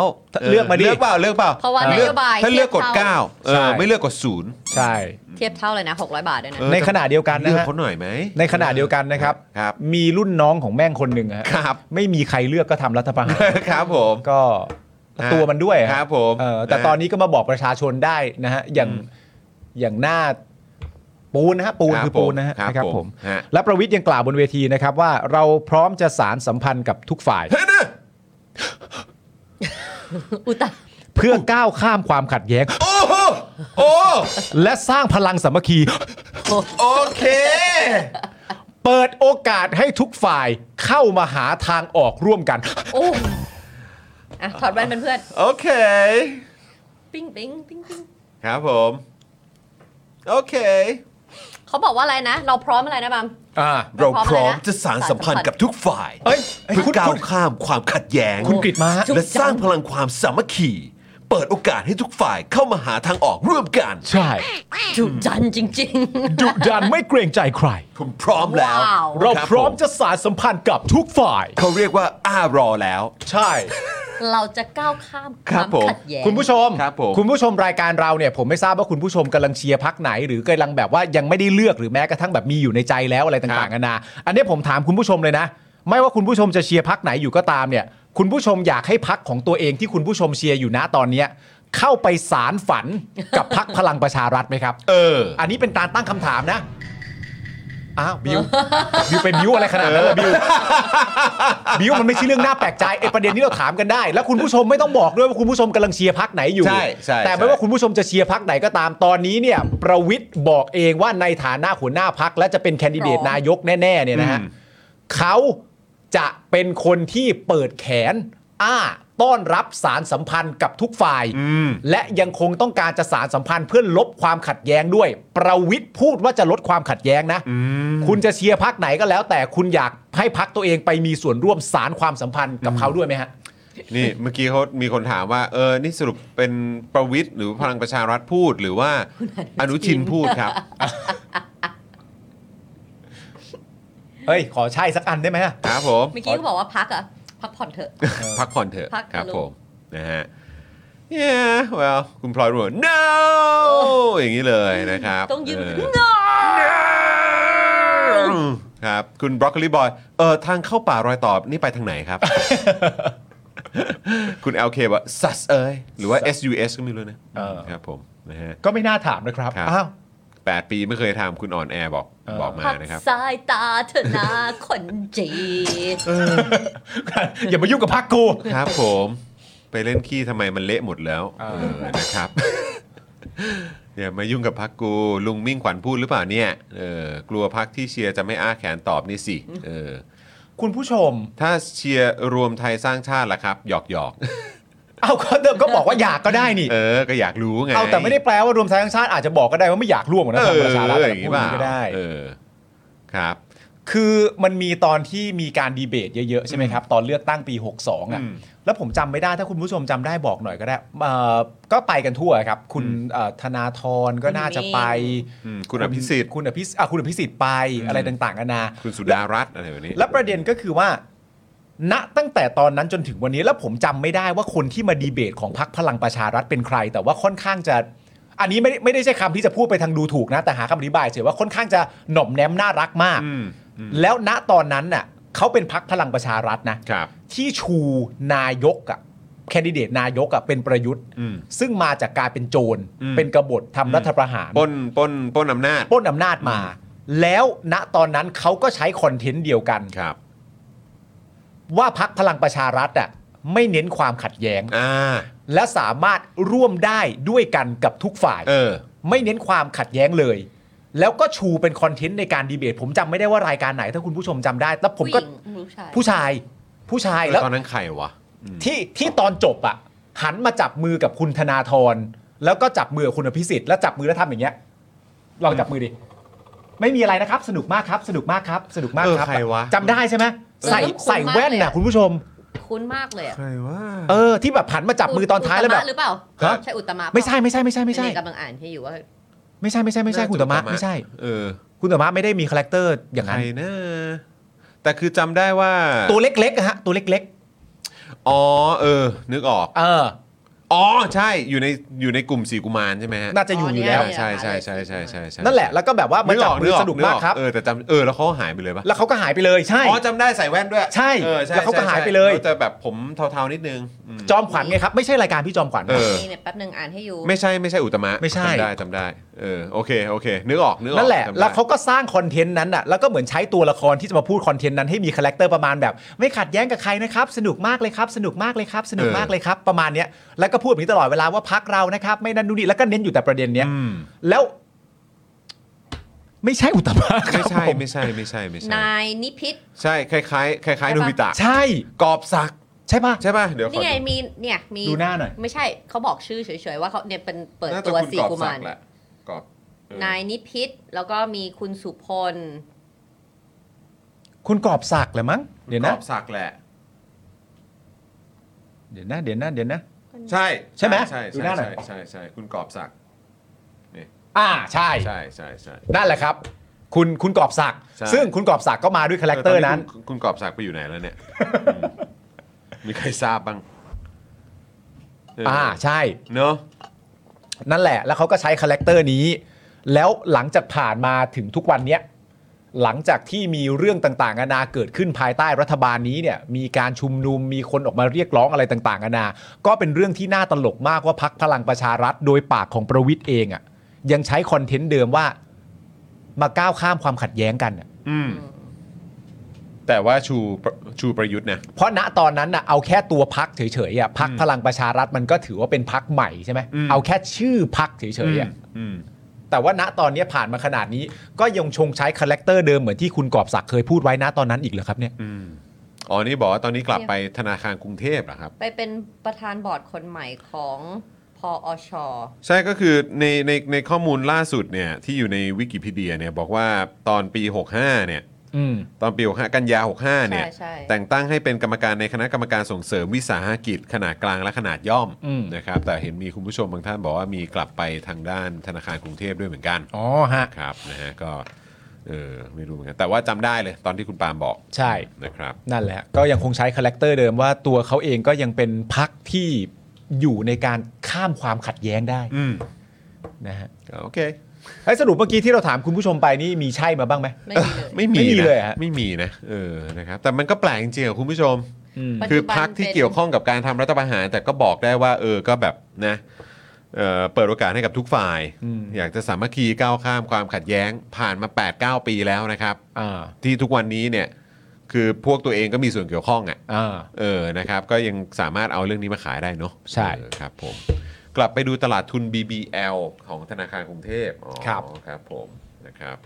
Speaker 3: เลือกมาดิ
Speaker 2: เลือกเปล่า เลือกเปล่า
Speaker 4: เพราะว่า
Speaker 2: ออน
Speaker 4: โยบาย
Speaker 2: ถ้าเลือกกด
Speaker 4: เทียบ
Speaker 2: เก้า
Speaker 4: เท่า
Speaker 2: เออ
Speaker 3: ใช่
Speaker 2: ไม่เลือกกดศูนย์
Speaker 3: ใช่
Speaker 4: เทียบเท่าเลยนะ 600 บาทด้วยนะ
Speaker 2: เออ
Speaker 3: ในขณะเดียวกันนะ
Speaker 2: เลือก
Speaker 3: ฮะ
Speaker 2: เขาหน่อยไหม
Speaker 3: ในขณะเดียวกันนะครับ
Speaker 2: ครับ
Speaker 3: มีรุ่นน้องของแม่งคนหนึ่งอะฮะ
Speaker 2: ครับ
Speaker 3: ไม่มีใครเลือกก็ทำรัฐประหาร
Speaker 2: ครับผม
Speaker 3: ก็
Speaker 2: อ่า
Speaker 3: ตัวมันด้วยอะ
Speaker 2: ครับผม
Speaker 3: เออแต่
Speaker 2: อ่า
Speaker 3: ตอนนี้ก็มาบอกประชาชนได้นะฮะ อย่างอย่างหน้าปูนนะฮะปูน
Speaker 2: ครับ
Speaker 3: คือปูนนะฮะ
Speaker 2: ผม
Speaker 3: นะครับ ผม
Speaker 2: ฮะ
Speaker 3: และประวิทย์ยังกล่าวบนเวทีนะครับว่าเราพร้อมจะสารสัมพันธ์กับทุกฝ่าย
Speaker 2: เฮ้ยนะ
Speaker 4: อุยตาย
Speaker 3: เพื่อก้าวข้ามความขัดแย้ง
Speaker 2: โอ้โหโอ้
Speaker 3: และสร้างพลังสามัคคี
Speaker 2: โอเค
Speaker 3: เปิดโอกาสให้ทุกฝ่ายเข้ามาหาทางออกร่วมกัน
Speaker 4: โอ้อ่ะถอดแว่นเป็นเพื่อน
Speaker 2: โอเค
Speaker 4: ปิ้งปิ้งปิ้งปิ้ง
Speaker 2: ครับผม โอเค
Speaker 4: เขาบอกว่าอะไรนะ เราพร้อมอะไรนะบัม
Speaker 3: อ่า
Speaker 2: เราพ
Speaker 4: พร้
Speaker 2: ร้อ
Speaker 4: อ
Speaker 2: ม
Speaker 4: ม
Speaker 2: จะสานสัมพันธ์กับทุกฝ่าย
Speaker 3: เอ้ยเอ้ย
Speaker 2: เพื่อ
Speaker 3: คุณ
Speaker 2: ก้า
Speaker 3: คุ
Speaker 2: ว
Speaker 3: ณ
Speaker 2: ข้ามความขัดแย้ง
Speaker 3: คุณกริดมาฮะ
Speaker 4: จุ๊บ
Speaker 2: และสร้างพลังความสามัคคี เปิดโอกาสให้ทุกฝ่ายเข้ามาหาทางออกร่วมกัน
Speaker 3: ใช่
Speaker 4: จุดันจริง
Speaker 3: ดุดันไม่เกรงใจใคร
Speaker 2: ผมพร้อมแล้ว
Speaker 4: ว้าว
Speaker 3: เรา
Speaker 2: คบ
Speaker 3: พร้อม
Speaker 2: ผ
Speaker 3: จะสารสัมพันธ์กับทุกฝ่าย
Speaker 2: เขาเรียกว่าอ้ารอแล้ว
Speaker 3: ใช่
Speaker 4: ๆ เราจะก้าวข้าม
Speaker 2: ครับ
Speaker 4: วาม
Speaker 2: ผม
Speaker 4: ขัดแย้ง
Speaker 3: คุณผู้ชม
Speaker 2: ครับผม
Speaker 3: คุณผู้ชมรายการเราเนี่ย ผมไม่ทราบว่าคุณผู้ชมกำลังเชียร์พักไหน หรือกำลังแบบว่ายังไม่ได้เลือกหรือแม้กระทั่งแบบมีอยู่ในใจแล้วอะไรต่างๆกันานาอันนี้ผมถามคุณผู้ชมเลยนะ ไม่ว่าคุณผู้ชมจะเชียร์พักไหนอยู่ก็ตามเนี่ย คุณผู้ชมอยากให้พักของตัวเองที่คุณผู้ชมเชียร์อยู่นะตอนเนี้ยเข้าไปสารฝันกับพักพลังประชารัฐไหมครับ
Speaker 2: เออ
Speaker 3: อันนี้เป็นการตั้งคำถามนะ อ้าวบิว บิวไปบิวอะไรขนาดนั้นล่ะ บิว บิวมันไม่ใช่เรื่องน่าแปลกใจไอประเด็นนี้เราถามกันได้ แล้วคุณผู้ชมไม่ต้องบอกด้วยว่าคุณผู้ชมกำลังเชียร์พักไหนอยู่
Speaker 2: ใช่ใช่
Speaker 3: แต่
Speaker 2: ใช่
Speaker 3: ไม่ว่าคุณผู้ชมจะเชียร์พักไหนก็ตามตอนนี้เนี่ย ประวิทย์บอกเองว่าในฐานะหัวหน้าพักและจะเป็นแคนดิเดต
Speaker 4: พร้อม
Speaker 3: นายกแน่ ๆ เนี่ยนะฮะเขาจะเป็นคนที่เปิดแขน อ้า ต้อนรับสารสัมพันธ์กับทุกฝ่าย และยังคงต้องการจะสารสัมพันธ์เพื่อลบความขัดแย้งด้วย ประวิทย์พูดว่าจะลดความขัดแย้งนะ คุณจะเชียร์พักไหนก็แล้ว แต่คุณอยากให้พักตัวเองไปมีส่วนร่วมสารความสัมพันธ์กับเขาด้วยไหมฮะ
Speaker 2: นี่เมื่อกี้เขามีคนถามว่า เออ นี่สรุปเป็นประวิทย์หรือพลังประชารัฐพูดหรือว่าอนุชินพูด ครับ
Speaker 3: เฮ้ย ขอใช่สักอันได้ไหมฮะ
Speaker 2: ครับผม
Speaker 4: เมื่อกี้ก็บอกว่าพักอะพักผ่อนเถอะ
Speaker 2: พักผ่อนเถอะ
Speaker 4: พักเถอะ
Speaker 2: ครับ
Speaker 4: ลูก
Speaker 2: ผมนะฮะ yeah well คุณพลอยรู้ว่า no อย่างนี้เลยนะครับ
Speaker 4: ต้องยืน
Speaker 2: เ
Speaker 4: เนอะ
Speaker 2: ครับ คุณบรอกโคลีบอยเออทางเข้าป่ารอยตอบนี่ไปทางไหน ครับ คุณ LK บอกสัสเอ้ยหรือว่า SUS ก็ไม่รู้นะ
Speaker 3: เออ
Speaker 2: ครับผมนะฮะ
Speaker 3: ก็ไม่น่าถามนะครับ
Speaker 2: ครับ
Speaker 3: อ้าว
Speaker 2: แปดปีไม่เคยทำคุณอ่อนแอบอก
Speaker 3: เออ
Speaker 2: บอกมา
Speaker 4: พัก
Speaker 2: นะครับ
Speaker 4: สายตาเธอนาคนจีน
Speaker 3: อย่ามายุ่งกับพักกู
Speaker 2: ครับผมไปเล่นขี้ทำไมมันเละหมดแล้ว
Speaker 3: เออ
Speaker 2: เออนะครับ อย่ามายุ่งกับพักกู ลุงมิ่งขวัญพูดหรือเปล่าเนี่ยเออกลัวพักที่เชียร์จะไม่อ้าแขนตอบนี่สิเออ
Speaker 3: คุณผู้ชม
Speaker 2: ถ้าเชียร์รวมไทยสร้างชาติล่ะครับ หยอกหยอก
Speaker 3: เอาก็เดิมก็บอกว่าอยากก็ได้นี่
Speaker 2: ๆเออ ก็อยากรู้ไง
Speaker 3: เอาแต่ไม่ได้แปลว่ารวมไทยสร้างชาติอาจจะบอกก็ได้ว่าไม่อยากร่วมกับ
Speaker 2: เอ
Speaker 3: นะพลัง
Speaker 2: อ
Speaker 3: ประชารัฐ
Speaker 2: อย่าง
Speaker 3: พู
Speaker 2: นี้
Speaker 3: ด
Speaker 2: เปล่า
Speaker 3: ก็ได้
Speaker 2: เออครับ
Speaker 3: คือมันมีตอนที่มีการดีเบตเยอะๆ ใช่ไหมครับ ตอนเลือกตั้งปี 62อ่ะ
Speaker 2: อืม
Speaker 3: แล้วผมจำไม่ได้ถ้าคุณผู้ชมจำได้บอกหน่อยก็ได้เอ่อก็ไปกันทั่วครับ คุณเอ่อธนาธรก็น่าจะไป
Speaker 2: อืมคุณอภิสิทธิ์
Speaker 3: คุณอภิสิทธิ์อ่ะคุณอภิสิทธิ์ไปอะไรต่างๆนานา
Speaker 2: คุณสุดารัตน์อะไรแบบนี้
Speaker 3: และประเด็นก็คือว่า ณตั้งแต่ตอนนั้นจนถึงวันนี้แล้วผมจำไม่ได้ว่าคนที่มาดีเบตของพรรคพลังประชารัฐเป็นใคร แต่ว่าค่อนข้างจะ อันนี้ไม่ได้ไม่ได้ใช้คำที่จะพูดไปทางดูถูกนะ แต่หาคำอธิบายเฉยว่าค่อนข้างจะหน่อมแนมน่ารักมาก
Speaker 2: อืม
Speaker 3: แล้วณตอนนั้นน่ะเขาเป็นพักพลังประชารัฐนะ
Speaker 2: ครับ
Speaker 3: ที่ชูนายกอะแคนดิเดตนายกอะเป็นประยุทธ์
Speaker 2: อืม
Speaker 3: ซึ่งมาจากการเป็นโจร
Speaker 2: อืม
Speaker 3: เป็นกบฏทำรัฐประหาร
Speaker 2: ปล้นปล้นปล้นอำนาจ
Speaker 3: ปล้นอำนาจมา แล้วณตอนนั้นเขาก็ใช้คอนเทนต์เดียวกัน
Speaker 2: ครับ
Speaker 3: ว่าพักพลังประชารัฐอะไม่เน้นความขัดแย้ง
Speaker 2: อ่า
Speaker 3: และสามารถร่วมได้ด้วยกันกับทุกฝ่าย
Speaker 2: เออ
Speaker 3: ไม่เน้นความขัดแย้งเลย แล้วก็ชูเป็นคอนเทนต์ในการดีเบต ผมจำไม่ได้ว่ารายการไหน ถ้าคุณผู้ชมจำได้ แล้วผมก็
Speaker 4: ผู้หญิงผู้ชาย
Speaker 3: ผู้ชาย
Speaker 2: แล้
Speaker 3: ผู้ชายแล้ว ว
Speaker 2: ตอนนั้นใครวะ
Speaker 3: ที่ที่ตอนจบอะหันมาจับมือกับคุณธนาธรแล้วก็จับมือกับคุณอภิสิทธิ์แล้วจับมือแล้วทำอย่างเงี้ยลองจับมือดิไม่มีอะไรนะครับ สนุกมากครับ สนุกมากครับ สนุกมาก
Speaker 2: เออ
Speaker 3: ครับ
Speaker 2: ใครวะ
Speaker 3: จำได้ใช่ไหมใส่
Speaker 4: เออคุ้นๆ
Speaker 3: ใส่แว่น
Speaker 4: มากเลย
Speaker 3: น่ะ
Speaker 4: อะ
Speaker 3: คุณผู้ชม
Speaker 4: คุ้นมากเลยอะ
Speaker 2: ใครวะ
Speaker 3: เออที่แบบหันมาจับมือตอนท้ายแล้วแบบ
Speaker 4: ตมะหรือเปล่า
Speaker 2: ฮะ
Speaker 4: ใช่อุตมะเปล่า
Speaker 3: ไม่ใช่ไม่ใช่ไม่ใช่ไม่ใช่
Speaker 4: เนี่ยกำลังอ่านให้อยู่ว่า
Speaker 3: ไม่ใช่ไม่ใช่ไม่ใช่คุณตมะไม่ใช่
Speaker 2: เออ
Speaker 3: คุณตมะไม่ได้มีคาแรคเตอร์อย่าง
Speaker 2: ใค
Speaker 3: นั้
Speaker 2: ร
Speaker 3: น
Speaker 2: นะ แต่คือจำได้ว่า
Speaker 3: ตัวเล็กๆอะฮะตัวเล็ก
Speaker 2: อ๋อเออ นึกออก
Speaker 3: ๆ เออ
Speaker 2: อ๋อใช่อยู่ในอยู่ในกลุ่มสีกุมารใช่ไหมฮะ
Speaker 3: น่าจะอยู่
Speaker 4: อ๋อ
Speaker 3: อ
Speaker 4: อ
Speaker 3: ยู่
Speaker 4: ใช่
Speaker 3: แล้ว
Speaker 2: ใช่ใช่ใช่ใช่ใช่ใช่
Speaker 3: นั่นแหละแล้วก็แบบว่ามา
Speaker 2: นึก
Speaker 3: จั
Speaker 2: อบ อก
Speaker 3: มื
Speaker 2: นึก
Speaker 3: อ
Speaker 2: ออก
Speaker 3: สนุกมากครับ
Speaker 2: เออแต่จำเออแล้วเขาหายไปเลยปะ
Speaker 3: แล้วเขาก็หายไปเลยใช่
Speaker 2: อ๋อจำได้ใส่แว่นด้วย
Speaker 3: ใช่
Speaker 2: เออใช่
Speaker 3: แล้วเขาก็
Speaker 2: ใช่
Speaker 3: หายไปเลย
Speaker 2: เขาจะแบบผมเทาๆนิดนึงอืม
Speaker 3: จอมขวัญไงครับไม่ใช่รายการพี่จอมขวัญ
Speaker 2: เออ
Speaker 4: นี่เนี่ยแป๊บหนึ่งอ่านให้อยู่
Speaker 2: ไม่ใช่ไม่ใช่อุตมะ
Speaker 3: ไม่ใช่
Speaker 2: จำได้จำได้เออโอเคโอเค นึกออกนึกออก
Speaker 3: นั่นแหละ
Speaker 2: จำได้
Speaker 3: แล้วเขาก็สร้างคอนเทนต์นั้นอ่ะ แล้วก็เหมือนใช้ตัวละครที่จะมาพูดคอนเทนต์นั้นให้มีคาแรคเตอร์ประมาณแบบ ไม่ขัดแย้งกับใครนะครับ สนุกมากเลยครับ สนุกมากเลยครับ สนุกมากเลยครับ ประมาณเนี้ย แล้วก็พูดแบบนี้ตลอดเวลาว่าพักเรานะครับ ไม่นั่นนู่นนี่ แล้วก็เน้นอยู่แต่ประเด็นเนี้ย
Speaker 2: อืม
Speaker 3: แล้ว ไม่ใช่อุตตมะครับ
Speaker 2: ไม่ใช่
Speaker 3: ผม
Speaker 2: ไม่ใช่ไม่ใช่ไม่ใช่
Speaker 4: นายนิพิษ
Speaker 2: ใช่คล้ายคล้ายๆคล้ายคล้ายๆ
Speaker 4: ใช่
Speaker 2: โน
Speaker 4: ปะ
Speaker 2: บิตะ
Speaker 3: ใช่
Speaker 2: กอบสัก
Speaker 3: ใช่ป่ะ
Speaker 2: ใช่ป่ะเดี๋ยวขอ
Speaker 4: นี่ไงมีเนี่ยมี
Speaker 3: ดูหน้าหน่อย
Speaker 4: ไม่ใช่เขาบอกชื่อเฉยๆว่าเขาเนี่ยเป็นเปิด
Speaker 2: น่าจะ
Speaker 4: ตัว
Speaker 2: คุณ
Speaker 4: สี
Speaker 2: กอบ
Speaker 4: กุ
Speaker 2: สั
Speaker 4: มาก ร
Speaker 2: แหละกอบเออน
Speaker 4: ายนิพิษแล้วก็มีคุณสุพล
Speaker 3: คุณกอบศักดิ์เหรอมั้ง เดี๋ยว
Speaker 2: ก
Speaker 3: นะ
Speaker 2: อบสักแหละ
Speaker 3: เดี๋ยวนะ เดี๋ยวนะ เดี๋ยวนะ
Speaker 2: ใช่
Speaker 3: ใช่ไหม
Speaker 2: ใช่
Speaker 3: ดู
Speaker 2: ใช่
Speaker 3: หน้าหน่อ
Speaker 2: ใช่
Speaker 3: ย
Speaker 2: ใช่ใช่คุณกอบสัก
Speaker 3: อ่า ใช่
Speaker 2: ใช่ใช่ใช่
Speaker 3: นั่นแหละครับ คุณคุณกอบศักดิ์
Speaker 2: ใช่
Speaker 3: ซึ่งคุณกอบศักดิ์ก็มาด้วยคาแรคเตอร์นั้น
Speaker 2: คุณคุณคุณกอบสักไปอยู่ไหนแล้วเนี่ยอืมมีใครทราบบ้างเ
Speaker 3: อ่า ใช่
Speaker 2: เนอะ
Speaker 3: นั่นแหละ แล้วเขาก็ใช้คาแรคเตอร์นี้ แล้วหลังจากผ่านมาถึงทุกวันเนี้ย หลังจากที่มีเรื่องต่างๆนานาเกิดขึ้นภายใต้รัฐบาลนี้เนี่ย มีการชุมนุม มีคนออกมาเรียกร้องอะไรต่างๆนานา ก็เป็นเรื่องที่น่าตลกมากว่าพักพลังประชารัฐโดยปากของประวิทย์เองอะ่ะ ยังใช้คอนเทนต์เดิมว่า มาก้าวข้ามความขัดแย้งกันน่ะ
Speaker 2: อืมแต่ว่าชูประชูประยุทธ์เนี่ย
Speaker 3: เพราะณตอนนั้นน่ะเอาแค่ตัวพักเฉยๆอ่ะพักพลังประชารัฐมันก็ถือว่าเป็นพักใหม่ใช่ไหม
Speaker 2: อืม
Speaker 3: เอาแค่ชื่อพักเฉย
Speaker 2: อืม
Speaker 3: ๆอ่ะ
Speaker 2: อืม
Speaker 3: แต่ว่าณตอนนี้ผ่านมาขนาดนี้ ก็ยังชงใช้คาแรคเตอร์เดิมเหมือนที่คุณกอบศักดิ์เคยพูดไว้ณตอนนั้นอีกเหรอครับเนี่ย
Speaker 2: อืมอ๋อ นี่บอกว่าตอนนี้กลับไปธนาคารกรุงเทพเหรอครับ
Speaker 4: ไปเป็นประธานบอร์ดคนใหม่ของพออช
Speaker 2: ใช่ก็คือในในในข้อมูลล่าสุดเนี่ยที่อยู่ในวิกิพีเดียเนี่ยบอกว่าตอนปี 65 เนี่ย
Speaker 3: อืม
Speaker 2: ตอนปี 65 กันยา 65 เนี่ย
Speaker 4: ใช่ใช่
Speaker 2: แต่งตั้งให้เป็นกรรมการในคณะกรรมการส่งเสริมวิสาหกิจขนาดกลางและขนาดย่อม
Speaker 3: อืม
Speaker 2: นะครับ แต่เห็นมีคุณผู้ชมบางท่านบอกว่ามีกลับไปทางด้านธนาคารกรุงเทพด้วยเหมือนกัน
Speaker 3: อ๋อฮะ
Speaker 2: ครับนะฮะก็เออไม่รู้เหมือนกัน แต่ว่าจำได้เลยตอนที่คุณปาล์มบอก
Speaker 3: ใช่
Speaker 2: นะครับ
Speaker 3: นั่นแหละ ก็ยังคงใช้คาแรคเตอร์เดิมว่าตัวเขาเองก็ยังเป็นพักที่อยู่ในการข้ามความขัดแย้งได้
Speaker 2: อืม
Speaker 3: นะฮะ
Speaker 2: โอเค
Speaker 3: ไอ้ยสรุปเมื่อกี้ที่เราถามคุณผู้ชมไปนี่มีใช่มาบ้างไหม
Speaker 4: ไม่มีเลย
Speaker 2: ไม่มี
Speaker 3: ไม่มี
Speaker 2: นะ
Speaker 3: เลยฮะ
Speaker 2: ไม่มีนะเออนะครับแต่มันก็แปลกจริงๆอะคุณผู้ชม
Speaker 4: ปัจจุบัน
Speaker 2: คือพักที่
Speaker 4: เป็น
Speaker 2: เกี่ยวข้องกับการทำรัฐประหาร แต่ก็บอกได้ว่า เออก็แบบนะเอ่อเปิดโอกาสให้กับทุกฝ่าย อยากจะสามัคคีก้าวข้ามความขัดแย้งผ่านมา 8-9 ปีแล้วนะครับ
Speaker 3: อ่า
Speaker 2: ที่ทุกวันนี้เนี่ยคือพวกตัวเองก็มีส่วนเกี่ยวข้องอ่ะ
Speaker 3: อ่า
Speaker 2: เออ นะครับ ก็ยังสามารถเอาเรื่องนี้มาขายได้เนาะ
Speaker 3: ใช่
Speaker 2: เออครับผม กลับไปดูตลาดทุน BBL ของธนาคารกรุงเทพอ๋อ
Speaker 3: ครับ
Speaker 2: ครับผมนะครับ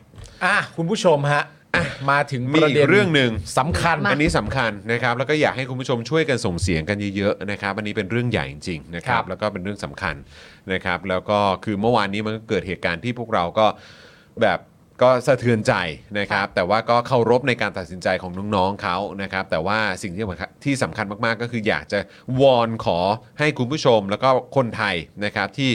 Speaker 3: อ่ะคุณผู้ชมฮะอ่ะมาถึงป
Speaker 2: มี
Speaker 3: ระ
Speaker 2: อี
Speaker 3: เด็
Speaker 2: ก
Speaker 3: น
Speaker 2: เรื่องหนึ่ง
Speaker 3: สำคัญ
Speaker 2: อันนี้สำคัญนะครับแล้วก็อยากให้คุณผู้ชมช่วยกันส่งเสียงกันเยอะๆนะครับอันนี้เป็นเรื่องใหญ่จริงๆนะครั
Speaker 3: ครับ บ
Speaker 2: แล้วก็เป็นเรื่องสำคัญนะครับ แล้วก็คือเมื่อวานนี้มันก็เกิดเหตุการณ์ที่พวกเราก็แบบก็สะเทือนใจนะครับ แต่ว่าก็เคารพในการตัดสินใจของน้องๆเขานะครับ แต่ว่าสิ่งที่สำคัญที่สำคัญมากๆ ก็คืออยากจะวอนขอให้คุณผู้ชม แล้วก็คนไทยนะครับที่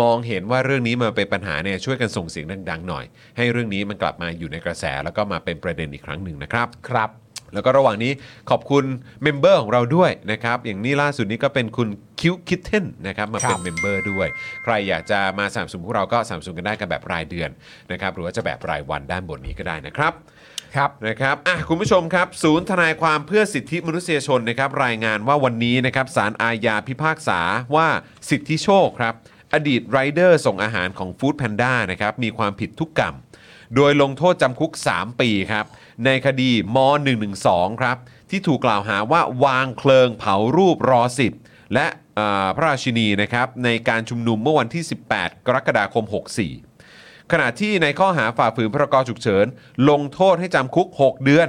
Speaker 2: มองเห็นว่าเรื่องนี้มันเป็นปัญหาเนี่ยช่วยกันส่งเสียงดังๆหน่อย ให้เรื่องนี้มันกลับมาอยู่ในกระแส แล้วก็มาเป็นประเด็นอีกครั้งหนึ่งนะครับ
Speaker 3: ครับ
Speaker 2: แล้วก็ระหว่างนี้ขอบคุณเมมเบอร์ของเราด้วยนะครับ อย่างนี้ล่าสุดนี้ก็เป็นคุณคิวคิทเทนนะครับมาเป็น
Speaker 3: ครับ
Speaker 2: เมมเบอร์ด้วย ใครอยากจะมาสามสนุนพวกเราก็สามสนุนกันได้กันแบบรายเดือนนะครับหรือว่าจะแบบรายวันด้านบนนี้ก็ได้นะครับ
Speaker 3: ครับ
Speaker 2: นะครับอ่ะคุณผู้ชมครับ ศูนย์ทนายความเพื่อสิทธิมนุษยชนนะครับรายงานว่าวันนี้นะครับสารอาญาพิพากษาว่าสิทธิโชคครับ อดีตไรเดอร์ส่งอาหารของฟู้ดแพนด้านะครับมีความผิดทุกกรรม โดยลงโทษจำคุก 3 ปีครับ ในคดีม 112 ครับ ที่ถูกกล่าวหาว่าวางเพลิงเผารูปรอสิบและเอ่อพระราชินีนะครับในการชุมนุมเมื่อวันที่ 18 กรกฎาคม 64 ขณะที่ในข้อหาฝ่าฝืนพรกฉุกเฉิน ลงโทษให้จำคุก 6 เดือน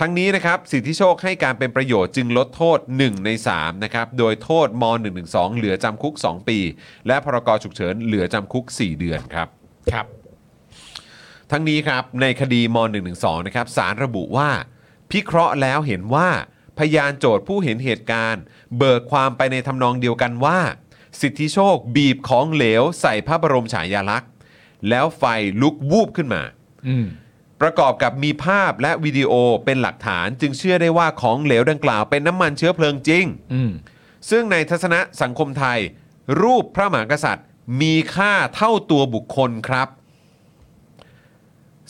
Speaker 2: ทั้งนี้นะครับสิทธิโชคให้การเป็นประโยชน์จึงลดโทษ 1 ใน3นะครับโดยโทษม .112 เหลือจำคุก 2 ปี และพรกฉุกเฉินเหลือจำคุก 4 เดือนครับ
Speaker 3: ครับ
Speaker 2: ทั้งนี้ครับในคดีม .112 นะครับสารระบุว่า พิเคราะห์แล้วเห็นว่า พยานโจทย์ผู้เห็นเหตุการณ์ เบิกความไปในทำนองเดียวกันว่า สิทธิโชคบีบของเหลวใส่พระบรมฉายาลักษณ์ แล้วไฟลุกวูบขึ้นมา
Speaker 3: อืม
Speaker 2: ประกอบกับมีภาพและวิดีโอเป็นหลักฐานจึงเชื่อได้ว่าของเหลวดังกล่าวเป็นน้ำมันเชื้อเพลิงจริง
Speaker 3: อืม
Speaker 2: ซึ่งในทัศนะสังคมไทย รูปพระมหากษัตริย์ มีค่าเท่าตัวบุคคลครับ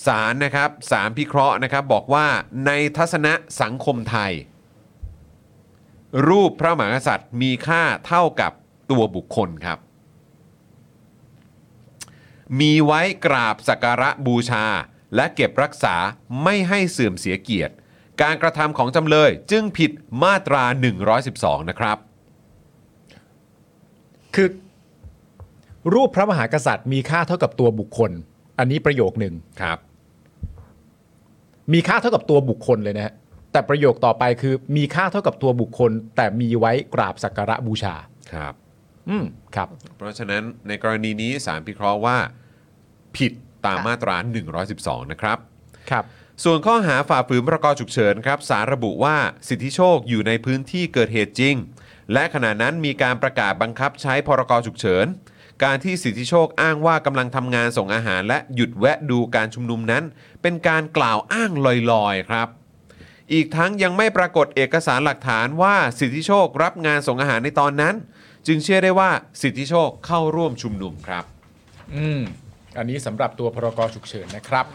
Speaker 2: สารนะครับสารพิเคราะห์นะครับบอกว่าในทัศนะสังคมไทย รูปพระมหากษัตริย์มีค่าเท่ากับตัวบุคคลครับ มีไว้กราบสักการะบูชา และเก็บรักษาไม่ให้เสื่อมเสียเกียรติ การกระทำของจำเลยจึงผิดมาตรา 112 นะครับ
Speaker 3: คือ รูปพระมหากษัตริย์มีค่าเท่ากับตัวบุคคล อันนี้ประโยคหนึ่ง
Speaker 2: ครับ
Speaker 3: มีค่าเท่ากับตัวบุคคลเลยนะฮะแต่ประโยคต่อไปคือ มีค่าเท่ากับตัวบุคคล แต่มีไว้กราบสักการะบูชา
Speaker 2: ครับ
Speaker 3: อืมครับ
Speaker 2: เพราะฉะนั้นในกรณีนี้สารพิเคราะห์ว่า ผิดตามมาตรา 112 นะครับ
Speaker 3: ครับ
Speaker 2: ส่วนข้อหาฝ่าฝืนพรกฉุกเฉินครับสารระบุว่าสิทธิโชคอยู่ในพื้นที่เกิดเหตุจริง และขณะนั้นมีการประกาศบังคับใช้พรกฉุกเฉิน การที่สิทธิโชคอ้างว่ากำลังทำงานส่งอาหาร และหยุดแวะดูการชุมนุมนั้น เป็นการกล่าวอ้างลอยๆครับ อีกทั้งยังไม่ปรากฏเอกสารหลักฐานว่าสิทธิโชครับงานส่งอาหารในตอนนั้น จึงเชื่อได้ว่าสิทธิโชคเข้าร่วมชุมนุมครับ
Speaker 3: อืม อันนี้สำหรับตัวพรกฉุกเฉินนะครับ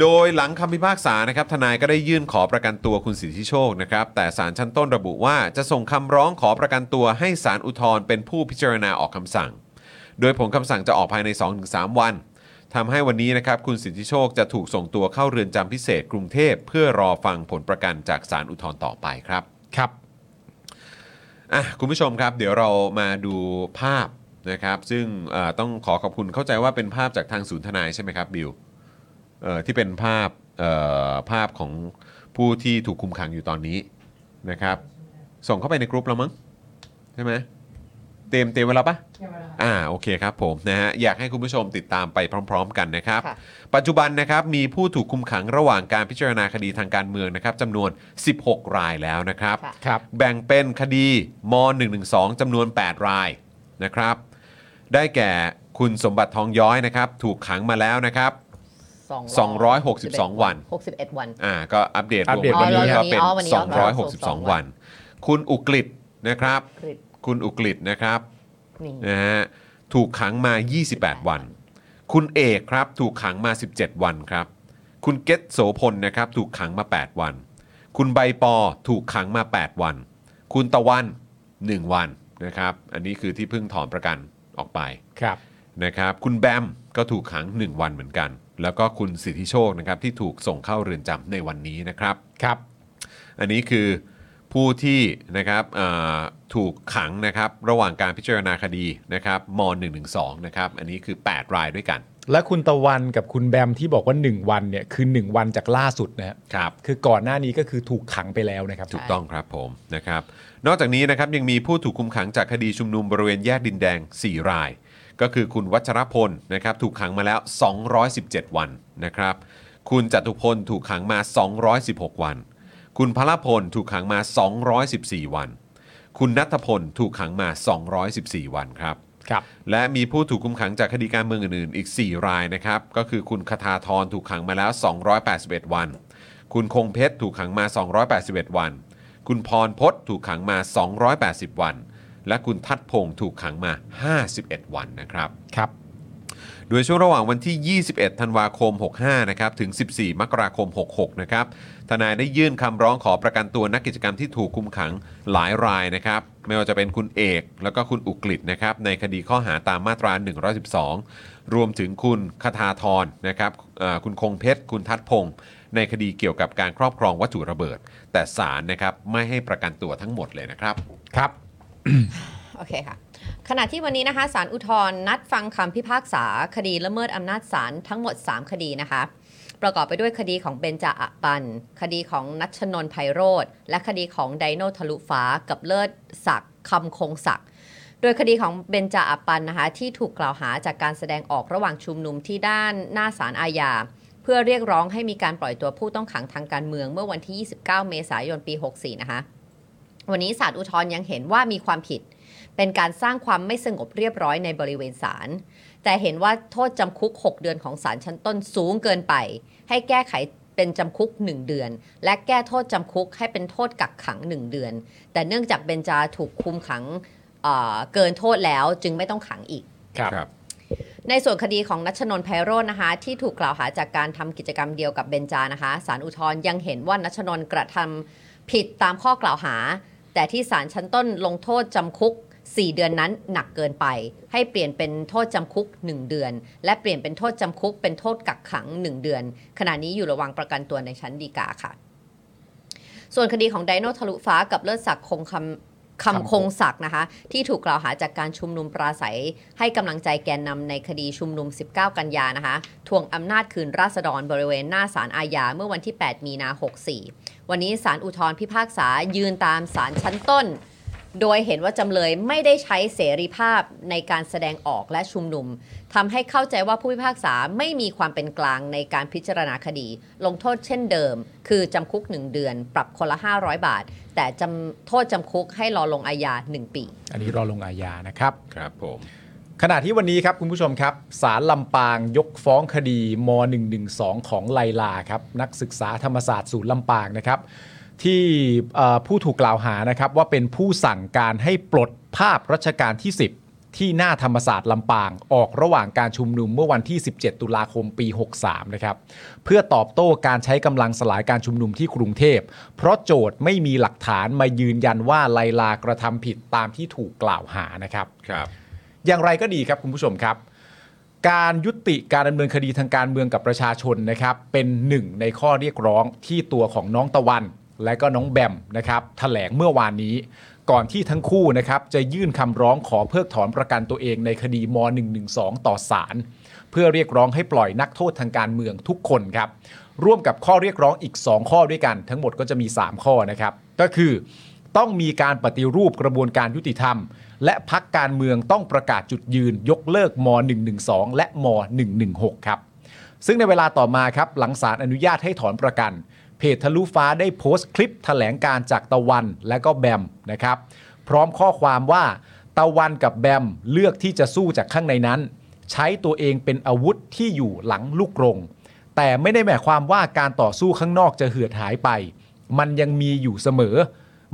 Speaker 2: โดยหลังคำพิพากษานะครับทนายก็ได้ยื่นขอประกันตัวคุณสิทธิโชคนะครับแต่ศาลชั้นต้นระบุว่าจะส่งคำร้องขอประกันตัวให้ศาลอุทธรณ์เป็นผู้พิจารณาออกคำสั่ง โดยผลคำสั่งจะออกภายใน 2-3 วันทำให้วันนี้นะครับคุณสิทธิโชคจะถูกส่งตัวเข้าเรือนจำพิเศษกรุงเทพเพื่อรอฟังผลประกันจากศาลอุทธรณ์ต่อไปครับ
Speaker 3: ครับ
Speaker 2: อ่ะคุณผู้ชมครับ เดี๋ยวเรามาดูภาพนะครับ ซึ่งเอ่อต้องขอขอบคุณเข้าใจว่าเป็นภาพจากทางศูนย์ทนายใช่ไหมครับบิวเอ่อที่เป็นภาพเอ่อภาพของผู้ที่ถูกคุมขังอยู่ตอนนี้นะครับ ส่งเข้าไปในกรุ๊ปแล้วมั้งใช่ไหมเต็มเต็มเวลาปะอ่าโอเคครับผมนะฮะอยากให้คุณผู้ชมติดตามไปพร้อม ๆ กันนะครับ
Speaker 4: ค่ะ
Speaker 2: ปัจจุบันนะครับมีผู้ถูกคุมขังระหว่างการพิจารณาคดีทางการเมืองนะครับจำนวน 16 รายแล้วนะครับ
Speaker 3: ครับ
Speaker 2: แบ่งเป็นคดีม .112 จำนวน 8 รายนะครับ ได้แก่คุณสมบัติทองย้อยนะครับ ถูกขังมาแล้วนะครับ 262วัน
Speaker 4: 61 วัน
Speaker 2: อ่าก็อัปเดต
Speaker 3: อัปเดต
Speaker 2: รวม
Speaker 3: วันนี้
Speaker 2: ก็เป็น
Speaker 4: อ๋อวันนี้อ๋อวันนี้อ๋อ
Speaker 2: 262 วัน คุณอุกฤษนะครับ
Speaker 4: อุกฤษ
Speaker 2: คุณอุกฤษนะครับ
Speaker 4: นี่
Speaker 2: นะฮะถูกขังมา 28 วัน คุณเอกครับถูกขังมา 17 วันครับ คุณเกตโสพลนะครับถูกขังมา 8 วัน คุณใบปอถูกขังมา 8 วัน คุณตะวัน 1 วันนะครับ อันนี้คือที่เพิ่งถอนประกันออกไป
Speaker 3: ครับ
Speaker 2: นะครับคุณแบมก็ถูกขัง 1 วันเหมือนกัน แล้วก็คุณสิทธิโชคนะครับที่ถูกส่งเข้าเรือนจำในวันนี้นะครับ
Speaker 3: ครับ
Speaker 2: อันนี้คือผู้ที่นะครับเอ่อถูกขังนะครับระหว่างการพิจารณาคดีนะครับม .112 นะครับอันนี้คือ 8 รายด้วยกัน
Speaker 3: และคุณตะวันกับคุณแบมที่บอกว่า 1 วันเนี่ยคือ 1 วันจากล่าสุดนะฮะ
Speaker 2: ครับ
Speaker 3: คือก่อนหน้านี้ก็คือถูกขังไปแล้วนะครับ
Speaker 2: ถูกต้องครับผมนะครับ นอกจากนี้นะครับยังมีผู้ถูกคุมขังจากคดีชุมนุมบริเวณแยกดินแดง 4 ราย ก็คือคุณวัชรพลนะครับถูกขังมาแล้ว 217 วันนะครับ คุณจตุพลถูกขังมา 216 วัน คุณพลพลถูกขังมา 214 วัน คุณนัทพลถูกขังมา 214 วันครับ
Speaker 3: ครับ
Speaker 2: และมีผู้ถูกคุมขังจากคดีการเมืองอื่นๆ อีก 4 รายนะครับ ก็คือคุณคทาทรถูกขังมาแล้ว 281 วัน คุณคงเพชรถูกขังมา 281 วัน คุณพรพศถูกขังมา 280 วัน และคุณทัดพงศ์ถูกขังมา 51 วันนะครับ
Speaker 3: ครับ
Speaker 2: โดยช่วงระหว่างวันที่ 21 ธันวาคม 65 นะครับ ถึง 14 มกราคม 66 นะครับ ทนายได้ยื่นคำร้องขอประกันตัวนักกิจกรรมที่ถูกคุมขังหลายรายนะครับ ไม่ว่าจะเป็นคุณเอก แล้วก็คุณอุกฤษนะครับ ในคดีข้อหาตามมาตรา 112 รวมถึงคุณคทาธรนะครับเอ่อคุณคงเพชร คุณทัดพงศ์ในคดีเกี่ยวกับการครอบครองวัตถุระเบิด แต่ศาลนะครับไม่ให้ประกันตัวทั้งหมดเลยนะครับ
Speaker 3: ครับ
Speaker 4: โอเคค่ะ ขณะที่วันนี้นะคะศาลอุทธรณ์นัดฟังคำพิพากษาคดีละเมิดอำนาจศาลทั้งหมด 3 คดีนะคะ ประกอบไปด้วยคดีของเบนจาอะปัน คดีของนัชนนท์ไพโรธและคดีของไดโนทะลุฟ้ากับเลิศศักดิ์คำคงศักดิ์โดยคดีของเบนจาอะปันนะคะ ที่ถูกกล่าวหาจากการแสดงออกระหว่างชุมนุมที่ด้านหน้าศาลอาญา เพื่อเรียกร้องให้มีการปล่อยตัวผู้ต้องขังทางการเมืองเมื่อวันที่ 29 เมษายนปี 64 นะคะ วันนี้ศาลอุทธรณ์ยังเห็นว่ามีความผิด เป็นการสร้างความไม่สงบเรียบร้อยในบริเวณศาล แต่เห็นว่าโทษจำคุก 6 เดือนของศาลชั้นต้นสูงเกินไป ให้แก้ไขเป็นจำคุก 1 เดือน และแก้โทษจำคุกให้เป็นโทษกักขัง 1 เดือน แต่เนื่องจากเบนจาถูกคุมขังเอ่อเกินโทษแล้วจึงไม่ต้องขังอีก
Speaker 3: ครับ
Speaker 4: ในส่วนคดีของนัชนนท์ไพโรจน์นะคะ ที่ถูกกล่าวหาจากการทำกิจกรรมเดียวกับเบนจานะคะศาลอุทธรณ์ยังเห็นว่านัชนนท์กระทำผิดตามข้อกล่าวหา แต่ที่ศาลชั้นต้นลงโทษจำคุก 4 เดือนนั้นหนักเกินไป ให้เปลี่ยนเป็นโทษจำคุก 1 เดือน และเปลี่ยนเป็นโทษจำคุกเป็นโทษกักขัง 1 เดือน ขณะนี้อยู่ระหว่างประกันตัวในชั้นฎีกาค่ะ ส่วนคดีของไดโนทะลุฟ้ากับเลิศศักดิ์คงคำคำคงศักดิ์นะคะ ที่ถูกกล่าวหาจากการชุมนุมปราศัย ให้กำลังใจแกนนำในคดีชุมนุม 19 กันยานะคะ ทวงอำนาจคืนราษฎรบริเวณหน้าศาลอาญาเมื่อวันที่ 8 มีนา 64 วันนี้ศาลอุทธรพิพากษายืนตามศาลชั้นต้น โดยเห็นว่าจำเลยไม่ได้ใช้เสรีภาพในการแสดงออกและชุมนุมทำให้เข้าใจว่าผู้พิพากษาไม่มีความเป็นกลางในการพิจารณาคดี ลงโทษเช่นเดิม คือจำคุก 1 เดือน ปรับคนละ 500 บาท แต่จำโทษจำคุกให้รอลงอาญา1 ปี
Speaker 3: อันนี้รอลงอาญานะครับ
Speaker 2: ครับผม
Speaker 3: ขณะที่วันนี้ครับคุณผู้ชมครับศาลลำปางยกฟ้องคดีม .112 ของไลลาครับนักศึกษาธรรมศาสตร์ศูนย์ลำปางนะครับ ที่เอ่อผู้ถูกกล่าวหานะครับว่าเป็นผู้สั่งการให้ปลดภาพรัชกาลที่ 10 ที่หน้าธรรมศาสตร์ลำปาง ออกระหว่างการชุมนุมเมื่อวันที่ 17 ตุลาคมปี 63 นะครับ เพื่อตอบโต้การใช้กำลังสลายการชุมนุมที่กรุงเทพ เพราะโจทย์ไม่มีหลักฐานมายืนยันว่าไลลากระทำผิดตามที่ถูกกล่าวหานะครับ
Speaker 2: ครับ
Speaker 3: อย่างไรก็ดีครับคุณผู้ชมครับ การยุติการดำเนินคดีทางการเมืองกับประชาชนนะครับ เป็นหนึ่งในข้อเรียกร้องที่ตัวของน้องตะวัน และก็น้องแบมนะครับถแถลงเมื่อวานนี้ ก่อนที่ทั้งคู่นะครับจะยื่นคำร้องขอเพิกถอนประกันตัวเองในคดีม .112 ต่อศาลเพื่อเรียกร้องให้ปล่อยนักโทษทางการเมืองทุกคนครับ ร่วมกับข้อเรียกร้องอีก 2 ข้อด้วยกัน ทั้งหมดก็จะมี 3 ข้อนะครับ ก็คือ ต้องมีการปฏิรูปกระบวนการยุติธรรม และพักการเมืองต้องประกาศจุดยืน ยกเลิกม .112 และม .116 ครับ ซึ่งในเวลาต่อมาครับ หลังศาลอนุญาตให้ถอนประกัน เพจทะลุฟ้าได้โพสต์คลิปแถลงการจากตะวันและก็แบมนะครับ พร้อมข้อความว่า ตะวันกับแบมเลือกที่จะสู้จากข้างในนั้น ใช้ตัวเองเป็นอาวุธที่อยู่หลังลูกกรง แต่ไม่ได้หมายความว่าการต่อสู้ข้างนอกจะเหือดหายไป มันยังมีอยู่เสมอ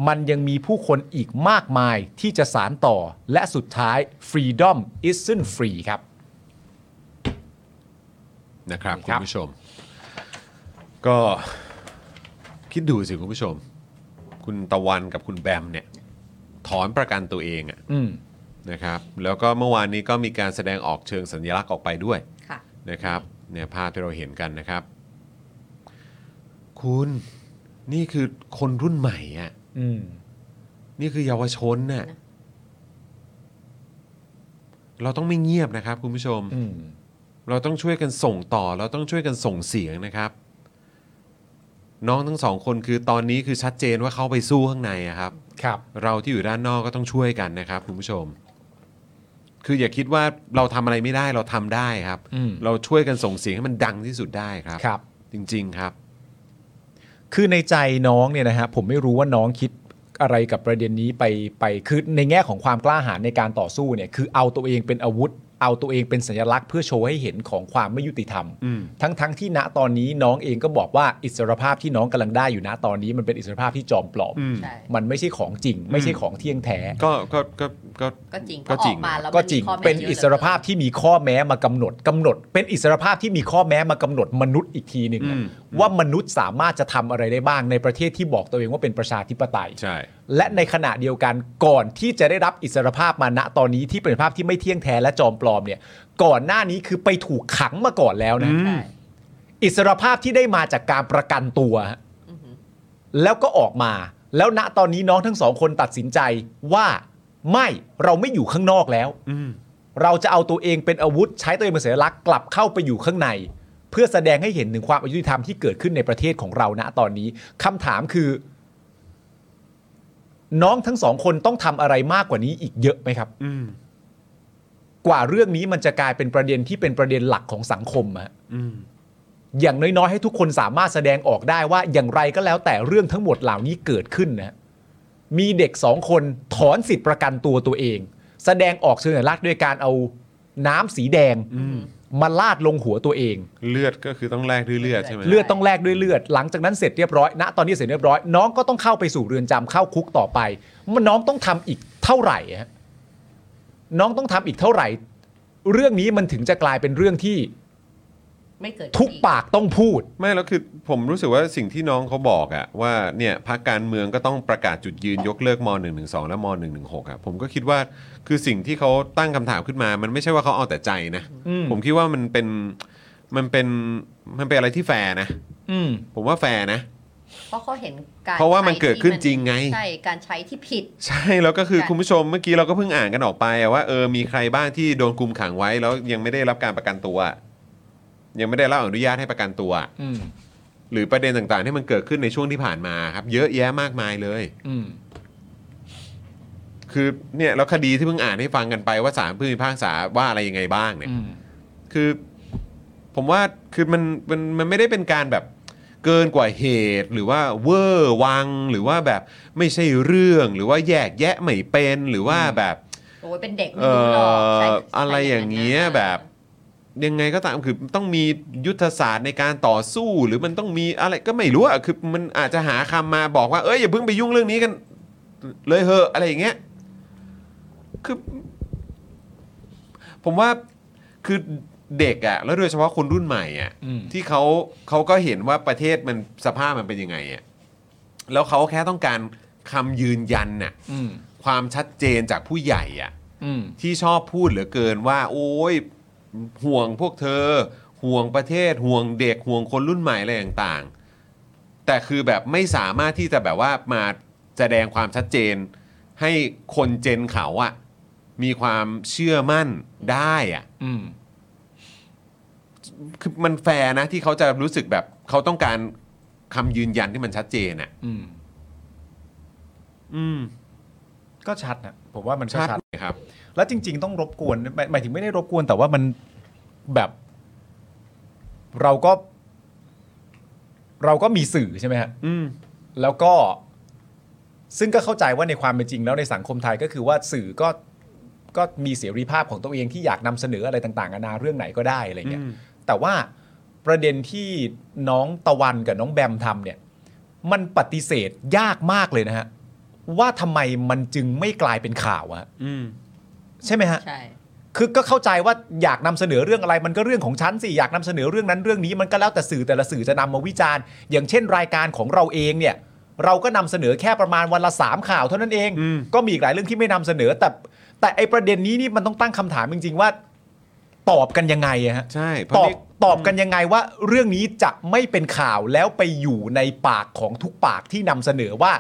Speaker 3: มันยังมีผู้คนอีกมากมายที่จะสารต่อ และสุดท้าย freedom isn't free ครับ
Speaker 2: นะครับ คุ
Speaker 3: ครั
Speaker 2: ณ
Speaker 3: บ
Speaker 2: ผู้ชม ก็คิดดูสิคุณผู้ชม คุณตะวันกับคุณแบมเนี่ย ถอนประกันตัวเองอะ
Speaker 3: อืม
Speaker 2: นะครับ แล้วก็เมื่อวานนี้ก็มีการแสดงออกเชิงสัญลักษณ์ออกไปด้วย
Speaker 4: ค่ะ
Speaker 2: นะครับ เนี่ยภาพที่เราเห็นกันนะครับ คุณนี่คือคนรุ่นใหม่อ่ะ
Speaker 3: อืม
Speaker 2: นี่คือเยาวชนน่ะ เราต้องไม่เงียบนะครับ คุณผู้ชม
Speaker 3: อืม
Speaker 2: เราต้องช่วยกันส่งต่อ เราต้องช่วยกันส่งเสียงนะครับ น้องทั้งสองคนคือตอนนี้คือชัดเจนว่าเขาไปสู้ข้างในอะครับ
Speaker 3: ครับ
Speaker 2: เราที่อยู่ด้านนอกก็ต้องช่วยกันนะครับ คุณผู้ชม คืออย่าคิดว่าเราทำอะไรไม่ได้เราทำได้ครับ
Speaker 3: อืม
Speaker 2: เราช่วยกันส่งเสียงให้มันดังที่สุดได้ครับ
Speaker 3: ครับ
Speaker 2: จริง ๆ ครับ
Speaker 3: คือในใจน้องเนี่ยนะฮะผมไม่รู้ว่าน้องคิดอะไรกับประเด็นนี้ไปไปคือในแง่ของความกล้าหาญในการต่อสู้เนี่ยคือเอาตัวเองเป็นอาวุธ เอาตัวเองเป็นสัญลักษณ์เพื่อโชว์ให้เห็นของความไม่ยุติธรรม ทั้งๆที่ณตอนนี้น้องเองก็บอกว่าอิสรภาพที่น้องกำลังได้อยู่ณตอนนี้มันเป็นอิสรภาพที่จอมปลอม
Speaker 4: ใช่
Speaker 3: มันไม่ใช่ของจริง ไม่ใช่ของเที่ยงแท้
Speaker 2: ก็ก็ก็ก็
Speaker 4: ก็จริง
Speaker 2: ก็จริง
Speaker 4: พอออมาแล้ว
Speaker 3: ก็จริง
Speaker 4: มัมีข้อแม้
Speaker 3: เป็น
Speaker 4: ยะ
Speaker 3: อิสรภาพที่มีข้อแม้มากำหนดกำหนด เป็นอิสรภาพที่มีข้อแม้มากำหนดมนุษย์อีกทีหนึ่งอะ
Speaker 2: อืม
Speaker 3: ว่ามนุษย์สามารถจะทำอะไรได้บ้างในประเทศที่บอกตัวเองว่าเป็นประชาธิปไตย
Speaker 2: ใช่
Speaker 3: และในขณะเดียวกันก่อนที่จะได้รับอิสรภาพมาณตอนนี้ที่เป็นภาพที่ไม่เที่ยงแท้และจอมปลอมเนี่ยก่อนหน้านี้คือไปถูกขังมาก่อนแล้วนะ
Speaker 4: ใช่
Speaker 3: อิสรภาพที่ได้มาจากการประกันตัวฮะ
Speaker 4: อือหือ
Speaker 3: แล้วก็ออกมา แล้วณตอนนี้น้องทั้งสองคนตัดสินใจว่าไม่เราไม่อยู่ข้างนอกแล้ว
Speaker 2: อืม
Speaker 3: เราจะเอาตัวเองเป็นอาวุธ ใช้ตัวเองเป็นสัญลักษณ์กลับเข้าไปอยู่ข้างใน เพื่อแสดงให้เห็นถึงความอายุติธรรมที่เกิดขึ้นในประเทศของเราณตอนนี้คำถามคือ น้องทั้งสองคนต้องทำอะไรมากกว่านี้อีกเยอะไหมครับ
Speaker 2: อืม
Speaker 3: กว่าเรื่องนี้มันจะกลายเป็นประเด็นที่เป็นประเด็นหลักของสังคมอะฮะ
Speaker 2: อืม
Speaker 3: อย่างน้อยๆให้ทุกคนสามารถแสดงออกได้ว่าอย่างไรก็แล้วแต่เรื่องทั้งหมดเหล่านี้เกิดขึ้นนะฮะมีเด็กสองคนถอนสิทธิประกันตัวตัวเอง แสดงออกเชิงสัญลักษณ์ด้วยการเอาน้ำสีแดง
Speaker 4: อืม
Speaker 3: มาลาดลงหัวตัวเอง
Speaker 2: เลือดก็คือต้องแลกด้วยเลือดใช่ไหม
Speaker 3: เลือดต้องแลกด้วยเลือด หลังจากนั้นเสร็จเรียบร้อยณตอนนี้เสร็จเรียบร้อย น้องก็ต้องเข้าไปสู่เรือนจำเข้าคุกต่อไป มันน้องต้องทำอีกเท่าไหร่ฮะน้องต้องทำอีกเท่าไหร่ เรื่องนี้มันถึงจะกลายเป็นเรื่องที่
Speaker 4: ไม่เกิด
Speaker 3: ทุกปากต้องพูด
Speaker 2: ไม่แล้วคือผมรู้สึกว่าสิ่งที่น้องเขาบอกอะว่าเนี่ยพรรคการเมืองก็ต้องประกาศจุดยืนยกเลิกม .112 และม .116 อะผมก็คิดว่าคือสิ่งที่เขาตั้งคำถามขึ้นมา มันไม่ใช่ว่าเขาเอาแต่ใจนะ
Speaker 3: อืม
Speaker 2: ผมคิดว่ามันเป็นมันเป็นมันเป็นอะไรที่แฟร์นะ
Speaker 3: อืม
Speaker 2: ผมว่าแฟร์นะ
Speaker 4: เพราะเขาเห็นการ
Speaker 2: เพราะว่ามันเกิดขึ้นจริงไง
Speaker 4: ใช่การใช้ที่ผิด
Speaker 2: ใช่แล้วก็คือ
Speaker 4: ใช่
Speaker 2: คุณผู้ชมเมื่อกี้เราก็เพิ่งอ่านกันออกไปอะว่าเออมีใครบ้างที่โดนคุมขังไว้แล้วยังไม่ได้รับการประกันตัว ยังไม่ได้รับอนุญาตให้ประกันตัว
Speaker 3: อืม
Speaker 2: หรือประเด็นต่างๆที่มันเกิดขึ้นในช่วงที่ผ่านมาครับ เยอะแยะมากมายเลย
Speaker 3: อืม
Speaker 2: คือเนี่ยแล้วคดีที่เพิ่งอ่านให้ฟังกันไปว่าศาลพิพากษาว่าอะไรยังไงบ้างเนี่ย
Speaker 3: อืม
Speaker 2: คือ ผมว่าคือมันมันมันไม่ได้เป็นการแบบเกินกว่าเหตุ หรือว่าเวอร์วัง หรือว่าแบบไม่ใช่เรื่อง หรือว่าแยกแยะไม่เป็นหรือว่าแบบ
Speaker 4: โอ้ยเป็นเด็กไม่
Speaker 2: เอ่
Speaker 4: รู้หรอกใช่
Speaker 2: อ
Speaker 4: ใช่
Speaker 2: อะไรอย่างเงี้ย
Speaker 4: นั้นนะ
Speaker 2: แบบยังไงก็ตามคือต้องมียุทธศาสตร์ในการต่อสู้ หรือมันต้องมีอะไรก็ไม่รู้อะคือมันอาจจะหาคำมาบอกว่าเอ้ยอย่าเพิ่งไปยุ่งเรื่องนี้กัน เลยเหอะอะไรอย่างเงี้ยคือ ผมว่าคือเด็กอะแล้วโดยเฉพาะคนรุ่นใหม่อะ
Speaker 3: อืม
Speaker 2: ที่เขาเขาก็เห็นว่าประเทศมันสภาพมันเป็นยังไงอะแล้วเขาแค่ต้องการคำยืนยันน่ะ
Speaker 3: อืม
Speaker 2: ความชัดเจนจากผู้ใหญ่อะ
Speaker 3: อืม
Speaker 2: ที่ชอบพูดเหลือเกินว่า โอ้ยห่วงพวกเธอ ห่วงประเทศ ห่วงเด็กห่วงคนรุ่นใหม่อะไรต่างๆ แต่คือแบบไม่สามารถที่จะแบบว่ามาแสดงความชัดเจน ให้คนเจนเขาอะมีความเชื่อมั่นได้อะ
Speaker 3: อืม
Speaker 2: คือมันแฟร์นะที่เขาจะรู้สึกแบบเขาต้องการคำยืนยันที่มันชัดเจนอะ
Speaker 3: อืม
Speaker 2: อืม
Speaker 3: ก็ชัดนะผมว่ามันก็
Speaker 2: ชัด
Speaker 3: ชัด
Speaker 2: ครับ
Speaker 3: แล้วจริง ๆ ต้องรบกวนหมายหมายถึงไม่ได้รบกวนแต่ว่ามันแบบ เราก็ เราก็มีสื่อใช่ไหมฮะ
Speaker 2: อืม
Speaker 3: แล้วก็ซึ่งก็เข้าใจว่าในความเป็นจริงแล้วในสังคมไทยก็คือว่าสื่อก็ก็มีเสรีภาพของตัวเองที่อยากนำเสนออะไรต่างๆนานาเรื่องไหนก็ได้อะไรเงี้ย
Speaker 2: อืม
Speaker 3: แต่ว่าประเด็นที่น้องตะวันกับน้องแบมทำเนี่ย มันปฏิเสธยากมากเลยนะฮะ ว่าทำไมมันจึงไม่กลายเป็นข่าวอะ
Speaker 2: อืม
Speaker 3: ใช่ไหมฮะ
Speaker 4: ใช่
Speaker 3: คือก็เข้าใจว่าอยากนำเสนอเรื่องอะไรมันก็เรื่องของฉันสิอยากนำเสนอเรื่องนั้นเรื่องนี้มันก็แล้วแต่สื่อแต่ละสื่อจะนำมาวิจารณ์ อย่างเช่นรายการของเราเองเนี่ย เราก็นำเสนอแค่ประมาณวันละสามข่าวเท่านั้นเอง
Speaker 2: อืม
Speaker 3: ก็มีอีกหลายเรื่องที่ไม่นำเสนอ แต่แต่ไอประเด็นนี้นี่มันต้องตั้งคำถามจริง ๆ ว่า ตอบกันยังไงอะฮะ
Speaker 2: ใช่เพ
Speaker 3: ต
Speaker 2: ราะ
Speaker 3: อบ
Speaker 2: นี่
Speaker 3: ตอบกันยังไงว่าเรื่องนี้จะไม่เป็นข่าวแล้วไปอยู่ในปากของทุกปากที่นำเสนอว่า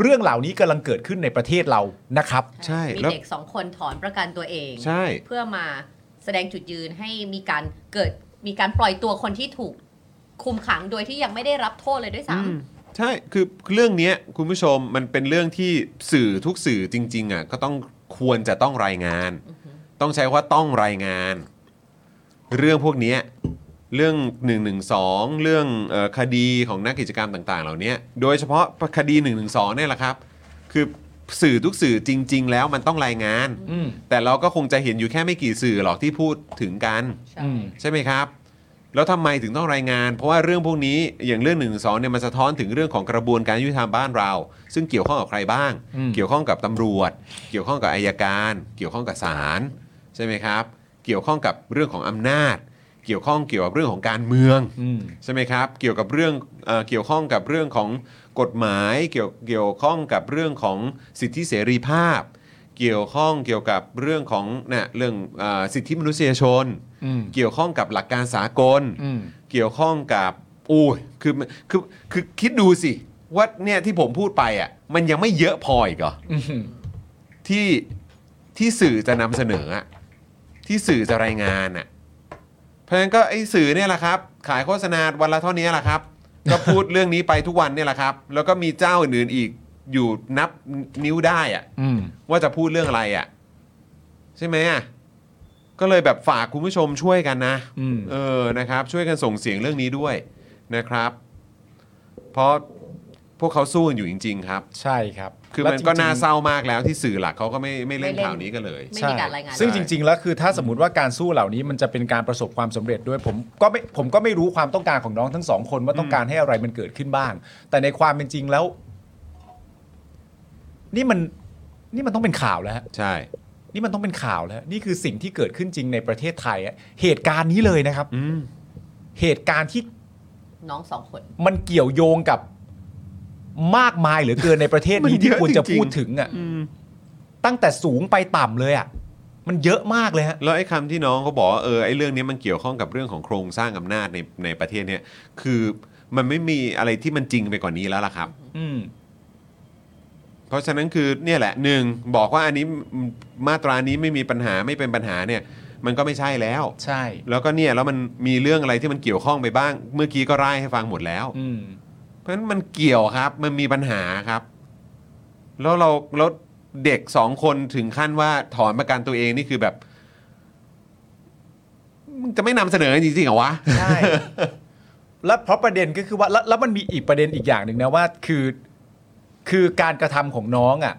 Speaker 3: เรื่องเหล่านี้กำลังเกิดขึ้นในประเทศเรานะครับ
Speaker 2: ใช่
Speaker 4: มี
Speaker 2: แล้ว
Speaker 4: เด็กสองคนถอนประกันตัวเอง
Speaker 2: ใช่
Speaker 4: เพื่อมาแสดงจุดยืนให้มีการเกิดมีการปล่อยตัวคนที่ถูกคุมขังโดยที่ยังไม่ได้รับโทษเลยด้วยซ้
Speaker 2: อืมใช่ คือเรื่องเนี้ยคุณผู้ชมมันเป็นเรื่องที่สื่อทุกสื่อจริงๆอ่ะก็ต้องควรจะต้องรายงาน ต้องใช้ว่าต้องรายงาน เรื่องพวกเนี้ยเรื่อง 112 เรื่องเออคดีของนักกิจกรรมต่าง ๆ เหล่าเนี้ยโดยเฉพาะคดี 112เนี่ยแหละครับ คือ สื่อทุกสื่อจริง ๆ แล้วมันต้องรายงาน
Speaker 3: อืม
Speaker 2: แต่เราก็คงจะเห็นอยู่แค่ไม่กี่สื่อหรอกที่พูดถึงกัน
Speaker 3: อืม
Speaker 2: ใช่ไหมครับ แล้วทำไมถึงต้องรายงาน เพราะว่าเรื่องพวกนี้อย่างเรื่องหนึ่งสองเนี่ยมันสะท้อนถึงเรื่องของกระบวนการยุติธรรมบ้านเรา ซึ่งเกี่ยวข้องกับใครบ้าง
Speaker 3: อืม
Speaker 2: เกี่ยวข้องกับตำรวจ เกี่ยวข้องกับอายการ เกี่ยวข้องกับศาลใช่ไหมครับ เกี่ยวข้องกับเรื่องของอำนาจ เกี่ยวข้องเกี่ยวกับเรื่องของการเมือง
Speaker 3: อืม
Speaker 2: ใช่ไหมครับ เกี่ยวกับเรื่องเออเกี่ยวข้องกับเรื่องของกฎหมาย เกี่ยวเกี่ยวข้องกับเรื่องของสิทธิเสรีภาพ เกี่ยวข้องเกี่ยวกับเรื่องของเนี่ยเรื่องเออสิทธิมนุษยชน
Speaker 3: อืม
Speaker 2: เกี่ยวข้องกับหลักการสากล
Speaker 3: อืม
Speaker 2: เกี่ยวข้องกับอู้ยคือคือคือคิดดูสิว่าเนี่ยที่ผมพูดไปอ่ะมันยังไม่เยอะพออีกเหรอ
Speaker 3: อืม
Speaker 2: ที่ที่สื่อจะนำเสนออ่ะที่สื่อจะรายงานอ่ะเพราะฉะนั้นก็ไอ้สื่อเนี่ยแหละครับ ขายโฆษณาวันละเท่านี้แหละครับ ก็พูด เรื่องนี้ไปทุกวันเนี่ยแหละครับ แล้วก็มีเจ้าอื่นๆอีกอยู่นับนิ้วได้อ่ะ
Speaker 3: อืม
Speaker 2: ว่าจะพูดเรื่องอะไรอะ่ะ ใช่ไหมอ่ะก็เลยแบบฝากคุณผู้ชมช่วยกันนะ
Speaker 3: อืม
Speaker 2: เออนะครับ ช่วยกันส่งเสียงเรื่องนี้ด้วยนะครับ เพราะพวกเขาสู้กันอยู่จริง ๆ ครับ
Speaker 3: ใช่ครับ
Speaker 2: คือ
Speaker 3: แล้ว
Speaker 2: มันก็
Speaker 3: จริงๆ
Speaker 2: น่าเศร้ามากแล้วที่สื่อหลักเขาก็ไม่ไม่เล่น
Speaker 4: ไม่เล่น
Speaker 2: ข่าวนี้กันเลย
Speaker 4: ไม่
Speaker 3: ใช่
Speaker 4: มีการรายงาน
Speaker 3: ซึ่งจริง ๆ แล้วคือถ้าสมมติว่าการสู้เหล่านี้มันจะเป็นการประสบความสำเร็จด้วยผมก็ไม่ผมก็ไม่รู้ความต้องการของน้องทั้งสองคนว่าต้องการให้อะไรมันเกิดขึ้นบ้าง แต่ในความเป็นจริงแล้ว นี่มัน นี่มันต้องเป็นข่าวแล้วฮะ
Speaker 2: ใช่
Speaker 3: นี่มันต้องเป็นข่าวแล้ว นี่คือสิ่งที่เกิดขึ้นจริงในประเทศไทยอะเหตุการณ์นี้เลยนะครับ
Speaker 2: อืม
Speaker 3: เหตุการณ์ที่
Speaker 4: น้องสองคน
Speaker 3: มันเกี่ยวโยงกับมากมายเหลือเกินในประเทศนี้
Speaker 2: มันเย
Speaker 3: ที่
Speaker 2: อะ
Speaker 3: ควรจะ
Speaker 2: จริงๆ
Speaker 3: พูดถึงอ่ะตั้งแต่สูงไปต่ำเลยอ่ะ มันเยอะมากเลยฮะ
Speaker 2: แล้วไอ้คำที่น้องเขาบอกว่าเออไอ้เรื่องนี้มันเกี่ยวข้องกับเรื่องของโครงสร้างอำนาจในในประเทศเนี้ยคือมันไม่มีอะไรที่มันจริงไปกว่านี้แล้วล่ะครับ
Speaker 3: อืม
Speaker 2: เพราะฉะนั้นคือเนี่ยแหละหนึ่งบอกว่าอันนี้มาตรานี้ไม่มีปัญหาไม่เป็นปัญหาเนี่ย มันก็ไม่ใช่แล้ว
Speaker 3: ใช่
Speaker 2: แล้วก็เนี่ยแล้วมันมีเรื่องอะไรที่มันเกี่ยวข้องไปบ้าง เมื่อกี้ก็ไล่ให้ฟังหมดแล้ว
Speaker 3: อืม
Speaker 2: เพราะฉะนั้นมันเกี่ยวครับมันมีปัญหาครับ แล้วเราแล้วเด็กสองคนถึงขั้นว่าถอนประกันตัวเองนี่คือแบบมึงจะไม่นำเสนอจริงๆเหรอวะ
Speaker 3: ใช่ แล้วเพราะประเด็นก็คือว่าแล้วแล้วมันมีอีกประเด็นอีกอย่างหนึ่งนะว่าคือคือการกระทำของน้องอะ่ะ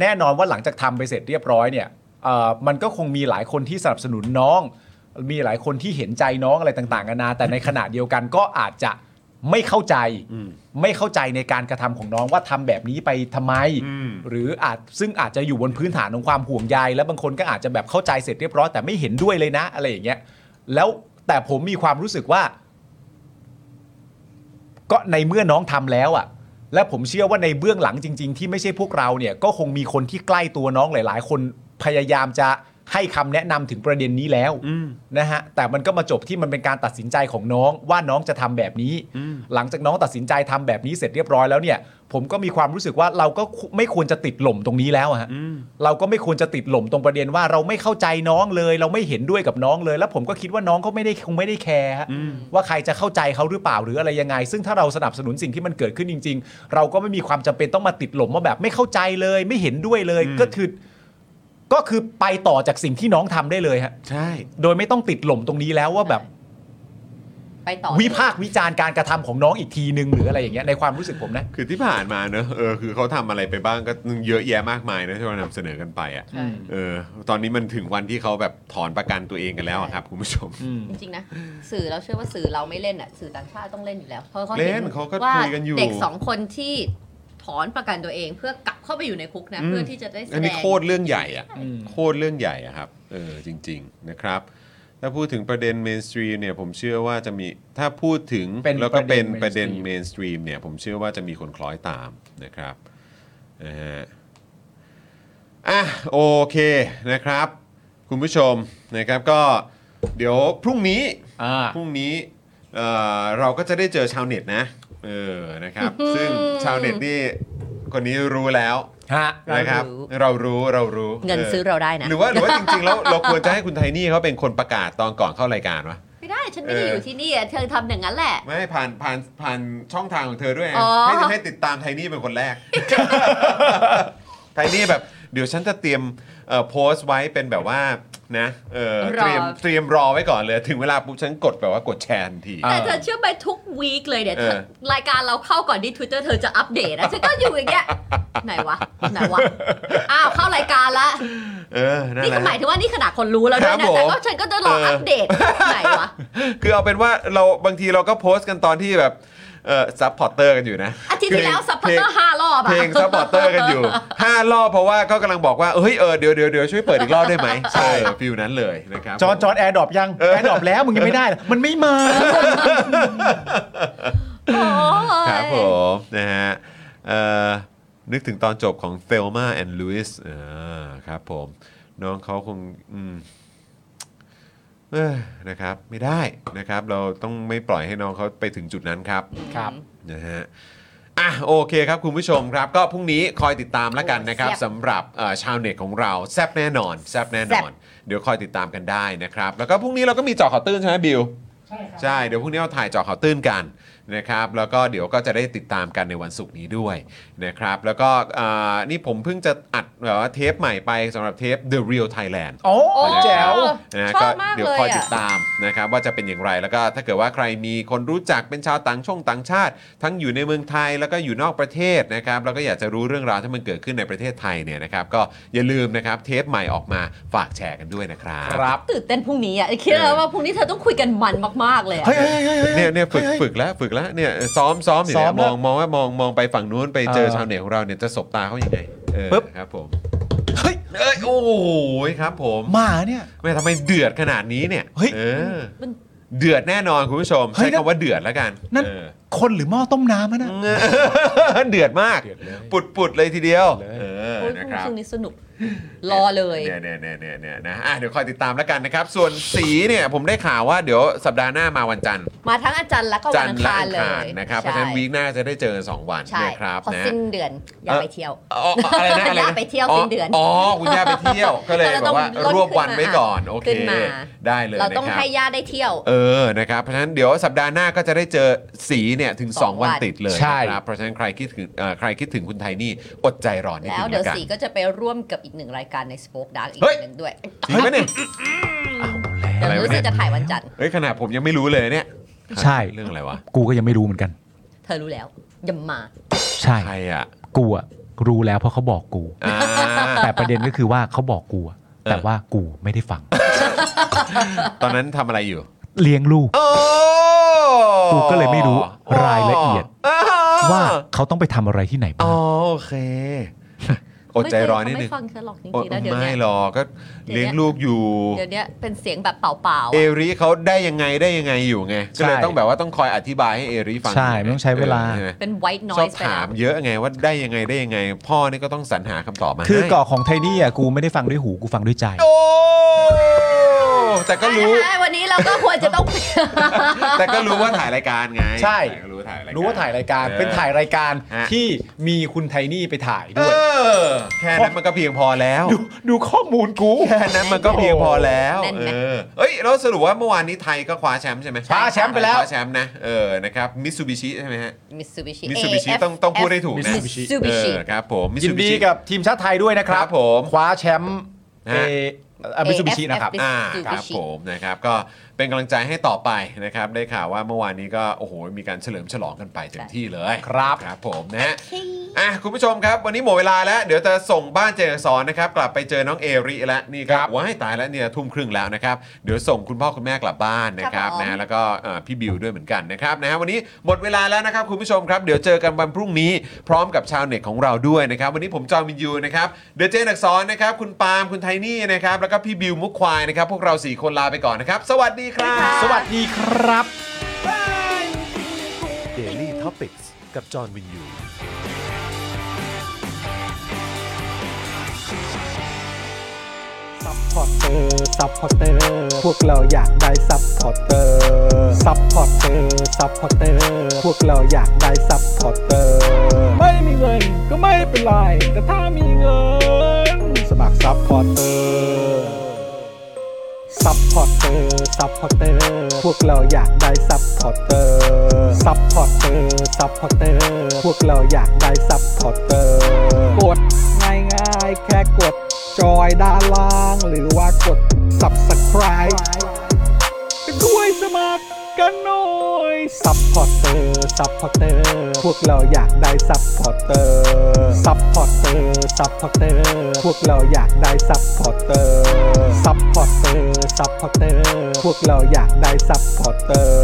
Speaker 3: แน่นอนว่าหลังจากทำไปเสร็จเรียบร้อยเนี่ยเอ่อมันก็คงมีหลายคนที่สนับสนุนน้อง มีหลายคนที่เห็นใจน้องอะไรต่างๆกันานาแต่ในขณะเดียวกันก็อาจจะไม่เข้าใจ
Speaker 2: อืม
Speaker 3: ไม่เข้าใจในการกระทำของน้องว่าทำแบบนี้ไปทำไม
Speaker 2: อืม
Speaker 3: หรืออาจซึ่งอาจจะอยู่บนพื้นฐานของความห่วงใยและบางคนก็อาจจะแบบเข้าใจเสร็จเรียบร้อยแต่ไม่เห็นด้วยเลยนะ อะไรอย่างเงี้ย แล้วแต่ผมมีความรู้สึกว่า ก็ในเมื่อน้องทำแล้วอะ่ะ และผมเชื่อว่าในเบื้องหลังจริง ๆ ที่ไม่ใช่พวกเราเนี่ย ก็คงมีคนที่ใกล้ตัวน้องหลาย ๆ คนพยายามจะให้คำแนะนำถึงประเด็นนี้แล้ว
Speaker 2: อืม
Speaker 3: นะฮะแต่มันก็มาจบที่มันเป็นการตัดสินใจของน้องว่าน้องจะทำแบบนี้
Speaker 2: อืม
Speaker 3: หลังจากน้องตัดสินใจทำแบบนี้เสร็จเรียบร้อยแล้วเนี่ย ผมก็มีความรู้สึกว่าเราก็ไม่ควรจะติดหล่มตรงนี้แล้วอะฮะ
Speaker 2: อืม
Speaker 3: เราก็ไม่ควรจะติดหล่มตรงประเด็นว่าเราไม่เข้าใจน้องเลย เราไม่เห็นด้วยกับน้องเลย แล้วผมก็คิดว่าน้องก็ไม่ได้คงไม่ได้แคร์ฮะ
Speaker 2: อืม
Speaker 3: ว่าใครจะเข้าใจเขาหรือเปล่าหรืออะไรยังไง ซึ่งถ้าเราสนับสนุนสิ่งที่มันเกิดขึ้นจริง ๆ เราก็ไม่มีความจำเป็นต้องมาติดหล่มว่าแบบไม่เข้าใจเลย ไม่เห็นด้วยเลยก็คือก็คือไปต่อจากสิ่งที่น้องทำได้เลยฮะ
Speaker 2: ใช่
Speaker 3: โดยไม่ต้องติดหล่มตรงนี้แล้วว่าแบบ
Speaker 4: ไปต่อ
Speaker 3: วิพากษ์วิจารณ์การกระทำของน้องอีกทีนึงหรืออะไรอย่างเงี้ยในความรู้สึกผมนะ
Speaker 2: คือที่ผ่านมาเนอะเออคือเขาทำอะไรไปบ้างก็เยอะแยะมากมายนะที่เรานำเสนอกันไปอ่ะ
Speaker 4: ใช่
Speaker 2: เออตอนนี้มันถึงวันที่เขาแบบถอนประกันตัวเองกันแล้วอะครับคุณผู้ชม
Speaker 4: จริงๆนะ สื่อเราเชื่อว่าสื่อเราไม่เล่นอ่ะสื่อต่างชาติต้องเล่นอยู่แล้วเพราะเขา
Speaker 2: เล่นเขาก็
Speaker 4: ว่า
Speaker 2: คุยกันอยู่
Speaker 4: เด็กสองคนที่ถอนประกันตัวเอง เพื่อกลับเข้าไปอยู่ในคุกนะเพื่อที่จะได้แส
Speaker 2: อัน
Speaker 4: ด
Speaker 2: นี้
Speaker 4: ง
Speaker 2: โคตรเรื่องใหญ่อะโคตรเรื่องใหญ่อะครับเออจริง ๆนะครับ ถ้าพูดถึงประเด็นเมนสตรีมเนี่ยผมเชื่อว่าจะมีถ้าพูดถึง
Speaker 3: เป็น
Speaker 2: แล้วก็เป็นป
Speaker 3: ประ ระเด็
Speaker 2: เด็น
Speaker 3: น
Speaker 2: เมนสตรีมเนี่ยผมเชื่อว่าจะมีคนคล้อยตามนะครับนะฮะอ่ะโอเคนะครับ คุณผู้ชมนะครับก็เดี๋ยวพรุ่งนี้
Speaker 3: อ่า
Speaker 2: พรุ่งนี้เอ่อเราก็จะได้เจอชาวเน็ตนะ เออ นะครับ ซึ่งชาวเน็ตนี่คนนี้รู้แล้ว
Speaker 3: ฮะ
Speaker 4: เรารู้
Speaker 2: นะครับ เรารู้เรารู้
Speaker 4: เงินซื้อเราได้นะ
Speaker 2: หรือว่าหรือว่าจริงๆแล้วเราควรจะให้คุณไทนี่เขาเป็นคนประกาศตอนก่อนเข้ารายการวะ
Speaker 4: ไม่ได้ฉันไม่ได้อยู่ที่นี่อะเธอทำอย่างนั้นแหละ
Speaker 2: ไม่ผ่านผ่านผ่านช่องทางของเธอด้วยไง
Speaker 4: อ๋อ
Speaker 2: ให้ให้ติดตามไทนี่เป็นคนแรก ไทนี่แบบ เดี๋ยวฉันจะเตรียมเอ่อโพสต์ไว้เป็นแบบว่า นะเออ
Speaker 4: รอ
Speaker 2: เตรียมเตรียมรอไว้ก่อนเลย ถึงเวลาปุ๊บฉันกดแบบว่ากดแชร์ทันที
Speaker 3: อ่ะ
Speaker 4: แต่เธอเชื่อไปทุกวีคเลยเนี่ย
Speaker 2: เออ
Speaker 4: รายการเราเข้าก่อนที่ Twitter เธอจะอัปเดตนะฉันก็อยู่อย่างเงี้ยไหนวะไหนวะอ้าวเข้ารายการละ
Speaker 2: เออนั่น
Speaker 4: นี่
Speaker 2: แหละ
Speaker 4: หมายถึงว่านี่ขนาดคนรู้แล้วด้ว
Speaker 2: ค
Speaker 4: ย
Speaker 2: รั
Speaker 4: นะ
Speaker 2: บผม
Speaker 4: แต่ก็ฉันก็จะรอ
Speaker 2: เอออั
Speaker 4: อัปเดตไหนวะ
Speaker 2: คือเอาเป็นว่าเราบางทีเราก็โพสต์กันตอนที่แบบเออซัพพอร์เตอร์กันอยู่นะ
Speaker 4: อาทิตย์ที่แล้วซัพพอร์เตอร์
Speaker 2: พลง
Speaker 4: ห้ารอบอะ
Speaker 2: เพลงซัพพอร์เตอร์กันอยู่ 5 รอบเพราะว่าก็กำลังบอกว่าเฮ้ยเออเดี๋ยวเดี๋ยวเดี๋ยวช่วยเปิดอีกรอบได้ไหมใช่ฟิวนั้นเลยนะครับ
Speaker 3: จอนจอนแอร์ดรอปยังแอร์ดรอปแล้วมึงยังไม่ได้เหรอมันไม่มา
Speaker 4: โอ้ย
Speaker 2: ครับผมนะฮะเอ่อนึกถึงตอนจบของ Thelma and Louis อ่าครับผมน้องเขาคงอืมเอ้ยนะครับไม่ได้นะครับ เราต้องไม่ปล่อยให้น้องเขาไปถึงจุดนั้นครับ
Speaker 3: ครับ
Speaker 2: นะฮะอ่ะโอเคครับคุณผู้ชมครับ ก็พรุ่งนี้คอยติดตามแล้วกันนะครับสำหรับเอ่อชาวเน็ตของเราแซบแน่นอนแซบแน่นอน เดี๋ยวคอยติดตามกันได้นะครับ แล้วก็พรุ่งนี้เราก็มีเจอข่าวตื้นใช่ไหมบิว
Speaker 5: ใช่ครับ
Speaker 2: ใช่ เดี๋ยวพรุ่งนี้เราถ่ายเจอข่าวตื้นกันนะครับ แล้วก็เดี๋ยวก็จะได้ติดตามกันในวันศุกร์นี้ด้วยนะครับ แล้วก็อ่านี่ผมเพิ่งจะอัดแบบว่าเทปใหม่ไปสำหรับเทป The Real Thailand
Speaker 3: โอ้
Speaker 4: โอ้ย
Speaker 3: แจ๋ว
Speaker 2: นะ
Speaker 4: ชอ
Speaker 2: ก็
Speaker 4: บมาก
Speaker 2: เดี๋ยว
Speaker 4: เลย
Speaker 2: คอยติ
Speaker 4: อะ
Speaker 2: ดตามนะครับว่าจะเป็นอย่างไรแล้วก็ถ้าเกิดว่าใครมีคนรู้จักเป็นชาวต่างช่องต่างชาติ ทั้งอยู่ในเมืองไทยแล้วก็อยู่นอกประเทศนะครับแล้วก็อยากจะรู้เรื่องราวที่มันเกิดขึ้นในประเทศไทยเนี่ยนะครับก็อย่าลืมนะครับเทปใหม่ออกมาฝากแชร์กันด้วยนะครับ
Speaker 3: ครับ
Speaker 4: ตื่นเต้นพรุ่งนี้อ่ะคิดแล้วว่าพรุ่งนี้เธอต้องคุยกันมันมากๆเลยอะ
Speaker 3: เฮ้ยเฮ้ยเฮ้ยเฮ้ย
Speaker 2: เนี่ยเนี่ยฝึกฝึกแล้วฝึกแล้วเนี่ยซ้อมซ้อมอยู่เนี่
Speaker 3: ซ้อย
Speaker 2: ม
Speaker 3: มแล้ว
Speaker 2: องมองว่ามองมองไปฝั่งนู้นไปเจอ
Speaker 3: เออ
Speaker 2: ชาวเน็ตของเราเนี่ยจะสบตาเขาอย่างไงเออ
Speaker 3: ปึ๊บ
Speaker 2: ครับผม
Speaker 3: เฮ้ย
Speaker 2: เอ้ยโอ้ยครับผม
Speaker 3: มาเนี่ย
Speaker 2: แม่ทำไมเดือดขนาดนี้เนี่ย
Speaker 3: เฮ้ย
Speaker 2: ออ
Speaker 4: มัน
Speaker 2: เดือดแน่นอนคุณผู้ชม
Speaker 3: เฮ้
Speaker 2: ใช้
Speaker 3: ยนั่น
Speaker 2: คำว่าเดือดแล้วกัน
Speaker 3: นั่น
Speaker 2: เออ
Speaker 3: คนหรือหม้อต้มน้ำอะนะ
Speaker 2: เดือดมาก
Speaker 1: เดือดเลย
Speaker 2: ปุดปุดๆเลยทีเดียวเออ
Speaker 4: โอ้ยพ
Speaker 2: นะค
Speaker 4: รุ่ง
Speaker 2: รับ
Speaker 4: พรุ่งนี้สนุกรอเลย
Speaker 2: เนี่ยเนี่ยเนี่ยเนี่ยเนี่ยนะอ่ะเดี๋ยวคอยติดตามแล้วกันนะครับ ส่วนสีเนี่ยผมได้ข่าวว่าเดี๋ยวสัปดาห์หน้ามาวันจันทร์
Speaker 4: มาทั้งอาจารย์แล้วก็
Speaker 2: จั
Speaker 4: วัน
Speaker 2: น
Speaker 4: อั
Speaker 2: ท
Speaker 4: ง
Speaker 2: ร์และ
Speaker 4: คาร
Speaker 2: อังคา
Speaker 4: เล
Speaker 2: ร
Speaker 4: ย
Speaker 2: นะครับ เพ
Speaker 4: ใช่
Speaker 2: ราะฉะนั้นวีคหน้าจะได้เจอ 2 วัน
Speaker 4: ใช่
Speaker 2: นะครับ
Speaker 4: พอ
Speaker 2: นะ
Speaker 4: สิ้นเดือนอย่าไปเที่ยว
Speaker 2: อ๋ออะไรนะอะไร
Speaker 4: ย่า
Speaker 2: นะ
Speaker 4: ไปเที่ยวสิ้นเดือน
Speaker 2: อ๋อคุณย่าไปเที่ยว ก็เลย
Speaker 4: เรา
Speaker 2: แบ
Speaker 4: ต้อบ ง
Speaker 2: ว่า
Speaker 4: ลด
Speaker 2: รวบวันไว้
Speaker 4: ขึ้นมา
Speaker 2: ก่อนโอเค
Speaker 4: ขึ้นมา
Speaker 2: ได้เลย
Speaker 4: เรา
Speaker 2: นะ
Speaker 4: ต้อง
Speaker 2: ครับ
Speaker 4: ให้ญาติได้เที่ยว
Speaker 2: เออนะครับเพราะฉะนั้นเดี๋ยวสัปดาห์หน้าก็จะได้เจอสีเนี่ยถึง
Speaker 4: สอง
Speaker 2: 2 วัน
Speaker 4: วัน
Speaker 2: ติดเลย
Speaker 3: ใช่
Speaker 2: นะครับเพราะฉะนั้นใครคิดถึงเอ่อใครคิดถึงคุณไทยนี่อดใจรอนิด
Speaker 4: แล้
Speaker 2: นึ
Speaker 4: ว
Speaker 2: ง
Speaker 4: เดี๋ยว
Speaker 2: ละกัน
Speaker 4: สีก็จะไปร่วมกับอีกหนึ่งรายการใน Spoke Dark อีกหนึ่งด้วย
Speaker 2: จริงไหมเนี่ย
Speaker 4: เดี๋
Speaker 2: อะ
Speaker 4: ยว
Speaker 2: ไร
Speaker 4: รู้
Speaker 2: วะ
Speaker 4: สึ
Speaker 2: เนี่
Speaker 4: ก
Speaker 2: ย
Speaker 4: จะถ่ายวันจันทร์
Speaker 2: เฮ้ยขนาดผมยังไม่รู้เลยเนี่ย
Speaker 3: ใช่
Speaker 2: เรื่องอะไรวะ
Speaker 3: กูก็ยังไม่รู้เหมือนกัน
Speaker 4: เธอรู้แล้วอย่ามา
Speaker 3: ใช่
Speaker 2: ใครอ่ะ
Speaker 3: กูอะรู้แล้วเพราะเขาบอกกู
Speaker 2: อ่า
Speaker 3: แต่ประเด็นก็คือว่าเขาบอกกูอะ
Speaker 2: เออ
Speaker 3: แต่ว่ากูไม่ได้ฟัง
Speaker 2: ตอนนั้นทำอะไรอยู่
Speaker 3: เลี้ยงลูก
Speaker 2: โอ้
Speaker 3: กูก็เลยไม่รู้รายละเอียด
Speaker 2: อ๋อ
Speaker 3: ว่าเขาต้องไปทำอะไรที่ไหนบ้า
Speaker 2: อ๋
Speaker 3: ง
Speaker 2: อโอเคอดใจรอนิดนึง
Speaker 4: ไม่ฟังเธอหรอกจ
Speaker 2: โอ้
Speaker 4: ริงๆแล้วเดี๋ยว
Speaker 2: ไม่
Speaker 4: เนี้ย
Speaker 2: หรอกก็
Speaker 4: เดี๋ยวเนี่ย
Speaker 2: เลี้ยงลูกอยู่
Speaker 4: เดี๋ยวเนี้ยเป็นเสียงแบบเปล่าๆ
Speaker 2: เอ
Speaker 4: อะ
Speaker 2: ริเขาได้ยังไงได้ยังไงอยู่ไงก็เลยต้องแบบว่าต้องคอยอธิบายให้เอริฟัง
Speaker 3: ใช่ไม่ต้องใช้เวลา
Speaker 2: ใช่ไหม
Speaker 4: เป็น white
Speaker 2: ชอบ
Speaker 4: noise ไป
Speaker 2: ถา
Speaker 4: แล้
Speaker 2: ม
Speaker 4: ว
Speaker 2: เยอะไงว่าได้ยังไงได้ยังไง พ่อนี่ก็ต้องสรรหาคำตอบมา
Speaker 3: คือ
Speaker 2: ให้
Speaker 3: เกาะของไทนี่อะกูไม่ได้ฟังด้วยหูกูฟังด้วยใจ
Speaker 2: โอ้แต่ก็รู้
Speaker 4: ใช่วันนี้เราก็ควรจะต้อง
Speaker 2: แต่ก็รู้ว่าถ่ายรายการไง
Speaker 3: ใช่
Speaker 2: แต่ก็รู้ว่าถ่ายรายการ
Speaker 3: รู้ว่าถ่ายรายการ
Speaker 2: เออ
Speaker 3: เป็นถ่ายรายการ
Speaker 2: ฮะ
Speaker 3: ที่มีคุณไทนี่ไปถ่าย
Speaker 2: เอ
Speaker 3: ด้วย
Speaker 2: อแค่นั้นมันก็เพียงพอแล้ว
Speaker 3: ดูดูข้อมูลกู
Speaker 2: แค่นั้นมันก็เพียงพอแล้ว
Speaker 4: แน่นไหม
Speaker 2: เออเอ้ยแล้วสรุปว่าเมื่อวานนี้ไทยก็คว้าแชมป์ใช่ไหม
Speaker 3: คว้าแชมป์ไปแล้ว
Speaker 2: คว้าแชมป์นะเออนะครับมิตซูบิชิใช่ไหมฮะ
Speaker 4: มิตซูบิชิ
Speaker 2: มิตซูบิชิต้องต้องพูดให้ถูกนะ
Speaker 4: มิตซูบิชิ
Speaker 2: เออครับผมมิต
Speaker 3: ยิ
Speaker 2: ซู
Speaker 3: น
Speaker 2: บิ
Speaker 3: ดี
Speaker 2: ชิ
Speaker 3: กับทีมชาติไทยด้วยนะครับ
Speaker 2: ครับผม
Speaker 3: คว้าแชมป์เอ
Speaker 2: ฮะ
Speaker 3: อาบิซูบิชินะครับ
Speaker 4: AFF
Speaker 2: อ่า
Speaker 4: Mitsubishi
Speaker 2: ครับผมนะครับก็เป็นกำลังใจให้ต่อไปนะครับได้ข่าวว่าเมื่อวานนี้ก็โอ้โหมีการเฉลิมฉลองกันไปเต็มที่เลย
Speaker 3: ครับ
Speaker 2: ครับผมนะฮะอ่ะคุณผู้ชมครับ วันนี้หมดเวลาแล้ว เดี๋ยวจะส่งบ้านเจนสอนนะครับกลับไปเจอน้องเอริแล้วนี่ครับว้ายตายแล้วเนี่ยทุ่มครึ่งแล้วนะครับเดี๋ยวส่งคุณพ่อคุณแม่กลับบ้านนะครับ
Speaker 4: ครับผม
Speaker 2: นะฮะ แล้วก็เอ่อพี่บิวด้วยเหมือนกันนะครับนะฮะวันนี้หมดเวลาแล้วนะครับคุณผู้ชมครับ เดี๋ยวเจอกันวันพรุ่งนี้พร้อมกับชาวเน็ตของเราด้วยนะครับ วันนี้ผมจอมินยูนะครับเดอะเจนอักษรนะครับ คุณปาล์มคุณไทนี่นะครับแล้วก็พี่บิวมุกควายนะครับ พวกเราสี่คนลาไปก่อนนะครับ สวัสดีครับ
Speaker 3: สวัสดีครับ
Speaker 1: Daily Topics กับจอห์นวินยูซัพพอร์เตอร์ซัพพอร์เตอร์พวกเราอยากได้ซัพพอร์เตอร์ซัพพอร์เตอร์ซัพพอร์เตอร์พวกเราอยากได้ซัพพอร์เตอร์ไม่มีเงินก็ไม่เป็นไร แต่ถ้ามีเงิน สมัครซัพพอร์เตอร์ ซัพพอร์เตอร์ซัพพอร์เตอร์พวกเราอยากได้ซัพพอร์เตอร์ซัพพอร์เตอร์ซัพพอร์เตอร์พวกเราอยากได้ซัพพอร์เตอร์กดง่ายง่ายๆแค่กดจอยด้านล่าง หรือว่ากด subscribe เป็นด้วยสมัครกันหน่อยซัพพอร์เตอร์ซัพพอร์เตอร์พวกเราอยากได้ซัพพอร์เตอร์ซัพพอร์เตอร์ซัพพอร์เตอร์พวกเราอยากได้ซัพพอร์เตอร์ซัพพอร์เตอร์ซัพพอร์เตอร์พวกเราอยากได้ซัพพอร์เตอร์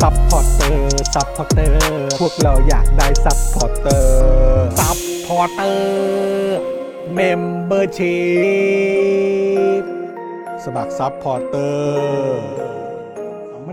Speaker 1: ซัพพอร์เตอร์ซัพพอร์เตอร์พวกเราอยากได้ซัพพอร์เตอร์ซัพพอร์เตอร์เมมเบอร์ชีพ สมัครซับพอร์เตอร์
Speaker 5: ส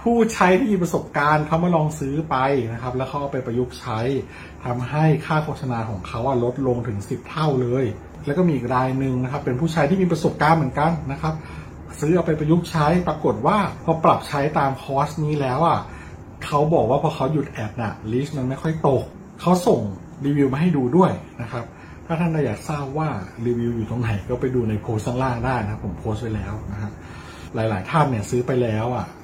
Speaker 5: ผู้ใช้ที่มีประสบการณ์เขามาลองซื้อไปนะครับ แล้วเขาเอาไปประยุกต์ใช้ทำให้ค่าโฆษณาของเขาอะลดลงถึง 10 เท่าเลย แล้วก็มีอีกรายหนึ่งนะครับ เป็นผู้ใช้ที่มีประสบการณ์เหมือนกันนะครับ ซื้อเอาไปประยุกต์ใช้ปรากฏว่าพอปรับใช้ตามคอร์สนี้แล้วอ่ะเขาบอกว่าพอเขาหยุดแอดน่ะลิสต์มันไม่ค่อยตกเขาส่งรีวิวมาให้ดูด้วยนะครับ ถ้าท่านอยากทราบว่ารีวิวอยู่ตรงไหนก็ไปดูในโพสต์ข้างล่างได้นะครับผมโพสต์ไว้แล้วนะครับ หลาย ๆ ท่านเนี่ยซื้อไปแล้วอ่ะ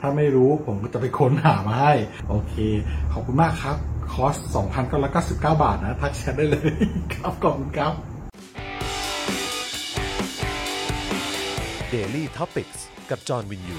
Speaker 5: ถ้าไม่รู้ผมก็จะไปค้นหามาให้ โอเค ขอบคุณมากครับ คอร์ส 2,999 บาทนะ ทักแชทได้เลย ครับ ขอบคุณครับ
Speaker 6: Daily Topics กับจอห์นวินยู